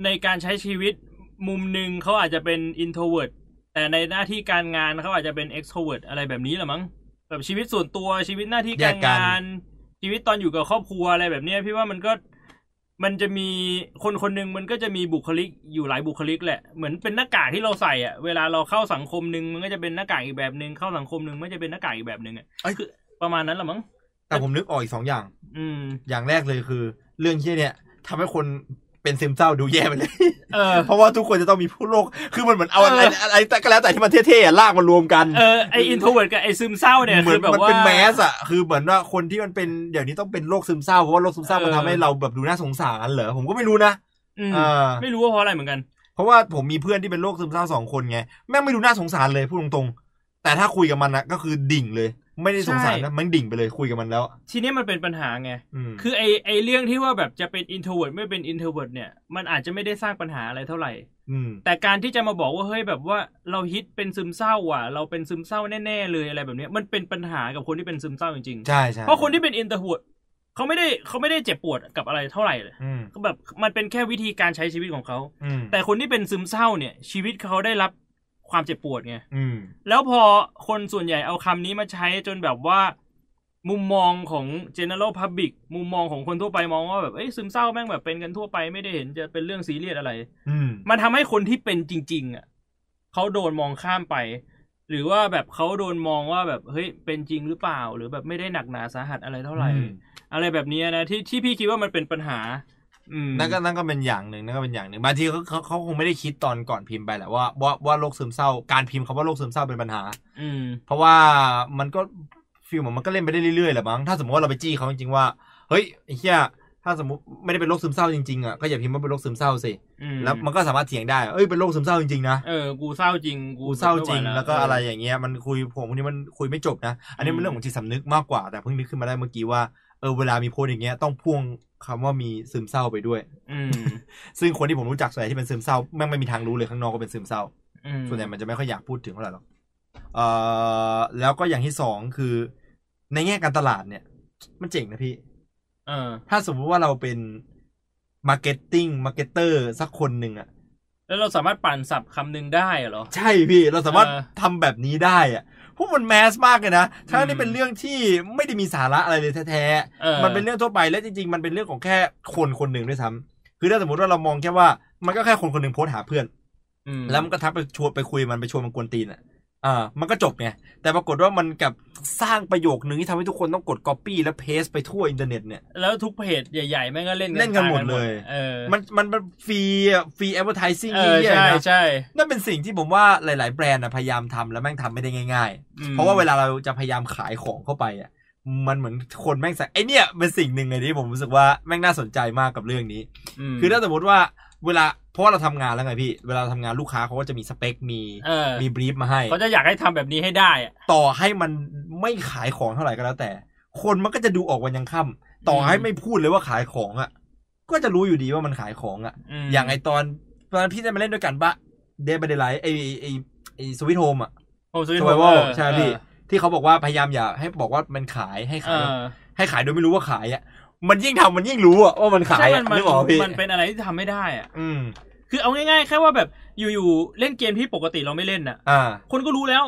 [SPEAKER 2] ในการใช้ชีวิตมุมหนึ่งเขาอาจจะเป็น introvert แต่ในหน้าที่การงานเขาอาจจะเป็น extrovert อะไรแบบนี้แหละมั้งแบบชีวิตส่วนตัวชีวิตหน้าที่การ
[SPEAKER 1] แยกกั
[SPEAKER 2] งาน
[SPEAKER 1] น
[SPEAKER 2] ชีวิตตอนอยู่กับครอบครัวอะไรแบบเนี้ยพี่ว่ามันก็มันจะมีคนคนหนึ่งมันก็จะมีบุคลิกอยู่หลายบุคลิกแหละเหมือนเป็นหน้ากากที่เราใส่อะเวลาเราเข้าสังคมหนึ่งมันก็จะเป็นหน้ากากอีกแบบหนึ่งเข้าสังคมหนึ่งมันจะเป็นหน้ากากอีกแบบหนึ่งอะ
[SPEAKER 1] ไอ้ย
[SPEAKER 2] ประมาณนั้นแหละมั้ง
[SPEAKER 1] แต่ผมนึกออกอีกสองอย่าง
[SPEAKER 2] อืม
[SPEAKER 1] อย่างแรกเลยคือ เรื่องที่เนี่ยทำให้คนเป็นซึมเศร้าดูแย่ไปเลย
[SPEAKER 2] เออ
[SPEAKER 1] เพราะว่าทุกคนจะต้องมีผู้โลก คือมันเหมือนเอาอะไร
[SPEAKER 2] เอออ
[SPEAKER 1] อะไรแต่ก็แล้วแต่ที่มันเท่ๆอะลากมารวมกัน
[SPEAKER 2] เออไออินโทรเวิร์ดกับไอซึมเศร้าเนี่ย
[SPEAKER 1] เหมื
[SPEAKER 2] คือ อน แบบ
[SPEAKER 1] มัน
[SPEAKER 2] ว่า
[SPEAKER 1] เป็นแมสอะคือเหมือนว่าคนที่มันเป็นเดี๋ยวนี้ต้องเป็นโรคซึมเศร้าเพราะว่าโรคซึมเศร้ามัน
[SPEAKER 2] เออ
[SPEAKER 1] ทำให้เราแบบดูน่าสงสารเหรอผมก็ไม่รู้นะ
[SPEAKER 2] อืม
[SPEAKER 1] เออ
[SPEAKER 2] ไม่รู้ว่าเพราะอะไรเหมือนกัน
[SPEAKER 1] เพราะว่าผมมีเพื่อนที่เป็นโรคซึมเศร้าสองคนไงแม่งไม่ดูน่าสงสารเลยพูดตรงๆ แต่ถ้าคุยกับมันนะก็คือดิ่งเลย ไม่ได้สงสารนะมันดิ่งไปเลยคุยกับมันแล้ว
[SPEAKER 2] ทีนี้มันเป็นปัญหาไง
[SPEAKER 1] อืม
[SPEAKER 2] คือไอไอเรื่องที่ว่าแบบจะเป็น introvert ไม่เป็น introvert เนี่ย มันอาจจะไม่ได้สร้างปัญหาอะไรเท่าไหร่
[SPEAKER 1] อืม
[SPEAKER 2] แต่การที่จะมาบอกว่าเฮ้ยแบบว่าเราฮิตเป็นซึมเศร้าอ่ะ เราเป็นซึมเศร้าแน่ๆเลยอะไรแบบเนี้ย มันเป็นปัญหากับคนที่เป็นซึมเศร้าจริง
[SPEAKER 1] ใช่ใช่
[SPEAKER 2] ๆ เพราะคนที่เป็น introvert เขาไม่ได้เขาไม่ได้เจ็บปวดกับอะไรเท่าไหร่เลย
[SPEAKER 1] อืม
[SPEAKER 2] ก็แบบมันเป็นแค่วิธีการใช้ชีวิตของเขา
[SPEAKER 1] อืม
[SPEAKER 2] แต่คนที่เป็นซึมเศร้าเนี่ย ชีวิตเขาได้รับความเจ็บปวดไง
[SPEAKER 1] อืม
[SPEAKER 2] แล้วพอคนส่วนใหญ่เอาคำนี้มาใช้จนแบบว่า มุมมองของ general public มุมมองของคนทั่วไปมองว่าแบบเอ้ยซึมเศร้าแม่งแบบเป็นกันทั่วไปไม่ได้เห็นจะเป็นเรื่องซีเรียสอะไร
[SPEAKER 1] อืม
[SPEAKER 2] มันทำให้คนที่เป็นจริง ๆ อ่ะเขาโดนมองข้ามไป หรือว่าแบบเขาโดนมองว่าแบบเฮ้ยเป็นจริงหรือเปล่า หรือแบบไม่ได้หนักหนาสาหัสอะไรเท่าไหร่
[SPEAKER 1] อืม
[SPEAKER 2] อะไรแบบเนี้ยนะที่ที่พี่คิดว่ามันเป็นปัญหา อืม
[SPEAKER 1] นั่นก็นั่นก็เป็นอย่างหนึ่งนั่นก็เป็นอย่างหนึ่งบางทีเขาเขาเขาคงไม่ได้คิดตอนก่อนพิมพ์ไปแหละว่าว่าว่าโรคซึมเศร้าการพิมพ์คำว่าโรคซึมเศร้าเป็นปัญหา
[SPEAKER 2] อืม
[SPEAKER 1] เพราะว่ามันก็ฟิลเหมือนมันก็เล่นไปได้เรื่อยๆแหละมั้งถ้าสมมติว่าเราไปจี้เขาจริงๆว่าเฮ้ยไอ้เหี้ยถ้าสมมติไม่ได้เป็นโรคซึมเศร้าจริงๆอ่ะก็อย่าพิมพ์ว่าเป็นโรคซึมเศร้าสิ
[SPEAKER 2] อืม
[SPEAKER 1] แล้วมันก็สามารถเถียงได้เอ้ยเป็นโรคซึมเศร้าจริงๆนะ
[SPEAKER 2] เออกูเศร้าจริง
[SPEAKER 1] กูเศร้าจริง
[SPEAKER 2] ไม่ไห
[SPEAKER 1] แล้วก็อะไรอย่างเงี้ยมันคุยผมคนนี้มันคุยไม่จบนะ อันนี้มันเรื่องของจิตสำนึกมากกว่าแต่เพิ่งนึกขึ้นมาได้เมื่อกี้ว่าเออเวลามีโพสต์อย่างเงี้ยต้องพ่วงคำว่ามีซึมเศร้าไปด้วย
[SPEAKER 2] อืม
[SPEAKER 1] ซึ่งคนที่ผมรู้จักส่วนใหญ่ที่เป็นซึมเศร้าแม่งไม่มีทางรู้เลยข้างนอกก็เป็นซึมเศร้า
[SPEAKER 2] อืม
[SPEAKER 1] ส่วนใหญ่มันจะไม่ค่อยอยากพูดถึงเท่าไหร่หรอกเอ่อแล้วก็อย่างที่สองคือ ในแง่การตลาดเนี่ย มันเจ๋งนะพี่
[SPEAKER 2] เออ
[SPEAKER 1] ถ้าสมมุติว่าเราเป็นมาร์เก็ตติ้งมาร์เก็ตเตอร์สักคนหนึ่งอะ
[SPEAKER 2] แล้วเราสามารถปั่นสับคำหนึ่งได้เหรอ
[SPEAKER 1] ใช่พี่เราสามารถ
[SPEAKER 2] เออ
[SPEAKER 1] ทำแบบนี้ได้อะพวกมันแมสมากเลยนะทั้ง
[SPEAKER 2] อืม
[SPEAKER 1] ที่เป็นเรื่องที่ไม่ได้มีสาระอะไรเลยแท้
[SPEAKER 2] เออ
[SPEAKER 1] ๆมันเป็นเรื่องทั่วไปและจริงๆ มันเป็นเรื่องของแค่คนคนหนึ่งด้วยซ้ำคือถ้าสมมติว่าเรามองแค่ว่า มันก็แค่คนคนหนึ่งโพสต์หาเพื่อน
[SPEAKER 2] อืม
[SPEAKER 1] แล้วมันก็ทักไปชวนไปคุยมันไปชวนมันกวนตีนอ่ะ อ่ามันก็จบไงแต่ปรากฏว่ามันกลับสร้างประโยคนึงที่ทำให้ทุกคนต้องกด Copy และ Paste ไปทั่วอินเทอร์เน็ตเนี่ย
[SPEAKER 2] แล้วทุกเพจใหญ่ๆแม่งก็เล่น
[SPEAKER 1] เล่นกันหมด
[SPEAKER 2] ตา
[SPEAKER 1] เลย
[SPEAKER 2] เออ
[SPEAKER 1] มันมันมันฟรีฟรีแอดเวอร์ทิซิ่ง
[SPEAKER 2] เอ
[SPEAKER 1] นี่
[SPEAKER 2] อ
[SPEAKER 1] ใหญ่
[SPEAKER 2] ใช่
[SPEAKER 1] นะ
[SPEAKER 2] ใช่
[SPEAKER 1] นั่นเป็นสิ่งที่ผมว่าหลาย ๆ แบรนด์อะพยายามทำแล้วแม่งทำไม่ได้ง่าย ๆ
[SPEAKER 2] อืม
[SPEAKER 1] เพราะว่าเวลาเราจะพยายามขายของเข้าไปอ่ะ มันเหมือนคนแม่งใส่ไอเนี่ยเป็นสิ่งหนึ่งเลยที่ผมรู้สึกว่าแม่งน่าสนใจมากกับเรื่องนี้
[SPEAKER 2] ม
[SPEAKER 1] คือถ้าสมมติว่าเวลาเพราะว่าเราทำงานแล้วไงพี่ เวลาเราทำงานลูกค้าเขาก็จะมีสเปค มี
[SPEAKER 2] เออ
[SPEAKER 1] มีบรีฟมาให้
[SPEAKER 2] เขาจะอยากให้ทำแบบนี้ให้ได้อะ
[SPEAKER 1] ต่อให้มันไม่ขายของเท่าไหร่ก็แล้วแต่ คนมันก็จะดูออกวันยังค่ำต่อให้
[SPEAKER 2] อืม
[SPEAKER 1] ไม่พูดเลยว่าขายของอ่ะ ก็จะรู้อยู่ดีว่ามันขายของอ่ะ
[SPEAKER 2] ม
[SPEAKER 1] อย่างไอตอนตอนนนพี่ได้มาเล่นด้วยกันปะเดย์บันเดไลท์ไอไอไอสวิตโฮมอ่ะ
[SPEAKER 2] โฮมสวิต
[SPEAKER 1] ส
[SPEAKER 2] โฮ
[SPEAKER 1] ว
[SPEAKER 2] ม
[SPEAKER 1] ว
[SPEAKER 2] เออ
[SPEAKER 1] ใช่พี่ที่เขาบอกว่าพยายามอย่าให้บอกว่ามันขายให้
[SPEAKER 2] เอ
[SPEAKER 1] ขาย
[SPEAKER 2] อ
[SPEAKER 1] ให้ขายโดยไม่รู้ว่าขายอ่ะ มันยิ่งทำมันยิ่งรู้อ่ะว่ามันขาย
[SPEAKER 2] ใช่
[SPEAKER 1] อะ
[SPEAKER 2] มันมัน
[SPEAKER 1] นึกออกปะพี่
[SPEAKER 2] มันเป็นอะไรที่ทำไม่ได้อ่ะ
[SPEAKER 1] อืม
[SPEAKER 2] คือเอาง่ายๆแค่ว่าแบบอยู่ๆเล่นเกมที่ปกติเราไม่เล่นน่ะ
[SPEAKER 1] อ่า
[SPEAKER 2] คนก็รู้แล้ว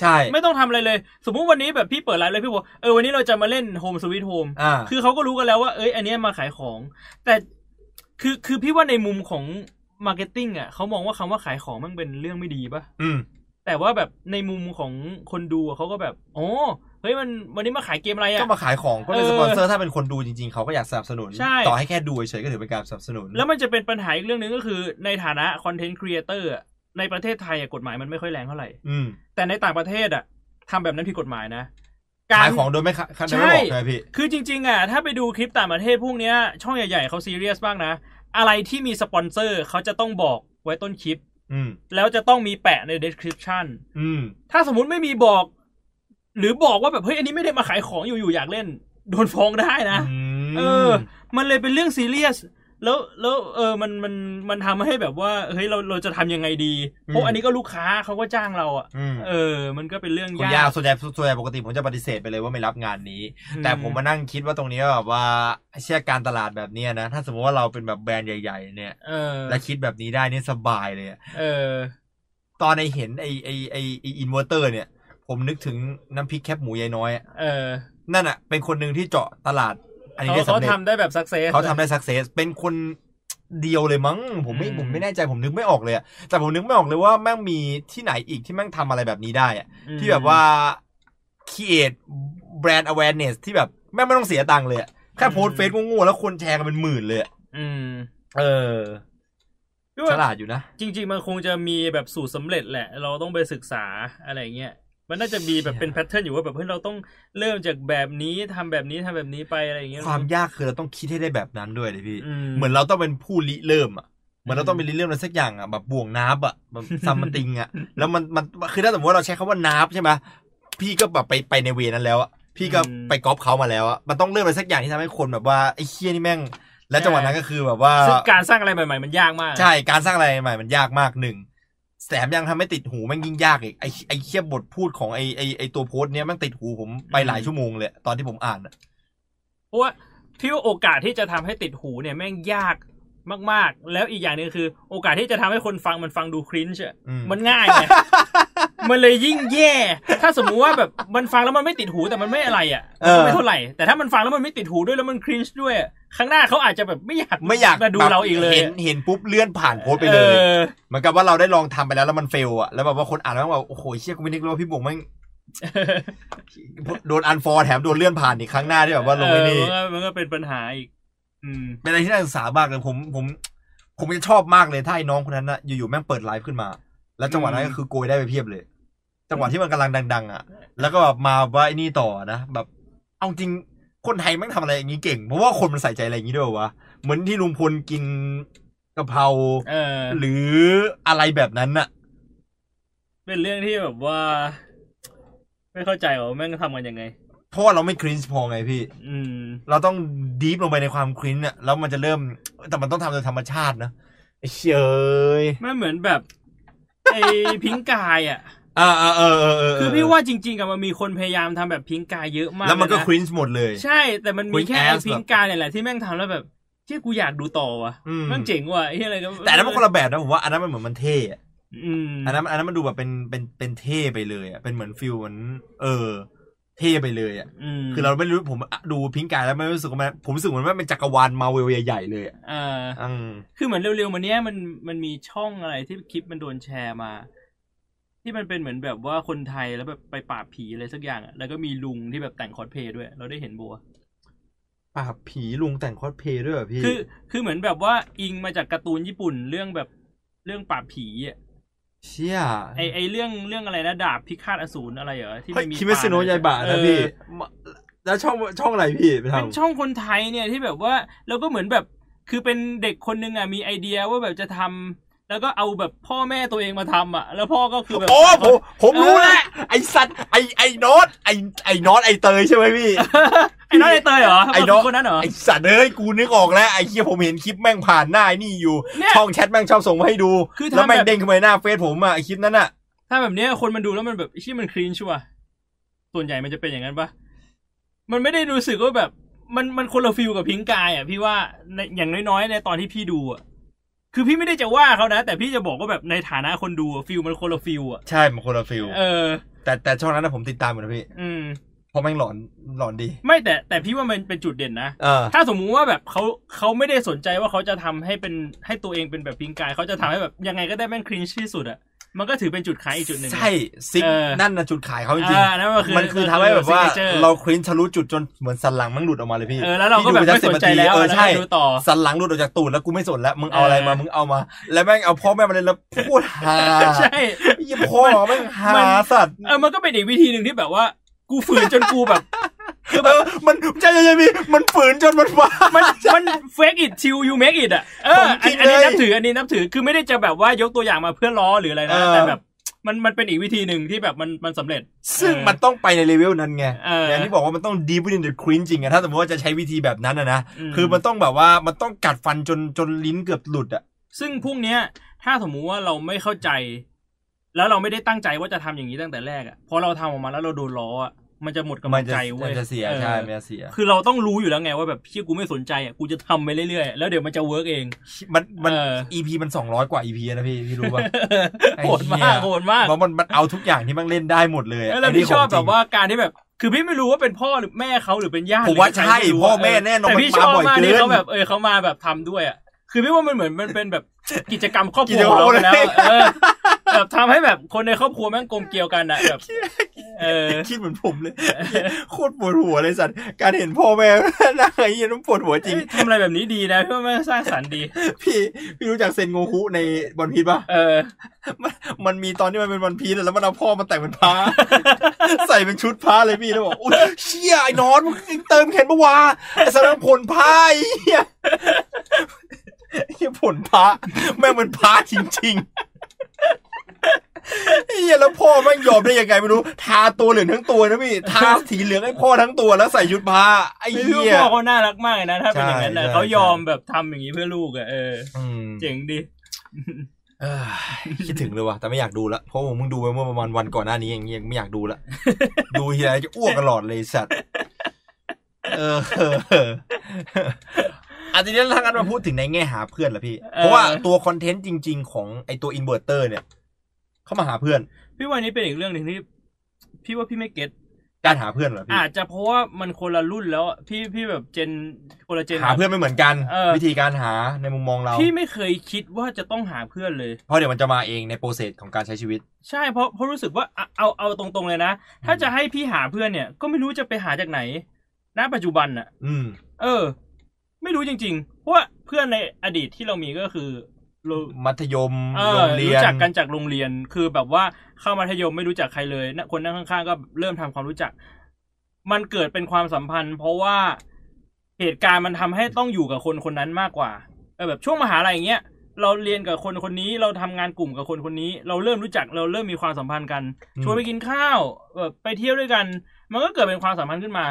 [SPEAKER 1] ใช่
[SPEAKER 2] ไม่ต้องทำอะไรเลย สมมุติวันนี้แบบพี่เปิดไลฟ์เลยพี่บอกเออวันนี้เราจะมาเล่นโฮมสวิตโฮม
[SPEAKER 1] อ่า
[SPEAKER 2] คือเขาก็รู้กันแล้วว่าเอ้ยอันเนี้ยมาขายของ แต่คือคือพี่ว่าในมุมของมาร์เก็ตติ้งอ่ะเขามองว่าคำว่าขายของมันเป็นเรื่องไม่ดีปะ
[SPEAKER 1] อืม
[SPEAKER 2] แต่ว่าแบบในมุมของคนดูอะเขาก็แบบโอ้เฮ้ยมันวันนี้มาขายเกมอะไรอ่ะ
[SPEAKER 1] ก็มาขายของก็เป็น
[SPEAKER 2] เออ
[SPEAKER 1] สปอนเซอร์ถ้าเป็นคนดูจริงๆ เขาก็อยากสนับสนุน
[SPEAKER 2] ใช่
[SPEAKER 1] ต่อให้แค่ดูเฉยๆก็ถือเป็นการสนับสนุน
[SPEAKER 2] แล้วมันจะเป็นปัญหาอีกเรื่องหนึ่งก็คือ ในฐานะคอนเทนต์ครีเอเตอร์ในประเทศไทยอะกฎหมายมันไม่ค่อยแรงเท่าไหร่
[SPEAKER 1] อืม
[SPEAKER 2] แต่ในต่างประเทศอ่ะทำแบบนั้นผิดกฎหมายนะ
[SPEAKER 1] ขายของโดยไม่ขายโดยไม่บอกใช่ไหมพี่
[SPEAKER 2] คือจริงๆอ่ะถ้าไปดูคลิปต่างประเทศพวกเนี้ย ช่องใหญ่ๆเขาซีเรียสบ้างนะ อะไรที่มีสปอนเซอร์เขาจะต้องบอกไว้ต้นคลิป
[SPEAKER 1] อืม
[SPEAKER 2] แล้วจะต้องมีแปะใน description
[SPEAKER 1] อืม
[SPEAKER 2] ถ้าสมมุติไม่มีบอก หรือบอกว่าแบบ เฮ้ย อันนี้ไม่ได้มาขายของอยู่ๆอยากเล่น โดนฟ้องได้นะ เออ มันเลยเป็นเรื่องซีเรียส แล้วแล้วเออมันมันมันทำให้แบบว่าเฮ้ยเราเราจะทำยังไงดี เพ
[SPEAKER 1] อื
[SPEAKER 2] ราะ
[SPEAKER 1] ม
[SPEAKER 2] อันนี้ก็ลูกค้าเขาก็จ้างเราอ่ะ
[SPEAKER 1] อืม
[SPEAKER 2] เออ มันก็เป็นเรื่อง
[SPEAKER 1] ผม
[SPEAKER 2] ยาก
[SPEAKER 1] ยากส่วนใหญ่ส่วนใหญ่ปกติผมจะปฏิเสธไปเลยว่าไม่รับงานนี้
[SPEAKER 2] อื
[SPEAKER 1] แต่ผมมานั่งคิดว่าตรงนี้แบบว่าเชื่อการตลาดแบบเนี้ยนะ ถ้าสมมติว่าเราเป็นแบบแบรนด์ใหญ่ๆ เนี่ย
[SPEAKER 2] เออ
[SPEAKER 1] และคิดแบบนี้ได้เนี่ยสบายเลยอะ
[SPEAKER 2] เออ
[SPEAKER 1] ตอนในเห็นไอไอไอไอ้อินเวอร์เตอร์เนี่ย ผมนึกถึงน้ำพริกแคบหมูยายน้อยอะ
[SPEAKER 2] เออ
[SPEAKER 1] นั่นอ่ะ เป็นคนหนึ่งที่เจาะตลาด อันนี้
[SPEAKER 2] เขา
[SPEAKER 1] ได้
[SPEAKER 2] เขา
[SPEAKER 1] สำเร็จ
[SPEAKER 2] ทำได้แบบสักเซส
[SPEAKER 1] เขาทำได้สักเซสเป็นคนเดียวเลยมั้ง ผมไม่
[SPEAKER 2] อืม
[SPEAKER 1] ผมไม่แน่ใจผมนึกไม่ออกเลยอะแต่ผมนึกไม่ออกเลยว่าแม่งมีที่ไหนอีกที่แม่งทำอะไรแบบนี้ได้อะที่แบบว่า create brand awareness ที่แบบแม่งไม่ต้องเสียตังค์เลยอะแค่โพสต์เฟซงงๆแล้วคนแชร์กันเป็นหมื่นเลยอะ
[SPEAKER 2] อืม
[SPEAKER 1] เออ
[SPEAKER 2] พี่ว่า
[SPEAKER 1] ฉลาดอยู่นะ
[SPEAKER 2] จริง ๆ มันคงจะมีแบบสูตรสำเร็จแหละ เราต้องไปศึกษาอะไรเงี้ย มันน่าจะมีแบบเป็นแพทเทิร์นอยู่ว่าแบบเฮ้ยเราต้องเริ่มจากแบบนี้ทำแบบนี้ทำแบบนี้ไปอะไรอย่างเงี้ย
[SPEAKER 1] ความยากคือเราต้องคิดให้ได้แบบนั้นด้วยเลยพี่
[SPEAKER 2] อืม
[SPEAKER 1] เหมือนเราต้องเป็นผู้ริเริ่มอ่ะ เหมือนเราต้อง
[SPEAKER 2] อืม
[SPEAKER 1] เป็นริเริ่มอะไรสักอย่างอ่ะแบบบ่วงน้ำอ่ะแบบซัมมันติง อ่ะ แล้วมันมันคือถ้าสมมติว่าเราใช้คำว่าน้ำใช่ไหมพี่ก็แบบไปไปในเวนั้นแล้วอ่ะพี่ก็
[SPEAKER 2] อืม
[SPEAKER 1] ไปก๊อปเขามาแล้วอ่ะมันต้องเริ่มอะไรสักอย่างที่ทำให้คนแบบว่าไอ้เคี้ยนี่แม่ง และ
[SPEAKER 2] ใช่
[SPEAKER 1] จังหวะนั้นก็คือแบบว่า
[SPEAKER 2] ซึ่งการสร้างอะไรใหม่ ๆ มันยากมาก
[SPEAKER 1] ใช่การสร้างอะไรใหม่มันยากมากหนึ่งแถมยังทำให้ติดหูแม่งยิ่งยากอีกไอ้ไอ้เคี้ยบทพูดของไอ้ไอ้ไอ้ตัวโพสต์เนี้ยแม่งติดหูผมไปหลายชั่วโมงเลยตอนที่ผมอ่านอะ
[SPEAKER 2] เพราะว่าพี่ว่าโอกาสที่จะทำให้ติดหูเนี่ยแม่งยากมากๆ แล้วอีกอย่างหนึ่งคือ โอกาสที่จะทำให้คนฟังมันฟังดูครินช์
[SPEAKER 1] อืม
[SPEAKER 2] มันง่ายไง มันเลยยิ่งแย่ ถ้าสมมุติว่าแบบมันฟังแล้วมันไม่ติดหูแต่มันไม่อะไรอ่ะ
[SPEAKER 1] เออ
[SPEAKER 2] ไม่เท่าไหร่ แต่ถ้ามันฟังแล้วมันไม่ติดหูด้วยแล้วมันครินช์ด้วยอะครั้งหน้าเขาอาจจะแบบไม่อยาก
[SPEAKER 1] ไม่อยาก
[SPEAKER 2] มาดูเราอีกเลย
[SPEAKER 1] เห็นเห็นปุ๊บเลื่อนผ่านโพสต์ไปเลย
[SPEAKER 2] อ
[SPEAKER 1] เหมือนกับว่าเราได้ลองทำไปแล้วแล้วมันเฟลอะแล้วแบบว่าคนอ่านแล้วแบบโอ้โหเชี่ยกูไม่นึกเลยว่าพี่บงแม่งโดนอันฟอร์แถมโดนเลื่อนผ่านอีกครั้งหน้าที่แบบว่าลงไม่นี่
[SPEAKER 2] เออมันก็มันก็เป็นปัญหาอีก อืม
[SPEAKER 1] เป็นอะไรที่น่าศึกษามากเลยผมผม ผมจะชอบมากเลยถ้าไอ้น้องคนนั้นนะอยู่ๆแม่งเปิดไลฟ์ขึ้นมา แล้วจังหวะนั้น
[SPEAKER 2] อืม
[SPEAKER 1] ก็คือโกยได้ไปเพียบเลย จังหวะที่มันกำลังดัง ๆ อ่ะ แล้วก็แบบมาว่าไอ้นี่ต่อนะแบบเอาจริงคนไทยแม่งทำอะไรอย่างนี้เก่งเพราะว่าคนมันใส่ใจอะไรอย่างนี้ด้วยวะเหมือนที่ลุงพลกินกะเพรา
[SPEAKER 2] เออ
[SPEAKER 1] หรืออะไรแบบนั้นน่ะ
[SPEAKER 2] เป็นเรื่องที่แบบว่า ไม่เข้าใจว่าแม่งทำกันยังไง
[SPEAKER 1] เพราะว่าเราไม่ครินช์พอไงพี่
[SPEAKER 2] อืม
[SPEAKER 1] เราต้องดีฟลงไปในความครินช์น่ะแล้วมันจะเริ่มแต่มันต้องทำโดยธรรมชาตินะไอ้เชยเอ้ย
[SPEAKER 2] มันเหมือนแบบ ไอ้ พิงกายอ่ะ
[SPEAKER 1] อ่าอ่าเออเออเออ
[SPEAKER 2] คือพี่ว่าจริงๆกับมันมีคนพยายามทำแบบพิงกายเยอะมาก
[SPEAKER 1] แล้วมันก็
[SPEAKER 2] เยะ
[SPEAKER 1] ครินช์หมดเลย
[SPEAKER 2] ใช่ แต่มันมี
[SPEAKER 1] Quick
[SPEAKER 2] แค่ไอ้
[SPEAKER 1] ass
[SPEAKER 2] พิงการเนี่ยแหละที่แม่งทำแล้วแบบเชี่ยกูอยากดูต่อว่ะ
[SPEAKER 1] อืม
[SPEAKER 2] แมันเจ๋งว่ะไอ้เหี้ยอะไรก็
[SPEAKER 1] แต่อันนั้นมันคนละแบบนะผมว่าอันนั้นมันเหมือนมันเท่อะ
[SPEAKER 2] อืม
[SPEAKER 1] อันนั้นอันนั้นมันดูแบบเป็นเป็นเป็นเท่ไปเลยอ่ะเป็นเหมือนฟิลเหมือนเออ เท่ไปเลยอ่ะ
[SPEAKER 2] ม
[SPEAKER 1] คือเราไม่รู้ผมดูพิงกายแล้วไม่รู้สึกว่ามันผมรู้สึกเหมือนว่าเป็นจักรวาลมาเวลใหญ่ๆเลยอะ
[SPEAKER 2] อ่า
[SPEAKER 1] อืม
[SPEAKER 2] คือเหมือนเร็วๆมันเนี้ยมันมันมีช่องอะไรที่คลิปมันโดนแชร์มา ที่มันเป็นเหมือนแบบว่าคนไทยแล้วแบบไปปราบผีอะไรสักอย่างอะแล้วก็มีลุงที่แบบแต่งคอสเพลย์ด้วย เราได้เห็นบัว
[SPEAKER 1] ป่าบผีลุงแต่งคอสเพลย์ด้วยเหรอพี่
[SPEAKER 2] คือคือเหมือนแบบว่าอิงมาจากการ์ตูนญี่ปุ่นเรื่องแบบเรื่องปราบผีอะ
[SPEAKER 1] เชี่ย
[SPEAKER 2] ไอไอเรื่องเรื่องอะไรนะดาบพิฆาตอสูรอะไรเหรอที่
[SPEAKER 1] เฮ้ย
[SPEAKER 2] นมี
[SPEAKER 1] คิเมซิโนะ
[SPEAKER 2] ปล
[SPEAKER 1] ยายบะนะ
[SPEAKER 2] เออ
[SPEAKER 1] พี่มาแล้วช่องช่องอะไรพี่ไป
[SPEAKER 2] เป็น
[SPEAKER 1] ทำ
[SPEAKER 2] ช่องคนไทยเนี่ยที่แบบว่าแล้วก็เหมือนแบบคือเป็นเด็กคนหนึงอ่ะมีไอเดียว่าแบบจะทำแล้วก็เอาแบบพ่อแม่ตัวเองมาทำอ่ะ แล้วพ่อก็คือแบบ
[SPEAKER 1] โอ้ผมผมรู้
[SPEAKER 2] เออ
[SPEAKER 1] แล้วไอสัตว์ไอไอโน้ตไอไอโน้ตไอเตยใช่ไหมพี่
[SPEAKER 2] ไอ้น้อยไอ้เตยเหรอ
[SPEAKER 1] ไอ้น้อย
[SPEAKER 2] คนนั้นเหรอ
[SPEAKER 1] ไอสัตว์เอ้ยกูนึกออกแล้วไอเคียผมเห็นคลิปแม่งผ่านหน้าไอ้นี่อยู่
[SPEAKER 2] เนี่ย
[SPEAKER 1] ช่องแชทแม่งชอบส่งมาให้ดู
[SPEAKER 2] คือทำ
[SPEAKER 1] แล้วแม่ง
[SPEAKER 2] แบบ
[SPEAKER 1] เด้งขึ้นมาหน้าเฟซผมอ่ะไอคลิปนั้นอ่ะ
[SPEAKER 2] ถ้าแบบเนี้ยคนมันดูแล้วมันแบบไอ้ชี่มันคลีนชัวร์ส่วนใหญ่มันจะเป็นอย่างนั้นปะมันไม่ได้รู้สึกว่าแบบมันมันคนละฟิลกับพิงกายอ่ะพี่ว่าในอย่างน้อยๆในตอนที่พี่ดูอ่ะคือพี่ไม่ได้จะว่าเขานะ แต่พี่จะบอกว่าแบบในฐานะคนดูอะฟิลมันคนละฟิลอ่ะ
[SPEAKER 1] ใช่มันคนละฟิล
[SPEAKER 2] เออ
[SPEAKER 1] แต่แต่ช่องนั้นนะผมติดตามอยู่นะพี่
[SPEAKER 2] อืม
[SPEAKER 1] เพราะแม่งหลอนหลอนดี
[SPEAKER 2] ไม่แต่แต่พี่ว่ามันเป็นจุดเด่นนะ
[SPEAKER 1] เออ
[SPEAKER 2] ถ้าสมมุติว่าแบบเขาเขาไม่ได้สนใจว่าเขาจะทำให้เป็นให้ตัวเองเป็นแบบพิงกายเขาจะทำให้แบบยังไงก็ได้แม่งครินช์ที่สุดอะมันก็ถือเป็นจุดขายอีกจุดหนึ่ง
[SPEAKER 1] ใช่ซิก
[SPEAKER 2] เออ
[SPEAKER 1] นั่นนะจุดขายเขาจริง
[SPEAKER 2] อ่านั่นก็คือ
[SPEAKER 1] มันคือทำให้แบบว่า
[SPEAKER 2] signature
[SPEAKER 1] เราควินทะลุจุดจนเหมือนสันหลังมันหลุดออกมาเลยพี่
[SPEAKER 2] เออแล้วเราก็แบบ
[SPEAKER 1] ที่ดู
[SPEAKER 2] ไม่สนใจแล้ว
[SPEAKER 1] เออ
[SPEAKER 2] แล้ว
[SPEAKER 1] ใช่
[SPEAKER 2] ก็ดูต่อ
[SPEAKER 1] สันหลังหลุดออกจากตูดแล้วกูไม่สนแล้วมึงเอาอะไรมา
[SPEAKER 2] เออ
[SPEAKER 1] มึงเอามา แล้วแม่งเอาพ่อแม่มาเลยแล้วพูดหา
[SPEAKER 2] ใช่
[SPEAKER 1] ยี่พ่อแม่งหาม
[SPEAKER 2] น
[SPEAKER 1] สัตว์
[SPEAKER 2] เออมันก็เป็นอีกวิธีหนึ่งที่แบบว่า กูฝืนจนกูแบบ
[SPEAKER 1] คือแบบมันใช่ใช่ใช่พี่มันฝืนจนมันว่า
[SPEAKER 2] มันมัน fake it till you make it อ่ะเอ
[SPEAKER 1] ผ
[SPEAKER 2] อ
[SPEAKER 1] ม
[SPEAKER 2] อั
[SPEAKER 1] คิ
[SPEAKER 2] น
[SPEAKER 1] ด
[SPEAKER 2] อันนี้
[SPEAKER 1] เลย
[SPEAKER 2] นับถืออันนี้นับถือคือไม่ได้จะแบบว่ายกตัวอย่างมาเพื่อล้อหรืออะไรนะ
[SPEAKER 1] เออ
[SPEAKER 2] แต่แบบมันมันเป็นอีกวิธีหนึ่งที่แบบมันมันสำเร็จ
[SPEAKER 1] ซึ่งมันต้องไปในเลเวลนั้นไง
[SPEAKER 2] เออ
[SPEAKER 1] อย่างที่บอกว่ามันต้อง deep within the cringe จริงอะถ้าสมมติว่าจะใช้วิธีแบบนั้นอะนะ
[SPEAKER 2] อืม
[SPEAKER 1] คือมันต้องแบบว่ามันต้องกัดฟันจนจนลิ้นเกือบหลุดอะ
[SPEAKER 2] ซึ่งพวกเนี้ย ถ้าสมมุติว่าเราไม่เข้าใจ แล้วเราไม่ได้ตั้งใจว่าจะทำอย่างนี้ตั้งแต่แรกอะ่ะพอเราทำออกมาแล้วเราโดนล้ออะ่ะมันจะหมดกำลังใจเว้ย
[SPEAKER 1] มันจะเสีย
[SPEAKER 2] ออ
[SPEAKER 1] ใช่มันจะเสีย
[SPEAKER 2] คือเราต้องรู้อยู่แล้วไงว่าแบบพี่กูไม่สนใจอะ่ะกูจะทำไปเรื่อยๆแล้วเดี๋ยวมันจะเวิร์กเอง
[SPEAKER 1] มันมัน
[SPEAKER 2] เออ
[SPEAKER 1] EP มันสองร้อยกว่า EP นะพี่พี่รู้ป่ะ ไอ้
[SPEAKER 2] โหด
[SPEAKER 1] เหี้ย
[SPEAKER 2] มากโหดมาก
[SPEAKER 1] เพราะมันมันเอาทุกอย่างที่มันเล่นได้หมดเลยะ
[SPEAKER 2] แล้ว
[SPEAKER 1] นนี้
[SPEAKER 2] พี่ชอบ
[SPEAKER 1] ขง
[SPEAKER 2] แบ
[SPEAKER 1] จริ
[SPEAKER 2] บ
[SPEAKER 1] ง
[SPEAKER 2] ว่าการที่แบบ คือพี่ไม่รู้ว่าเป็นพ่อหรือแม่เขาหรือเป็นญาติ
[SPEAKER 1] ผมว่า
[SPEAKER 2] หรืเป็นคร
[SPEAKER 1] ใช่
[SPEAKER 2] ไม่รู้ะ
[SPEAKER 1] พ่อแม่แน่นอน
[SPEAKER 2] แต่พี่
[SPEAKER 1] มัน
[SPEAKER 2] ช
[SPEAKER 1] มา
[SPEAKER 2] อบ
[SPEAKER 1] บ่อย
[SPEAKER 2] มากที่
[SPEAKER 1] เกิน
[SPEAKER 2] เขาแบบเออเขามาแบบทำด้วยอ่ะคือพี่ว่ามันเหมือนมันเป็น แบบกิจกรรมครอบค
[SPEAKER 1] กิจ
[SPEAKER 2] รั
[SPEAKER 1] ก
[SPEAKER 2] ว
[SPEAKER 1] รรม
[SPEAKER 2] เราไปแล้ว
[SPEAKER 1] เลย
[SPEAKER 2] อะเออ แบบทำให้แบบคนในครอบครัวแม่งกลมเกลียวกันอะแบบเออ
[SPEAKER 1] คิดเหมือนผมเลย โคตรปวดหัวเลยสัตว์การเห็นพ่อแม่ นั่งไอ้เหี้ยน้ำปวดหัวจริง
[SPEAKER 2] เอ้ยทำอะไรแบบนี้ดีนะเพื่อไม่สร้างสรรค์ดี
[SPEAKER 1] พี่พี่รู้จักเซนโงคุในบอลพีทป่ะ
[SPEAKER 2] เออ
[SPEAKER 1] มันมันมีตอนที่มันเป็นบอลพีทแล้วมันเอาพ่อมาแต่งเป็นพระ ใส่เป็นชุดพระเลยพี่แล้วบอกอุ้ยเชี่ยไอ้นอนมึงเติมเข็นปะวะไอ้สารพลพระไอ้เหี้ยไอ้เหี้ยผลพระแม่งเป็นพระจริงๆไอ้เหี้ยแล้วพ่อแม่งยอมได้ยังไงไม่รู้ ทาตัวเหลืองทั้งตัวนะพี่ทาสีเหลืองให้พ่อทั้งตัวแล้วใส่ชุดพระไอ้
[SPEAKER 2] คือ
[SPEAKER 1] เหี้ย
[SPEAKER 2] พ่อเขาน่ารักมากเลยนะ ถ้าเป็น
[SPEAKER 1] ใช่
[SPEAKER 2] อย่างนั้นนะ
[SPEAKER 1] ใช่
[SPEAKER 2] เขายอมแบบทำอย่างนี้เพื่อลูกอะเออ
[SPEAKER 1] อืม
[SPEAKER 2] เจ๋งดี
[SPEAKER 1] เอ้ยคิดถึงเลยว่ะแต่ไม่อยากดูละเพราะผมเพิ่งดูไปเมื่อประมาณวันก่อนหน้านี้เองยังไม่อยากดูละ ดูทีไรจะอ้วกตลอดเลยไอ้สัตว์เออเออเอออันนี้ถ้ากันมาพูดถึงในแง่หาเพื่อนละพี่
[SPEAKER 2] เออ
[SPEAKER 1] เพราะว่าตัวคอนเทนต์จริง ๆ ของไอตัวอินเวอร์เตอร์เนี่ย เข้ามาหาเพื่อน
[SPEAKER 2] พี่ว่านี้เป็นอีกเรื่องหนึ่งที่ พี่ว่าพี่ไม่เก็ต
[SPEAKER 1] การหาเพื่อนเหรอพี่
[SPEAKER 2] อาจจะเพราะว่ามันคนละรุ่นแล้วอะพี่พี่แบบเจนคนละเจน
[SPEAKER 1] หาเพื่อนไม่เหมือนกัน
[SPEAKER 2] เออ
[SPEAKER 1] วิธีการหาในมุมมองเรา
[SPEAKER 2] พี่ไม่เคยคิดว่าจะต้องหาเพื่อนเลย
[SPEAKER 1] เพราะเดี๋ยวมันจะมาเองในโปรเซสของการใช้ชีวิต
[SPEAKER 2] ใช่เพราะเพราะรู้สึกว่าเอาเอาเอาตรงๆเลยนะ ถ้าจะให้พี่หาเพื่อนเนี่ย ก็ไม่รู้จะไปหาจากไหนณปัจจุบันอะ
[SPEAKER 1] อืม
[SPEAKER 2] เออ ไม่รู้จริง ๆ เพราะว่าเพื่อนในอดีตที่เรามีก็คือเรา
[SPEAKER 1] มัธยม
[SPEAKER 2] เอ
[SPEAKER 1] โร
[SPEAKER 2] อง
[SPEAKER 1] เรีย
[SPEAKER 2] รู้
[SPEAKER 1] น
[SPEAKER 2] จักกันจากโรงเรียน คือแบบว่าเข้ามัธยมไม่รู้จักใครเลยนะคนนั่งข้างๆ ก็เริ่มทำความรู้จัก มันเกิดเป็นความสัมพันธ์ เพราะว่าเหตุการณ์มันทำให้ต้องอยู่กับคนคนนั้นมากกว่าเออแบบช่วงมหาลัยอย่างเงี้ยเราเรียนกับคนคนนี้เราทำงานกลุ่มกับคนคนนี้ เราเริ่มรู้จักเราเริ่มมีความสัมพันธ์กัน ชวนไปกินข้าวแบบไปเที่ยวด้วยกัน มันก็เกิดเป็นความสัมพันธ์ขึ้นมา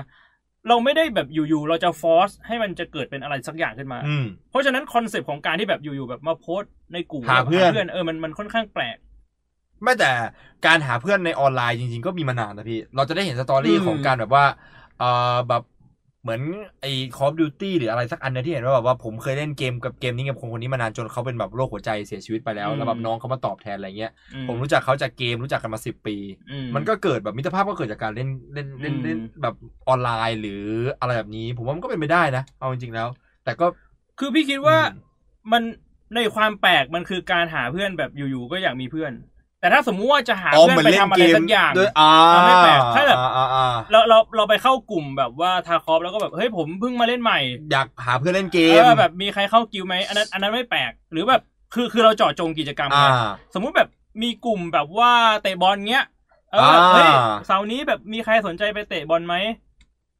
[SPEAKER 2] เราไม่ได้แบบอยู่ๆเราจะฟอสให้มันจะเกิดเป็นอะไรสักอย่างขึ้นมา
[SPEAKER 1] อืม
[SPEAKER 2] เพราะฉะนั้นคอนเซปต์ของการที่แบบอยู่ๆแบบมาโพสต์ในกลุ่ม
[SPEAKER 1] หาเพื่อน
[SPEAKER 2] เพื่อนเออมันมันค่อนข้างแปลก
[SPEAKER 1] ไม่แต่การหาเพื่อนในออนไลน์จริงๆ ก็มีมานานนะพี่ เราจะได้เห็นสตอรี่
[SPEAKER 2] อืม
[SPEAKER 1] ของการแบบว่าเออแบบเหมือนไอ้ Call of Duty หรืออะไรสักอันเนยที่เห็นว่าแบบว่าผมเคยเล่นเกมกับเกมนี้กับคนคนนี้มานานจนเขาเป็นแบบโรคหัวใจเสียชีวิตไปแล้วแล้วแบบน้องเขามาตอบแทนอะไรเงี้ย
[SPEAKER 2] อื
[SPEAKER 1] ผมรู้จักเขาจากเกมรู้จักกันมาสิบปี
[SPEAKER 2] อื
[SPEAKER 1] มันก็เกิดแบบมิตรภาพก็เกิดจากการเล่นเล่นเล่นเล่น
[SPEAKER 2] อืม
[SPEAKER 1] แบบออนไลน์หรืออะไรแบบนี้ ผมว่ามันก็เป็นไปได้นะ เอาจริงๆแล้ว แต่ก็
[SPEAKER 2] คือพี่คิดว่า
[SPEAKER 1] อืม
[SPEAKER 2] มันในความแปลกมันคือการหาเพื่อนแบบอยู่ๆก็อยากมีเพื่อน แต่ถ้าสมมุติว่าจะหา
[SPEAKER 1] อ๋อ
[SPEAKER 2] เพื่อ
[SPEAKER 1] เหมือน
[SPEAKER 2] นไป
[SPEAKER 1] เล่น
[SPEAKER 2] ทำอะ
[SPEAKER 1] เก
[SPEAKER 2] ไร
[SPEAKER 1] ม
[SPEAKER 2] สักอย่าง
[SPEAKER 1] ด้วยอ่า
[SPEAKER 2] ไม่แปลกถ้าแบบ
[SPEAKER 1] อ่อ่า
[SPEAKER 2] เราเราเราไปเข้ากลุ่มแบบว่าทาคอฟแล้วก็แบบเฮ้ยผมเพิ่งมาเล่นใหม่
[SPEAKER 1] อยากหาเพื่อนเล่นเก
[SPEAKER 2] เอ
[SPEAKER 1] ม
[SPEAKER 2] อแบบมีใครเข้ากิลด์ไหมอันนั้นอันนั้นไม่แปลก หรือแบบคือคือเราเจาะจงกิจกรรม
[SPEAKER 1] อ่า
[SPEAKER 2] ไงสมมุติแบบมีกลุ่มแบบว่าเตะบอลเงี้ยเออแบบ
[SPEAKER 1] อ่า
[SPEAKER 2] เฮ้ยเสาร์นี้แบบมีใครสนใจไปเตะบอลไหม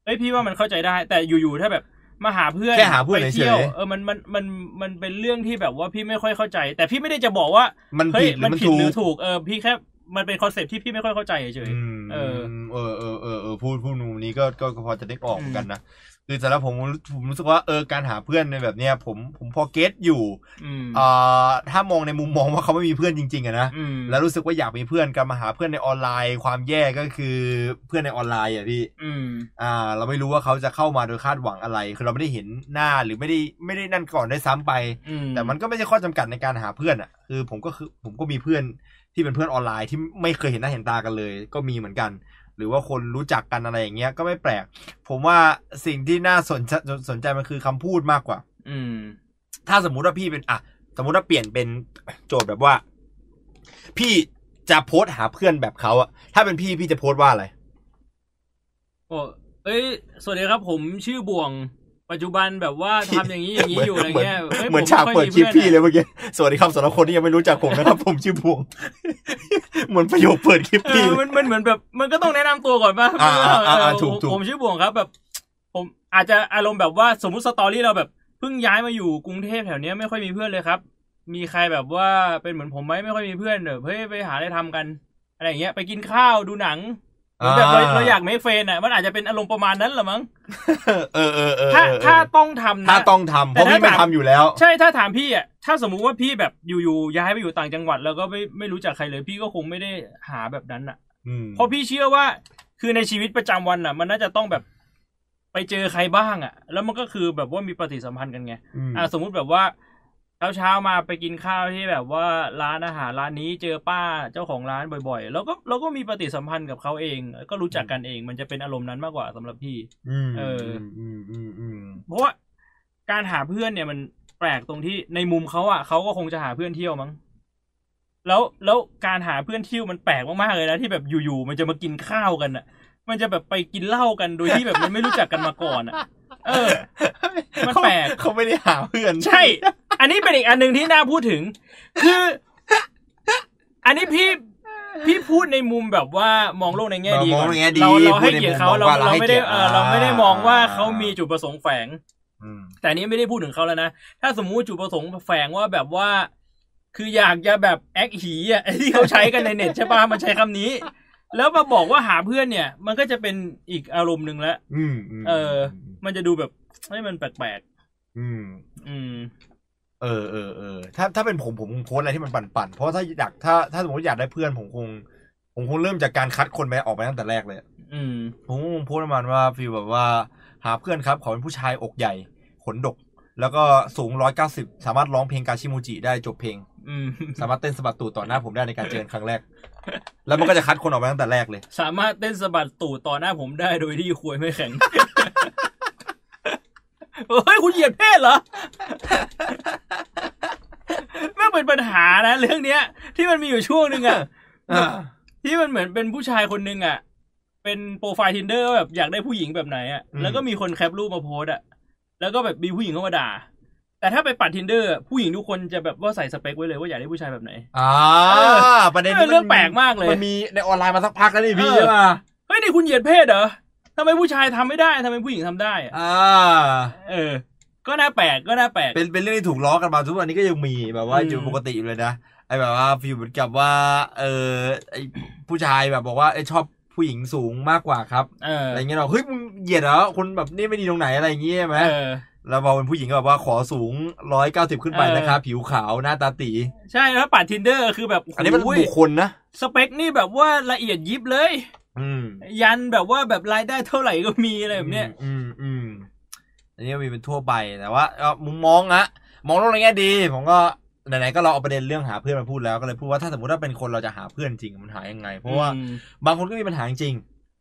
[SPEAKER 2] เอ้ยพี่ว่ามันเข้าใจได้ แต่อยู่ๆถ้าแบบมาหาเพื่อน
[SPEAKER 1] แค่หาเพื่อน
[SPEAKER 2] ไป
[SPEAKER 1] เฉ
[SPEAKER 2] เที่ยวย เออมันมันมันมันเป็นเรื่องที่แบบว่าพี่ไม่ค่อยเข้าใจ แต่พี่ไม่ได้จะบอกว่า
[SPEAKER 1] ๆมัน
[SPEAKER 2] เฮ้ย
[SPEAKER 1] ผิดหรื
[SPEAKER 2] มั
[SPEAKER 1] อน มัน
[SPEAKER 2] ผิด
[SPEAKER 1] ถู
[SPEAKER 2] หรือก ถูกเออพี่แค่มันเป็นคอนเซ็ปต์ที่พี่ไม่ค่อยเข้าใจเฉย
[SPEAKER 1] อืม
[SPEAKER 2] เออ
[SPEAKER 1] เออเออเออเออพูดพูดนูนี้ก็ก็ก็พอจะได้ออก
[SPEAKER 2] อืม
[SPEAKER 1] เหมือนกันนะคือสำหรับผมผมรู้สึกว่าเออการหาเพื่อนในแบบเนี้ยผมผมพอเก็ตอยู่
[SPEAKER 2] ๆอืม
[SPEAKER 1] อ่าถ้ามองในมุมมองว่าเขาไม่มีเพื่อนจริงๆอะนะ
[SPEAKER 2] อืม
[SPEAKER 1] แล้วรู้สึกว่าอยากมีเพื่อนการมาหาเพื่อนในออนไลน์ ความแย่ก็คือเพื่อนในออนไลน์อ่ะพี่
[SPEAKER 2] อืม
[SPEAKER 1] อ่าเราไม่รู้ว่าเขาจะเข้ามาโดยคาดหวังอะไร คือเราไม่ได้เห็นหน้าหรือไม่ได้ไม่ได้นั่นก่อนได้วยซ้ำไป
[SPEAKER 2] อื
[SPEAKER 1] แต่มันก็ไม่ใช่ข้อจำกัดในการหาเพื่อนอ่ะคือผมก็คือผมก็มีเพื่อนที่เป็นเพื่อนออนไลน์ที่ไม่เคยเห็นหน้าเห็นตากันเลย ก็มีเหมือนกัน หรือว่าคนรู้จักกันอะไรอย่างเงี้ยก็ไม่แปลก ผมว่าสิ่งที่น่าสนใจสนใจมันคือคำพูดมากกว่า
[SPEAKER 2] อืม
[SPEAKER 1] ถ้าสมมุติว่าพี่เป็นอ่ะสมมุติว่าเปลี่ยนเป็นโจทย์แบบว่า พี่จะโพสต์หาเพื่อนแบบเขาอะถ้าเป็นพี่พี่จะโพสต์ว่าอะไร
[SPEAKER 2] โอ้เอ้ย สวัสดีครับผมชื่อบ่วง ปัจจุบันแบบว่าทำอย่างนี้อย่างนี้อยู่อะไรเงี้ย
[SPEAKER 1] เหมื
[SPEAKER 2] อ้
[SPEAKER 1] น
[SPEAKER 2] ย
[SPEAKER 1] เหมือน
[SPEAKER 2] ผ
[SPEAKER 1] ฉากเปิดคลิปพี่เลย
[SPEAKER 2] ไ
[SPEAKER 1] เมื่อกี้ สวัสดีครับสำหรับคนที่ยังไม่รู้จักผมนะครับ ผมชื่อพวง เหมือนประโยคเปิดคลิป
[SPEAKER 2] ม่ค่อยมีเพื่อน
[SPEAKER 1] พี่เลย
[SPEAKER 2] อะเออมันมันเหมือนแบบ มันก็ต้องแนะนำตัวก่อนป่ะ
[SPEAKER 1] อ่าอ่าอ่า
[SPEAKER 2] เออ
[SPEAKER 1] ถูก
[SPEAKER 2] ผม
[SPEAKER 1] ถูก
[SPEAKER 2] ผมชื่อบ่วงครับแบบ ผมอาจจะอารมณ์แบบว่าสมมุติสตอรี่เราแบบเพิ่งย้ายมาอยู่กรุงเทพแถวเนี้ยไม่ค่อยมีเพื่อนเลยครับ มีใครแบบว่าเป็นเหมือนผมไหมไม่ค่อยมีเพื่อนเดี๋ยวเฮ้ยไปหาอะไรทำกัน อะไรอย่างเงี้ยไปกินข้าวดูหนังเหมือนแบบเราเราอยากเมคเฟนอ่ะมันอาจจะเป็นอารมณ์ประมาณนั้นแหละมั้ง
[SPEAKER 1] เออเออเออ
[SPEAKER 2] ถ้า
[SPEAKER 1] เออ
[SPEAKER 2] ถ้าต้องทำนะ
[SPEAKER 1] ถ้าต้องทำเพราะพี่ไม่ทำอยู่แล้ว
[SPEAKER 2] ใช่ถ้าถามพี่อ่ะถ้าสมมุติว่าพี่แบบอยู่ๆย้ายไปอยู่ต่างจังหวัด แล้วก็ไม่ไม่รู้จักใครเลย พี่ก็คงไม่ได้หาแบบนั้นอ่ะ
[SPEAKER 1] อืม
[SPEAKER 2] เพราะพี่เชื่อว่าคือในชีวิตประจำวันอ่ะ มันน่าจะต้องแบบไปเจอใครบ้างอ่ะ แล้วมันก็คือแบบว่ามีปฏิสัมพันธ์กันไง
[SPEAKER 1] อืม
[SPEAKER 2] อ่ะสมมุติแบบว่าเช้าเช้าๆมาไปกินข้าวที่แบบว่าร้านอาหารร้านนี้เจอป้าเจ้าของร้านบ่อย ๆ แล้วก็เราก็มีปฏิสัมพันธ์กับเขาเอง ก็รู้จักกันเอง มันจะเป็นอารมณ์นั้นมากกว่าสำหรับพี่
[SPEAKER 1] อืม
[SPEAKER 2] เออ
[SPEAKER 1] อืมอืมอืม
[SPEAKER 2] เพราะว่าการหาเพื่อนเนี่ยมันแปลกตรงที่ในมุมเขาอ่ะเขาก็คงจะหาเพื่อนเที่ยวมั้งแล้วแล้วการหาเพื่อนเที่ยวมันแปลกมากๆเลยนะที่แบบอยู่ๆมันจะมากินข้าวกันอ่ะ มันจะแบบไปกินเหล้ากันโดยที่แบบมันไม่รู้จักกันมาก่อนอ่ะ เออ มันแปลก
[SPEAKER 1] เขาเขาไม่ได้หาเพื่อน
[SPEAKER 2] ใช่ อันนี้เป็นอีกอันหนึ่งที่น่าพูดถึง คือ อันนี้พี่พี่พูดในมุมแบบว่ามองโลกในแง่ดี
[SPEAKER 1] ม
[SPEAKER 2] ก่
[SPEAKER 1] อง
[SPEAKER 2] อน
[SPEAKER 1] ในแง่ดี
[SPEAKER 2] เราเรา
[SPEAKER 1] พู
[SPEAKER 2] ให้
[SPEAKER 1] ดใน
[SPEAKER 2] เกียรติเขา
[SPEAKER 1] มุม
[SPEAKER 2] เรา
[SPEAKER 1] ว่
[SPEAKER 2] เราไม่ได้
[SPEAKER 1] ให้กียรติ
[SPEAKER 2] เออเราไม่ได้มองว่าเขามีจุดประสงค์แฝง
[SPEAKER 1] อืม
[SPEAKER 2] แต่อันนี้ไม่ได้พูดถึงเขาแล้วนะ ถ้าสมมุติจุดประสงค์แฝงว่าแบบว่า คืออยากจะแบบแอคหีอ่ะ ไอ้ที่เขาใช้กันในเน็ตใช่ปะมันใช้คำนี้ แล้วมาบอกว่าหาเพื่อนเนี่ย มันก็จะเป็นอีกอารมณ์หนึ่งแล้ว
[SPEAKER 1] อืมม
[SPEAKER 2] เออ มันจะดูแบบเฮ้ยมันแปลก
[SPEAKER 1] อืม
[SPEAKER 2] ๆอืม
[SPEAKER 1] เออเออเออถ้าถ้าเป็นผมผมคงโพสต์อะไรที่มันปั่นๆเพราะถ้าอยากถ้าถ้าสมมติอยากได้เพื่อนผมคง ผมคงเริ่มจากการคัดคนไปออกไปตั้งแต่แรกเลย
[SPEAKER 2] อืม
[SPEAKER 1] ผมคงโพสต์ประมาณว่าฟีลแบบว่า หาเพื่อนครับ ขอเป็นผู้ชายอกใหญ่ ขนดก แล้วก็สูงร้อยเก้าสิบสามารถร้องเพลงกาชิมูจิได้จบเพลง
[SPEAKER 2] อืม
[SPEAKER 1] สามารถเต้นสะบัดตูดต่อหน้าผมได้ในการเจอกันครั้งแรก แล้วมันก็จะคัดคนออกไปตั้งแต่แรกเลย
[SPEAKER 2] สามารถเต้นสะบัดตูดต่อหน้าผมได้โดยที่คุยไม่แข็ง เฮ้ย คุณเหยียดเพศเหรอแม่งเป็นปัญหานะ เรื่องเนี้ย ที่มันมีอยู่ช่วงหนึ่งอะ
[SPEAKER 1] อ่า
[SPEAKER 2] ที่มันเหมือนเป็นผู้ชายคนหนึ่งอะเป็นโปรไฟล์ทินเดอร์แบบอยากได้ผู้หญิงแบบไหนอะ
[SPEAKER 1] อืม
[SPEAKER 2] แล้วก็มีคนแคปรูปมาโพสต์อะแล้วก็แบบมีผู้หญิงเข้ามาด่า แต่ถ้าไปปัดทินเดอร์ผู้หญิงทุกคนจะแบบว่าใส่สเปคไว้เลยว่าอยากได้ผู้ชายแบบไหน
[SPEAKER 1] อ่า
[SPEAKER 2] เออ
[SPEAKER 1] ประเด็น
[SPEAKER 2] เออเรื่องแปลกมากเลย
[SPEAKER 1] มันมีในออนไลน์มาสักพักแล้วนี่พี่
[SPEAKER 2] เออ
[SPEAKER 1] ใช่ปะ
[SPEAKER 2] เฮ้ยนี่คุณเหยียดเพศเหรอทำไมผู้ชายทำไม่ได้ทำไมผู้หญิงทำได้อะ
[SPEAKER 1] อ่า
[SPEAKER 2] เออ ก็น่าแปลก ก็น่าแปลก
[SPEAKER 1] เป็นเป็นเรื่องที่ถูกล้อกันมาทุกวันนี้ก็ยังมีแบบว่า
[SPEAKER 2] อืม
[SPEAKER 1] อยู่ปกติอยู่เลยนะไอ้แบบว่าฟิลเหมือนกับว่า เออไอ้ผู้ชายแบบบอกว่าไอ้ยชอบผู้หญิงสูงมากกว่าครับ
[SPEAKER 2] เออ
[SPEAKER 1] อะไรเงี้ยเราเฮ้ยมึงเหยียดเหรอคนแบบนี่ไม่ดีตรงไหนอะไรอย่างเงี้ยใช่ไหม
[SPEAKER 2] เออ
[SPEAKER 1] แล้วพอเป็นผู้หญิงก็แบบว่าขอสูงร้อยเก้าสิบขึ้นไป
[SPEAKER 2] เออ
[SPEAKER 1] นะครับผิวขาวหน้าตาตี
[SPEAKER 2] ใช่แล้วปัดทินเดอร์คือแบบ
[SPEAKER 1] อันนี้มัน
[SPEAKER 2] โอ้ย
[SPEAKER 1] บุคคลนะ
[SPEAKER 2] สเปคนี่แบบว่าละเอียดยิบเลย
[SPEAKER 1] อืม
[SPEAKER 2] ยันแบบว่าแบบรายได้เท่าไหร่ก็มีอะไรแบบเนี้ย
[SPEAKER 1] อืมอืมอันนี้ก็มีเป็นทั่วไปแต่ว่าเอ่อมุมมองอะมองโลกในแง่ดีผมก็ไหนๆก็เราเอาประเด็นเรื่องหาเพื่อนมาพูดแล้วก็เลยพูดว่าถ้าสมมติว่าเป็นคนเราจะหาเพื่อนจริงมันหายังไง เพราะว่า บางคนก็มีปัญหาจริง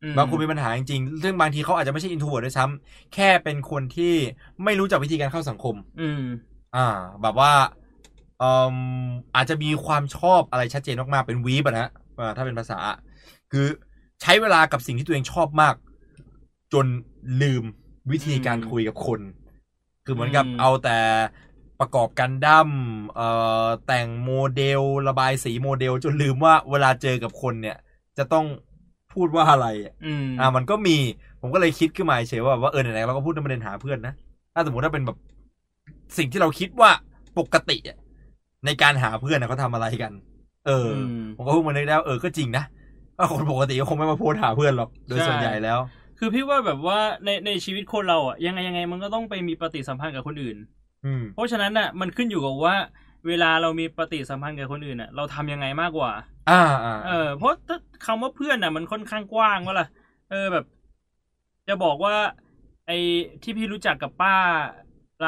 [SPEAKER 2] อืม
[SPEAKER 1] บางคนมีปัญหาจริง ซึ่งบางทีเขาอาจจะไม่ใช่อินโทรเวิร์ดด้วยซ้ำแค่เป็นคนที่ไม่รู้จักวิธีการเข้าสังคม
[SPEAKER 2] อืม
[SPEAKER 1] อ่า แบบว่า เอิ่มอาจจะมีความชอบอะไรชัดเจนมากๆเป็นวีบนะฮะอ่าถ้าเป็นภาษา คือใช้เวลากับสิ่งที่ตัวเองชอบมาก จนลืมวิธีการคุยกับคน คือเหมือนกับ
[SPEAKER 2] อืม
[SPEAKER 1] เอาแต่ประกอบกันดั้มเอ่อแต่งโมเดลระบายสีโมเดล จนลืมว่าเวลาเจอกับคนเนี่ย จะต้องพูดว่าอะไรอะ
[SPEAKER 2] อืม
[SPEAKER 1] อ่ามันก็มีผมก็เลยคิดขึ้นมาเฉยๆว่าแบบว่าเออไหนๆเราก็พูดในประเด็นหาเพื่อนนะถ้าสมมติถ้าเป็นแบบสิ่งที่เราคิดว่าปกติอะในการหาเพื่อนนะเขาทำอะไรกัน เอออ
[SPEAKER 2] ม
[SPEAKER 1] ผมก็เพิ่งมานึกได้ว่าเออก็จริงนะว่าคนปกติก็คงไม่มาโพสต์หาเพื่อนหรอกโดยส่วนใหญ่แล้ว
[SPEAKER 2] คือพี่ว่าแบบว่าในในชีวิตคนเราอ่ะยังไงยังไงมันก็ต้องไปมีปฏิสัมพันธ์กับคนอื่น
[SPEAKER 1] อืม
[SPEAKER 2] เพราะฉะนั้นน่ะมันขึ้นอยู่กับว่า เวลาเรามีปฏิสัมพันธ์กับคนอื่นน่ะเราทำยังไงมากกว่า
[SPEAKER 1] อ่าอ่า
[SPEAKER 2] เออเพราะถ้าคำว่าเพื่อนน่ะมันค่อนข้างกว้างว่าล่ะเออแบบ จะบอกว่า ไอ้ที่พี่รู้จักกับป้า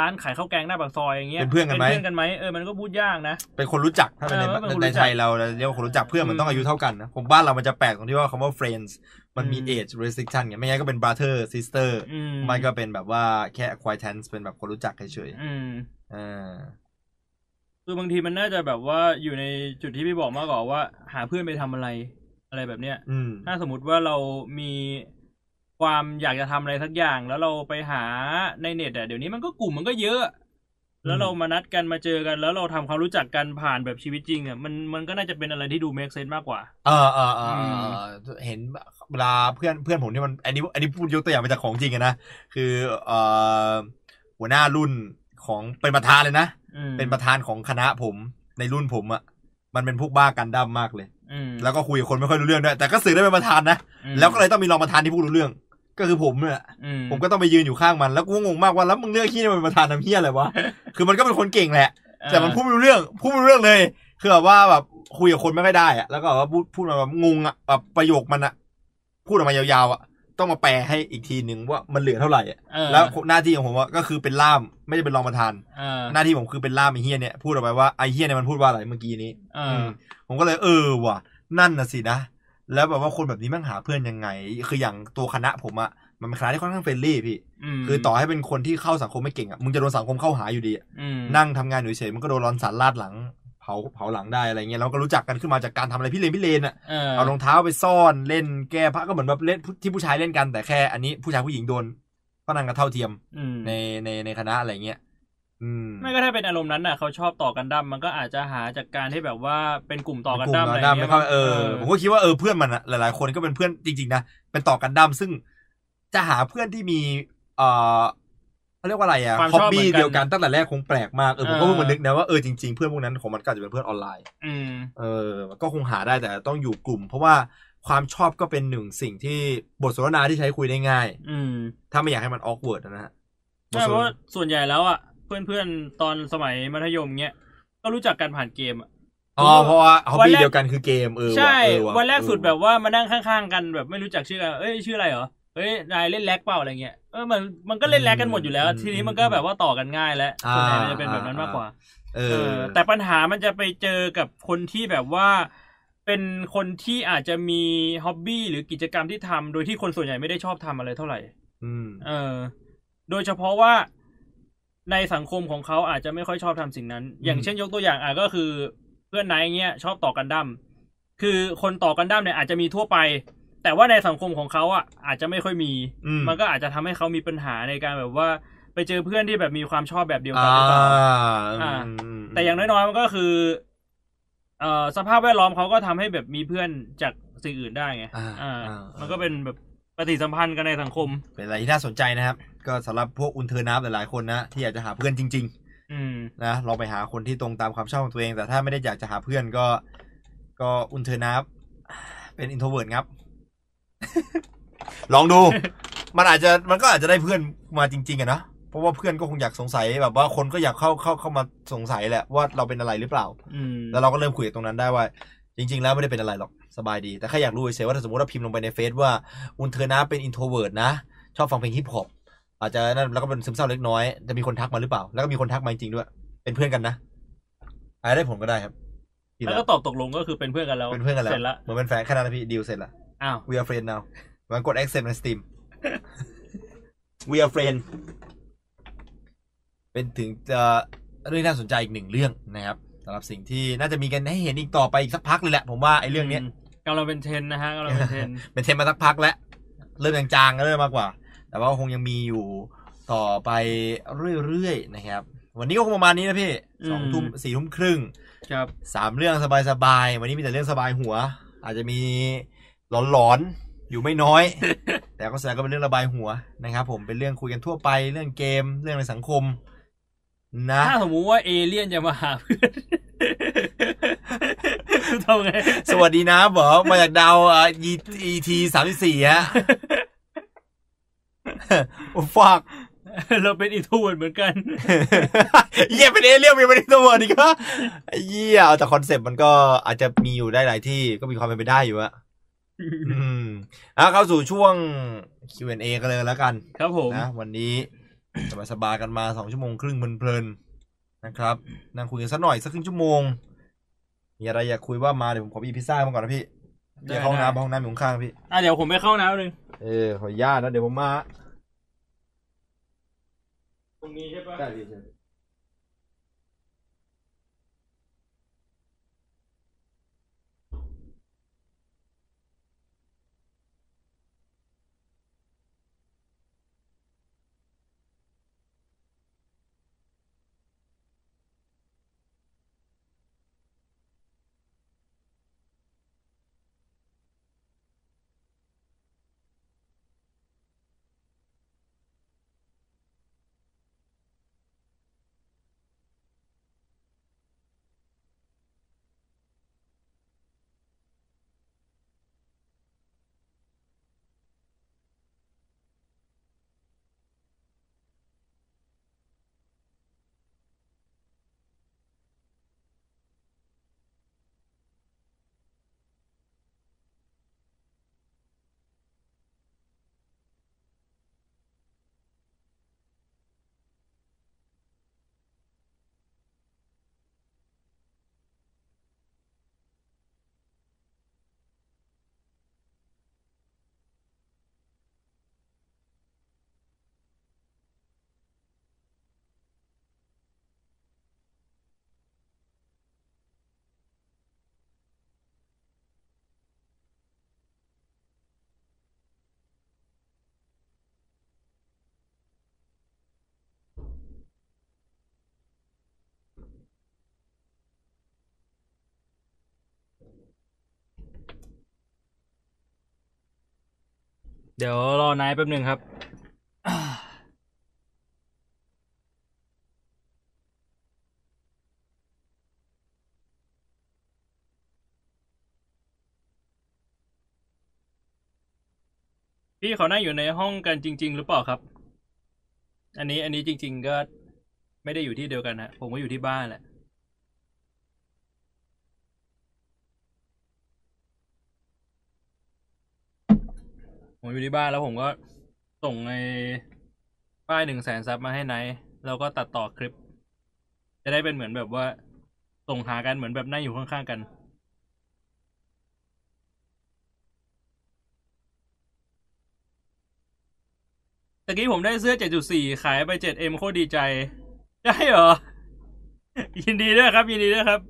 [SPEAKER 2] ร้านขายข้าวแกงหน้าปากซอยอย่างเงี้ย
[SPEAKER 1] เป็นเพื่อนกันไหม
[SPEAKER 2] เป็นเพื่อนกันไหมเออมันก็พูดยากนะ
[SPEAKER 1] เป็นคนรู้จักถ้าเป็นใน
[SPEAKER 2] เออเป็นคนรู้
[SPEAKER 1] ใน
[SPEAKER 2] จัก
[SPEAKER 1] ไทยเราเราเรียกว่าคนรู้จักเพื่อนมัน
[SPEAKER 2] อืม
[SPEAKER 1] ต้องอายุเท่ากันนะผมบ้านเรามันจะแปลกตรงที่ว่าคำว่า friends มันมี
[SPEAKER 2] อืม
[SPEAKER 1] age restriction ไงไม่งั้นก็เป็น brother sister
[SPEAKER 2] อืม
[SPEAKER 1] มันก็เป็นแบบว่าแค่ acquaintance เป็นแบบคนรู้จักเฉยๆ
[SPEAKER 2] อืม
[SPEAKER 1] อ่า
[SPEAKER 2] คือบางทีมันน่าจะแบบว่าอยู่ในจุดที่พี่บอกมากกว่าว่า หาเพื่อนไปทำอะไร อะไรแบบเนี้ย
[SPEAKER 1] อืม
[SPEAKER 2] ถ้าสมมติว่าเรามีความอยากจะทำอะไรสักอย่าง แล้วเราไปหาในเน็ตอะเดี๋ยวนี้มันก็กลุ่มมันก็เยอะ
[SPEAKER 1] ม
[SPEAKER 2] แล้วเรามานัดกันมาเจอกัน แล้วเราทำความรู้จักกันผ่านแบบชีวิตจริงอะมันมันก็น่าจะเป็นอะไรที่ดู make sense มากกว่า
[SPEAKER 1] เออเออเออเออเออเห็นเวลาเพื่อนเพื่อนผมที่มัน อันนี้ อันนี้พูดยกตัวอย่างมาจากของจริงอะนะ คือเอ่อหัวหน้ารุ่นของเป็นประธานเลยนะ
[SPEAKER 2] อืม
[SPEAKER 1] เป็นประธานของคณะผมในรุ่นผมอะมันเป็นพวกบ้ากันดั้มมากเลย
[SPEAKER 2] อืม
[SPEAKER 1] แล้วก็คุยกับคนไม่ค่อยรู้เรื่องด้วย แต่ก็สื่อได้เป็นประธานนะ
[SPEAKER 2] อืม
[SPEAKER 1] แล้วก็เลยต้องมีรองประธานที่พูดรู้เรื่อง ก็คือผมเนี่ย
[SPEAKER 2] อืม
[SPEAKER 1] ผมก็ต้องไปยืนอยู่ข้างมัน แล้วกูก็งงมากว่าแล้วมึงเลือกที่จะเป็นประธานทำเฮียอะไร วะ คือมันก็เป็นคนเก่งแหละ แต่มันพูดไม่รู้เรื่อง พูดไม่รู้เรื่องเลย คือแบบว่าแบบคุยกับคนไม่ค่อยได้อะแล้วก็แบบว่าพูดพูดมาแบบงงอะแบบประโยคมันอะพูดออกมายาวๆอะต้องมาแปลให้อีกทีหนึ่งว่ามันเหลือเท่าไหร่อะ
[SPEAKER 2] เออ
[SPEAKER 1] แล้วหน้าที่ของผมอะก็คือเป็นล่าม ไม่ได้เป็นรองประธาน
[SPEAKER 2] เออ
[SPEAKER 1] หน้าที่ผมคือเป็นล่ามไอ้เฮียเนี่ย พูดออกไปว่าไอ้เฮียเนี่ยมันพูดว่าอะไรเมื่อกี้นี้
[SPEAKER 2] เอ
[SPEAKER 1] อื
[SPEAKER 2] อ
[SPEAKER 1] มผมก็เลยเออว่ะ นั่นน่ะสินะ แล้วแบบว่าคนแบบนี้แมันหาเพื่อนยังไง คืออย่างตัวคณะผมอะมันเป็นคณะที่ค่อนข้างเฟรนลี่พี่
[SPEAKER 2] ม
[SPEAKER 1] คือต่อให้เป็นคนที่เข้าสังคมไม่เก่งอะมึงจะโดนสังคมเข้าหาอยู่ดีอะ
[SPEAKER 2] อืม
[SPEAKER 1] นั่งทำงานอยู่เฉยๆมันก็โดนร้อนสารลาดหลัง เผาเผาหลังได้อะไรเงี้ยแล้วก็รู้จักกันขึ้นมาจากการทำอะไรพี่เลนพี่เลนอ่ะ
[SPEAKER 2] เออ
[SPEAKER 1] เอารองเท้าไปซ่อนเล่นแก้ผ้าก็เหมือนแบบเล่นที่ผู้ชายเล่นกันแต่แค่อันนี้ผู้ชายผู้หญิงโดนก็นั่งกันเท่าเทียม
[SPEAKER 2] อืม
[SPEAKER 1] ในในในคณะอะไรเงี้ยอืม
[SPEAKER 2] ไม่ก็ถ้าเป็นอารมณ์นั้นน่ะเขาชอบต่อกันดั้มมันก็อาจจะหาจากการที่แบบว่าเป็นกลุ่มต่อกันดั้ม
[SPEAKER 1] ก
[SPEAKER 2] อะ
[SPEAKER 1] ลุ่
[SPEAKER 2] ไร
[SPEAKER 1] มดั้มไม่
[SPEAKER 2] เงี้ย
[SPEAKER 1] เข้าเออ
[SPEAKER 2] เออ
[SPEAKER 1] ผมก็คิดว่าเออเพื่อนมันอะหลายๆ คนก็เป็นเพื่อนจริงๆนะเป็นต่อกันดั้มซึ่งจะหาเพื่อนที่มีเออเขาเรียกว่าอะไรอะ
[SPEAKER 2] ความ
[SPEAKER 1] ฮอ
[SPEAKER 2] ชอ
[SPEAKER 1] บบ
[SPEAKER 2] เหมื
[SPEAKER 1] บี้
[SPEAKER 2] อนกัน
[SPEAKER 1] เดียวกันตั้งแต่แรกคงแปลกมากเออผมก็เพิ่ง
[SPEAKER 2] เออ
[SPEAKER 1] มานึกนะว่าเออจริงๆเพื่อนพวกนั้นของมันก็อาจจะเป็นเพื่อนออนไลน์
[SPEAKER 2] อืม
[SPEAKER 1] เออมันก็คงหาได้แต่ต้องอยู่กลุ่ม เพราะว่าความชอบก็เป็นหนึ่งสิ่งที่บทสนทนาที่ใช้คุยได้ง่าย
[SPEAKER 2] อืม
[SPEAKER 1] ถ้าไม่อยากให้มันออกเวิร์ดนะฮะบท
[SPEAKER 2] ใช่
[SPEAKER 1] ส
[SPEAKER 2] เพ
[SPEAKER 1] นทนา
[SPEAKER 2] ราะว่าส่วนใหญ่แล้วอ่ะเพื่อนๆ ตอนสมัยมัธยมเงี้ยก็รู้จักกันผ่านเกมอะ
[SPEAKER 1] อ๋อเพราะว่าฮอบ
[SPEAKER 2] วัน
[SPEAKER 1] บี้
[SPEAKER 2] แรก
[SPEAKER 1] เดียวกันคือเกมเออว่ะ
[SPEAKER 2] ใช่
[SPEAKER 1] เออะ
[SPEAKER 2] วันแรกสุด
[SPEAKER 1] เออ
[SPEAKER 2] แบบว่ามานั่งข้างๆกันแบบไม่รู้จักชื่อกันเอ้ยชื่ออะไรเหรอเอ้ยนายเล่นแลกเปล่าอะไรเงี้ยเออมันมันก็เล่นแลกกันหมดอยู่แล้ว ทีนี้มันก็แบบว่าต่อกันง่ายแล้วส่วนใหญ่มันจะเป็นแบบนั้นมากกว่า
[SPEAKER 1] เอ
[SPEAKER 2] เอ
[SPEAKER 1] อ
[SPEAKER 2] อแต่ปัญหามันจะไปเจอกับคนที่แบบว่าเป็นคนที่อาจจะมีฮ็อบบี้หรือกิจกรรมที่ทำโดยที่คนส่วนใหญ่ไม่ได้ชอบทำอะไรเท่าไหร่
[SPEAKER 1] อืม
[SPEAKER 2] เออโดยเฉพาะว่าในสังคมของเขาอาจจะไม่ค่อยชอบทำสิ่งนั้น อย่างเช่นยกตัวอย่างอ่ะก็คือเพื่อนไนท์เงี้ยชอบต่อกันดั้มคือคนต่อกันดั้มเนี่ยอาจจะมีทั่วไป แต่ว่าในสังคมของเขาอ่ะอาจจะไม่ค่อยมี
[SPEAKER 1] อืม
[SPEAKER 2] มันก็อาจจะทำให้เขามีปัญหาในการแบบว่า ไปเจอเพื่อนที่แบบมีความชอบแบบเดียวกั
[SPEAKER 1] อ่าน
[SPEAKER 2] หรือเปล่า
[SPEAKER 1] อืม
[SPEAKER 2] แต่อย่างน้อยๆมันก็คือเอ่อสภาพแวดล้อมเขาก็ทำให้แบบมีเพื่อนจากสิ่งอื่นได้ไง
[SPEAKER 1] อ่า
[SPEAKER 2] อ่า
[SPEAKER 1] อ่า
[SPEAKER 2] มันก็เป็นแบบปฏิสัมพันธ์กันในสังคม
[SPEAKER 1] เป็นอะไรที่น่าสนใจนะครับ ก็สำหรับพวกอุนเทอร์นับหลายๆคนนะที่อยากจะหาเพื่อนจริง
[SPEAKER 2] อืม
[SPEAKER 1] ๆ นะลองไปหาคนที่ตรงตามความชอบของตัวเอง แต่ถ้าไม่ได้อยากจะหาเพื่อนก็ ก็อุนเทอร์นับเป็นอินโทรเวิร์ดครับ ลองดู มันอาจจะมันก็อาจจะได้เพื่อนมาจริง ๆอะนะเพราะว่าเพื่อนก็คงอยากสงสัยแบบว่าคนก็อยากเข้าเข้าเข้ามาสงสัยแหละว่าเราเป็นอะไรหรือเปล่า
[SPEAKER 2] อืม
[SPEAKER 1] แล้วเราก็เริ่มคุยกับตรงนั้นได้ว่า จริง ๆ แล้วไม่ได้เป็นอะไรหรอกสบายดี แต่แค่อยากรู้เฉยๆว่าถ้าสมมติว่าพิมพ์ลงไปในเฟซว่าอุนเธอนะเป็นอินโทรเวิร์ดนะ ชอบฟังเพลงฮิปฮอปอาจจะนั่นแล้วก็เป็นซึมเศร้าเล็กน้อยจะมีคนทักมาหรือเปล่า แล้วก็มีคนทักมาจริงๆด้วย เป็นเพื่อนกันนะอาจจะได้ผลก็ได้ครับดี
[SPEAKER 2] แล้
[SPEAKER 1] แล้วว
[SPEAKER 2] ก็ตอบตกลงก็คือเป็นเพื่อนกันแล้ว
[SPEAKER 1] เป็นเพื่อนกันแล้ว
[SPEAKER 2] เสร็จละ
[SPEAKER 1] เหมือนเป็นแฟนแค่นั้นนะพี่ดีลเสร็จละ
[SPEAKER 2] อ้าว
[SPEAKER 1] we are friend now มันกด accept ใน steam we are friend เป็นถึงจะเรื่องที่น่าสนใจอีกหนึ่งเรื่องนะครับ สำหรับสิ่งที่น่าจะมีกันให้เห็นอีกต่อไปอีกสักพักเลยแหละ ผมว่าไอ้เรื่องเนี้ย
[SPEAKER 2] กำลังเป็นเทรนด์นะฮะกำลังเป็นเทรนด์
[SPEAKER 1] เป็นเทรนด์มาสักพักแล้วเริ่มจางๆกันเริ่มมากกว่า แต่ว่าคงยังมีอยู่ต่อไปเรื่อยๆนะครับ วันนี้ก็คงประมาณนี้นะพี่สองทุ่ม
[SPEAKER 2] อืม
[SPEAKER 1] สี่ทุ่ม ครึ่ง
[SPEAKER 2] ครับ
[SPEAKER 1] สามเรื่องสบายๆวันนี้มีแต่เรื่องสบายหัว อาจจะมีหลอนๆอยู่ไม่น้ อย แต่ก็แสดงก็เป็นเรื่องระบายหัวนะครับผมเป็นเรื่องคุยกันทั่วไปเรื่องเกมเรื่องในสังคม นะ
[SPEAKER 2] ถ้าสมมุติว่าเอเลี่ยนจะมาหาเพื่อน ทำไง
[SPEAKER 1] สวัสดีนะบอมาจากดาวเอีทีสามสี่ ฮะ โอ้ฟาก
[SPEAKER 2] เราเป็นอิทูนเหมือนกัน
[SPEAKER 1] เยี่ยเป็นเอเลี่ยนเป็นมนุษย์ตัวนี่ก็เยี่ยแต่คอนเซปต์มันก็อาจจะมีอยู่ได้หลายที่ก็มีความเป็นไปได้อยู่อะอืมอ่ะเข้าสู่ช่วง Q&A กันเลยแล้วกัน
[SPEAKER 2] ครับผม
[SPEAKER 1] นะวันนี้ สบายๆกันมาสองชั่วโมงครึ่งเพลินๆนะครับ นั่งคุยกันสักหน่อยสักครึ่งชั่วโมง มีอะไรอยากคุยว่ามาเดี๋ยวผมขอไปหยิบพิซซ่ามาก่อนนะพี่เดี๋ยวเข้าห้องน้ำห้องน้ำอยู่ข้างๆพี่
[SPEAKER 2] อ่ะเดี๋ยวผมไปเข้าน้ำหนึ่ง
[SPEAKER 1] เออขออนุญาตนะเดี๋ยวผมมา
[SPEAKER 2] ตรงนี้ใช่ปะ
[SPEAKER 1] ได้พี่เชิญ
[SPEAKER 2] เดี๋ยวรอนายแป๊บหนึ่งครับ พี่เขานั่งอยู่ในห้องกันจริง ๆ หรือเปล่าครับ อันนี้อันนี้จริง ๆ ก็ไม่ได้อยู่ที่เดียวกันฮะผมก็อยู่ที่บ้านแหละ ผมอยู่ที่บ้านแล้วผมก็ส่งไอ้ป้ายหนึ่งแสนซับมาให้ไนท์แล้วก็ตัดต่อคลิป จะได้เป็นเหมือนแบบว่า ส่งหากันเหมือนแบบนั่งอยู่ข้างๆกัน ตะกี้ผมได้เสื้อ 7.4 ขายไป 7M โคตรดีใจ ได้เหรอ ยินดีด้วยครับ ยินดีด้วยครับ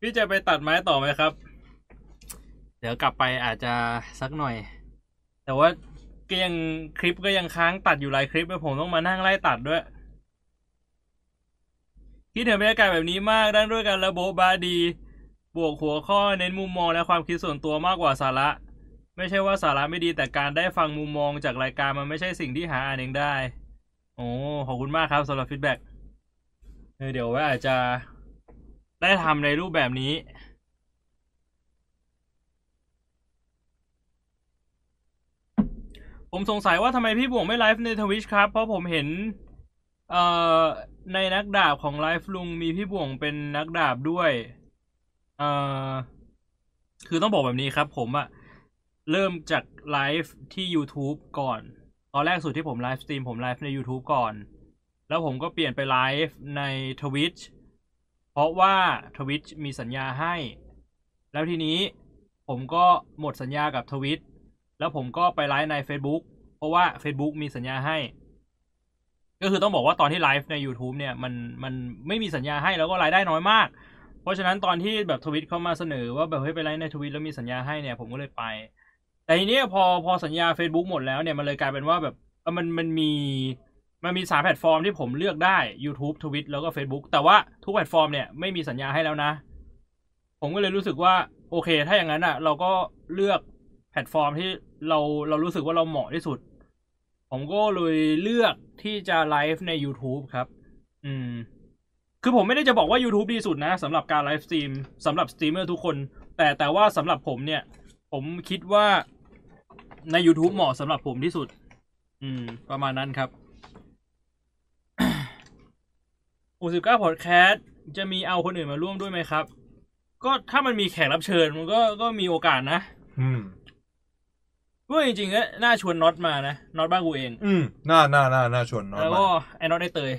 [SPEAKER 2] พี่จะไปตัดไม้ต่อไหมครับ เดี๋ยวกลับไปอาจจะสักหน่อย แต่ว่าก็ยังคลิปก็ยังค้างตัดอยู่หลายคลิปแล้วผมต้องมานั่งไล่ตัดด้วย คิดถึงบรรยากาศแบบนี้มากด้านด้วยกันระบบบาดี บวกหัวข้อเน้นมุมมองและความคิดส่วนตัวมากกว่าสาระ ไม่ใช่ว่าสาระไม่ดีแต่การได้ฟังมุมมองจากรายการมันไม่ใช่สิ่งที่หาอ่านเองได้ โอ้ขอบคุณมากครับสำหรับฟีดแบ็กเดี๋ยวไว่าอาจจะ ได้ทำในรูปแบบนี้ ผมสงสัยว่าทำไมพี่บวงไม่ไลฟ์ในทวิชครับ เพราะผมเห็น เอ่อ ในนักดาบของไลฟ์ลุงมีพี่บวงเป็นนักดาบด้วย เอ่อ คือต้องบอกแบบนี้ครับผมอะเริ่มจากไลฟ์ที่ YouTube ก่อน ตอนแรกสุดที่ผมไลฟ์สตรีมผมไลฟ์ใน YouTube ก่อน แล้วผมก็เปลี่ยนไปไลฟ์ใน Twitch เพราะว่า Twitch มีสัญญาให้ แล้วทีนี้ผมก็หมดสัญญากับทวิต แล้วผมก็ไปไลฟ์ใน Facebook เพราะว่า Facebook มีสัญญาให้ ก็คือต้องบอกว่าตอนที่ไลฟ์ใน YouTube เนี่ยมันมันไม่มีสัญญาให้แล้วก็รายได้น้อยมาก เพราะฉะนั้นตอนที่แบบทวิตเข้ามาเสนอว่าแบบเฮ้ยไปไลฟ์ในทวิตแล้วมีสัญญาให้เนี่ยผมก็เลยไป แต่ทีเนี้ยพอพอสัญญา Facebook หมดแล้วเนี่ยมันเลยกลายเป็นว่าแบบเออมันมันมีมันมีสามแพลตฟอร์มที่ผมเลือกได้ YouTube Twitch แล้วก็ Facebook แต่ว่าทุกแพลตฟอร์มเนี่ยไม่มีสัญญาให้แล้วนะ ผมก็เลยรู้สึกว่าโอเค ถ้าอย่างนั้นอ่ะ เราก็เลือกแพลตฟอร์มที่เราเรารู้สึกว่าเราเหมาะที่สุด ผมก็เลยเลือกที่จะไลฟ์ใน YouTube ครับ อืม คือผมไม่ได้จะบอกว่า YouTube ดีสุดนะสำหรับการไลฟ์สตรีมสำหรับสตรีมเมอร์ทุกคน แต่แต่ว่าสำหรับผมเนี่ย ผมคิดว่าใน YouTube เหมาะสำหรับผมที่สุด อืม ประมาณนั้นครับ 69 p พอดแคสต์จะมีเอาคนอื่นมาร่วมด้วยไหมครับ ก็ถ้ามันมีแขกรับเชิญมันก็ก็มีโอกาสนะ
[SPEAKER 1] อืม
[SPEAKER 2] เพราะจริงๆก็น่าชวนน็อตมานะน็อตบ้านกูเอง
[SPEAKER 1] อืมน่าน่าน่าน่าชวนน้อย
[SPEAKER 2] แล้ว
[SPEAKER 1] มา
[SPEAKER 2] ก็
[SPEAKER 1] ก
[SPEAKER 2] ไอ้น็อตได้เตย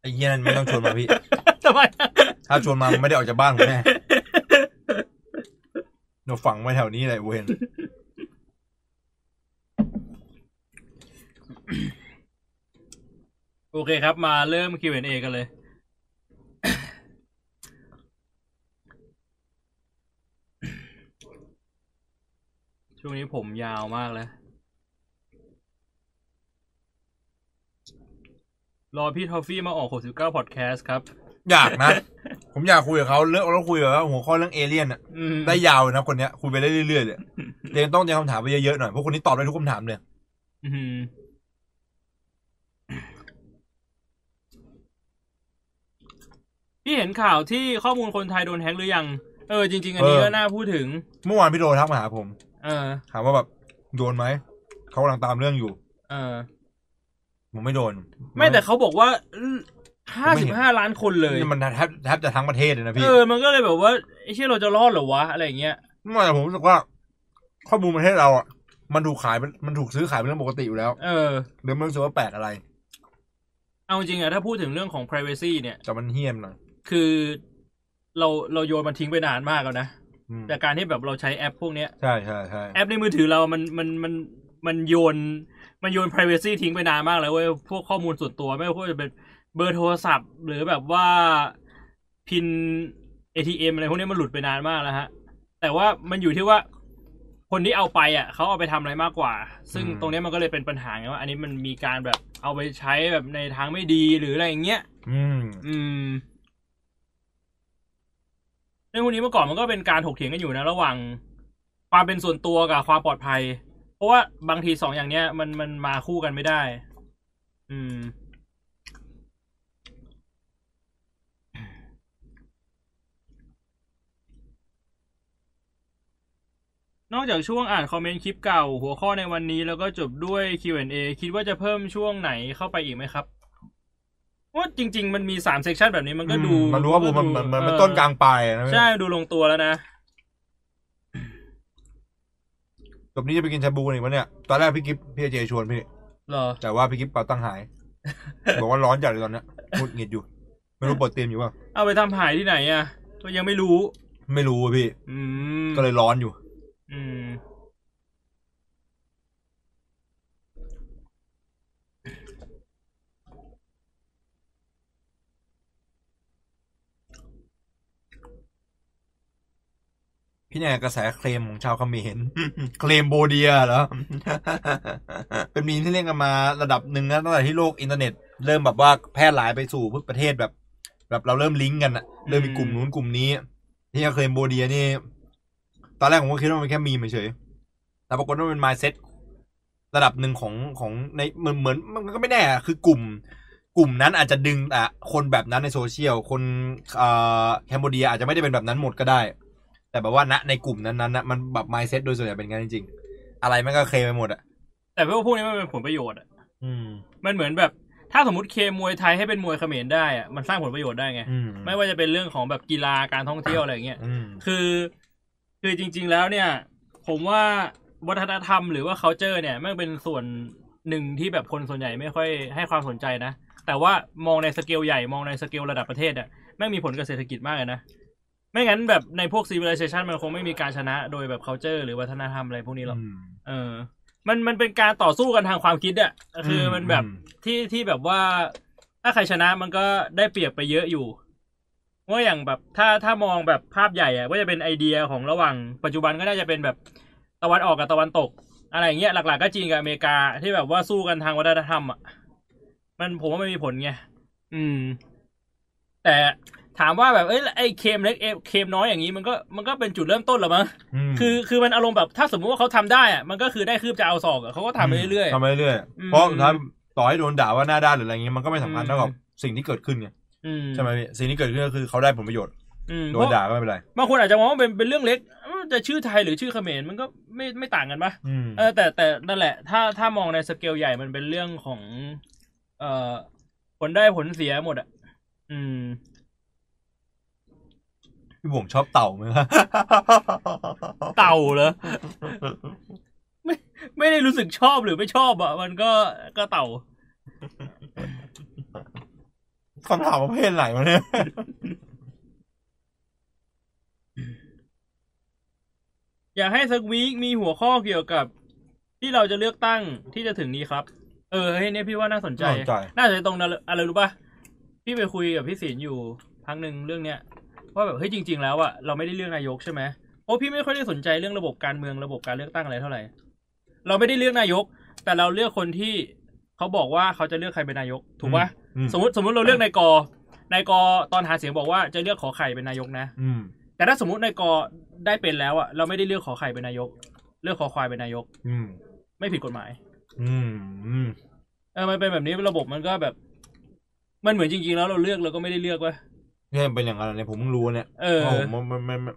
[SPEAKER 1] ไอ้เหี้ยนั่นไม่ต้องชวนมาพี่
[SPEAKER 2] ทำไม
[SPEAKER 1] ถ้าชวนมามึงไม่ได้ออกจากบ้านผมแน่เราฝังไว้แถวนี้เลยเวน
[SPEAKER 2] โอเคครับ มาเริ่ม Q&A กันเลย ช่วงนี้ผมยาวมากแล้ว รอพี่ทอฟฟี่มาออก 69 podcast ครับ
[SPEAKER 1] อยากนะ ผมอยากคุยกับเขาเรื่องเราคุยกับเขาหัวข้อเรื่องเอเลี่ยนอะ
[SPEAKER 2] อืม
[SPEAKER 1] ได้ยาวนะคนเนี้ยคุยไปได้เรื่อยๆเลยเรียนต้องเตรียมคำถามไปเยอะๆหน่อยเพราะคนนี้ตอบได้ทุกคำถามเลย
[SPEAKER 2] อืมพี่เห็นข่าวที่ข้อมูลคนไทยโดนแฮ็กหรือยัง เออ จริง ๆ อันนี้
[SPEAKER 1] เออ
[SPEAKER 2] ก็น่าพูดถึง
[SPEAKER 1] เมื่อวานพี่โดทักมาหาผม
[SPEAKER 2] เออ
[SPEAKER 1] ถามว่าแบบโดนไหมเขากำลังตามเรื่องอยู่
[SPEAKER 2] เออ
[SPEAKER 1] ผมไม่โดน
[SPEAKER 2] ไม่แต่เขาบอกว่าห้า
[SPEAKER 1] ไม่
[SPEAKER 2] สิบ
[SPEAKER 1] เห็
[SPEAKER 2] ห้าน ล้านคนเลย
[SPEAKER 1] นี่มันแทบแทบจะทั้งประเทศเลยนะพี่
[SPEAKER 2] เออ มันก็เลยแบบว่าไอ้เชี่ยเราจะรอดเหรอวะ อะไรอย่างเงี้ย
[SPEAKER 1] ไม่แต่ผมรู้สึกว่า ข้อมูลประเทศเราอ่ะมันถูกขายเป็นมันถูกซื้อขายเป็นเรื่องปกติอยู่แล้ว
[SPEAKER 2] เออ
[SPEAKER 1] เดี๋ยวมันรู้สึกว่าแปลกอะไร
[SPEAKER 2] เอาจริงอะถ้าพูดถึงเรื่องของ privacy เนี่ย
[SPEAKER 1] แต่มันเฮี้ยมหน่อย
[SPEAKER 2] คือเราเราโยนมันทิ้งไปนานมากแล้วนะ
[SPEAKER 1] อืม
[SPEAKER 2] แต่การที่แบบเราใช้แอปพวกเนี้ย
[SPEAKER 1] ใช่ใช่ใช่
[SPEAKER 2] แอปในมือถือเรามันมันมันมันโยนมันโยน privacy ทิ้งไปนานมากแล้วเว้ยพวกข้อมูลส่วนตัวไม่ว่าจะเป็นเบอร์โทรศัพท์ หรือแบบว่าพิน ATM อะไรพวกนี้มันหลุดไปนานมากแล้วฮะ แต่ว่ามันอยู่ที่ว่าคนที่เอาไปอ่ะเขาเอาไปทำอะไรมากกว่า ซึ่ง
[SPEAKER 1] อืม
[SPEAKER 2] ตรงเนี้ยมันก็เลยเป็นปัญหาไงว่า อันนี้มันมีการแบบเอาไปใช้แบบในทางไม่ดีหรืออะไรอย่างเงี้ย
[SPEAKER 1] อืม
[SPEAKER 2] อืมเรื่องพวกนี้เมื่อก่อนมันก็เป็นการถกเถียงกันอยู่นะ ระหว่างความเป็นส่วนตัวกับความปลอดภัย เพราะว่าบางทีสองอย่างเนี้ยมันมันมาคู่กันไม่ได้ อืม นอกจากช่วงอ่านคอมเมนต์คลิปเก่า หัวข้อในวันนี้แล้วก็จบด้วย Q&A คิดว่าจะเพิ่มช่วงไหนเข้าไปอีกไหมครับว่าจริง ๆ มันมีสามเซกชันแบบนี้มันก็ดู
[SPEAKER 1] อืมันรู้ว่าผมมันมันมันมัน
[SPEAKER 2] เออ
[SPEAKER 1] ต้นกลางปลายอะนะ
[SPEAKER 2] ใช่ดูลงตัวแล้วนะ
[SPEAKER 1] จบนี้จะไปกินชาบูกันอีกวะเนี่ย ตอนแรกพี่กิฟพี่เจชวนพี่
[SPEAKER 2] เหรอ
[SPEAKER 1] แต่ว่าพี่กิฟปาตั้งหาย บอกว่าร้อนจัดเลยตอนเนี้ยหงุดหงิดอยู่ ไม่รู้ปวดเตียมอยู่ป่ะ
[SPEAKER 2] เอาไปทำหายที่ไหนอ่ะ ก็ยังไม่รู้
[SPEAKER 1] ไม่รู้อะพี่
[SPEAKER 2] อืม
[SPEAKER 1] ก็เลยร้อนอยู่
[SPEAKER 2] อืม
[SPEAKER 1] พี่แน่กระแสเคลมของชาวเขมร เคลมโบเดียเหรอ เป็นมีมที่เล่นกันมาระดับหนึ่งนะตั้งแต่ที่โลกอินเทอร์เน็ต เริ่มแบบว่าแพร่หลายไปสู่พวกประเทศแบบ แบบเราเริ่มลิงก์กันอะเริ่มมีกลุ่มนู้นกลุ่มนี้ ที่เคลมโบเดียนี่ ตอนแรกผมก็คิดว่ามันแค่มีมเฉยๆแต่ปรากฏว่ามันเป็นมายเซ็ตระดับหนึ่งของของในเหมือนเหมือนมันก็ไม่แน่อะคือกลุ่ม กลุ่มนั้นอาจจะดึงแต่คนแบบนั้นในโซเชียล คนเอ่อแคนเบเดียอาจจะไม่ได้เป็นแบบนั้นหมดก็ได้ แต่แบบว่าณในกลุ่มนั้นๆนะมันแบบ mindset โดยส่วนใหญ่เป็นงั้นจริงๆ อะไรมันก็เคลมไปหมดอ่ะ
[SPEAKER 2] แต่พวกพวกนี้มันเป็นผลประโยชน์อะ
[SPEAKER 1] อืม
[SPEAKER 2] มันเหมือนแบบ ถ้าสมมติเคมวยไทยให้เป็นมวยเขมรได้อะมันสร้างผลประโยชน์ได้ไง
[SPEAKER 1] อืม
[SPEAKER 2] ไม่ว่าจะเป็นเรื่องของแบบกีฬาการท่องเที่ยวอะไรอย่างเงี้ย
[SPEAKER 1] อืม
[SPEAKER 2] คือ คือจริง ๆ แล้วเนี่ย ผมว่าวัฒนธรรมหรือว่า culture เนี่ยมันเป็นส่วนหนึ่งที่แบบคนส่วนใหญ่ไม่ค่อยให้ความสนใจนะ แต่ว่ามองในสเกลใหญ่มองในสเกลระดับประเทศอ่ะแม่งมีผลกับเศรษฐกิจมากเลยนะ ไม่งั้นแบบในพวก civilization มันคงไม่มีการชนะโดยแบบ culture หรือวัฒนธรรมอะไรพวกนี้หรอก
[SPEAKER 1] อืม
[SPEAKER 2] เออ มันมันเป็นการต่อสู้กันทางความคิดอะคือ
[SPEAKER 1] ม
[SPEAKER 2] มันแบบ
[SPEAKER 1] อืม
[SPEAKER 2] ที่ที่แบบว่า ถ้าใครชนะมันก็ได้เปรียบไปเยอะอยู่ว่าอย่างแบบถ้าถ้ามองแบบภาพใหญ่อะก็จะเป็นไอเดียของระหว่างปัจจุบันก็น่าจะเป็นแบบตะวันออกกับตะวันตก อะไรอย่างเงี้ยหลัก ๆ ก็จีนกับอเมริกาที่แบบว่าสู้กันทางวัฒนธรรมอะมันผมว่ามันมีผลไงอืม แต่ถามว่าแบบเอ้ยไอเคมเล็กเอเคมน้อยอย่างนี้มันก็มันก็เป็นจุดเริ่มต้นเหรอมั้ง
[SPEAKER 1] ม
[SPEAKER 2] คือคือมันอารมณ์แบบถ้าสมมุติว่าเขาทำได้อะมันก็คือได้คืบจะเอาศอกอะเขาก็ทำไปเรื่อย
[SPEAKER 1] ทำไปเรื่อย
[SPEAKER 2] อืม
[SPEAKER 1] เพราะสุดท้ายต่อให้โดนด่าว่าหน้าด้านหรืออะไรเงี้ยมันก็ไม่สำคัญ
[SPEAKER 2] อืม
[SPEAKER 1] เท่ากับสิ่งที่เกิดขึ้นไง
[SPEAKER 2] ๆอืม
[SPEAKER 1] ใช่ไหมพี่สิ่งที่เกิดขึ้นก็คือเขาได้ผลประโยชน์
[SPEAKER 2] อืม
[SPEAKER 1] โด
[SPEAKER 2] เพ
[SPEAKER 1] น
[SPEAKER 2] ราะ
[SPEAKER 1] ด่าก็ไม่เป็นไร
[SPEAKER 2] บางคนอาจจะมองว่าเป็นเป็นเรื่องเล็กเอ้าจะชื่อไทยหรือชื่อเขมรมันก็ไม่ไม่ต่างกันปะ
[SPEAKER 1] อืม
[SPEAKER 2] เออแต่แต่นั่นแหละ ถ้าถ้ามองในสเกลใหญ่มันเป็นเรื่องของ เอ่อผลได้ผลเสียหมดอะอืม
[SPEAKER 1] พี่บ่งชอบเต่าไหม ครับ
[SPEAKER 2] เต่าเหรอ ไม่ไม่ได้รู้สึกชอบหรือไม่ชอบอะมันก็ก็เต่า
[SPEAKER 1] คำถามประเภทไหนวะเนี่ย
[SPEAKER 2] อยากให้สักวีคมีหัวข้อเกี่ยวกับ ที่เราจะเลือกตั้งที่จะถึงนี้ครับ เออเฮ้ยเนี่ยพี่ว่าน่าสนใจ
[SPEAKER 1] น่าสนใจ
[SPEAKER 2] น่าจะตรงนั้นอะไรรู้ป่ะ พี่ไปคุยกับพี่ศิลป์อยู่พักหนึ่งเรื่องเนี้ยว่าแบบเฮ้ยจริง ๆ แล้วอะเราไม่ได้เลือกนายกใช่ไหมโอ้พี่ไม่ค่อยได้สนใจเรื่องระบบการเมืองระบบการเลือกตั้งอะไรเท่าไหร่ เราไม่ได้เลือกนายก แต่เราเลือกคนที่เขาบอกว่าเขาจะเลือกใครเป็นนายก ถูกป่ะ
[SPEAKER 1] อืม
[SPEAKER 2] สมมติสมมติเราเลือกนายกนายกตอนหาเสียงบอกว่าจะเลือกขอไข่เป็นนายกนะ
[SPEAKER 1] อืม
[SPEAKER 2] แต่ถ้าสมมตินายกได้เป็นแล้วอะเราไม่ได้เลือกขอไข่เป็นนายก เลือกขอควายเป็นนายก
[SPEAKER 1] อืม
[SPEAKER 2] ไม่ผิดกฎหมาย
[SPEAKER 1] อืมอืม
[SPEAKER 2] เออมันเป็นแบบนี้ระบบมันก็แบบ มันเหมือนจริงๆแล้วเราเลือกเราก็ไม่ได้เลือกเว้ย
[SPEAKER 1] เนี่ยเป็นอย่างนั้นเนี่ยผมเพิ่งรู้เนี่ย
[SPEAKER 2] เออ
[SPEAKER 1] เพราะผมไม่ไม่ไม่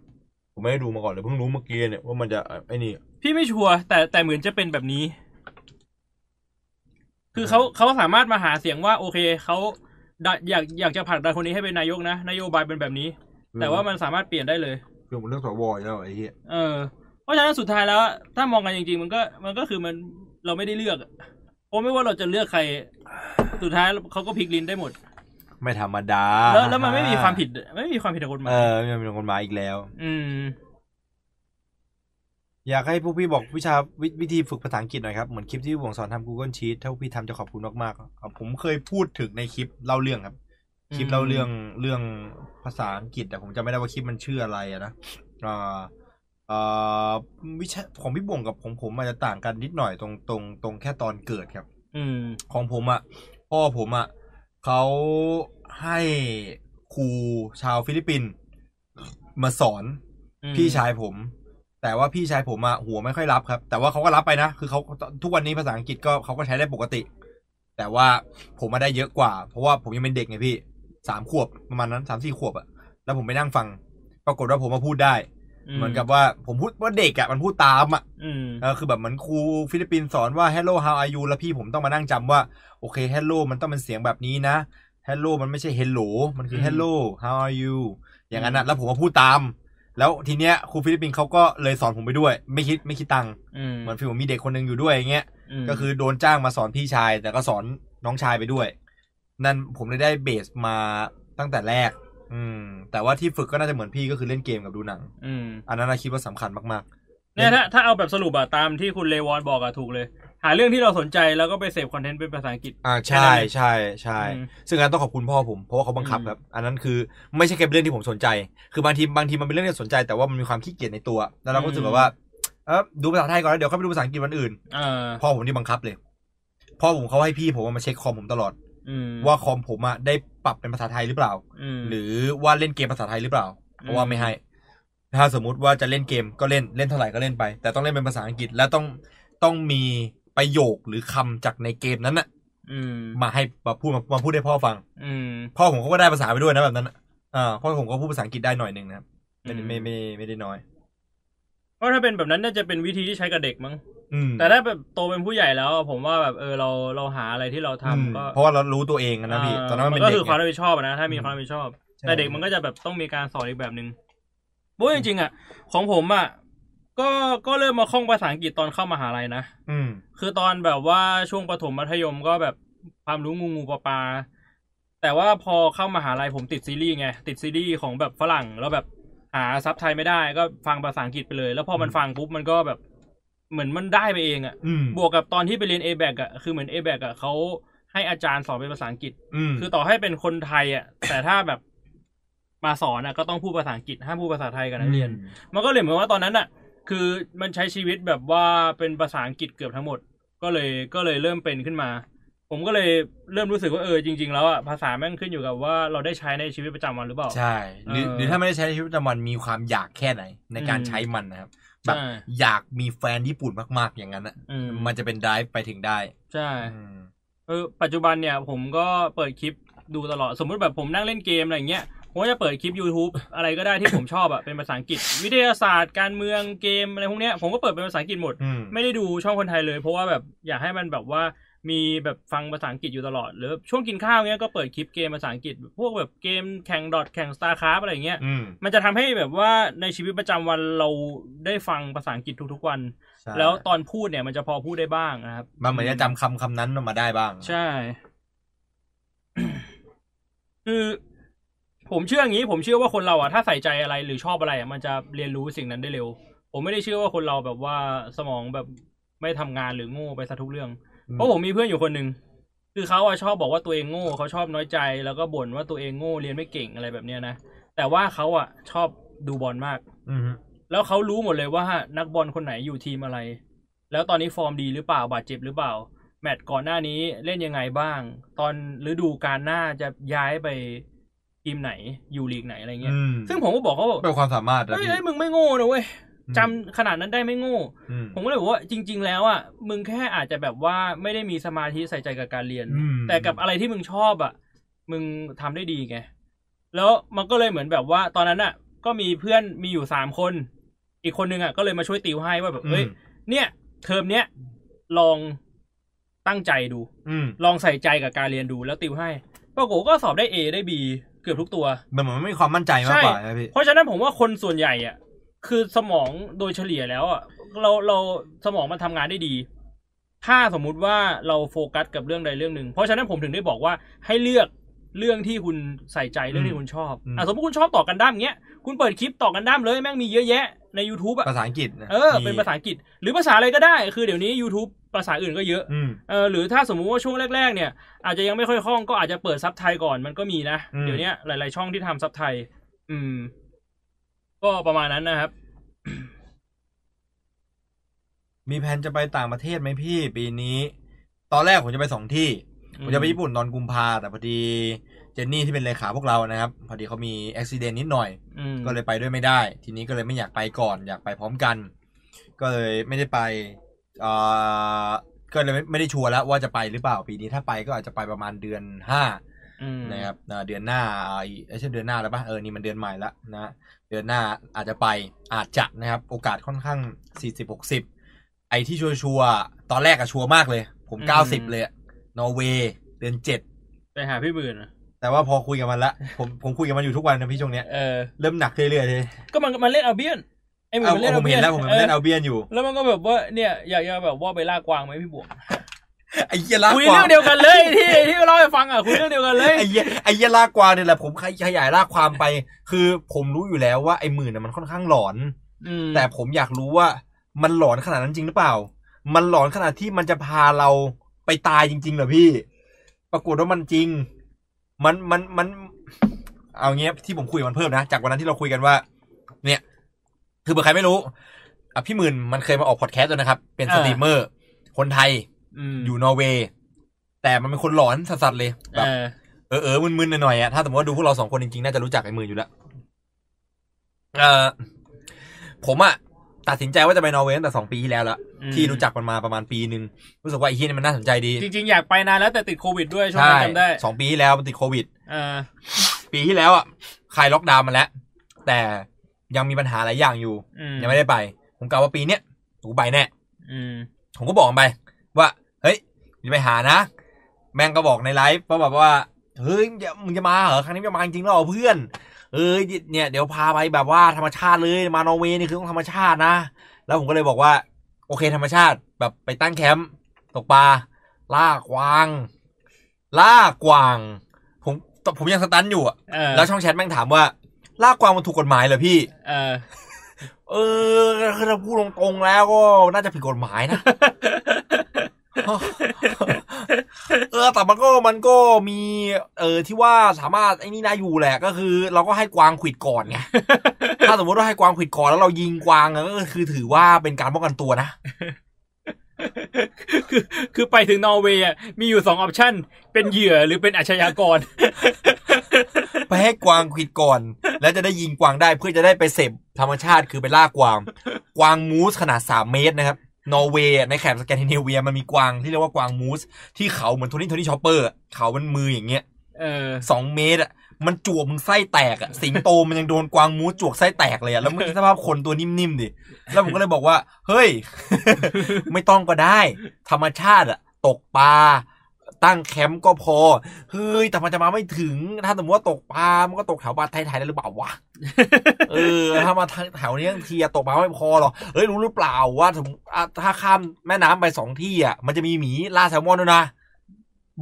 [SPEAKER 1] ผมไม่ได้ดูมาก่อนเลยเพิ่งรู้เมื่อกี้เนี่ยว่ามันจะไอ้นี่
[SPEAKER 2] พี่ไม่ชัวร์แต่แต่เหมือนจะเป็นแบบนี้ คือเขาเขาสามารถมาหาเสียงว่า โอเคเขาดันอยากอยากจะผลักดันคนนี้ให้เป็นนายกนะนโยบายเป็นแบบนี้ แต่ว่ามันสามารถเปลี่ยนได้เลย
[SPEAKER 1] คือผมเลือกสวอยู่แล้วไอ้เหี้ย
[SPEAKER 2] เออ เพราะฉะนั้นสุดท้ายแล้ว ถ้ามองกันจริง ๆ มันก็มันก็คือมันเราไม่ได้เลือกอะเพราะไม่ว่าเราจะเลือกใคร สุดท้ายเขาก็พลิกลิ้นได้หมด
[SPEAKER 1] ไม่ธรรมดา
[SPEAKER 2] แล้วแล้วมันไม่มีความผิด ไม่มีความผิดทางกฎหมา
[SPEAKER 1] เอย อไม่มีกฎหมายอีกแล้ว
[SPEAKER 2] อืม
[SPEAKER 1] อยากให้พวกพี่บอกวิชาวิวิธีฝึกภาษาอังกฤษหน่อยครับ เหมือนคลิปที่พี่บวงสอนทำ Google Sheet ถ้าพวกพี่ทำจะขอบคุณมากๆครับผมเคยพูดถึงในคลิปเล่าเรื่องครับ คลิปเล่าเรื่องเรื่องภาษาอังกฤษแต่ผมจำไม่ได้ว่าคลิปมันชื่ออะไรอะนะอ่าอ่าวิชาของพี่บวงกับของผมอาจจะต่างกันนิดหน่อยตรงตรงตรงแค่ตอนเกิดครับ
[SPEAKER 2] อืม
[SPEAKER 1] ของผมอะ่ะพ่อผมอะ่ะเขาให้ครูชาวฟิลิปปินส์มาสอน
[SPEAKER 2] อืม
[SPEAKER 1] พี่ชายผม แต่ว่าพี่ชายผมอะหัวไม่ค่อยรับครับ แต่ว่าเขาก็รับไปนะ คือเขาทุกวันนี้ภาษาอังกฤษก็เขาก็ใช้ได้ปกติ แต่ว่าผมมาได้เยอะกว่า เพราะว่าผมยังเป็นเด็กไงพี่สามขวบประมาณนั้นสามสี่ขวบอะแล้วผมไปนั่งฟัง ปรากฏว่าผมมาพูดได้ เหมือนกับว่าผมพูดว่าเด็กอะมันพูดตามอะ
[SPEAKER 2] อืม
[SPEAKER 1] เออคือแบบเหมือนครูฟิลิปปินส์สอนว่า hello how are you แล้วพี่ผมต้องมานั่งจำว่า โอเค hello มันต้องเป็นเสียงแบบนี้นะ hello มันไม่ใช่ hello มันคือ
[SPEAKER 2] อืม
[SPEAKER 1] hello how are you อย่างนั้น
[SPEAKER 2] อื
[SPEAKER 1] นะ
[SPEAKER 2] ม
[SPEAKER 1] แล้วผมมาพูดตาม แล้วทีเนี้ยครูฟิลิปปินส์เขาก็เลยสอนผมไปด้วย ไม่คิดไม่คิดตังค์
[SPEAKER 2] อืม
[SPEAKER 1] เหมือนฟิลมีเด็กคนหนึงอยู่ด้วยอย่างเงี้ย
[SPEAKER 2] ม
[SPEAKER 1] ก็คือโดนจ้างมาสอนพี่ชาย แต่ก็สอนน้องชายไปด้วย นั่นผมเลยได้เบสมาตั้งแต่แรก อืม แต่ว่าที่ฝึกก็น่าจะเหมือนพี่ก็คือเล่นเกมกับดูหนัง
[SPEAKER 2] อืม
[SPEAKER 1] อันนั้นนะคิดว่าสำคัญมากๆ
[SPEAKER 2] เนี่ยถ้าถ้าเอาแบบสรุปอะตามที่คุณเลวอนบอกอะถูกเลย หาเรื่องที่เราสนใจแล้วก็ไปเสพคอนเทนต์เป็นภาษาอังกฤษ
[SPEAKER 1] อ่า
[SPEAKER 2] แค่
[SPEAKER 1] ใช่
[SPEAKER 2] นั้นเลย
[SPEAKER 1] ใช่ใช่
[SPEAKER 2] อืม
[SPEAKER 1] ซึ่งอันนั้นต้องขอบคุณพ่อผมเพราะว่าเขาบังคับ
[SPEAKER 2] อืม
[SPEAKER 1] ครับ อันนั้นคือไม่ใช่แค่เป็นเรื่องที่ผมสนใจ คือบางทีบางทีมันเป็นเรื่องที่สนใจแต่ว่ามันมีความขี้เกียจในตัว แล้วเราก็รู้สึกแบบว่าเออดูภาษาไทยก่อนแล้วเดี๋ยวค่อยไปดูภาษาอังกฤษวันอื่น
[SPEAKER 2] เออ
[SPEAKER 1] พ่อผมนี่บังคับเลย พ่อผมเขาให้พี่ผมมาเช็คคอมผมตลอด
[SPEAKER 2] อืม
[SPEAKER 1] ว่าคอมผมอะได้ปรับเป็นภาษาไทยหรือเปล่า
[SPEAKER 2] อืม
[SPEAKER 1] หรือว่าเล่นเกมภาษาไทยหรือเปล่าเพราะว่า
[SPEAKER 2] อืม
[SPEAKER 1] ไม่ให้ ถ้าสมมุติว่าจะเล่นเกมก็เล่นเล่นเท่าไหร่ก็เล่นไป แต่ต้องเล่นเป็นภาษาอังกฤษและต้องต้องมีประโยคหรือคำจากในเกมนั้นอะ
[SPEAKER 2] อืม
[SPEAKER 1] มาให้มาพูดมามาพูดให้พ่อฟัง
[SPEAKER 2] อืม
[SPEAKER 1] พ่อผมเขาก็ได้ภาษาไปด้วยนะแบบนั้นน่ะอ่าพ่อผมก็พูดภาษาอังกฤษได้หน่อยหนึ่งนะครับไม่ได้
[SPEAKER 2] อืม
[SPEAKER 1] ไม่ไม่ไม่ได้น้อย
[SPEAKER 2] เพราะถ้าเป็นแบบนั้นน่าจะเป็นวิธีที่ใช้กับเด็กมั้ง
[SPEAKER 1] อืม
[SPEAKER 2] แต่ถ้าแบบโตเป็นผู้ใหญ่แล้วอะผมว่าแบบเออเราเราหาอะไรที่เราทำ
[SPEAKER 1] อืม
[SPEAKER 2] ก็
[SPEAKER 1] เพราะว่าเรารู้ตัวเองนะพี่
[SPEAKER 2] า
[SPEAKER 1] ตอนนั้นมันเป็น
[SPEAKER 2] ก็
[SPEAKER 1] เด็ก
[SPEAKER 2] คือความ
[SPEAKER 1] ไง
[SPEAKER 2] รับผิดชอบอะนะถ้ามี
[SPEAKER 1] อืม
[SPEAKER 2] ความรับผิดชอบ
[SPEAKER 1] ใช่
[SPEAKER 2] แต่เด็กมันก็จะแบบต้องมีการสอนอีกแบบหนึ่งเพราะจริงๆอ่ะของผมอ่ะก็ก็เริ่มมาคล่องภาษาอังกฤษตอนเข้ามหาลัยนะ
[SPEAKER 1] อืม
[SPEAKER 2] คือตอนแบบว่าช่วงประถมมัธยมก็แบบความรู้งูงูปลาปลาแต่ว่าพอเข้ามหาลัยผมติดซีรีส์ไงติดซีรีส์ของแบบฝรั่งแล้วแบบ หาซับไทยไม่ได้ก็ฟังภาษาอังกฤษไปเลย แล้วพอมันฟังปุ๊บมันก็แบบเหมือนมันได้ไปเองอะ
[SPEAKER 1] อืม
[SPEAKER 2] บวกกับตอนที่ไปเรียน a b a c อะคือเหมือน a b a c อะเขาให้อาจารย์สอนเป็นภาษาอังกฤษ
[SPEAKER 1] อืม
[SPEAKER 2] คือต่อให้เป็นคนไทยอะแต่ถ้าแบบมาสอนอะก็ต้องพูดภาษาอังกฤษห้ามพูดภาษาไทยกับนักเรียน มันก็เลยเหมือนว่าตอนนั้นอะคือมันใช้ชีวิตแบบว่าเป็นภาษาอังกฤษเกือบทั้งหมด ก็เลยก็เลยเริ่มเป็นขึ้นมา ผมก็เลยเริ่มรู้สึกว่าเออจริง ๆ แล้วอะภาษาแม่งขึ้นอยู่กับว่าเราได้ใช้ในชีวิตประจำวันหรือเปล่า
[SPEAKER 1] ใช่หรือ
[SPEAKER 2] เออ
[SPEAKER 1] หรือถ้าไม่ได้ใช้ในชีวิตประจำวันมีความอยากแค่ไหน ในการ
[SPEAKER 2] อืม
[SPEAKER 1] ใช้มันนะครับ แบบ
[SPEAKER 2] ใช่
[SPEAKER 1] อยากมีแฟนญี่ปุ่นมากๆอย่างนั้นอะ
[SPEAKER 2] อืม
[SPEAKER 1] มันจะเป็นไดฟ์ไปถึงได้
[SPEAKER 2] ใช่
[SPEAKER 1] อืม
[SPEAKER 2] เออปัจจุบันเนี่ยผมก็เปิดคลิปดูตลอด สมมุติแบบผมนั่งเล่นเกมอะไรเงี้ยผมก็จะเปิดคลิป YouTube อะไรก็ได้ที่ผมชอบอะเป็นภาษาอังกฤษ วิทยาศาสตร์การเมืองเกมอะไรพวกเนี้ยผมก็เปิดเป็นภาษาอังกฤษหมด
[SPEAKER 1] อืม
[SPEAKER 2] ไม่ได้ดูช่องคนไทยเลย เพราะว่าแบบอยากให้มันแบบว่ามีแบบฟังภาษาอังกฤษอยู่ตลอด หรือช่วงกินข้าวเงี้ยก็เปิดคลิปเกมภาษาอังกฤษ พวกแบบเกมแข่งดอทแข่งสตาร์คราฟอะไรเงี้ย
[SPEAKER 1] อืม
[SPEAKER 2] มันจะทำให้แบบว่าในชีวิตประจำวันเราได้ฟังภาษาอังกฤษทุกๆวัน
[SPEAKER 1] ใช่
[SPEAKER 2] แล้วตอนพูดเนี่ยมันจะพอพูดได้บ้างนะครับ
[SPEAKER 1] มันเหมือนจะจำคำคำนั้นออกมาได้บ้าง
[SPEAKER 2] ใช่ คือผมเชื่ออย่างนี้ ผมเชื่อว่าคนเราอ่ะถ้าใส่ใจอะไรหรือชอบอะไรอะมันจะเรียนรู้สิ่งนั้นได้เร็ว ผมไม่ได้เชื่อว่าคนเราแบบว่าสมองแบบไม่ทำงานหรือโง่ไปซะทุกเรื่อง
[SPEAKER 1] อืม
[SPEAKER 2] เพราะผมมีเพื่อนอยู่คนหนึ่งคือเขาอะชอบบอกว่าตัวเองโง่เขาชอบน้อยใจ แล้วก็บ่นว่าตัวเองโง่เรียนไม่เก่งอะไรแบบเนี้ยนะแต่ว่าเขาอะชอบดูบอลมาก
[SPEAKER 1] อืม
[SPEAKER 2] แล้วเขารู้หมดเลยว่านักบอลคนไหนอยู่ทีมอะไร แล้วตอนนี้ฟอร์มดีหรือเปล่าบาดเจ็บหรือเปล่า แมตช์ก่อนหน้านี้เล่นยังไงบ้าง ตอนฤดูกาลหน้าจะย้ายไปทีมไหนอยู่ลีกไหนอะไรเงี้ย
[SPEAKER 1] อืม
[SPEAKER 2] ซึ่งผมก็บอกเขาว่า
[SPEAKER 1] เป็นความสามารถนะ
[SPEAKER 2] เฮ้ย
[SPEAKER 1] พี่
[SPEAKER 2] เฮ้ยมึงไม่โง่นะเว้ย
[SPEAKER 1] อืม
[SPEAKER 2] จำขนาดนั้นได้ไม่โง่
[SPEAKER 1] อืม
[SPEAKER 2] ผมก็เลยบอกว่าจริง ๆ แล้วอ่ะมึงแค่อาจจะแบบว่าไม่ได้มีสมาธิใส่ใจกับการเรียน
[SPEAKER 1] อืม
[SPEAKER 2] แต่กับอะไรที่มึงชอบอ่ะ มึงทำได้ดีไง แล้วมันก็เลยเหมือนแบบว่า ตอนนั้นอ่ะ ก็มีเพื่อนมีอยู่สามคน อีกคนนึงอ่ะก็เลยมาช่วยติวให้ว่าแบบเอ้ยเนี่ย เทอมเนี้ยลองตั้งใจดู
[SPEAKER 1] อืม
[SPEAKER 2] ลองใส่ใจกับการเรียนดูแล้วติวให้ปรากฏว่าก็สอบได้ A ได้ B เกือบทุกตัว
[SPEAKER 1] มันเหมือนไม่มีความมั่นใจมากกว่านะพี่
[SPEAKER 2] เพราะฉะนั้นผมว่าคนส่วนใหญ่อ่ะ คือสมองโดยเฉลี่ยแล้วอ่ะเราเราสมองมันทำงานได้ดี ถ้าสมมุติว่าเราโฟกัสกับเรื่องใดเรื่องหนึ่ง เพราะฉะนั้นผมถึงได้บอกว่าให้เลือกเรื่องที่คุณใส่ใจเรื่องที่คุณชอบ
[SPEAKER 1] อืม
[SPEAKER 2] อ่ะสมมติคุณชอบต่อกันด้ามเงี้ยคุณเปิดคลิปต่อกันด้ามเลยแม่งมีเยอะแยะใน YouTube อ่ะ
[SPEAKER 1] ภาษาอังกฤษะ
[SPEAKER 2] เออเป็นภาษาอังกฤษ หรือภาษาอะไรก็ได้ คือเดี๋ยวนี้ YouTube ภาษาอื่นก็เยอะ
[SPEAKER 1] อืม
[SPEAKER 2] เออหรือถ้าสมมุติว่าช่วงแรก ๆ เนี่ย อาจจะยังไม่ค่อยคล่องก็อาจจะเปิดซับไทยก่อนมันก็มีนะ
[SPEAKER 1] อืม
[SPEAKER 2] เดี๋ยวเนี้ยหลาย ๆ ช่องที่ทำซับไทย อืม ก็ประมาณนั้นนะครับ
[SPEAKER 1] มีแผนจะไปต่างประเทศไหมพี่ ปีนี้ ตอนแรกผมจะไปสองที่
[SPEAKER 2] อืม
[SPEAKER 1] ผมจะไปญี่ปุ่นตอนกุมภาแต่พอดีเจนนี่ที่เป็นเลขาพวกเรานะครับ พอดีเขามีอุบิเหตุนิดหน่อย
[SPEAKER 2] อืม
[SPEAKER 1] ก็เลยไปด้วยไม่ได้ ทีนี้ก็เลยไม่อยากไปก่อน อยากไปพร้อมกัน ก็เลยไม่ได้ไปเอ่อก็เลยไม่ไม่ได้ชัวร์แล้วว่าจะไปหรือเปล่าปีนี้ถ้าไปก็อาจจะไปประมาณเดือนห้า
[SPEAKER 2] อืม
[SPEAKER 1] นะครับอ่าเดือนหน้าอ่าอีเอ้ยใช่เดือนหน้าแล้วปะเออ นี่มันเดือนใหม่ละนะ เดือนหน้าอาจจะไป อาจจะนะครับ โอกาสค่อนข้าง 40-60 ไอ้ที่ชัวร์ชัวร์ๆตอนแรกอะชัวร์มากเลย ผม 90 เลยอะนอร์เวย์ เดือน 7
[SPEAKER 2] ไปหาพี่หมื่นอะ
[SPEAKER 1] แต่ว่าพอคุยกับมันละ ผมผมคุยกับมันอยู่ทุกวันนะพี่ช่วงเนี้ย
[SPEAKER 2] เออ
[SPEAKER 1] เริ่มหนักเรื่อยๆเลย
[SPEAKER 2] ก็มันมันเล่นเอาเบียนไอ้หมื่น
[SPEAKER 1] เอา
[SPEAKER 2] มันเล่น
[SPEAKER 1] ผ
[SPEAKER 2] เอา
[SPEAKER 1] ม
[SPEAKER 2] เบีย
[SPEAKER 1] เห็
[SPEAKER 2] น
[SPEAKER 1] นแล้วผมเห็นมันเล่น
[SPEAKER 2] ออ
[SPEAKER 1] เอาเบียนอยู่
[SPEAKER 2] แล้วมันก็แบบว่าเนี่ยอยากจะแบบว่าไปล่ากวางไหมพี่บวก
[SPEAKER 1] ไอ้เหี้ยลาก
[SPEAKER 2] คุย
[SPEAKER 1] กวา
[SPEAKER 2] เรื่อง งเดียวกันเลยที่ที่เราให้ฟังอ่ะคุยเรื่องเดียวกันเลย
[SPEAKER 1] ไอ้เหี้ยไอ้เหี้ยลากกวางเนี่ยแหละผมขยายลากความไป คือผมรู้อยู่แล้วว่าไอ้หมื่นน่ะมันค่อนข้างหลอน
[SPEAKER 2] อืม
[SPEAKER 1] แต่ผมอยากรู้ว่ามันหลอนขนาดนั้นจริงหรือเปล่า มันหลอนขนาดที่มันจะพาเราไปตายจริง ๆเหรอพี่ ปรากฏว่ามันจริง มันมันมัน เอาเงี้ยที่ผมคุยกับมันเพิ่มนะ จากวันนั้นที่เราคุยกันว่า เนี่ย คือเผื่อใครไม่รู้อ่ะพี่หมื่นมันเคยมาออกพอดแคสต์ด้วยนะครับ เป็นสตรีมเมอร์ คนไทย
[SPEAKER 2] ม
[SPEAKER 1] อยู่นอร์เวย์ แต่มันเป็นคนหลอนสัสๆเลยแบ
[SPEAKER 2] เอบ อ
[SPEAKER 1] เออเออมึนๆหน่อยๆอ่ะถ้าสมมติว่าดูพวกเราสองคนจริงๆ น่าจะรู้จักไอ้มืออยู่แล้วเออผมอ่ะตัดสินใจว่าจะไปนอร์เวย์ตั้งแต่สองปีที่แล้วละที่รู้จักมันมาประมาณปีหนึ่งรู้สึกว่าไอ้เฮียนี่มันน่าสนใจดี
[SPEAKER 2] จริง ๆ อยากไปนานแล้วแต่ติดโควิดด้วยช่วงนั้นจำได้
[SPEAKER 1] สองปีที่แล้วมันติดโควิด
[SPEAKER 2] เออ
[SPEAKER 1] ปีที่แล้วอ่ะคลายล็อกดาวน์มาแล้ว แต่ยังมีปัญหาหลายอย่างอยู่
[SPEAKER 2] อืม
[SPEAKER 1] ยังไม่ได้ไป ผมกะว่าปีเนี้ยกูไปแน่
[SPEAKER 2] อืม
[SPEAKER 1] ผมก็บอกมันไป ว่า เฮ้ยอย่าไปหานะ แม่งก็บอกในไลฟ์ว่าแบบว่า เฮ้ยมึงจะมึงจะมาเหรอครั้งนี้มึงจะมาจริงๆเหรอเพื่อน เอ้ยเนี่ยเดี๋ยวพาไปแบบว่าธรรมชาติเลยมานอร์เวย์นี่คือต้องธรรมชาตินะ แล้วผมก็เลยบอกว่า โอเคธรรมชาติแบบไปตั้งแคมป์ตกปลาล่ากวาง ล่ากวาง ผมผมยังสตันอยู่อะ
[SPEAKER 2] เออ
[SPEAKER 1] แล้วช่องแชทแม่งถามว่า ลากกวางมันถูกกฎหมายเหรอพี่
[SPEAKER 2] เออ
[SPEAKER 1] เออคือถ้าพูดตรงๆแล้วก็น่าจะผิดกฎหมายนะ เออ แต่มันก็มันก็มี เออที่ว่าสามารถไอ้นี่ได้อยู่แหละก็คือ เราก็ให้กวางขวิดก่อนไง ถ้าสมมติว่าให้กวางขวิดก่อนแล้วเรายิงกวางอะก็คือถือว่าเป็นการป้องกันตัวนะ
[SPEAKER 2] คือคือไปถึงนอร์เวย์อะมีอยู่สองออปชันเป็นเหยื่อหรือเป็นอาชญากร
[SPEAKER 1] ไปให้กวางขวิดก่อน แล้วจะได้ยิงกวางได้เพื่อจะได้ไปเสพธรรมชาติคือไปล่ากวาง กวางมูสขนาด 3 เมตรนะครับ นอร์เวย์ในแถบสแกนดิเนเวียมันมีกวางที่เรียกว่ากวางมูส ที่เขาเหมือนโทนี่โทนี่ชอปเปอร์อะเขามันมืออย่างเงี้ย
[SPEAKER 2] เออ
[SPEAKER 1] สองเมตรอ่ะมันจวกมึงไส้แตกอ่ะ สิงโตมันยังโดนกวางมูสจวกไส้แตกเลยอ่ะแล้วมึงคิดสภาพคนตัวนิ่มๆดิแล้วผมก็เลยบอกว่า เฮ้ย ไม่ต้องก็ได้ ธรรมชาติอ่ะ ตกปลาตั้งแคมป์ก็พอเฮ้ยแต่มันจะมาไม่ถึง ถ้าสมมติว่าตกปลามันก็ตกแถวบ้านไทยๆได้หรือเปล่าวะ เออถ้ามาทางแถวนี้ทั้งทีอะตกปลาไม่พอหรอกเอ้ยรู้หรือเปล่าว่าถึงอ่ะถ้าข้ามแม่น้ำไปสองที่อ่ะมันจะมีหมีล่าแซลมอนด้วยนะ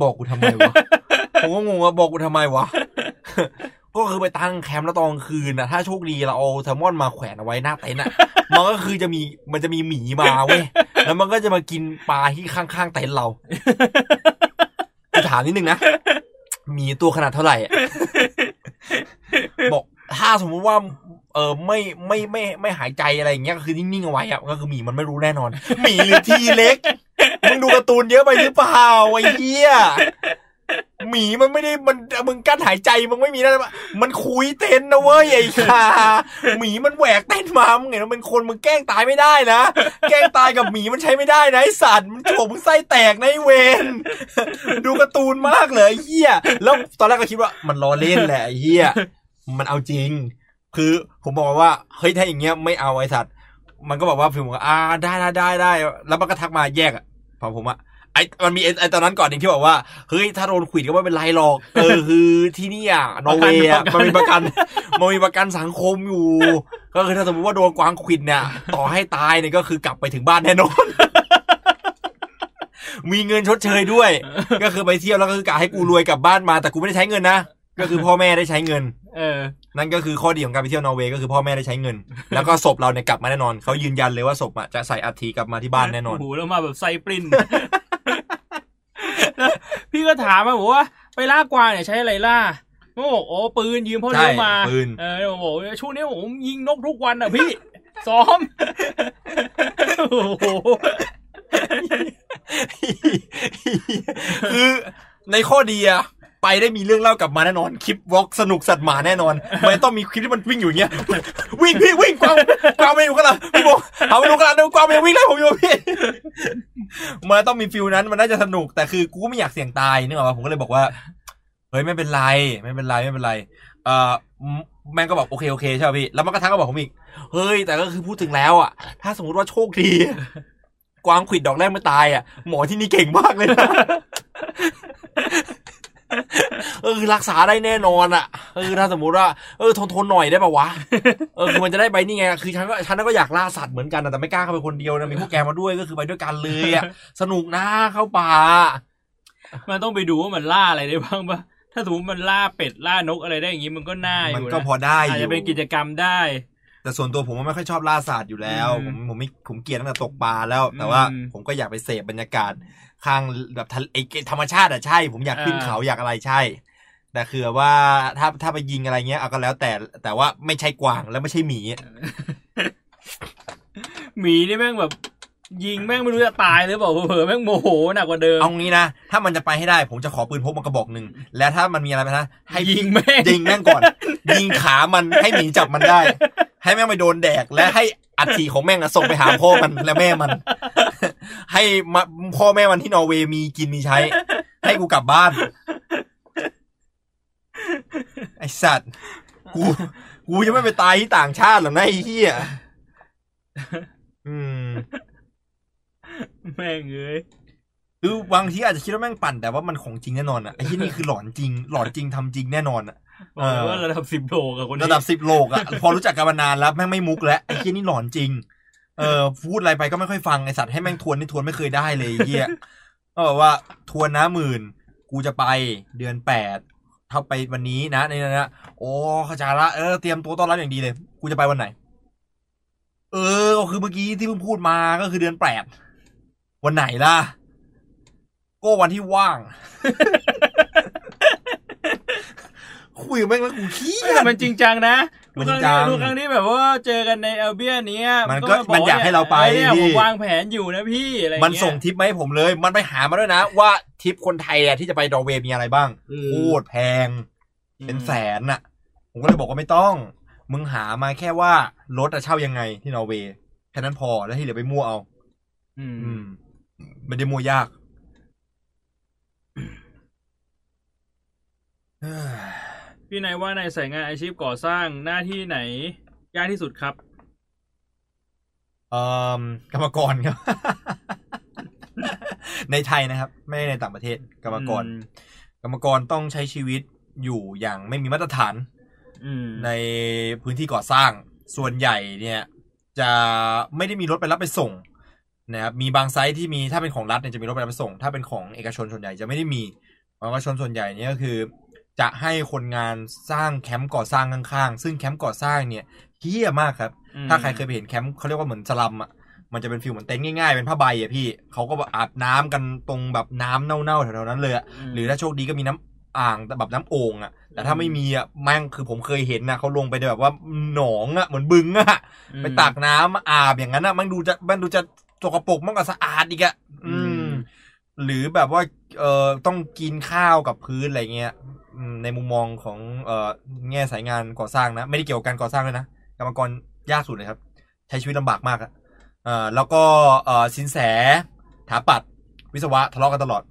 [SPEAKER 1] บอกกูทำไมวะ ผมก็งงว่าบอกกูทำไมวะ ก็คือไปตั้งแคมป์แล้วตอนกลางคืนนะถ้าโชคดีเราเอาแซลมอนมาแขวนเอาไว้หน้าเต็นท์อะ มันก็คือจะมีมันจะมีหมีมาเว้ยแล้วมันก็จะมากินปลาที่ข้างๆเต็นท์เรา กูถามนิดนึงนะหมีตัวขนาดเท่าไหร่อะ บอกถ้าสมมุติว่า เออไม่ไม่ไม่ไม่ไม่หายใจอะไรอย่างเงี้ยก็คือนิ่งๆเอาไว้อะก็คือหมีมันไม่รู้แน่นอนหมีหรือทีเล็กมึงดูการ์ตูนเยอะไปหรือเปล่าไอ้เหี้ยหมีมันไม่ได้มันมึงกั้นหายใจมึงไม่มีนะมันคุยเต้นท์นะเว้ยไอ้ขาหมีมันแหวกเต้นท์มามึงเห็นมันเป็นคนมึงแกล้งตายไม่ได้นะแกล้งตายกับหมีมันใช้ไม่ได้นะไอ้สัตว์มันโฉบมึงไส้แตกในะไอ้เวนดูการ์ตูนมากเลยไอ้เหี้ยแล้วตอนแรกก็คิดว่ามันล้อเล่นแหละไอ้เหี้ย มันเอาจริง คือผมบอกว่า เฮ้ย ถ้าอย่างเงี้ยไม่เอาไอ้สัตว์ มันก็บอกว่าฟิล์มก็อ่าได้ได้ได้ได้ แล้วมันก็ทักมาแยกอะพอผมอะไอ้มันมีไอ้ไอ้ตอนนั้นก่อนหนึ่งที่บอกว่า เฮ้ย ถ้าโดนขวิดก็ไม่เป็นไรหรอก เอ อ คือที่เนี่ยนอร์เวย์อะมันมีประกัน มันมีประกันสังคมอยู่ ก็คือถ้าสมมติว่าโดนกวางขวิดเนี่ย ต่อให้ตายเนี่ยก็คือกลับไปถึงบ้านแน่นอน มีเงินชดเชยด้วย ก็คือไปเที่ยวแล้วก็คือกะให้กูรวยกลับบ้านมา แต่กูไม่ได้ใช้เงินนะ ก็คือพ่อแม่ได้ใช้เงิน
[SPEAKER 2] เออ
[SPEAKER 1] นั่นก็คือข้อดีของการไปเที่ยวนอร์เวย์ก็คือพ่อแม่ได้ใช้เงิน แล้วก็ศพเราเนี่ยกลับมาแน่นอน เขายืนยันเลยว่าศพอ่ะจะใส่อัฐิกลับมาที่บ้านแน่นอน
[SPEAKER 2] โโหแล้วมาแบบไซปริน แล้วพี่ก็ถามมาบอกว่า ไปล่ากวางเนี่ยใช้อะไรล่ามันก็บอกโอ้ปืนยืมพ่อเลี้ยงมา
[SPEAKER 1] ใช่ปืน
[SPEAKER 2] เออผมบอกว่าช่วงนี้ผมยิงนกทุกวันอ่ะพี่ ซ้อม โอ้โห
[SPEAKER 1] คือในข้อดีอะไปได้มีเรื่องเล่ากลับมาแน่นอน คลิปวอล์กสนุกสัตว์หมาแน่นอนไม่ต้องมีคลิปที่มันวิ่งอยู่อย่างเงี้ย วิ่งพี่วิ่งกวางกวางไม่อยู่กันเหรอพี่บอกเอาไม่รู้กันแล้วกวางไม่วิ่งไล่ผมอยู่ พี่มันต้องมีฟิลนั้นมันน่าจะสนุกแต่คือกูก็ไม่อยากเสี่ยงตายนึกออกปะผมก็เลยบอกว่าเฮ้ยไม่เป็นไรไม่เป็นไรไม่เป็นไร เอ่อแม่งก็บอกโอเคโอเคใช่ป่ะพี่แล้วมันก็ทักก็บอกผมอีกเฮ้ยแต่ก็คือพูดถึงแล้วอ่ะ ถ้าสมมติว่าโชคดี กวางขวิดดอกแรกไม่ตายอ่ะ หมอที่นี่เก่งมากเลยนะ เออรักษาได้แน่นอนอ่ะเออถ้าสมมุติว่าเออทนทนหน่อยได้ปะวะเออคือมันจะได้ไปนี่ไงคือฉันก็ฉันก็อยากล่าสัตว์เหมือนกันนะแต่ไม่กล้าเข้าไปคนเดียวนะมีพวกแกมาด้วยก็คือไปด้วยกันเลยอ่ะสนุกนะเข้าป่า
[SPEAKER 2] มันต้องไปดูว่ามันล่าอะไรได้บ้างปะถ้าสมมติมันล่าเป็ดล่านกอะไรได้อย่างงี้มันก็น่าอ
[SPEAKER 1] มัน
[SPEAKER 2] ยู่นะ
[SPEAKER 1] ก็พอได้อ
[SPEAKER 2] อาจ
[SPEAKER 1] ยู่
[SPEAKER 2] จะเป็นกิจกรรมได้
[SPEAKER 1] แต่ส่วนตัวผมว่าไม่ค่อยชอบล่าสัตว์อยู่แล้ว
[SPEAKER 2] อื
[SPEAKER 1] ผม
[SPEAKER 2] ม
[SPEAKER 1] ผมไม่ผมเกลียดตั้งแต่ตกปลาแล้ว แต่
[SPEAKER 2] อืม
[SPEAKER 1] ว่าผมก็อยากไปเสพบรรยากาศข้างแบบทะเลไอ้ธรรมชาติอ่ะใช่ ผมอยากขึ้น
[SPEAKER 2] อ่า
[SPEAKER 1] เขาอยากอะไรใช่ แต่คือว่าถ้าถ้าไปยิงอะไรเงี้ยเอาก็แล้วแต่แต่ว่าไม่ใช่กวางแล้วไม่ใช่หมี
[SPEAKER 2] หมีนี่แม่งแบบ ยิงแม่งไม่รู้จะตายหรือเปล่า เผลอๆแม่งโมโหหนักกว่าเดิม
[SPEAKER 1] เอางี้นะ ถ้ามันจะไปให้ได้ผมจะขอปืนพกมากระบอกหนึ่งและถ้ามันมีอะไรไปนะให้พี่
[SPEAKER 2] ยิงแม่ง
[SPEAKER 1] ยิงแม่ง ก่อน ยิงขามันให้หมีจับมันได้ ให้แม่งไปโดนแดกและให้อัฐิของแม่งอะส่งไปหาพ่อมันและแม่มัน ให้มาพ่อแม่มันที่นอร์เวย์มีกินมีใช้ ให้กูกลับบ้าน ไอสัตว์กูกูยังไม่ไปตายที่ต่างชาติหรอกนะไอ้เหี้ยอืม
[SPEAKER 2] แม่งเอ้ย
[SPEAKER 1] คือบางทีอาจจะคิดว่าแม่งปั่นแต่ว่ามันของจริงแน่นอนอ่ะไอ้ที่นี่คือหลอนจริง หลอนจริงทำจริงแน่นอนอ่ะ
[SPEAKER 2] บอกเลยว่าระดับสิบโลกับคนนี้
[SPEAKER 1] ระดับสิบโลกอ่ะ พอรู้จักกันมานานแล้วแม่งไม่มุกแล้วไอ้ที่นี่หลอนจริง เออพูดอะไรไปก็ไม่ค่อยฟังไอสัตว์ให้แม่งทวนนี่ทวนไม่เคยได้เลยไอ้เหี้ยก็บอกว่าทวนนะหมื่น กูจะไปเดือนแปดถ้าไปวันนี้นะในนั้นนะ โอ้เข้าใจละเออเตรียมตัวต้อนรับอย่างดีเลย กูจะไปวันไหน เออก็คือเมื่อกี้ที่เพิ่งพูดมาก็คือเดือนแปดวันไหนล่ะ ก็วันที่ว่าง คุยกับแม่งแล้วกูเครียด
[SPEAKER 2] มันจริงจังนะ
[SPEAKER 1] มันจริงจัง
[SPEAKER 2] ทุกครั้งที่แบบว่าเจอกันในเอลเบียเนี้ย
[SPEAKER 1] มันก็
[SPEAKER 2] บ
[SPEAKER 1] มันอยากให้เราไป
[SPEAKER 2] เนี่ย
[SPEAKER 1] พี่
[SPEAKER 2] ผมวางแผนอยู่นะพี่อะไรเงี้ย
[SPEAKER 1] มันส่งทิปมาให้ผมเลย มันไปหามาด้วยนะ ว่าทิปคนไทยอะที่จะไปดอร์เวย์มีอะไรบ้าง
[SPEAKER 7] อืม
[SPEAKER 1] โคตรแพง เป็นแสนน่ะ ผมก็เลยบอกว่าไม่ต้อง มึงหามาแค่ว่ารถจะเช่ายังไงที่นอร์เวย์แค่นั้นพอแล้วที่เหลือไปมั่วเอา
[SPEAKER 2] อืม
[SPEAKER 1] อืมไม่ได้มั่ว ยากเอ้ย
[SPEAKER 2] พี่นายว่าในสายงานอาชีพก่อสร้างหน้าที่ไหน ยากที่สุดครับ
[SPEAKER 1] เอ่อกรรมกรครับ ในไทยนะครับ ไม่ได้ในต่างประเทศ กรรมกร
[SPEAKER 2] อืม
[SPEAKER 1] กรรมกรต้องใช้ชีวิตอยู่อย่างไม่มีมาตรฐาน
[SPEAKER 2] อืม
[SPEAKER 1] ในพื้นที่ก่อสร้างส่วนใหญ่เนี่ยจะไม่ได้มีรถไปรับไปส่งนะครับมีบางไซต์ที่มีถ้าเป็นของรัฐเนี่ยจะมีรถไปรับไปส่ง ถ้าเป็นของเอกชนส่วนใหญ่จะไม่ได้มีเอกชนส่วนใหญ่เนี่ยก็คือ จะให้คนงานสร้างแคมป์ก่อสร้างข้างๆ ซึ่งแคมป์ก่อสร้างเนี่ยเฮี้ยมากครับ ถ้าใครเคยไปเห็นแคมป์เขาเรียกว่าเหมือนสลัมอ่ะ มันจะเป็นฟิลเหมือนเต็นท์ง่ายๆ เป็นผ้าใบอ่ะพี่เขาก็แบบอาบน้ำกันตรงแบบน้ำเน่าๆแถวๆนั้นเลยอะ
[SPEAKER 2] ม
[SPEAKER 1] หรือถ้าโชคดีก็มีน้ำอ่างแบบน้ำโอ่งอะแต่ถ้า
[SPEAKER 2] อืม
[SPEAKER 1] ไม่มีอะแม่งคือผมเคยเห็นนะเขาลงไปแบบว่าหนองอะเหมือนบึงอะไปตักน้ำอาบอย่างนั้นอะมันดูจะมันดูจะสกปรกมากกว่าสะอาดอีกอะอืม หรือแบบว่าเอ่อต้องกินข้าวกับพื้นอะไรเงี้ยอืมในมุมมองของเอ่อแง่สายงานก่อสร้างนะ ไม่ได้เกี่ยวกับการก่อสร้างเลยนะกรรมกรยากสุดเลยครับ ใช้ชีวิตลำบากมากอะเอ่อแล้วก็เอ่อสินแสถาปัดวิศวะทะเลาะกันตลอด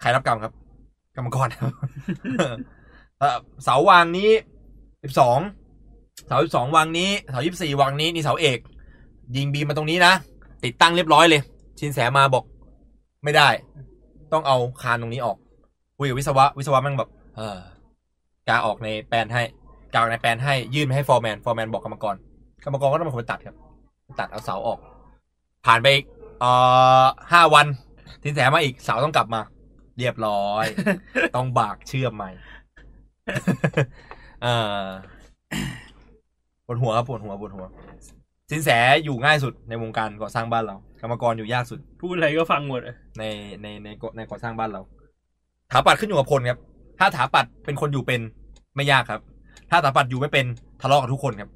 [SPEAKER 1] ใครรับกรรมครับ กรรมก รครับ เอ่อเสาวางนี้สิบสองเสาสิบสองวางนี้เสายี่สิบสี่วางนี้นี่เสาเอก ยิงบีมมาตรงนี้นะติดตั้งเรียบร้อยเลย ชินแสมาบอก ไม่ได้ ต้องเอาคานตรงนี้ออกคุยกับวิศวะ วิศวะแม่งแบบ เออกาออกในแปลนให้กาออกในแปลนให้ยื่นไปให้ฟอร์แมนฟอร์แมนบอกกรรมกรกรรมกรก็ต้องเป็นคนไปตัดครับ ตัดเอาเสาออก ผ่านไปอีกเอ่อห้าวันสินแสมาอีกเสาต้องกลับมา เรียบร้อย ต้องบากเชื่อมใหม่ เออปวดหัวครับปวดหัวปวดหัว สินแสอยู่ง่ายสุดในวงการก่อสร้างบ้านเรา กรรมกรอยู่ยากสุด
[SPEAKER 2] พูดอะไรก็ฟังหมดอะ
[SPEAKER 1] ในในในก่อในก่อสร้างบ้านเราถาปัดขึ้นอยู่กับคนครับ ถ้าถาปัดเป็นคนอยู่เป็นไม่ยากครับ ถ้าถาปัดอยู่ไม่เป็นทะเลาะกับทุกคนครับ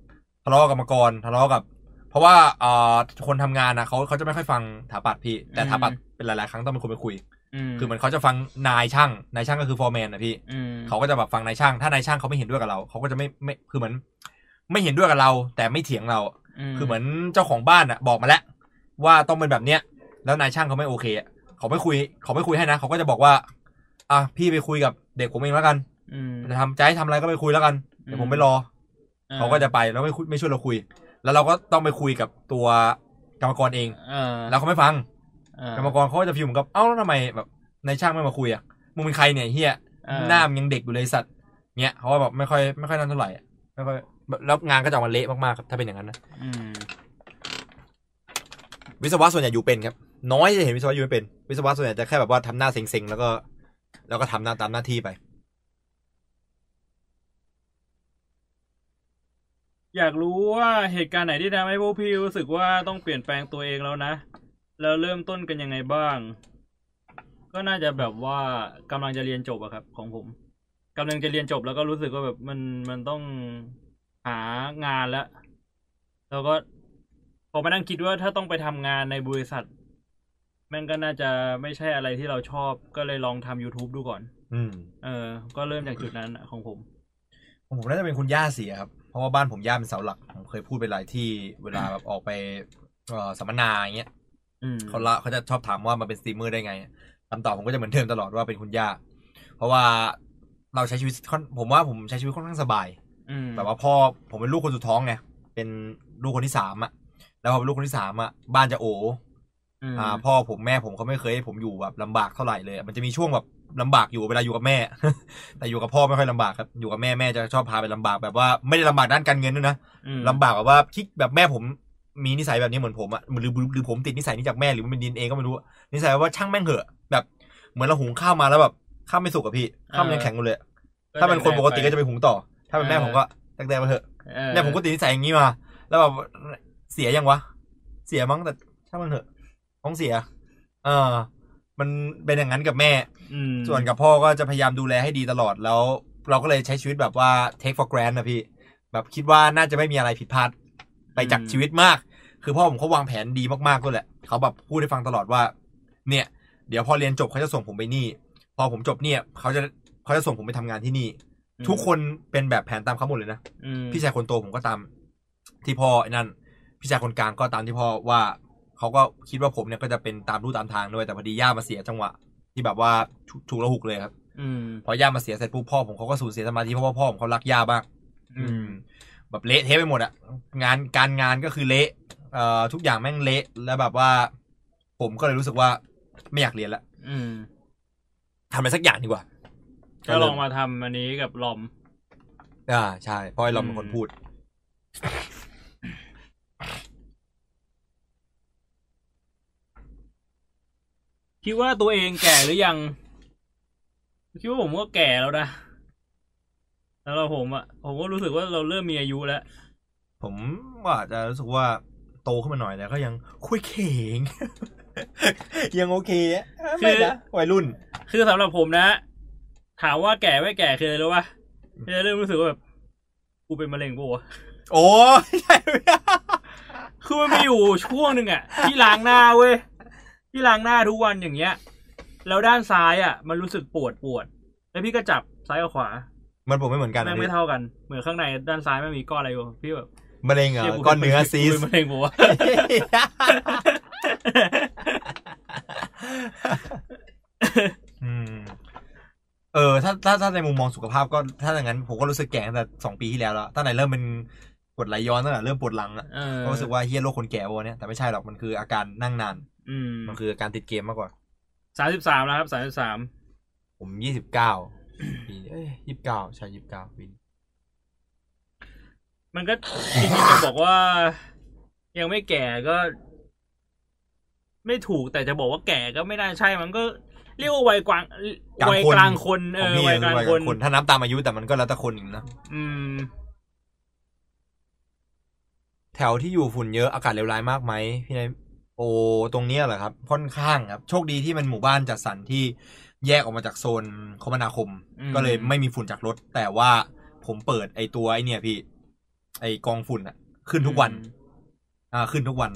[SPEAKER 1] ทะเลาะกับกรรมกรทะเลาะกับ เพราะว่าเอ่อคนทำงานนะเขาเขาจะไม่ค่อยฟังถาปัดพี่ แต่ถาปัดเป็นหลายๆครั้งต้องเป็นคนไปคุย คือเหมือนเขาจะฟังนายช่าง นายช่างก็คือฟอร์แมนนะพี่
[SPEAKER 2] อืม
[SPEAKER 1] เขาก็จะแบบฟังนายช่าง ถ้านายช่างเขาไม่เห็นด้วยกับเรา เขาก็จะไม่ไม่ คือเหมือน ไม่เห็นด้วยกับเรา แต่ไม่เถียงเรา คือเหมือนเจ้าของบ้านอะบอกมาแล้ว ว่าต้องเป็นแบบเนี้ย แล้วนายช่างเขาไม่โอเคอะเขาไม่คุย เขาไม่คุยให้นะ เขาก็จะบอกว่า อ่ะพี่ไปคุยกับเด็กผมเองแล้วกัน
[SPEAKER 2] อืม
[SPEAKER 1] จะทำจะให้ทำอะไรก็ไปคุยแล้วกัน เดี๋ยวผมไปรอ เขาก็จะไปแล้วไม่คุยไม่ช่วยเราคุย แล้วเราก็ต้องไปคุยกับตัวกรรมกรเอง
[SPEAKER 2] เออ
[SPEAKER 1] แล้วเขาไม่ฟัง
[SPEAKER 2] เออก
[SPEAKER 1] รรมกรเขาก็จะพิมพ์เหมือนกับ เอ้าแล้วทำไมแบบนายช่างไม่มาคุยอ่ะ มึงเป็นใครเนี่ยเฮีย
[SPEAKER 2] เออ
[SPEAKER 1] หน้ามันยังเด็กอยู่เลยสัตว์เนี้ยเขาก็แบบไม่ค่อยไม่ค่อยนั่นเท่าไหร่อะไม่ค่อยแบบแล้วงานก็จะออกมาเละมากๆครับถ้าเป็นอย่างนั้นนะ
[SPEAKER 2] อืม
[SPEAKER 1] วิศวะส่วนใหญ่อยู่เป็นครับ น้อยจะเห็นวิศวะอยู่ไม่เป็น วิศวะส่วนใหญ่จะแค่แบบว่าทำหน้าเซ็งๆแล้วก็ แล้วก็ทำหน้าตามหน้าที่ไป
[SPEAKER 2] อยากรู้ว่าเหตุการณ์ไหนที่ทำให้พวกพี่รู้สึกว่าต้องเปลี่ยนแปลงตัวเองแล้วนะ แล้วเริ่มต้นกันยังไงบ้าง ก็น่าจะแบบว่ากำลังจะเรียนจบอะครับ ของผมกำลังจะเรียนจบแล้วก็รู้สึกว่าแบบมันมันต้องหางานแล้ว แล้วก็พอมานั่งคิดว่าถ้าต้องไปทำงานในบริษัท แม่งก็น่าจะไม่ใช่อะไรที่เราชอบก็เลยลองทำ YouTube ดูก่อน
[SPEAKER 1] อืม
[SPEAKER 2] เออ ก็เริ่มจากจุดนั้นอะของผม
[SPEAKER 1] ผมน่าจะเป็นคุณย่าเสียครับเพราะว่าบ้านผมย่าเป็นเสาหลักผมเคยพูดไปหลายที่เวลาแบบออกไปเอ่อสัมมนาอย่างเงี้ย
[SPEAKER 2] อืม
[SPEAKER 1] เขาละเขาจะชอบถามว่ามันเป็นสตรีมเมอร์ได้ไงคำตอบผมก็จะเหมือนเดิมตลอดว่าเป็นคุณย่า เพราะว่าเราใช้ชีวิตค่อนผมว่าผมใช้ชีวิตค่อนข้างสบาย
[SPEAKER 2] อืม
[SPEAKER 1] แบบว่าพ่อผมเป็นลูกคนสุดท้องไงเป็นลูกคนที่สามอะแล้วพอเป็นลูกคนที่สามอะบ้านจะโอ
[SPEAKER 2] อืม
[SPEAKER 1] อ่าพ่อผมแม่ผมเขาไม่เคยให้ผมอยู่แบบลำบากเท่าไหร่เลยอะมันจะมีช่วงแบบลำบากอยู่เวลาอยู่กับแม่ แต่อยู่กับพ่อไม่ค่อยลำบากครับอยู่กับแม่แม่จะชอบพาไปลำบากแบบว่าไม่ได้ลำบากด้านการเงินด้วยนะ
[SPEAKER 2] อืม
[SPEAKER 1] ลำบากแบบว่าคิดแบบแม่ผมมีนิสัยแบบนี้เหมือนผมอะหรือหรือหรือผมติดนิสัยนี้จากแม่หรือมันเป็นดินเองก็ไม่รู้อะนิสัยว่าช่างแม่งเหอะ แบบเหมือนเราหุงข้าวมาแล้วแบบข้าวไม่สุกอะพี่ข้าวมันยังแข็งอยู่เลย ถ้าเป็นคนปกติก็จะไปหุงต่อ ถ้าเป็นแม่ผมก็ตั้งแต่มาเถอะ
[SPEAKER 2] ออ
[SPEAKER 1] เนี่ยผมก็ติดนิสัยอย่างนี้มา แล้วแบบเสียยังวะ เสียมั้งแต่ถ้างมันเถอะต้องเสีย เออ มันเป็นอย่างนั้นกับแม่
[SPEAKER 2] อืม
[SPEAKER 1] ส่วนกับพ่อก็จะพยายามดูแลให้ดีตลอดแล้ว เราก็เลยใช้ชีวิตแบบว่า take for granted นะพี่ แบบคิดว่าน่าจะไม่มีอะไรผิดพลาดไปจากชีวิตมาก คือพ่อผมเขาวางแผนดีมากๆก็แหละ เขาแบบพูดให้ฟังตลอดว่า เนี่ย เดี๋ยวพอเรียนจบเขาจะส่งผมไปนี่ พอผมจบเนี่ย เขาจะเขาจะส่งผมไปทำงานที่นี่ ทุกคนเป็นแบบแผนตามเขาหมดเลยนะ
[SPEAKER 2] อืม
[SPEAKER 1] พี่ชายคนโตผมก็ตามที่พ่อไอ้นั่น พี่ชายคนกลางก็ตามที่พ่อว่าเขาก็คิดว่าผมเนี่ยก็จะเป็นตามรูตามทางด้วยแต่พอดีย่ามาเสียจังหวะ ที่แบบว่าถูถูกระหุกเลยครับ
[SPEAKER 2] อืม
[SPEAKER 1] พอย่ามาเสียเสร็จปุ๊บพ่อผมเขาก็สูญเสียสมาธิเพราะว่าพ่อผมเขารักย่ามาก
[SPEAKER 2] อืม
[SPEAKER 1] แบบเละเทะไปหมดอะงานการงานก็คือเละเอ่อทุกอย่างแม่งเละแล้วแบบว่า ผมก็เลยรู้สึกว่าไม่อยากเรียนละ
[SPEAKER 2] อืม
[SPEAKER 1] ทำอะไรสักอย่างดีกว่า
[SPEAKER 2] ก็ลองมาทำอันนี้กับลอม
[SPEAKER 1] อ่าใช่เพ่อไอ้ลอมเป็นคนพูด
[SPEAKER 2] คิดว่าตัวเองแก่หรือยัง คิดว่าผมก็แก่แล้วนะ แล้วเราผมอะผมก็รู้สึกว่าเราเริ่มมีอายุแล้ว
[SPEAKER 1] ผมว่าจะรู้สึกว่าโตขึ้นมาหน่อยแต่ก็ยังคุยเข่ง ยังโอเคอะไม่นะวัยรุ่น
[SPEAKER 2] คือสำหรับผมนะ ถามว่าแก่ไม่แก่คืออะไรรู้ป่ะคือเริ่มรู้สึกว่าแบบ กูเป็นมะเร็งปะวะ
[SPEAKER 1] โอ้ยใช่ ไหม
[SPEAKER 2] คือมันมีอยู่ช่วงหนึ่งอะที่ล้างหน้าเว้ย ที่ล้างหน้าทุกวันอย่างเงี้ย แล้วด้านซ้ายอะมันรู้สึกปวดปวด แล้วพี่ก็จับซ้ายกับขวา
[SPEAKER 1] มันผมไม่เหมือนกันนะ
[SPEAKER 2] แม่งไม่
[SPEAKER 1] พี่
[SPEAKER 2] เท่ากัน เหมือนข้างในด้านซ้ายไม่มีก้อนอะไรอยู่พี่แบบ
[SPEAKER 1] มะเร็งเหรอ
[SPEAKER 2] ชี่ย
[SPEAKER 1] ก้อนเนื้อซี
[SPEAKER 2] กู
[SPEAKER 1] ส
[SPEAKER 2] เป็นมะเร็ง บอกว่า
[SPEAKER 1] อืมเออถ้าถ้าถ้าในมุมมองสุขภาพก็ถ้าอย่างนั้นผมก็รู้สึกแก่ตั้งแต่สองปีที่แล้วแล้วตั้งแต่เริ่มเป็นกรดไหลย้อนตั้งแต่เริ่มปวดหลังอะ
[SPEAKER 2] เออ
[SPEAKER 1] ก็รู้สึกว่าเฮียโรคคนแก่วะเนี่ยแต่ไม่ใช่หรอกมันคืออาการนั่งนาน
[SPEAKER 2] อืม
[SPEAKER 1] มันคืออาการติดเกมมากกว่า
[SPEAKER 2] สามสิบสามแล้วครับสามสิบสาม
[SPEAKER 1] ผมยี่สิบเก้าปีเอ้ยยี่สิบเก้าใช่ยี่สิบเก้าปี
[SPEAKER 2] มันก็จริงๆจะบอกว่า ยังไม่แก่ก็ ไม่ถูกแต่จะบอกว่าแก่ก็ไม่น่าใช่ มันก็เรียกว่าวัยกลาง
[SPEAKER 1] กลางคน
[SPEAKER 2] วัยกลางคนเอ
[SPEAKER 1] ของ
[SPEAKER 2] อ
[SPEAKER 1] พี่
[SPEAKER 2] วั
[SPEAKER 1] อะ
[SPEAKER 2] ย
[SPEAKER 1] คือ
[SPEAKER 2] กลาง
[SPEAKER 1] วัยก
[SPEAKER 2] ค
[SPEAKER 1] ลาน งคนถ้านับตามอายุแต่มันก็แล้วแต่คนอีกนะ
[SPEAKER 2] อืม
[SPEAKER 1] แถวที่อยู่ฝุ่นเยอะอากาศเลวร้ายมากไหมพี่นายโอตรงเนี้ยเหรอครับ ค่อนข้างครับ โชคดีที่มันหมู่บ้านจัดสรรที่แยกออกมาจากโซนคมนาคม
[SPEAKER 2] อืม
[SPEAKER 1] ก็เลยไม่มีฝุ่นจากรถ แต่ว่าผมเปิดไอตัวไอเนี่ยพี่ ไอกองฝุ่นอะขึ้นทุกวัน อ่าขึ้นทุกวัน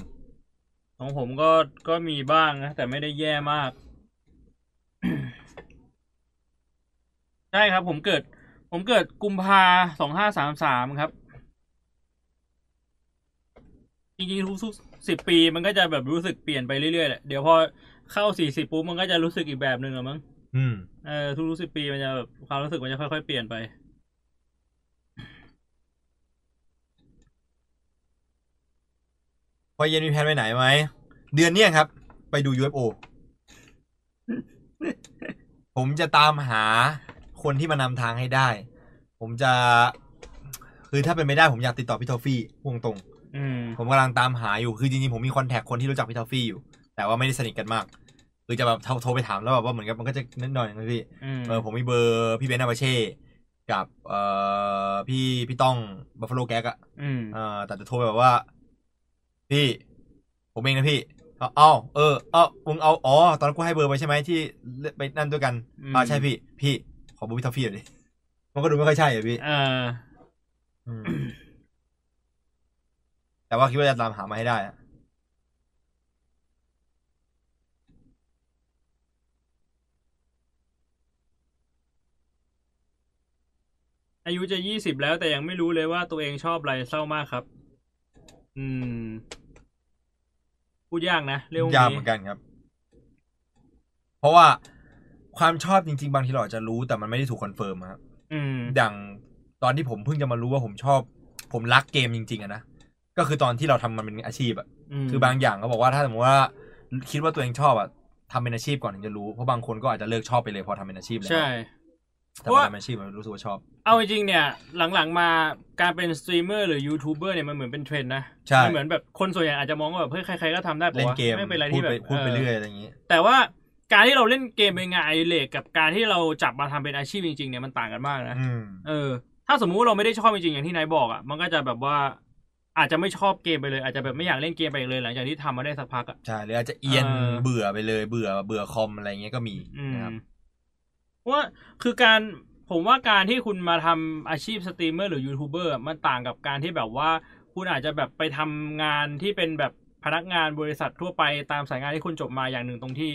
[SPEAKER 2] ของผมก็ก็มีบ้างนะแต่ไม่ได้แย่มาก ใช่ครับ ผมเกิด ผมเกิดกุมภาสองห้าสามสามครับ จริงๆทุกๆสิบปีมันก็จะแบบรู้สึกเปลี่ยนไปเรื่อยๆแหละเดี๋ยวพอเข้าสี่สิบปุ๊บมันก็จะรู้สึกอีกแบบหนึ่งอะมั้ง
[SPEAKER 1] อืม
[SPEAKER 2] เออทุกๆสิบปีมันจะแบบความรู้สึกมันจะค่อยๆเปลี่ยนไป
[SPEAKER 1] พอเย็นมีแพลนไปไหนไหม เดือนเนี้ยครับ ไปดู UFO ผมจะตามหาคนที่มานำทางให้ได้ ผมจะ คือถ้าเป็นไม่ได้ผมอยากติดต่อพี่ทอฟฟี่วงตรง
[SPEAKER 2] อืม
[SPEAKER 1] ๆผมกำลังตามหาอยู่คือจริงๆผมมีคอนแทคคนที่รู้จักพี่ทอฟฟี่อยู่ แต่ว่าไม่ได้สนิทกันมาก คือจะแบบโทรไปถามแล้วแบบว่าเหมือนกับมันก็จะนิดหน่อยนะพี่
[SPEAKER 2] อืม
[SPEAKER 1] เออผมมีเบอร์พี่เบนซ์อาบาเช่กับเอ่อพี่พี่ต้องบัฟฟาโลแก๊กอะ
[SPEAKER 2] อืม
[SPEAKER 1] เออแต่จะโทรไปแบบว่า พี่ ผมเองนะพี่เอาเอาเออเอามึงเอาอ๋อตอนนั้นกูให้เบอร์ไปใช่ไหมที่ไปนั่นด้วยกัน
[SPEAKER 2] อืม
[SPEAKER 1] อ่าใช่พี่ พี่ขอเบอร์พี่ทอฟฟี่หน่อยดิมันก็ดูไม่ค่อยใช่อ่ะพี่
[SPEAKER 2] เออ
[SPEAKER 1] อืมแต่ว่าคิดว่าจะตามหามาให้ได้อะ
[SPEAKER 2] อายุจะยี่สิบแล้วแต่ยังไม่รู้เลยว่าตัวเองชอบอะไรเศร้ามากครับ อืม พูดยากนะเรื่อง
[SPEAKER 1] ยาก
[SPEAKER 2] นี้
[SPEAKER 1] เหมือนกันครับ เพราะว่าความชอบจริง ๆ บางทีเราอาจจะรู้แต่มันไม่ได้ถูกคอนเฟิร์มครับ
[SPEAKER 2] อืม
[SPEAKER 1] อย่างตอนที่ผมเพิ่งจะมารู้ว่าผมชอบ ผมรักเกมจริงๆอะนะก็คือตอนที่เราทำมันเป็นอาชีพอะ คือบางอย่างก็บอกว่าถ้าสมมติว่าคิดว่าตัวเองชอบอ่ะทำเป็นอาชีพก่อนถึงจะรู้ เพราะบางคนก็อาจจะเลิกชอบไปเลยพอทำเป็นอาชีพแล้ว
[SPEAKER 2] ใช่
[SPEAKER 1] แต่พอทำเป็นอาชีพมันรู้สึกว่าชอบ
[SPEAKER 2] เอาจริงๆเนี่ย หลังๆมาการเป็นสตรีมเมอร์หรือยูทูบเบอร์เนี่ยมันเหมือนเป็นเทรนด์นะ
[SPEAKER 1] ใช่
[SPEAKER 2] มันเหมือนแบบคนส่วนใหญ่อาจจะมองว่าแบบเฮ้ยใครๆก็ทำได้ปะ
[SPEAKER 1] เล่น
[SPEAKER 2] วะ
[SPEAKER 1] เกม
[SPEAKER 2] ไม่เป็นไร
[SPEAKER 1] พู
[SPEAKER 2] ที่
[SPEAKER 1] ด
[SPEAKER 2] แบ
[SPEAKER 1] ไป
[SPEAKER 2] บ
[SPEAKER 1] พูดไปเรื่อยอะไรอย่างนี้
[SPEAKER 2] แต่ว่าการที่เราเล่นเกมเป็นงานอดิเรกกับการที่เราจับมาทำเป็นอาชีพจริงๆเนี่ยมันต่างกันมากนะ
[SPEAKER 1] อืม
[SPEAKER 2] เออ ถ้าสมมุติเราไม่ได้ชอบจริงๆอย่างที่นายบอกอ่ะมันก็จะแบบว่าอาจจะไม่ชอบเกมไปเลย อาจจะแบบไม่อยากเล่นเกมไปอีกเลย หลังจากที่ทำมาได้สักพักอ่ะ
[SPEAKER 1] ใช่หรืออาจจะเอียน
[SPEAKER 2] เออ
[SPEAKER 1] เบื่อไปเลยเบื่อเบื่อคอมอะไรเงี้ยก็มี
[SPEAKER 2] อืม
[SPEAKER 1] นะครับ
[SPEAKER 2] เพราะว่าคือการผมว่าการที่คุณมาทำอาชีพสตรีมเมอร์หรือยูทูบเบอร์มันต่างกับการที่แบบว่า คุณอาจจะแบบไปทำงานที่เป็นแบบพนักงานบริษัททั่วไปตามสายงานที่คุณจบมาอย่างหนึ่งตรงที่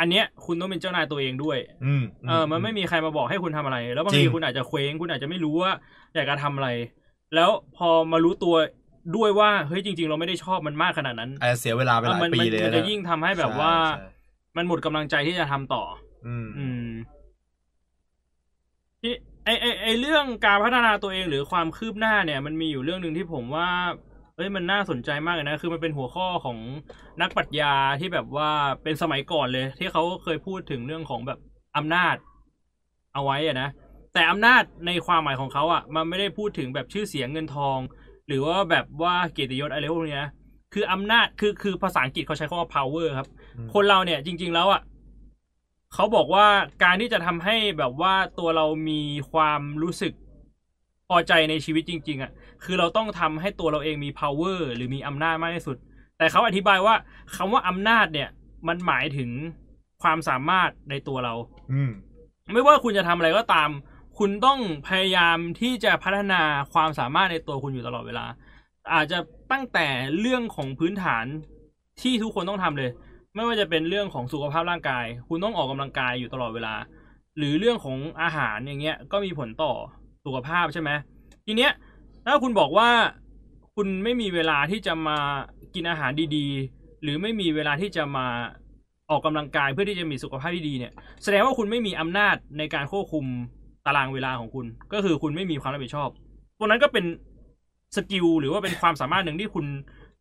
[SPEAKER 2] อันเนี้ยคุณต้องเป็นเจ้านายตัวเองด้วย
[SPEAKER 1] อืม
[SPEAKER 2] เออ มันไม่มีใครมาบอกให้คุณทำอะไร แล้วบาง
[SPEAKER 1] จริ
[SPEAKER 2] ที
[SPEAKER 1] ง
[SPEAKER 2] คุณอาจจะเคว้ง คุณอาจจะไม่รู้ว่าอยากจะทำอะไร แล้วพอมารู้ตัวด้วยว่า เฮ้ย จริง ๆ เราไม่ได้ชอบมันมากขนาดนั้น
[SPEAKER 1] อาจจะเสียเวลาไปหลาย
[SPEAKER 2] มั
[SPEAKER 1] ปี
[SPEAKER 2] มั
[SPEAKER 1] เลย
[SPEAKER 2] มัจะยิ่งทำให้แบบว่า
[SPEAKER 1] ใช่ใช่
[SPEAKER 2] มันหมดกำลังใจที่จะทำต่อ
[SPEAKER 1] อืม
[SPEAKER 2] อืมที่ไอไอไอเรื่องการพัฒนาตัวเองหรือความคืบหน้าเนี่ย มันมีอยู่เรื่องหนึ่งที่ผมว่า เอ้ยมันน่าสนใจมากเลยนะ คือมันเป็นหัวข้อของนักปรัชญาที่แบบว่าเป็นสมัยก่อนเลย ที่เขาเคยพูดถึงเรื่องของแบบอำนาจ เอาไว้อะนะ แต่อำนาจในความหมายของเขาอะมันไม่ได้พูดถึงแบบชื่อเสียงเงินทอง หรือว่าแบบว่าเกียรติยศอะไรพวกเนี้ยนะคืออำนาจคือคือภาษาอังกฤษเขาใช้คำว่า power ครับ
[SPEAKER 1] อืม
[SPEAKER 2] คนเราเนี่ยจริง ๆ แล้วอะเขาบอกว่าการที่จะทำให้แบบว่าตัวเรามีความรู้สึกพอใจในชีวิตจริง ๆอะคือเราต้องทำให้ตัวเราเองมี power หรือมีอำนาจมากที่สุด แต่เขาอธิบายว่าคำว่าอำนาจเนี่ย มันหมายถึงความสามารถในตัวเรา
[SPEAKER 1] อืม
[SPEAKER 2] ไม่ว่าคุณจะทำอะไรก็ตาม คุณต้องพยายามที่จะพัฒนาความสามารถในตัวคุณอยู่ตลอดเวลา อาจจะตั้งแต่เรื่องของพื้นฐานที่ทุกคนต้องทำเลย ไม่ว่าจะเป็นเรื่องของสุขภาพร่างกาย คุณต้องออกกำลังกายอยู่ตลอดเวลา หรือเรื่องของอาหารอย่างเงี้ย ก็มีผลต่อสุขภาพใช่ไหมทีเนี้ยถ้าคุณบอกว่าคุณไม่มีเวลาที่จะมากินอาหารดีๆ หรือไม่มีเวลาที่จะมาออกกำลังกายเพื่อที่จะมีสุขภาพที่ดีเนี่ย แสดงว่าคุณไม่มีอำนาจในการควบคุมตารางเวลาของคุณ ก็คือคุณไม่มีความรับผิดชอบตรงนั้นก็เป็นสกิลหรือว่าเป็นความสามารถหนึ่งที่คุณ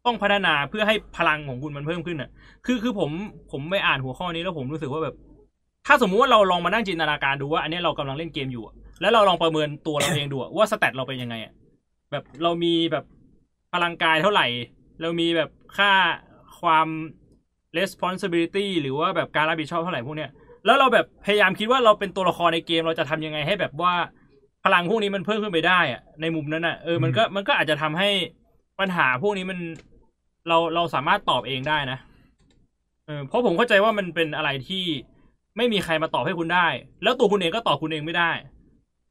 [SPEAKER 2] ต้องพัฒนาเพื่อให้พลังของคุณมันเพิ่มขึ้นน่ะ คือคือผมผมไปอ่านหัวข้อนี้แล้วผมรู้สึกว่าแบบ ถ้าสมมุติว่าเราลองมานั่งจินตนาการดูว่าอันเนี้ยเรากำลังเล่นเกมอยู่อะแล้วเราลองประเมินตัวเราเองดูอะว่าสเตตเราเป็นยังไงอะแบบเรามีแบบพลังกายเท่าไหร่ เรามีแบบค่าความ responsibility หรือว่าแบบการรับผิดชอบเท่าไหร่พวกเนี้ย แล้วเราแบบพยายามคิดว่าเราเป็นตัวละครในเกมเราจะทำยังไงให้แบบว่าพลังพวกนี้มันเพิ่มขึ้นไปได้อะในมุมนั้นอ่ะเออมันก็มันก็อาจจะทำให้ปัญหาพวกนี้มันเราเราสามารถตอบเองได้นะเออเพราะผมเข้าใจว่ามันเป็นอะไรที่ไม่มีใครมาตอบให้คุณได้ แล้วตัวคุณเองก็ตอบคุณเองไม่ได้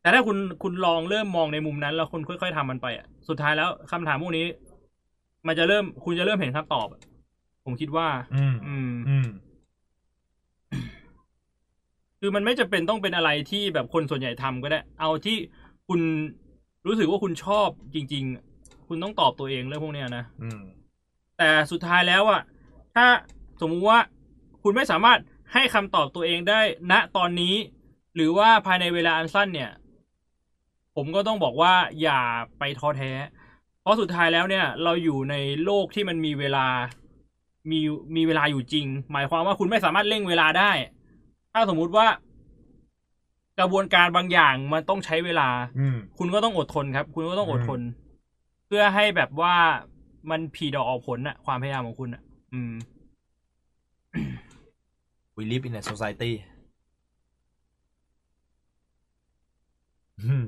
[SPEAKER 2] แต่ถ้าคุณคุณลองเริ่มมองในมุมนั้น แล้วคุณค่อย ๆทำมันไปอ่ะสุดท้ายแล้วคำถามพวกนี้ มันจะเริ่มคุณจะเริ่มเห็นคำตอบอะผมคิดว่า
[SPEAKER 1] อืม
[SPEAKER 2] อืม
[SPEAKER 1] อืม
[SPEAKER 2] คือมันไม่จำเป็นต้องเป็นอะไรที่แบบคนส่วนใหญ่ทำก็ได้ เอาที่คุณรู้สึกว่าคุณชอบจริง ๆ คุณต้องตอบตัวเองเรื่องพวกเนี้ยนะ
[SPEAKER 1] อืม
[SPEAKER 2] แต่สุดท้ายแล้วอะถ้าสมมุติว่าคุณไม่สามารถให้คำตอบตัวเองได้ณตอนนี้ หรือว่าภายในเวลาอันสั้นเนี่ย ผมก็ต้องบอกว่าอย่าไปท้อแท้ เพราะสุดท้ายแล้วเนี่ย เราอยู่ในโลกที่มันมีเวลา มีมีเวลาอยู่จริง หมายความว่าคุณไม่สามารถเร่งเวลาได้ ถ้าสมมุติว่า กระบวนการบางอย่างมันต้องใช้เวลา
[SPEAKER 1] อืม
[SPEAKER 2] คุณก็ต้องอดทนครับ คุณก็ต้องอดทน เพื่อให้แบบว่ามันผีดอกออกผลน่ะ ความพยายามของคุณน่ะ อืม
[SPEAKER 1] we live in a society อืม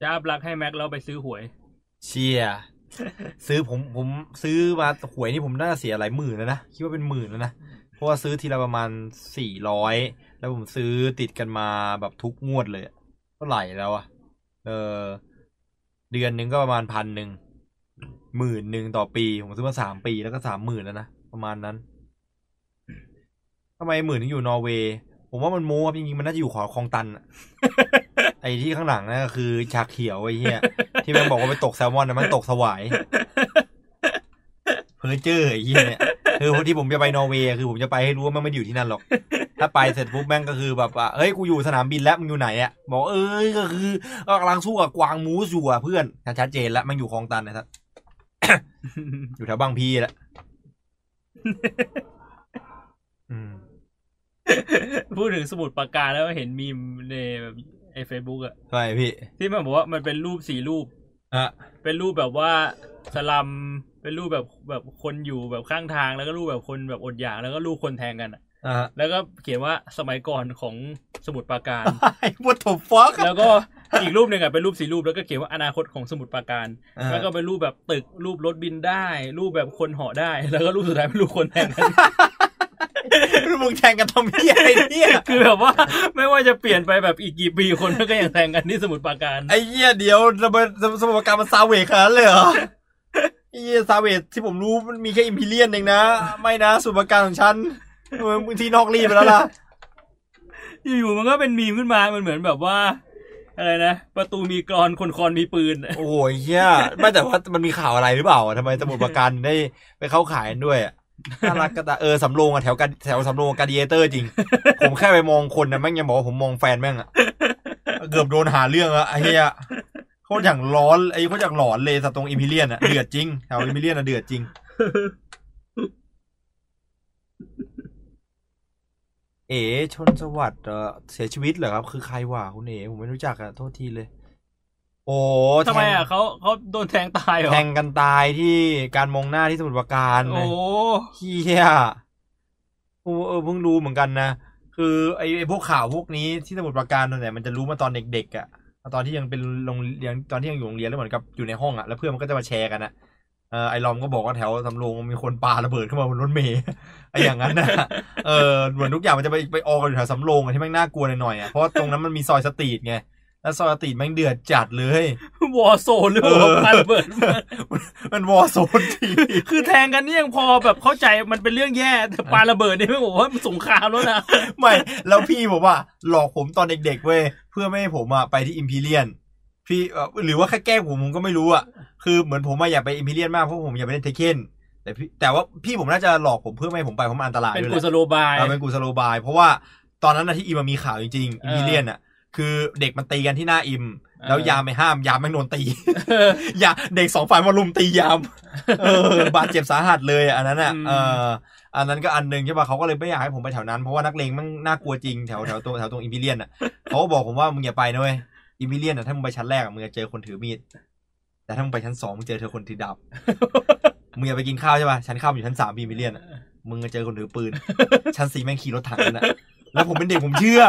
[SPEAKER 2] จะอัพรักให้แม็กแล้วไปซื้อหวย
[SPEAKER 1] เชียซื้อผมผมซื้อมาหวยนี่ผมน่าจะเสียหลายหมื่นแล้วนะ คิดว่าเป็นหมื่นแล้วนะ เพราะว่าซื้อทีละประมาณสี่ร้อยแล้วผมซื้อติดกันมาแบบทุกงวดเลยอะเท่าไหร่แล้วอะเออ เดือนหนึ่งก็ประมาณพันหนึ่งหมื่นหนึ่งต่อปี ผมซื้อมาสามปีแล้วก็สามหมื่นแล้วนะ ประมาณนั้นทำไมหมื่นถึงอยู่นอร์เวย์ผมว่ามันโม้ครับจริงๆมันน่าจะอยู่ขอคลองตันอะ ไอ้ที่ข้างหลังนั่นก็คือฉากเขียวไอ้เหี้ย ที่แม่งบอกว่าไปตกแซลมอนนะมันตกสวาย เพอเจอร์ไอ้เหี้ยเนี่ยคือที่ผมจะไปนอร์เวย์อะคือผมจะไปให้รู้ว่าแม่งไม่ได้อยู่ที่นั่นหรอก ถ้าไปเสร็จปุ๊บแม่งก็คือแบบว่าเฮ้ยกูอยู่สนามบินแล้วมึงอยู่ไหนอะบอกเอ้ยก็คือกำลังสู้กับกวางมูสอยู่อะเพื่อนชัดเจนแล้วมันอยู่คลองตันนะครับ อยู่แถวบางพีแหละอืม
[SPEAKER 2] พูดถึงสมุดปากกาแล้วเห็นมีมในแบบไอ้เฟซบุ๊กอะ
[SPEAKER 1] ใช่พี่
[SPEAKER 2] ที่มันบอกว่ามันเป็นรูปสี่รูป
[SPEAKER 1] อ่ะ
[SPEAKER 2] เป็นรูปแบบว่าสลัมเป็นรูปแบบแบบคนอยู่แบบข้างทางแล้วก็รูปแบบคนแบบอดอยากแล้วก็รูปคนแทงกันอะ
[SPEAKER 1] อ่าฮะ
[SPEAKER 2] แล้วก็เขียนว่าสมัยก่อนของสมุทรปรา การ
[SPEAKER 1] ไอ้วัตถุฟอก
[SPEAKER 2] แล้วก็อีกรูปหนึ่งอ่ะเป็นรูปสีรูปแล้วก็เขียนว่าอนาคตของสมุทรปราการ แล้วก็เป็นรูปแบบตึกรูปรถบินได้ รูปแบบคนเหาะได้ แล้วก็รูปสุดท้ายเป็นรูปคนแทงกัน
[SPEAKER 1] มึงแทงกันทำเพี้ยไอ้เนี่ย
[SPEAKER 2] คือแบบว่าไม่ว่าจะเปลี่ยนไปแบบอีกกี่ปีคนก็ยังแทงกันที่สมุทรปราการ
[SPEAKER 1] ไอ้เหี้ยเดี๋ยวระเบิดสมบัติการมันซาเวกขนาดนั้นเลยเหรอไอ้เหี้ยซาเวกที่ผมรู้มันมีแค่อิมพีเรียนเองนะ ไม่นะสมบัติการของฉันมึงที่นอกรีบไปแล้วล่ะ
[SPEAKER 2] อยู่ๆมันก็เป็นมีมขึ้นมามันเหมือนแบบว่า อะไรนะ ประตูมีกรอนคนคอนมีปืน
[SPEAKER 1] โอ้ยเฮียไม่แต่ว่ามันมีข่าวอะไรหรือเปล่าทำไมสมุดประกันได้ไปเข้าขายกันด้วยอะน่ารักกระตาเออสำโรงอะแถวกันแถวสำโรงกาดีเอเตอร์จริง ผมแค่ไปมองคนนะแม่งยังบอกว่าผมมองแฟนแม่งอะเกือบโดนหาเรื่องอะไอ้เฮียโคตรอย่างร้อนไอ้โคตรอย่างหลอนเลยสัตว์ตรงอิมพีเรียนอะเดือดจริงแถวอิมพีเรียนอะเดือดจริง เอ๋ชนสวัสดิ์เหรอเสียชีวิตเหรอครับ คือใครวะคุณเอ๋ผมไม่รู้จักอะโทษทีเลย โอ้แท
[SPEAKER 2] ทำ
[SPEAKER 1] ง
[SPEAKER 2] ไมอ่ะเขาเขาโดนแทงตายเหรอ
[SPEAKER 1] แทงกันตายที่การมองหน้าที่สมุทรปราการ
[SPEAKER 2] โอ้โห
[SPEAKER 1] เฮียโอ้เออเพิ่งรู้เหมือนกันนะ คือไอ้ไอ้พวกข่าวพวกนี้ที่สมุทรปราการเนี่ยมันจะรู้มาตอนเด็กๆอะ่ะตอนที่ยังเป็นโรงเรียนตอนที่ยังอยู่โรงเรียนแล้วเหมือนกับอยู่ในห้องอะ่ะแล้วเพื่อนมันก็จะมาแชร์กันอะเออไอ้ลอมก็บอกว่าแถวสำโรงมีคนปาระเบิดขึ้นมาบนรถเมล์ ไอ้อย่างนั้นนะเออเหมือนทุกอย่างมันจะไปไปออกันอยู่แถวสำโรงอะที่แม่งน่ากลัวหน่อยๆอะ่ะเพราะว่าตรงนั้นมันมีซอยสตรีทไงแล้วซอยสตรีทแม่งเดือดจัดเลย
[SPEAKER 2] วอร์โซนหรือเป
[SPEAKER 1] เออ
[SPEAKER 2] ล่าพันเบิด
[SPEAKER 1] มันวอร์โซนจริง
[SPEAKER 2] คือแทงกันนี่ยังพอแบบเข้าใจมันเป็นเรื่องแย่แต่ปาระเบิดนี่ไม่บอกว่ามันสงครามแล้วนะ
[SPEAKER 1] ไม่ แล้วพี่ผมอ่ะหลอกผมตอนเด็กๆเว้ยเพื่อไม่ให้ผมอ่ะไปที่อิมพีเรียน พี่เอ่อหรือว่าแค่แกล้งผมผมก็ไม่รู้อ่ะคือเหมือนผมอ่ะอยากไปอิมพีเรียนมากเพราะผมอยากไปเล่นเทคเคนแต่พี่แต่ว่าพี่ผมน่าจะหลอกผมเพื่อไม่ให้ผมไปเพราะมันอันตราย
[SPEAKER 2] เป็น
[SPEAKER 1] ด้วยแห
[SPEAKER 2] กุ
[SPEAKER 1] ละ
[SPEAKER 2] สโลบาย
[SPEAKER 1] เออเป็นกุสโลบาย เพราะว่าตอนนั้นนะที่อิมมันมีข่าวจริงๆอิมพีเรียนอ่ะ คือเด็กมันตีกันที่หน้าอิม
[SPEAKER 2] ออ
[SPEAKER 1] แล้ว ยามไม่ห้ามยามแม่งโดนตี ยาเด็กสองฝ่ายมาลุมตียาม เออบาดเจ็บสาหัสเลยอ่ะอันนั้นอ่ะ
[SPEAKER 2] อืม
[SPEAKER 1] เอออันนั้นก็อันหนึ่งใช่ป่ะเขาก็เลยไม่อยากให้ผมไปแถวนั้นเพราะว่านักเลงแมันน่ากลัวจริงแถวแถวตัวแถวตรงอิมพีเรียนอ่ะเขาก็บอกผมว่ามึงอย่าไปนะเว้ยอิมพีเรียนอ่ะถ้ามึงไปชั้นแรกอะมึงจะเจอคนถือมีดแต่ถ้ามึงไปชั้นสองมึงเจอเธอคนถือดาบมึงอย่าไปกินข้าวใช่ป่ะชั้นข้าวมันอยู่ชั้นสามอิมพีเรียนอ่ะ มึงจะเจอคนถือปืน ชั้นสี่แม่งขี่รถถังกันอะแล้วผมเป็นเด็กผมเชื่อ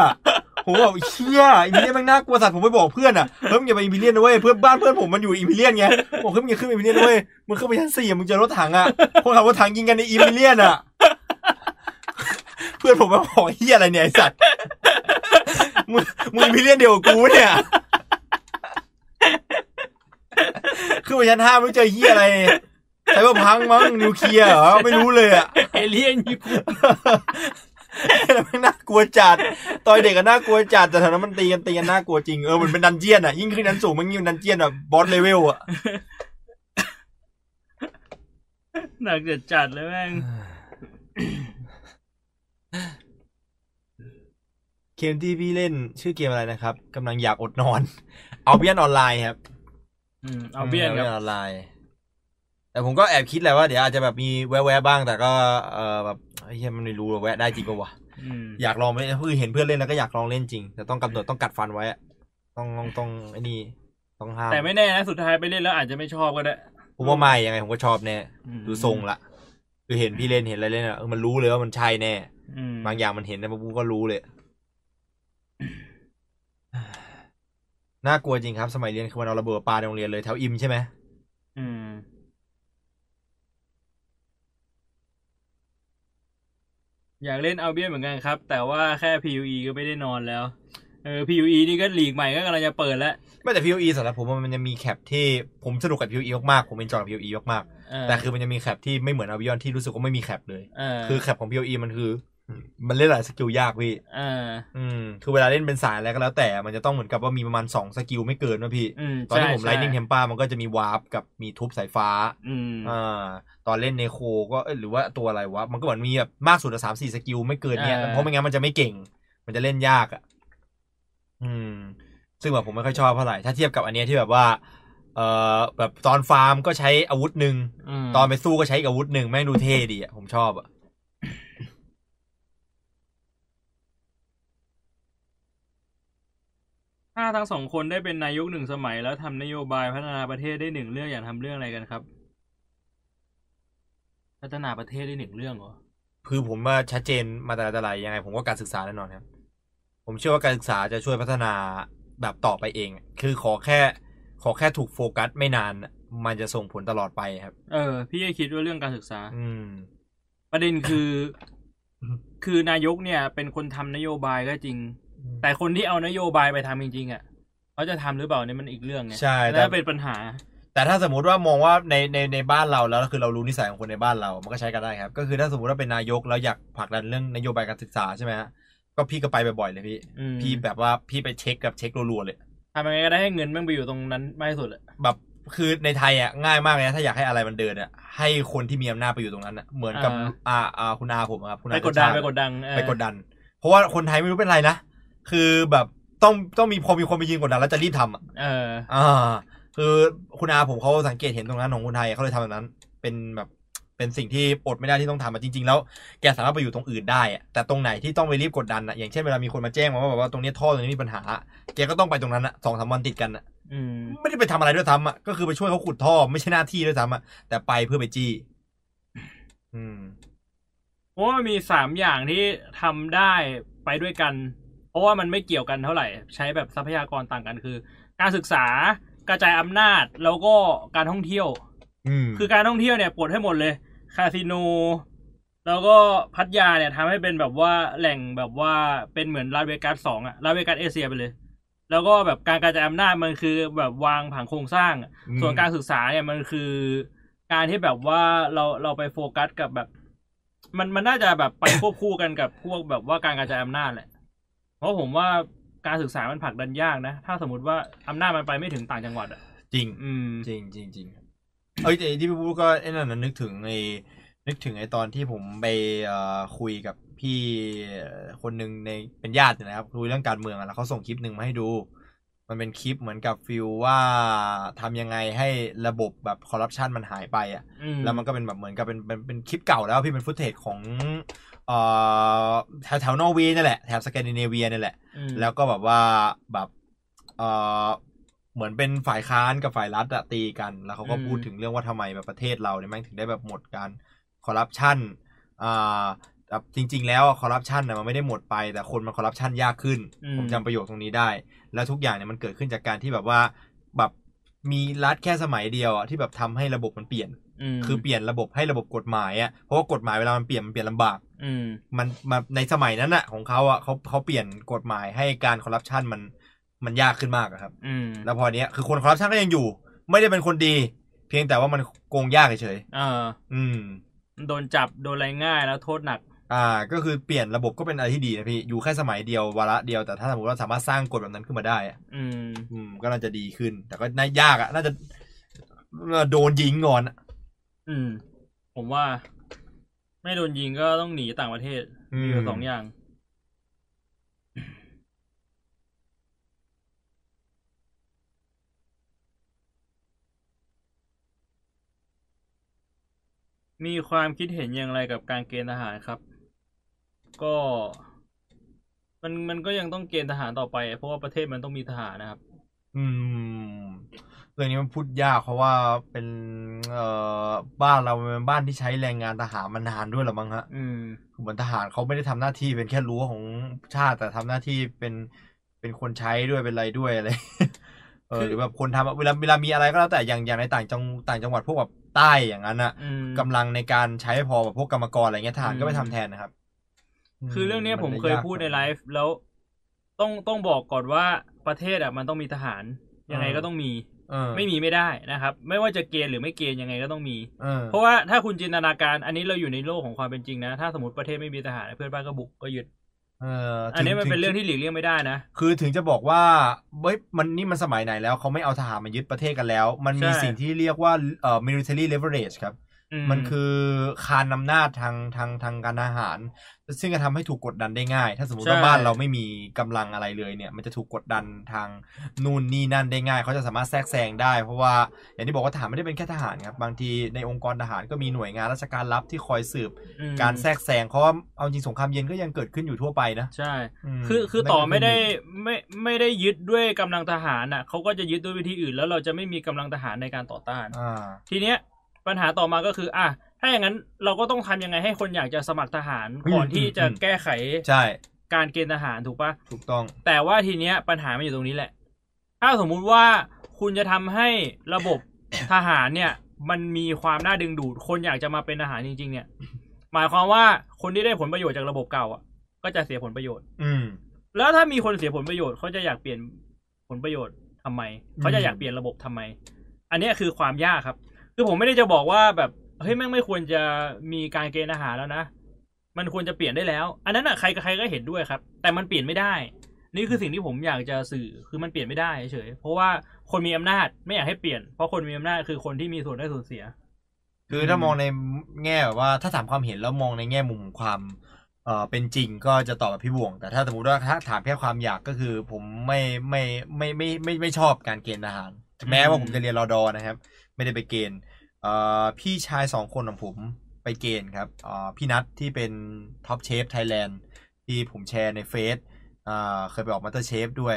[SPEAKER 1] ผมบอกเชื่ออิมพีเรียนแม่งน่ากลัวสัตว์ผมไปบอกเพื่อนอะเฮ้ยมึงอย่าไปอิมพีเรียนนะเว้ยเพื่อนบ้านเพื่อนผมมันอยู่อิมพีเรียนไงบอกเฮ้ยมึงอย่าขึ้นอิมพีเรียนนะเว้ยมึงขึ้นไปชั้นสี่อะมึงเจอรถถังอะคนขับรถถังยิงกันในอิมพีเรียนอะเพื่อนผมมาบอกเฮียอะไรเนี่ยไอสัตว์มึงมึงอิมพีเรียนเดียวกับกูเนี่ยขึ้นไปชั้นห้าไม่เจอเฮียอะไรไซเบอร์พังก์มั้งนิวเคลียร์เหรอไม่รู้เลยอะ
[SPEAKER 2] เอเลี่ยนญี่ปุ่น
[SPEAKER 1] แล้วมันน่ากลัวจัด ตอนเด็กก็น่ากลัวจัด แต่ตอนนั้นมันตีกันตีกันน่ากลัวจริง เออเหมือนเป็นดันเจียนอ่ะ ยิ่งขึ้นดันสูงมันยิ่งเป็นดันเจียนแบบบอสเลเวลอ่ะ
[SPEAKER 2] หนักจัดจัดเลยแม่ง
[SPEAKER 1] เกมที่พี่เล่นชื่อเกมอะไรนะครับกำลังอยากอดนอน เอาเบียนออนไลน์ครับ
[SPEAKER 2] อืมเอาเบี้ยนครับ
[SPEAKER 1] ออนไลน์ แต่ผมก็แอบคิดแหละว่าเดี๋ยวอาจจะแบบมีแวะๆบ้าง แต่ก็เออแบบไอ้เหี้ยมันไม่รู้หรอกแวะได้จริงปะวะ
[SPEAKER 2] อืม
[SPEAKER 1] อยากลองไหมคือเห็นเพื่อนเล่นแล้วก็อยากลองเล่นจริง แต่ต้องกำหนดต้องกัดฟันไว้อะต้องต้องต้องไอ้นี่ต้องห้าม
[SPEAKER 2] แต่ไม่แน่นะสุดท้ายไปเล่นแล้วอาจจะไม่ชอบก็ได้
[SPEAKER 1] ผมว่าไม่ยังไงผมก็ชอบแน่
[SPEAKER 2] อืม
[SPEAKER 1] ดูทรงละคือเห็นพี่เล่นเห็นอะไรเล่นอ่ะเออมันรู้เลยว่ามันใช่แน่
[SPEAKER 2] อืม
[SPEAKER 1] บางอย่างมันเห็นนะปุ๊บก็รู้เลย น่ากลัวจริงครับ สมัยเรียนคือมันเอาระเบิดปาในโรงเรียนเลยแถวอิมใช่ไหม
[SPEAKER 2] อืม อยากเล่นเอาเบียเหมือนกันครับ แต่ว่าแค่ PUE ก็ไม่ได้นอนแล้ว เออ PUE นี่ก็หลีกใหม่ก็กำลังจะเปิดแล้ว
[SPEAKER 1] ไม่แต่ POE สำหรับผมมันยังมีแคปที่ผมสนุกกับ POE มากๆผมเอ็นจอยกับ POE มาก
[SPEAKER 2] เออ
[SPEAKER 1] ๆแต่คือมันยังมีแคปที่ไม่เหมือนอาวิออนที่รู้สึกว่าไม่มีแคปเลย
[SPEAKER 2] เออ
[SPEAKER 1] คือแคปของ POE มันคือ มันเล่นหลายสกิลยากพี่
[SPEAKER 2] เออ
[SPEAKER 1] อืม คือเวลาเล่นเป็นสายอะไรก็แล้วแต่ มันจะต้องเหมือนกับว่ามีประมาณสองสกิลไม่เกินนะพี่
[SPEAKER 2] อืม
[SPEAKER 1] ตอนที่ผม
[SPEAKER 2] ใช่
[SPEAKER 1] ไลนิ่งเท
[SPEAKER 2] ใช่
[SPEAKER 1] มป้ามันก็จะมีวาร์ปกับมีทุบสายฟ้า
[SPEAKER 2] อืม
[SPEAKER 1] อ่า ตอนเล่นเนโคก็เอ้ยหรือว่าตัวอะไรวะ มันก็เหมือนมีแบบมากสุดสามสี่สกิลไม่เกินเนี่ย เพราะไม่งั้นมันจะไม่เก่ง มันจะเล่นยากอ่ะ อืม ซึ่งแบบผมไม่ค่อยชอบเท่าไหร่ ถ้าเทียบกับอันเนี้ยที่แบบว่า เอ่อ แบบตอนฟาร์มก็ใช้อาวุธหนึ่ง
[SPEAKER 2] ม
[SPEAKER 1] ตอนไปสู้ก็ใช้อีกอาวุธหนึ่งแม่งดูเท่ดีอ่ะ ผมชอบอ่ะ
[SPEAKER 2] ถ้าทั้งสองคนได้เป็นนายกหนึ่งสมัยแล้วทำนโยบายพัฒนาประเทศได้หนึ่งเรื่องอยากทำเรื่องอะไรกันครับ พัฒนาประเทศได้หนึ่งเรื่องเหรอ
[SPEAKER 1] คือผมว่าชัดเจนมาแต่ละแต่ไรยังไง ผมว่าการศึกษาแน่นอนครับ ผมเชื่อว่าการศึกษาจะช่วยพัฒนาแบบต่อไปเอง คือขอแค่ ขอแค่ถูกโฟกัสไม่นานมันจะส่งผลตลอดไปครับ
[SPEAKER 2] เออ พี่ก็คิดว่าเรื่องการศึกษา
[SPEAKER 1] อืม
[SPEAKER 2] ประเด็นคือ คือนายกเนี่ย เป็นคนทำนโยบายก็จริง แต่คนที่เอานโยบายไปทำจริงๆอ่ะเขาจะทำหรือเปล่าเนี่ยมันอีกเรื่องไง
[SPEAKER 1] ใช่แต่
[SPEAKER 2] แล้วเป็นปัญหา
[SPEAKER 1] แต่ถ้าสมมติว่ามองว่าในในในบ้านเราแล้วคือเรารู้นิสัยของคนในบ้านเรา มันก็ใช้กันได้ครับ ก็คือถ้าสมมติว่าเป็นนายกแล้วอยากผลักดันเรื่องนโยบายการศึกษาใช่ไหมฮะก็พี่ก็ไปบ่อยๆเลยพี่
[SPEAKER 2] อืม
[SPEAKER 1] พี่แบบว่าพี่ไปเช็คกับเช็ครัวๆเลย
[SPEAKER 2] ทำยังไงก็ได้ให้เงินแม่งไปอยู่ตรงนั้นมากที่สุดอะ
[SPEAKER 1] แบบคือในไทยอ่ะง่ายมากเลยนะถ้าอยากให้อะไรมันเดินอ่ะให้คนที่มีอำนาจไปอยู่ตรงนั้นอ่ะเหมือนกับอาอาคุณอาผมอะครับคุณอา
[SPEAKER 2] ไปกดดั
[SPEAKER 1] ชัช
[SPEAKER 2] น
[SPEAKER 1] ชาติ
[SPEAKER 2] ไปกดดันเออ
[SPEAKER 1] ไปกดดัน เพราะว่าคนไทยไม่รู้เป็นไรนะคือแบบต้องต้องมีพอมีคนไปยืนกดดันแล้วจะรีบทำอะ
[SPEAKER 2] เออ
[SPEAKER 1] อ่า คือคุณอาผมเขาสังเกตเห็นตรงนั้นของคนไทยเขาเลยทำแบบนั้น เป็นแบบเป็นสิ่งที่อดไม่ได้ที่ต้องทำอะจริง ๆ แล้วแกสามารถไปอยู่ตรงอื่นได้อะแต่ตรงไหนที่ต้องไปรีบกดดันอ่ะอย่างเช่นเวลามีคนมาแจ้งมาว่าแบบว่าตรงเนี้ยท่อตรงนี้มีปัญหาแกก็ต้องไปตรงนั้นอ่ะสองสามวันติดกันอะ
[SPEAKER 2] อืม
[SPEAKER 1] ไม่ได้ไปทำอะไรด้วยซ้ำอ่ะ ก็คือไปช่วยเขาขุดท่อ ไม่ใช่หน้าที่ด้วยซ้ำอ่ะ แต่ไปเพื่อไปจี้ อืม
[SPEAKER 2] เพราะว่ามีสามอย่างที่ทำได้ไปด้วยกัน เพราะว่ามันไม่เกี่ยวกันเท่าไหร่ ใช้แบบทรัพยากรต่างกันคือ การศึกษากระจายอำนาจแล้วก็การท่องเที่ยว
[SPEAKER 1] อืม
[SPEAKER 2] คือการท่องเที่ยวเนี่ยปลดให้หมดเลย คาสิโน แล้วก็พัทยาเนี่ยทำให้เป็นแบบว่าแหล่งแบบว่าเป็นเหมือนลาสเวกัสสองอะลาสเวกัสเอเชียไปเลย แล้วก็แบบการกระจายอำนาจมันคือแบบวางผังโครงสร้างอะ ส่วนการศึกษาเนี่ยมันคือ การที่แบบว่าเราเราไปโฟกัสกับแบบ มันมันน่าจะแบบไป ควบคู่กันกับพวกแบบว่าการกระจายอำนาจแหละ เพราะผมว่าการศึกษามันผลักดันยากนะ ถ้าสมมติว่าอำนาจมันไปไม่ถึงต่างจังหวัดอ่ะ
[SPEAKER 1] จริง
[SPEAKER 2] อืม
[SPEAKER 1] จริงจริงจริงครับเอ้ยแต่ที่พี่พูดก็ไอ้นั่นนะนึกถึงไอ้นึกถึงไอ้ตอนที่ผมไปเอ่อคุยกับพี่คนหนึ่งในเป็นญาติเนี่ยนะครับคุยเรื่องการเมืองอะแล้วเขาส่งคลิปหนึ่งมาให้ดู มันเป็นคลิปเหมือนกับฟิลว่าทำยังไงให้ระบบแบบคอร์รัปชันมันหายไปอ่ะ
[SPEAKER 2] อืม
[SPEAKER 1] แล้วมันก็เป็นแบบเหมือนกับเป็นเป็นเป็นคลิปเก่าแล้วพี่เป็นฟุตเทจของเอ่อแถวแถวนอร์เวย์นี่แหละแถบสแกนดิเนเวียนี่แหละ
[SPEAKER 2] อืม
[SPEAKER 1] แล้วก็แบบว่าแบบเอ่อเหมือนเป็นฝ่ายค้านกับฝ่ายรัฐอะตีกัน แล้วเขาก็พูดถึงเรื่องว่าทำไมแบบประเทศเราเนี่ยแม่งถึงได้แบบหมดการคอร์รัปชันอ่าแต่จริง ๆ แล้วคอร์รัปชันน่ะมันไม่ได้หมดไป แต่คนมันคอร์รัปชันยากขึ้น
[SPEAKER 2] อืม
[SPEAKER 1] ผมจำประโยคตรงนี้ได้ แล้วทุกอย่างเนี่ยมันเกิดขึ้นจากการที่แบบว่าแบบมีรัฐแค่สมัยเดียวอะที่แบบทำให้ระบบมันเปลี่ยน
[SPEAKER 2] ม
[SPEAKER 1] คือเปลี่ยนระบบให้ระบบกฎหมายอ่ะ เพราะว่ากฎหมายเวลามันเปลี่ยนมันเปลี่ยนลำบาก
[SPEAKER 2] อืม
[SPEAKER 1] มันมาในสมัยนั้นอ่ะของเขาอ่ะเขาเขาเปลี่ยนกฎหมายให้การคอร์รัปชันมันมันยากขึ้นมากอะครับ
[SPEAKER 2] อืม
[SPEAKER 1] แล้วพอเนี้ยคือคนคอร์รัปชันก็ยังอยู่ ไม่ได้เป็นคนดี เพียงแต่ว่ามันโกงยากเฉย
[SPEAKER 2] เออ
[SPEAKER 1] ๆอืม
[SPEAKER 2] โดนจับโดนอะไรง่ายแล้วโทษหนัก
[SPEAKER 1] อ่า ก็คือเปลี่ยนระบบก็เป็นอะไรที่ดีนะพี่ อยู่แค่สมัยเดียววาระเดียวแต่ถ้าสมมติว่าสามารถสร้างกฎแบบนั้นขึ้นมาได้อ่ะ
[SPEAKER 2] อืม
[SPEAKER 1] อืมก็น่าจะดีขึ้น แต่ก็น่ายากอ่ะน่าจะโดนยิงก่อนอะ
[SPEAKER 2] อืม ผมว่า ไม่โดนยิงก็ต้องหนีต่างประเทศ
[SPEAKER 1] อื
[SPEAKER 2] มี
[SPEAKER 1] ม
[SPEAKER 2] อยู่สองอย่าง มีความคิดเห็นอย่างไรกับการเกณฑ์ทหารครับ ก็ มันมันก็ยังต้องเกณฑ์ทหารต่อไป เพราะว่าประเทศมันต้องมีทหารนะครับ
[SPEAKER 1] อืม เรื่องนี้มันพูดยากเพราะว่าเป็นเอ่อบ้านเรามันเป็นบ้านที่ใช้แรงงานทหารมานานด้วยเหรอมั้งฮะ
[SPEAKER 2] อืม
[SPEAKER 1] เหมือนทหารเขาไม่ได้ทำหน้าที่เป็นแค่รั้วของชาติ แต่ทำหน้าที่เป็นเป็นคนใช้ด้วยเป็นอะไรด้วยอะไร เออหรือแบบคนทำอะเวลาเวลามีอะไรก็แล้วแต่อย่างอย่างในต่างจังต่างจังหวัดพวกแบบใต้อย่างนั้นอะ
[SPEAKER 2] อืม
[SPEAKER 1] กำลังในการใช้พอแบบพวกกรรมกรอะไรเงี้ยทหารก็ไปทำแทนนะครับ
[SPEAKER 2] คือเรื่องเนี้ยผมเคย
[SPEAKER 1] าก
[SPEAKER 2] พูดในไลฟ์แล้วต้องต้องบอกก่อนว่าประเทศอ่ะ มันต้องมีทหาร ยังไงก็ต้องมี
[SPEAKER 1] เออ
[SPEAKER 2] ไม่มีไม่ได้นะครับ ไม่ว่าจะเกณฑ์หรือไม่เกณฑ์ยังไงก็ต้องมี
[SPEAKER 1] เออ
[SPEAKER 2] เพราะว่าถ้าคุณจินตนาการอันนี้เราอยู่ในโลกของความเป็นจริงนะ ถ้าสมมติประเทศไม่มีทหารเพื่อนบ้านก็บุกก็ยึด
[SPEAKER 1] เอออ
[SPEAKER 2] อันนี้มัน
[SPEAKER 1] ถึ
[SPEAKER 2] เป็นเรื่องที่หลีกเลี่ยงไม่ได้นะ
[SPEAKER 1] คือถึงจะบอกว่าเฮ้ยมันนี่มันสมัยไหนแล้วเขาไม่เอาทหารมายึดประเทศกันแล้ว มันมี
[SPEAKER 2] ใช่
[SPEAKER 1] สิ่งที่เรียกว่าเอ่อ military leverage ครับ
[SPEAKER 2] อื
[SPEAKER 1] มันคือคานอำนาจทางทางทางการทหาร ซึ่งจะทำให้ถูกกดดันได้ง่าย ถ้าสมมติว่าบ้านเราไม่มีกำลังอะไรเลยเนี่ย มันจะถูกกดดันทางนู่นนี่นั่นได้ง่าย เขาจะสามารถแทรกแซงได้ เพราะว่าอย่างที่บอกว่าทหารไม่ได้เป็นแค่ทหารครับ บางทีในองค์กรทหารก็มีหน่วยงานราชการลับที่คอยสืบ
[SPEAKER 2] อืม
[SPEAKER 1] การแทรกแซงเพราะว่าเอาจริงสงครามเย็นก็ยังเกิดขึ้นอยู่ทั่วไปนะ
[SPEAKER 2] ใช่
[SPEAKER 1] ม
[SPEAKER 2] คือคือต่อไม่ได้
[SPEAKER 1] นั่นก็คือ
[SPEAKER 2] ไม่ไม่ได้ยึดด้วยกำลังทหารอ่ะเขาก็จะยึดด้วยวิธีอื่น แล้วเราจะไม่มีกำลังทหารในการต่อต้าน
[SPEAKER 1] อ่า
[SPEAKER 2] ทีเนี้ยปัญหาต่อมาก็คือ อ่ะ ถ้าอย่างนั้นเราก็ต้องทำยังไงให้คนอยากจะสมัครทหารก่อน
[SPEAKER 1] อืม
[SPEAKER 2] ที่จะ
[SPEAKER 1] อืม
[SPEAKER 2] แก้ไข
[SPEAKER 1] ใช่
[SPEAKER 2] การเกณฑ์ทหารถูกปะ
[SPEAKER 1] ถูกต้อง
[SPEAKER 2] แต่ว่าทีเนี้ยปัญหามันอยู่ตรงนี้แหละ ถ้าสมมุติว่าคุณจะทำให้ระบบ ทหารเนี่ย มันมีความน่าดึงดูด คนอยากจะมาเป็นทหารจริง ๆ เนี่ย หมายความว่าคนที่ได้ผลประโยชน์จากระบบเก่าอ่ะ ก็จะเสียผลประโยชน์
[SPEAKER 1] อืม
[SPEAKER 2] แล้วถ้ามีคนเสียผลประโยชน์เขาจะอยากเปลี่ยนผลประโยชน์ทำไม เขาจะอยากเปลี่ยนระบบทำไม อันเนี้ยคือความยากครับ คือผมไม่ได้จะบอกว่าแบบเฮ้ยแม่งไม่ควรจะมีการเกณฑ์อาหารแล้วนะ มันควรจะเปลี่ยนได้แล้ว อันนั้นอะใครใครก็เห็นด้วยครับ แต่มันเปลี่ยนไม่ได้ นี่คือสิ่งที่ผมอยากจะสื่อคือมันเปลี่ยนไม่ได้เฉยเพราะว่าคนมีอำนาจไม่อยากให้เปลี่ยน เพราะคนมีอำนาจคือคนที่มีส่วนได้ส่วนเสีย
[SPEAKER 1] คือถ้ามองในแง่แบบว่าถ้าถามความเห็นแล้วมองในแง่มุมของความเอ่อเป็นจริงก็จะตอบแบบพี่บวง แต่ถ้าสมมติว่าถ้าถามแค่ความอยากก็คือ ผมไม่ไม่ไม่ไม่ไมไม่ไม่ชอบการเกณฑ์ทหารถึงแม้ว่าผมจะเรียนรอดอนะครับ ไม่ได้ไปเกณฑ์เอ่อพี่ชายสองคนของผมไปเกณฑ์ครับเอ่อพี่นัทที่เป็นท็อปเชฟไทยแลนด์ที่ผมแชร์ในเฟซอ่าเคยไปออกมาเตอร์เชฟด้วย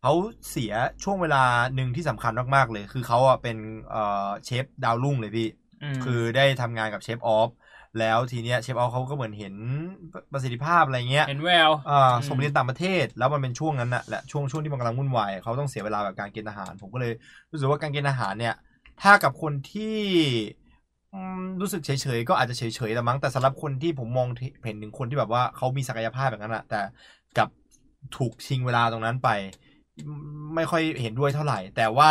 [SPEAKER 1] เขาเสียช่วงเวลาหนึ่งที่สำคัญมากๆเลย คือเขาอ่ะเป็นเอ่อเชฟดาวรุ่งเลยพี่
[SPEAKER 2] ม
[SPEAKER 1] คือได้ทำงานกับเชฟออฟแล้วทีเนี้ยเชฟออฟเขาก็เหมือนเห็นประสิทธิภาพอะไรเงี้ย
[SPEAKER 2] เห็นแวว
[SPEAKER 1] อ่า
[SPEAKER 2] อืม
[SPEAKER 1] ส่งเรียนต่างประเทศ แล้วมันเป็นช่วงนั้นน่ะแหละช่วงช่วงที่มันกำลังวุ่นวายเขาต้องเสียเวลากับการเกณฑ์อาหาร ผมก็เลยรู้สึกว่าการเกณฑ์อาหารเนี่ย ถ้ากับคนที่อืมรู้สึกเฉยๆก็อาจจะเฉยๆละมั้งแต่สำหรับคนที่ผมมองเห็นถึงคนที่แบบว่าเขามีศักยภาพแบบนั้นอะแต่กลับถูกชิงเวลาตรงนั้นไป ไม่ค่อยเห็นด้วยเท่าไหร่ แต่ว่า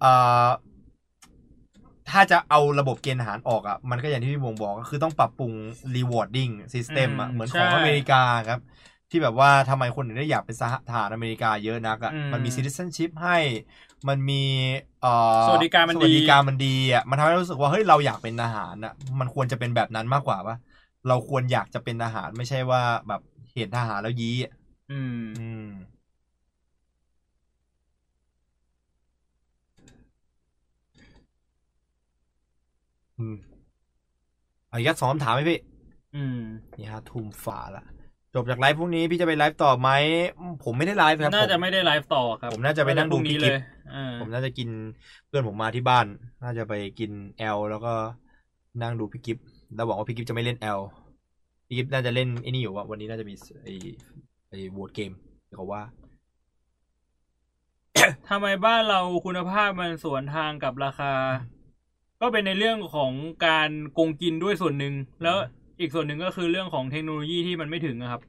[SPEAKER 1] เอ่อถ้าจะเอาระบบเกณฑ์ทหารออกอะ่ะ มันก็อย่างที่พี่บวงบอกก็คือต้องปรับปรุง rewarding system อะ่ะ
[SPEAKER 2] อืม
[SPEAKER 1] เหมือนของ
[SPEAKER 2] ใช่
[SPEAKER 1] อเมริกาครับ ที่แบบว่าทำไมคนถึงได้อยากเป็นสหทหารอเมริกาเยอะนักอะ่ะ
[SPEAKER 2] อืม
[SPEAKER 1] มันมี citizenship ให้มันมีเอ่อ
[SPEAKER 2] สวัสดิการมันดี
[SPEAKER 1] สวัสดิการมันดีอะ่ะมันทำให้รู้สึกว่าเฮ้ยเราอยากเป็นทหารอะ่ะมันควรจะเป็นแบบนั้นมากกว่าปะเราควรอยากจะเป็นทหารไม่ใช่ว่าแบบเห็นทหารแล้วยี้อะ
[SPEAKER 2] อืม
[SPEAKER 1] อืม อืมเอาอีกสักสองคำถามไหมพี่
[SPEAKER 2] อืม
[SPEAKER 1] นี่ฮะทุ่มฝาละ จบจากไลฟ์พรุ่งนี้พี่จะไปไลฟ์ต่อไหมอืมผมไม่ได้ไลฟ์ครับ
[SPEAKER 2] น่าจะ
[SPEAKER 1] ผ
[SPEAKER 2] ไม่ได้ไลฟ์ต่อครับ
[SPEAKER 1] ผมน่าจะไปนั่งดู
[SPEAKER 2] พรุ่นี้
[SPEAKER 1] พี่
[SPEAKER 2] เล
[SPEAKER 1] กิ๊
[SPEAKER 2] ย
[SPEAKER 1] บ
[SPEAKER 2] อ่า
[SPEAKER 1] ผมน่าจะกินเพื่อนผมมาที่บ้าน น่าจะไปกินแอลแล้วก็นั่งดูพี่กิฟแล้วบอกว่าพี่กิฟจะไม่เล่นแอลพี่กิฟน่าจะเล่นไอ้นี่อยู่ว่าวันนี้น่าจะมีไอ้ไอ้วอร์ดเกมเขาว่า
[SPEAKER 2] ทำไมบ้านเราคุณภาพมันสวนทางกับราคา ก็เป็นในเรื่องของการโกงกินด้วยส่วนหนึ่ง แล้วอีกส่วนหนึ่งก็คือเรื่องของเทคโนโลยีที่มันไม่ถึงอะครับ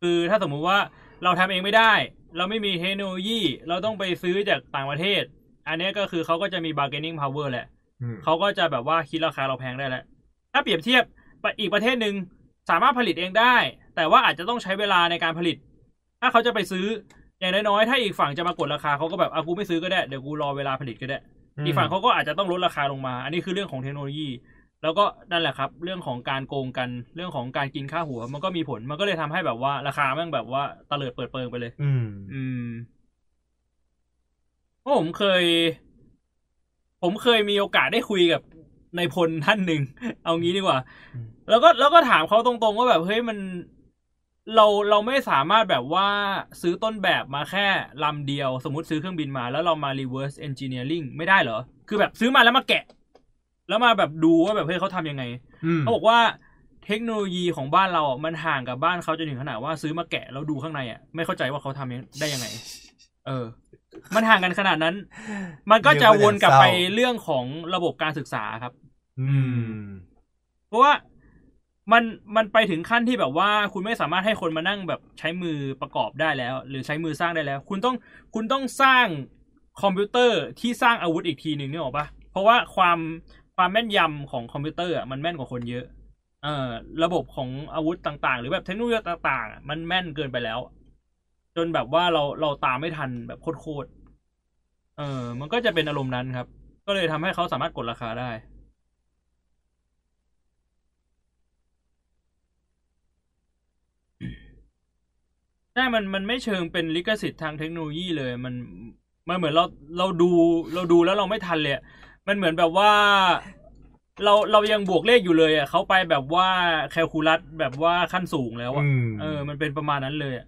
[SPEAKER 2] คือถ้าสมมุติว่าเราทำเองไม่ได้ เราไม่มีเทคโนโลยีเราต้องไปซื้อจากต่างประเทศ อันเนี้ยก็คือเขาก็จะมี bargaining power แหละ
[SPEAKER 1] อืม
[SPEAKER 2] เขาก็จะแบบว่าคิดราคาเราแพงได้แล้ว ถ้าเปรียบเทียบอีกประเทศหนึ่งสามารถผลิตเองได้ แต่ว่าอาจจะต้องใช้เวลาในการผลิต ถ้าเขาจะไปซื้ออย่างน้อยๆ ถ้าอีกฝั่งจะมากดราคาเขาก็แบบอากูไม่ซื้อก็ได้ เดี๋ยวกูรอเวลาผลิตก็ได้ อีกฝั่งเขาก็อาจจะต้องลดราคาลงมา อันนี้คือเรื่องของเทคโนโลยี แล้วก็นั่นแหละครับ เรื่องของการโกงกัน เรื่องของการกินค่าหัว มันก็มีผล มันก็เลยทำให้แบบว่าราคาแม่งแบบว่าตะเลิดเปิดเปิงไปเลย
[SPEAKER 1] อืม
[SPEAKER 2] อืมเพราะผมเคย ผมเคยมีโอกาสได้คุยกับนายพลท่านหนึ่ง เอางี้ดีกว่า
[SPEAKER 1] อืม
[SPEAKER 2] แล้วก็แล้วก็ถามเขาตรงๆว่าแบบเฮ้ยมัน เราเราไม่สามารถแบบว่าซื้อต้นแบบมาแค่ลำเดียว สมมติซื้อเครื่องบินมา แล้วเรามา reverse engineering ไม่ได้เหรอ คือแบบซื้อมาแล้วมาแกะ แล้วมาแบบดูว่าแบบเฮ้ยเขาทำยังไง
[SPEAKER 1] อืม
[SPEAKER 2] เขาบอกว่าเทคโนโลยีของบ้านเราอ่ะมันห่างกับบ้านเขาจนถึงขนาดว่าซื้อมาแกะแล้วดูข้างในอ่ะไม่เข้าใจว่าเขาทำยังได้ ยังไง เออ มันห่างกันขนาดนั้น มันก็จะวนกลับไปเรื่องของระบบการศึกษาครับ
[SPEAKER 1] อืม
[SPEAKER 2] เพราะว่ามันมันไปถึงขั้นที่แบบว่า คุณไม่สามารถให้คนมานั่งแบบใช้มือประกอบได้แล้ว หรือใช้มือสร้างได้แล้ว คุณต้องคุณต้องสร้างคอมพิวเตอร์ที่สร้างอาวุธอีกทีหนึ่งเนี่ยหรอกปะเพราะว่าความความแม่นยำของคอมพิวเตอร์อะมันแม่นกว่าคนเยอะ เอ่อระบบของอาวุธต่างๆ หรือแบบเทคโนโลยีต่างๆอะมันแม่นเกินไปแล้ว จนแบบว่าเราเราตามไม่ทันแบบโคตรๆเออ มันก็จะเป็นอารมณ์นั้นครับ ก็เลยทำให้เขาสามารถกดราคาได้ ใช่ มัน มันไม่เชิงเป็นลิขสิทธิ์ทางเทคโนโลยีเลย มัน มันเหมือนเรา เราดู เราดูแล้วเราไม่ทันเลยอะมันเหมือนแบบว่า เรา เรายังบวกเลขอยู่เลยอ่ะเขาไปแบบว่าแคลคูลัสแบบว่าขั้นสูงแล้วอ่ะ
[SPEAKER 1] อืม
[SPEAKER 2] เออ มันเป็นประมาณนั้นเลยอะ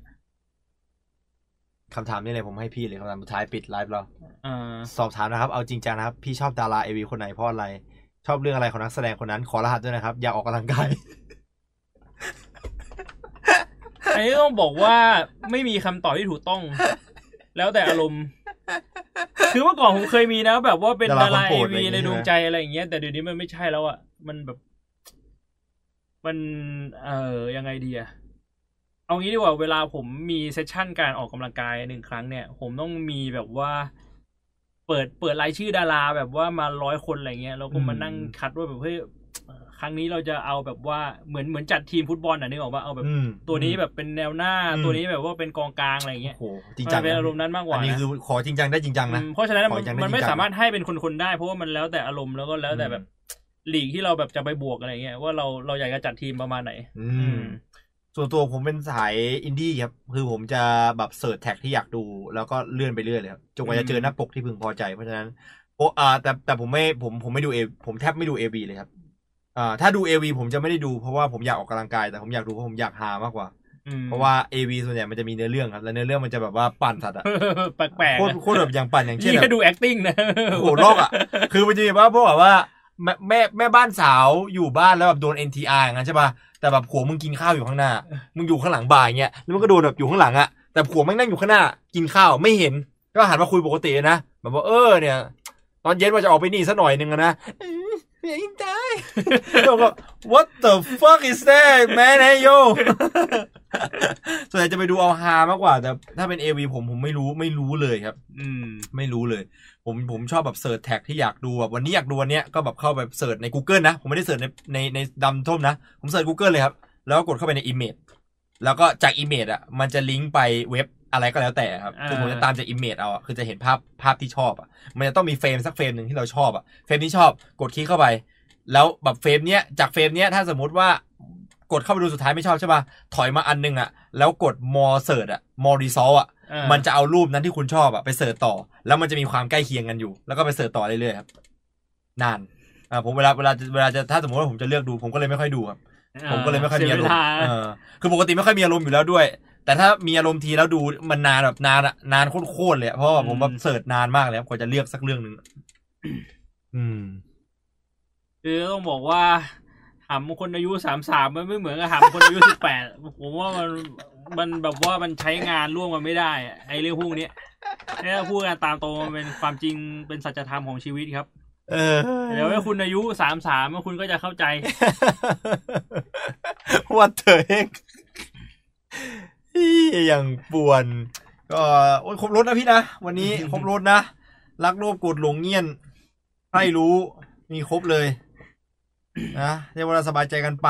[SPEAKER 1] คำถามนี่เลยผมให้พี่เลยคำถามสุดท้ายปิดไลฟ์เรา
[SPEAKER 2] อ่า
[SPEAKER 1] สอบถามนะครับ เอาจริงจังนะครับ พี่ชอบดาราเอวีคนไหนเพราะอะไร ชอบเรื่องอะไรของนักแสดงคนนั้น ขอรหัสด้วยนะครับ อย่าออกกำลังกาย
[SPEAKER 2] อันนี้ต้องบอกว่าไม่มีคำตอบที่ถูกต้อง แล้วแต่อารมณ์ คือเมื่อก่อนผมเคยมีนะแบบว่าเป็นดา
[SPEAKER 1] ดา
[SPEAKER 2] รา
[SPEAKER 1] ราค
[SPEAKER 2] เอน
[SPEAKER 1] โปรด
[SPEAKER 2] วี
[SPEAKER 1] อะไรอย่างงี้
[SPEAKER 2] ในดวงใจอะไรอย่างเงี้ยแต่เดี๋ยวนี้มันไม่ใช่แล้วอ่ะมันแบบ มันเอ่อยังไงดีอะเอางี้ดีกว่าเวลาผมมีเซสชั่นการออกกำลังกายหนึ่งครั้งเนี่ย ผมต้องมีแบบว่า เปิดเปิดรายชื่อดาราแบบว่ามาร้อยคนอะไรเงี้ยแล้วก็มานั่งคัดว่าแบบเฮ้ยครั้งนี้เราจะเอาแบบว่าเหมือนเหมือนจัดทีมฟุตบอลอ่ะนึกออกว่าเอาแบบ
[SPEAKER 1] อืม
[SPEAKER 2] ตัวนี้แบบเป็นแนวหน้า
[SPEAKER 1] อืม
[SPEAKER 2] ตัวนี้แบบว่าเป็นกองกลางอะไรอย่างเงี้ย
[SPEAKER 1] โอ้โหจริงจัง
[SPEAKER 2] มันเป็นอารมณ์นั้นมากกว่า
[SPEAKER 1] อันนี้
[SPEAKER 2] นะ
[SPEAKER 1] คือขอจริงจังได้จริงจังนะ
[SPEAKER 2] อืมเพราะฉะนั้น
[SPEAKER 1] ขอ
[SPEAKER 2] มัน
[SPEAKER 1] อย่างได้
[SPEAKER 2] มันไม่
[SPEAKER 1] จริงจัง
[SPEAKER 2] สามารถให้เป็นคนๆได้ เพราะว่ามันแล้วแต่อารมณ์แล้วก็แล้วแต่
[SPEAKER 1] อืม
[SPEAKER 2] แบบหลีกที่เราแบบจะไปบวกอะไรเงี้ยว่าเราเราอยากจะจัดทีมประมาณไหน
[SPEAKER 1] อื
[SPEAKER 2] อื
[SPEAKER 1] ม
[SPEAKER 2] ม
[SPEAKER 1] ส่วนตัวผมเป็นสายอินดี้ครับ คือผมจะแบบเสิร์ชแท็กที่อยากดู แล้วก็เลื่อนไปเรื่อยเลยครับจนกว่าจะเจอหน้าปกที่พึงพอใจ เพราะฉะนั้นโออ่าแต่แต่ผมไม่ผมผมไม่ดูเอผมแทบไม่ดูเอวีเลยครับอ่าถ้าดูเอวีผมจะไม่ได้ดูเพราะว่าผมอยากออกกำลังกายแต่ผมอยากดูเพราะผมอยากหามากกว่า
[SPEAKER 2] อืม
[SPEAKER 1] เพราะว่าเอวีส่วนใหญ่มันจะมีเนื้อเรื่องครับแล้วเนื้อเรื่องมันจะแบบว่าปั่นสัตว์อะ
[SPEAKER 2] แปลก
[SPEAKER 1] โคตร
[SPEAKER 2] ๆ
[SPEAKER 1] โคตรแบบอย่างปั่นอย่างเช่
[SPEAKER 2] ยี่
[SPEAKER 1] นแบ
[SPEAKER 2] ก็
[SPEAKER 1] บ
[SPEAKER 2] ดู acting นะ
[SPEAKER 1] โอ้โหโลกอ่ะ คือมันจะมีแบบว่าพวกแบบว่าแม่แม่แม่บ้านสาวอยู่บ้านแล้วแบบโดน NTR อย่างนั้นใช่ป่ะ แต่แบบผัวมึงกินข้าวอยู่ข้างหน้า มึงอยู่ข้างหลังบ่ายเงี้ย แล้วมันก็โดนแบบอยู่ข้างหลังอ่ะ แต่ผัวแม่งนั่งอยู่ข้างหน้า กินข้าวไม่เห็น ก็หันมาคุยปกตินะ แบบว่าเออเนี่ย ตอนเย็นว่าจะออกไปนี่สักหน่อยหนึ่งอะนะอืมอย่ายิงใจแล้วก็ what the fuck is that man hey yo ส่วนใหญ่จะไปดูเอาฮามากกว่า แต่ถ้าเป็น AV ผมผมไม่รู้ไม่รู้เลยครับ
[SPEAKER 2] อืม
[SPEAKER 1] ไม่รู้เลย ผมผมชอบแบบเสิร์ชแท็กที่อยากดูแบบวันนี้อยากดูวันเนี้ยก็แบบเข้าไปเสิร์ชใน Google นะ ผมไม่ได้เสิร์ชในในในดำท่มนะ ผมเสิร์ช Google เลยครับ แล้วก็กดเข้าไปใน Image แล้วก็จาก Image อ่ะมันจะลิงก์ไปเว็บอะไรก็แล้วแต่ครับ
[SPEAKER 2] อ่า
[SPEAKER 1] คือผมจะตามจาก Image เอาอะคือจะเห็นภาพภาพที่ชอบอ่ะมันจะต้องมีเฟรมสักเฟรมหนึ่งที่เราชอบอ่ะเฟรมที่ชอบกดคลิกเข้าไป แล้วแบบเฟรมเนี้ยจากเฟรมเนี้ยถ้าสมมติว่ากดเข้าไปดูสุดท้ายไม่ชอบใช่ป่ะถอยมาอันหนึงอ่ะแล้วกด more search อ่ะ more result อ่ะ
[SPEAKER 2] เออ
[SPEAKER 1] มันจะเอารูปนั้นที่คุณชอบอะไปเสิร์ชต่อ แล้วมันจะมีความใกล้เคียงกันอยู่ แล้วก็ไปเสิร์ชต่อเรื่อยๆครับนานอ่าผมเวลาเวลาเวลาจะถ้าสมมติว่าผมจะเลือกดู ผมก็เลยไม่ค่อยดูครับ ผมก็เลยไม่ค่อยมีอารม
[SPEAKER 2] สีว
[SPEAKER 1] ณ์
[SPEAKER 2] ลา
[SPEAKER 1] เออคือปกติไม่ค่อยมีอารมณ์อยู่แล้วด้วย แต่ถ้ามีอารมณ์ทีแล้วดูมันนานแบบนานอะนานโคตรๆเลยอะเพราะว่าผมแบบเสิร์ชนานมากเลยครับกว่าจะเลือกสักเรื่องหนึ่งอืม
[SPEAKER 2] คือต้องบอกว่าถามคนอายุสามสามมันไม่เหมือนกับถามคนอายุสิบแปดผมว่ามันมันแบบว่ามันใช้งานร่วมกันไม่ได้อะไอเรื่องพวกเนี้ยเนี่ยพูดกันตามตรงมันเป็นความจริงเป็นสัจธรรมของชีวิตครับ
[SPEAKER 1] เออ
[SPEAKER 2] เดี๋ยวถ้าคุณอายุสามสามคุณก็จะเข้าใจ
[SPEAKER 1] วัดเถอะเองอย่างป่วน ก็โอ้ยครบรถนะพี่นะ วัน นี้ ครบรถนะ รักโลภโกรธหลงเงียนใครรู้ มีครบเลย นะเรียกว่าเราสบายใจกันไป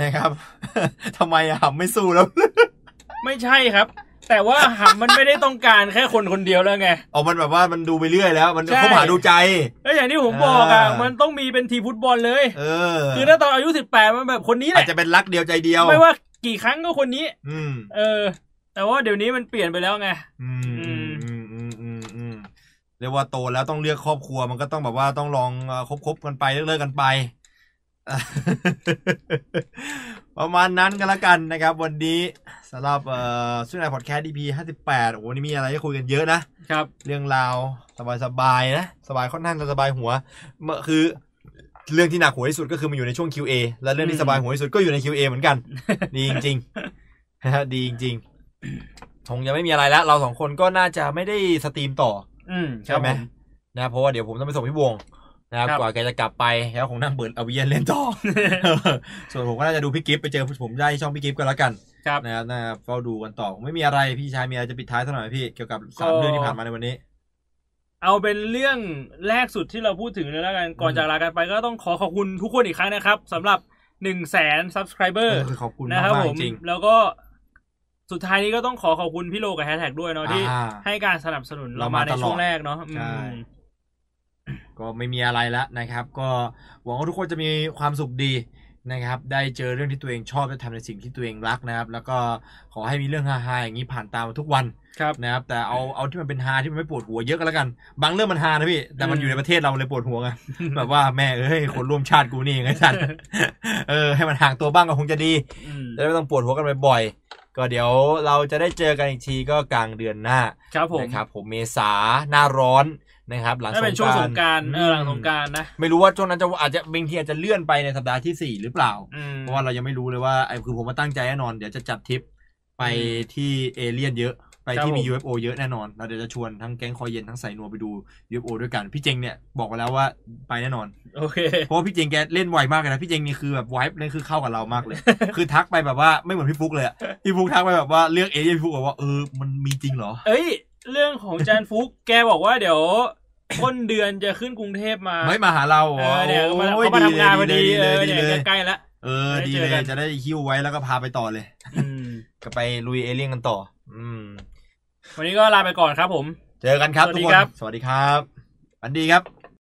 [SPEAKER 1] นะครับ ทำไมอะหำไม่สู้แล้ว
[SPEAKER 2] ไม่ใช่ครับ แต่ว่าหับมันไม่ได้ต้องการแค่คนคนเดียวแล้วไง
[SPEAKER 1] ออกมันแบบว่ามันดูไปเรื่อยแล้ว มัน
[SPEAKER 2] ใช่
[SPEAKER 1] เขาหาดูใจ
[SPEAKER 2] แล้วอย่างที่ผมบอกอ่ะ
[SPEAKER 1] อ่ามั
[SPEAKER 2] มันต้องมีเป็นทีมฟุตบอลเลย
[SPEAKER 1] เออ
[SPEAKER 2] คือถ้าตอนอายุสิบแปดมันแบบคนนี้แห
[SPEAKER 1] อาจ
[SPEAKER 2] ละ
[SPEAKER 1] จะเป็นรักเดียวใจเดียว
[SPEAKER 2] ไม่ว่ากี่ครั้งก็คนนี้
[SPEAKER 1] อืม
[SPEAKER 2] เออ แต่ว่าเดี๋ยวนี้มันเปลี่ยนไปแล้วไง
[SPEAKER 1] อืม
[SPEAKER 2] อื
[SPEAKER 1] อืม
[SPEAKER 2] ม
[SPEAKER 1] อืมอืมอืมอืมเรียกว่าโตแล้วต้องเลือกครอบครัวมันก็ต้องแบบว่าต้องลองเอ่อคบคบกันไปเลิกเลิกกันไป อ่ะ ประมาณนั้นกันละกันนะครับ วันนี้สำหรับเอ่อซึ่งในพอดแคสต์ EP ห้าสิบแปดโอ้โหนี่มีอะไรให้คุยกันเยอะนะ
[SPEAKER 2] ครับ
[SPEAKER 1] เรื่องราวสบายสบายๆนะสบายค่อนข้างจะสบายหัวเมื่อคือ เรื่องที่หนักหัวที่สุดก็คือมันอยู่ในช่วง QA และเรื่องที่สบายหัวที่สุดก็อยู่ใน QA เหมือน กัน ดีจริง ๆนะฮะดีจริงๆคงยังไม่มีอะไรแล้ว เราสองคนก็น่าจะไม่ได้สตรีมต่อ
[SPEAKER 2] อืมครั
[SPEAKER 1] ใช่
[SPEAKER 2] บ
[SPEAKER 1] ไหม
[SPEAKER 2] ผม
[SPEAKER 1] นะเพราะว่าเดี๋ยวผมต้องไปส่งพี่วงนะครับ
[SPEAKER 2] ครับ
[SPEAKER 1] กว่าแกจะกลับไปแล้วผมนั่งเปิดเอาเวียนเล่นต่อ ส่วนผมก็น่าจะดูพี่กิฟต์ไปเจอผมได้ที่ช่องพี่กิฟต์ก็แล้วกัน
[SPEAKER 2] ครับ
[SPEAKER 1] นะครับนะเฝ้าดูกันต่อไม่มีอะไรพี่ชายมีอะไรจะปิดท้ายสักหน่อยไหมพี่เกี่ยวกับสาม
[SPEAKER 2] ก็
[SPEAKER 1] เรื่องที่ผ่านมาในวันนี้
[SPEAKER 2] เอาเป็นเรื่องแรกสุดที่เราพูดถึงเลยแล้วกันก่อนจากลากันไปก็ต้องขอขอบคุณทุกคนอีกครั้งนะครับสำหรับหนึ่งแสน subscriber
[SPEAKER 1] เออขอบคุณ
[SPEAKER 2] นะครั
[SPEAKER 1] มากๆ
[SPEAKER 2] ผม
[SPEAKER 1] จริง
[SPEAKER 2] แล้วก็สุดท้ายนี้ก็ต้องขอขอบคุณพี่โลกับแฮชแท็กด้วยเนาะที่
[SPEAKER 1] อ่า
[SPEAKER 2] ให้การสนับสนุนเรา
[SPEAKER 1] เรา
[SPEAKER 2] มา
[SPEAKER 1] มา
[SPEAKER 2] ในช่ว
[SPEAKER 1] ตล
[SPEAKER 2] ง
[SPEAKER 1] อด
[SPEAKER 2] แรกเนาะอืม
[SPEAKER 1] ใช่ ก็ไม่มีอะไรแล้วนะครับ ก็หวังว่าทุกคนจะมีความสุขดีนะครับ ได้เจอเรื่องที่ตัวเองชอบได้ทำในสิ่งที่ตัวเองรักนะครับ แล้วก็ขอให้มีเรื่องฮาๆอย่างนี้ผ่านตามมาทุกวัน
[SPEAKER 2] ครับ
[SPEAKER 1] นะครับ แต่เอาเอาที่มันเป็นฮาที่มันไม่ปวดหัวเยอะก็แล้วกัน บางเรื่องมันฮานะพี่ แต่มัน
[SPEAKER 2] อืม
[SPEAKER 1] อยู่ในประเทศเราเลยปวด หัวไง แบบว่าแม่เอ้ยคนร่วมชาติกูนี่ไงสัตว์ เออให้มันห่างตัวบ้างก็คงจะดี
[SPEAKER 2] อืม
[SPEAKER 1] จะได้ไม่ต้องปวดหัวกันบ่อยๆ ก็เดี๋ยวเราจะได้เจอกันอีกทีก็กลางเดือนหน้า
[SPEAKER 2] ครับผม
[SPEAKER 1] นะครับผมเมษาหน้าร้อนนะครับ หลัง
[SPEAKER 2] น่า
[SPEAKER 1] ส
[SPEAKER 2] เป็น
[SPEAKER 1] ง
[SPEAKER 2] ช่วง
[SPEAKER 1] ก
[SPEAKER 2] ส
[SPEAKER 1] ราง นต์
[SPEAKER 2] กรารเออหลังสงก
[SPEAKER 1] อื
[SPEAKER 2] รารนะ
[SPEAKER 1] มไม่รู้ว่าช่วงนั้นจะอาจจะบางทีอาจจะเลื่อนไปในสัปดาห์ที่สี่หรือเปล่า
[SPEAKER 2] อืม
[SPEAKER 1] เพราะว่าเรายังไม่รู้เลยว่าไอ้คือผมมาตั้งใจแน่นอน เดี๋ยวจะจัดทริปไปที่เอเลี่ยนเยอะ ไปที่มี
[SPEAKER 2] ครับผม
[SPEAKER 1] UFO เยอะแน่นอน เราเดี๋ยวจะชวนทั้งแก๊งคอยเย็นทั้งใส่นัวไปดู UFO ด้วยกัน พี่เจงเนี่ยบอกไว้แล้วว่าไปแน่นอน
[SPEAKER 2] โอเค
[SPEAKER 1] เพราะว่าพี่เจงแกเล่นไวมากเลยนะ พี่เจงนี่คือแบบไวฟ์นั่นคือเข้ากับเรามาก เลย คือทักไปแบบว่าไม่เหมือนพี่ฟุกเลยอะพี่ฟุกทักไปแบบว่าเลือกเอเลี่ยนพี่ฟุกบอกว่าเออมันมีจริงเหรอ
[SPEAKER 2] เอ้ย เรื่องของจานฟุก แกบอกว่าเดี๋ยว ต้นเดือนจะขึ้นกรุงเทพมา
[SPEAKER 1] ไม่มาหาเรา
[SPEAKER 2] เอ
[SPEAKER 1] อ๋อ
[SPEAKER 2] อเนี่ยเขามา
[SPEAKER 1] โอ้ย
[SPEAKER 2] เขามาทำงานพอดีเอ
[SPEAKER 1] เลย
[SPEAKER 2] อ
[SPEAKER 1] ดี
[SPEAKER 2] เนี่ย
[SPEAKER 1] เลย
[SPEAKER 2] ใกล้ๆแล้ว
[SPEAKER 1] เออดีเลยจะได้หิ้วไว้แล้วก็พาไปต่อเลย
[SPEAKER 2] อืม
[SPEAKER 1] ก็ไปลุยเอเลี่ยนกันต่อ อืม
[SPEAKER 2] วันนี้ก็ลาไปก่อนครับผม
[SPEAKER 1] เจอกันครับ
[SPEAKER 2] สวั
[SPEAKER 1] ทุก
[SPEAKER 2] สดี
[SPEAKER 1] คน
[SPEAKER 2] ครับ
[SPEAKER 1] สวัสดีครับ วันดีครับ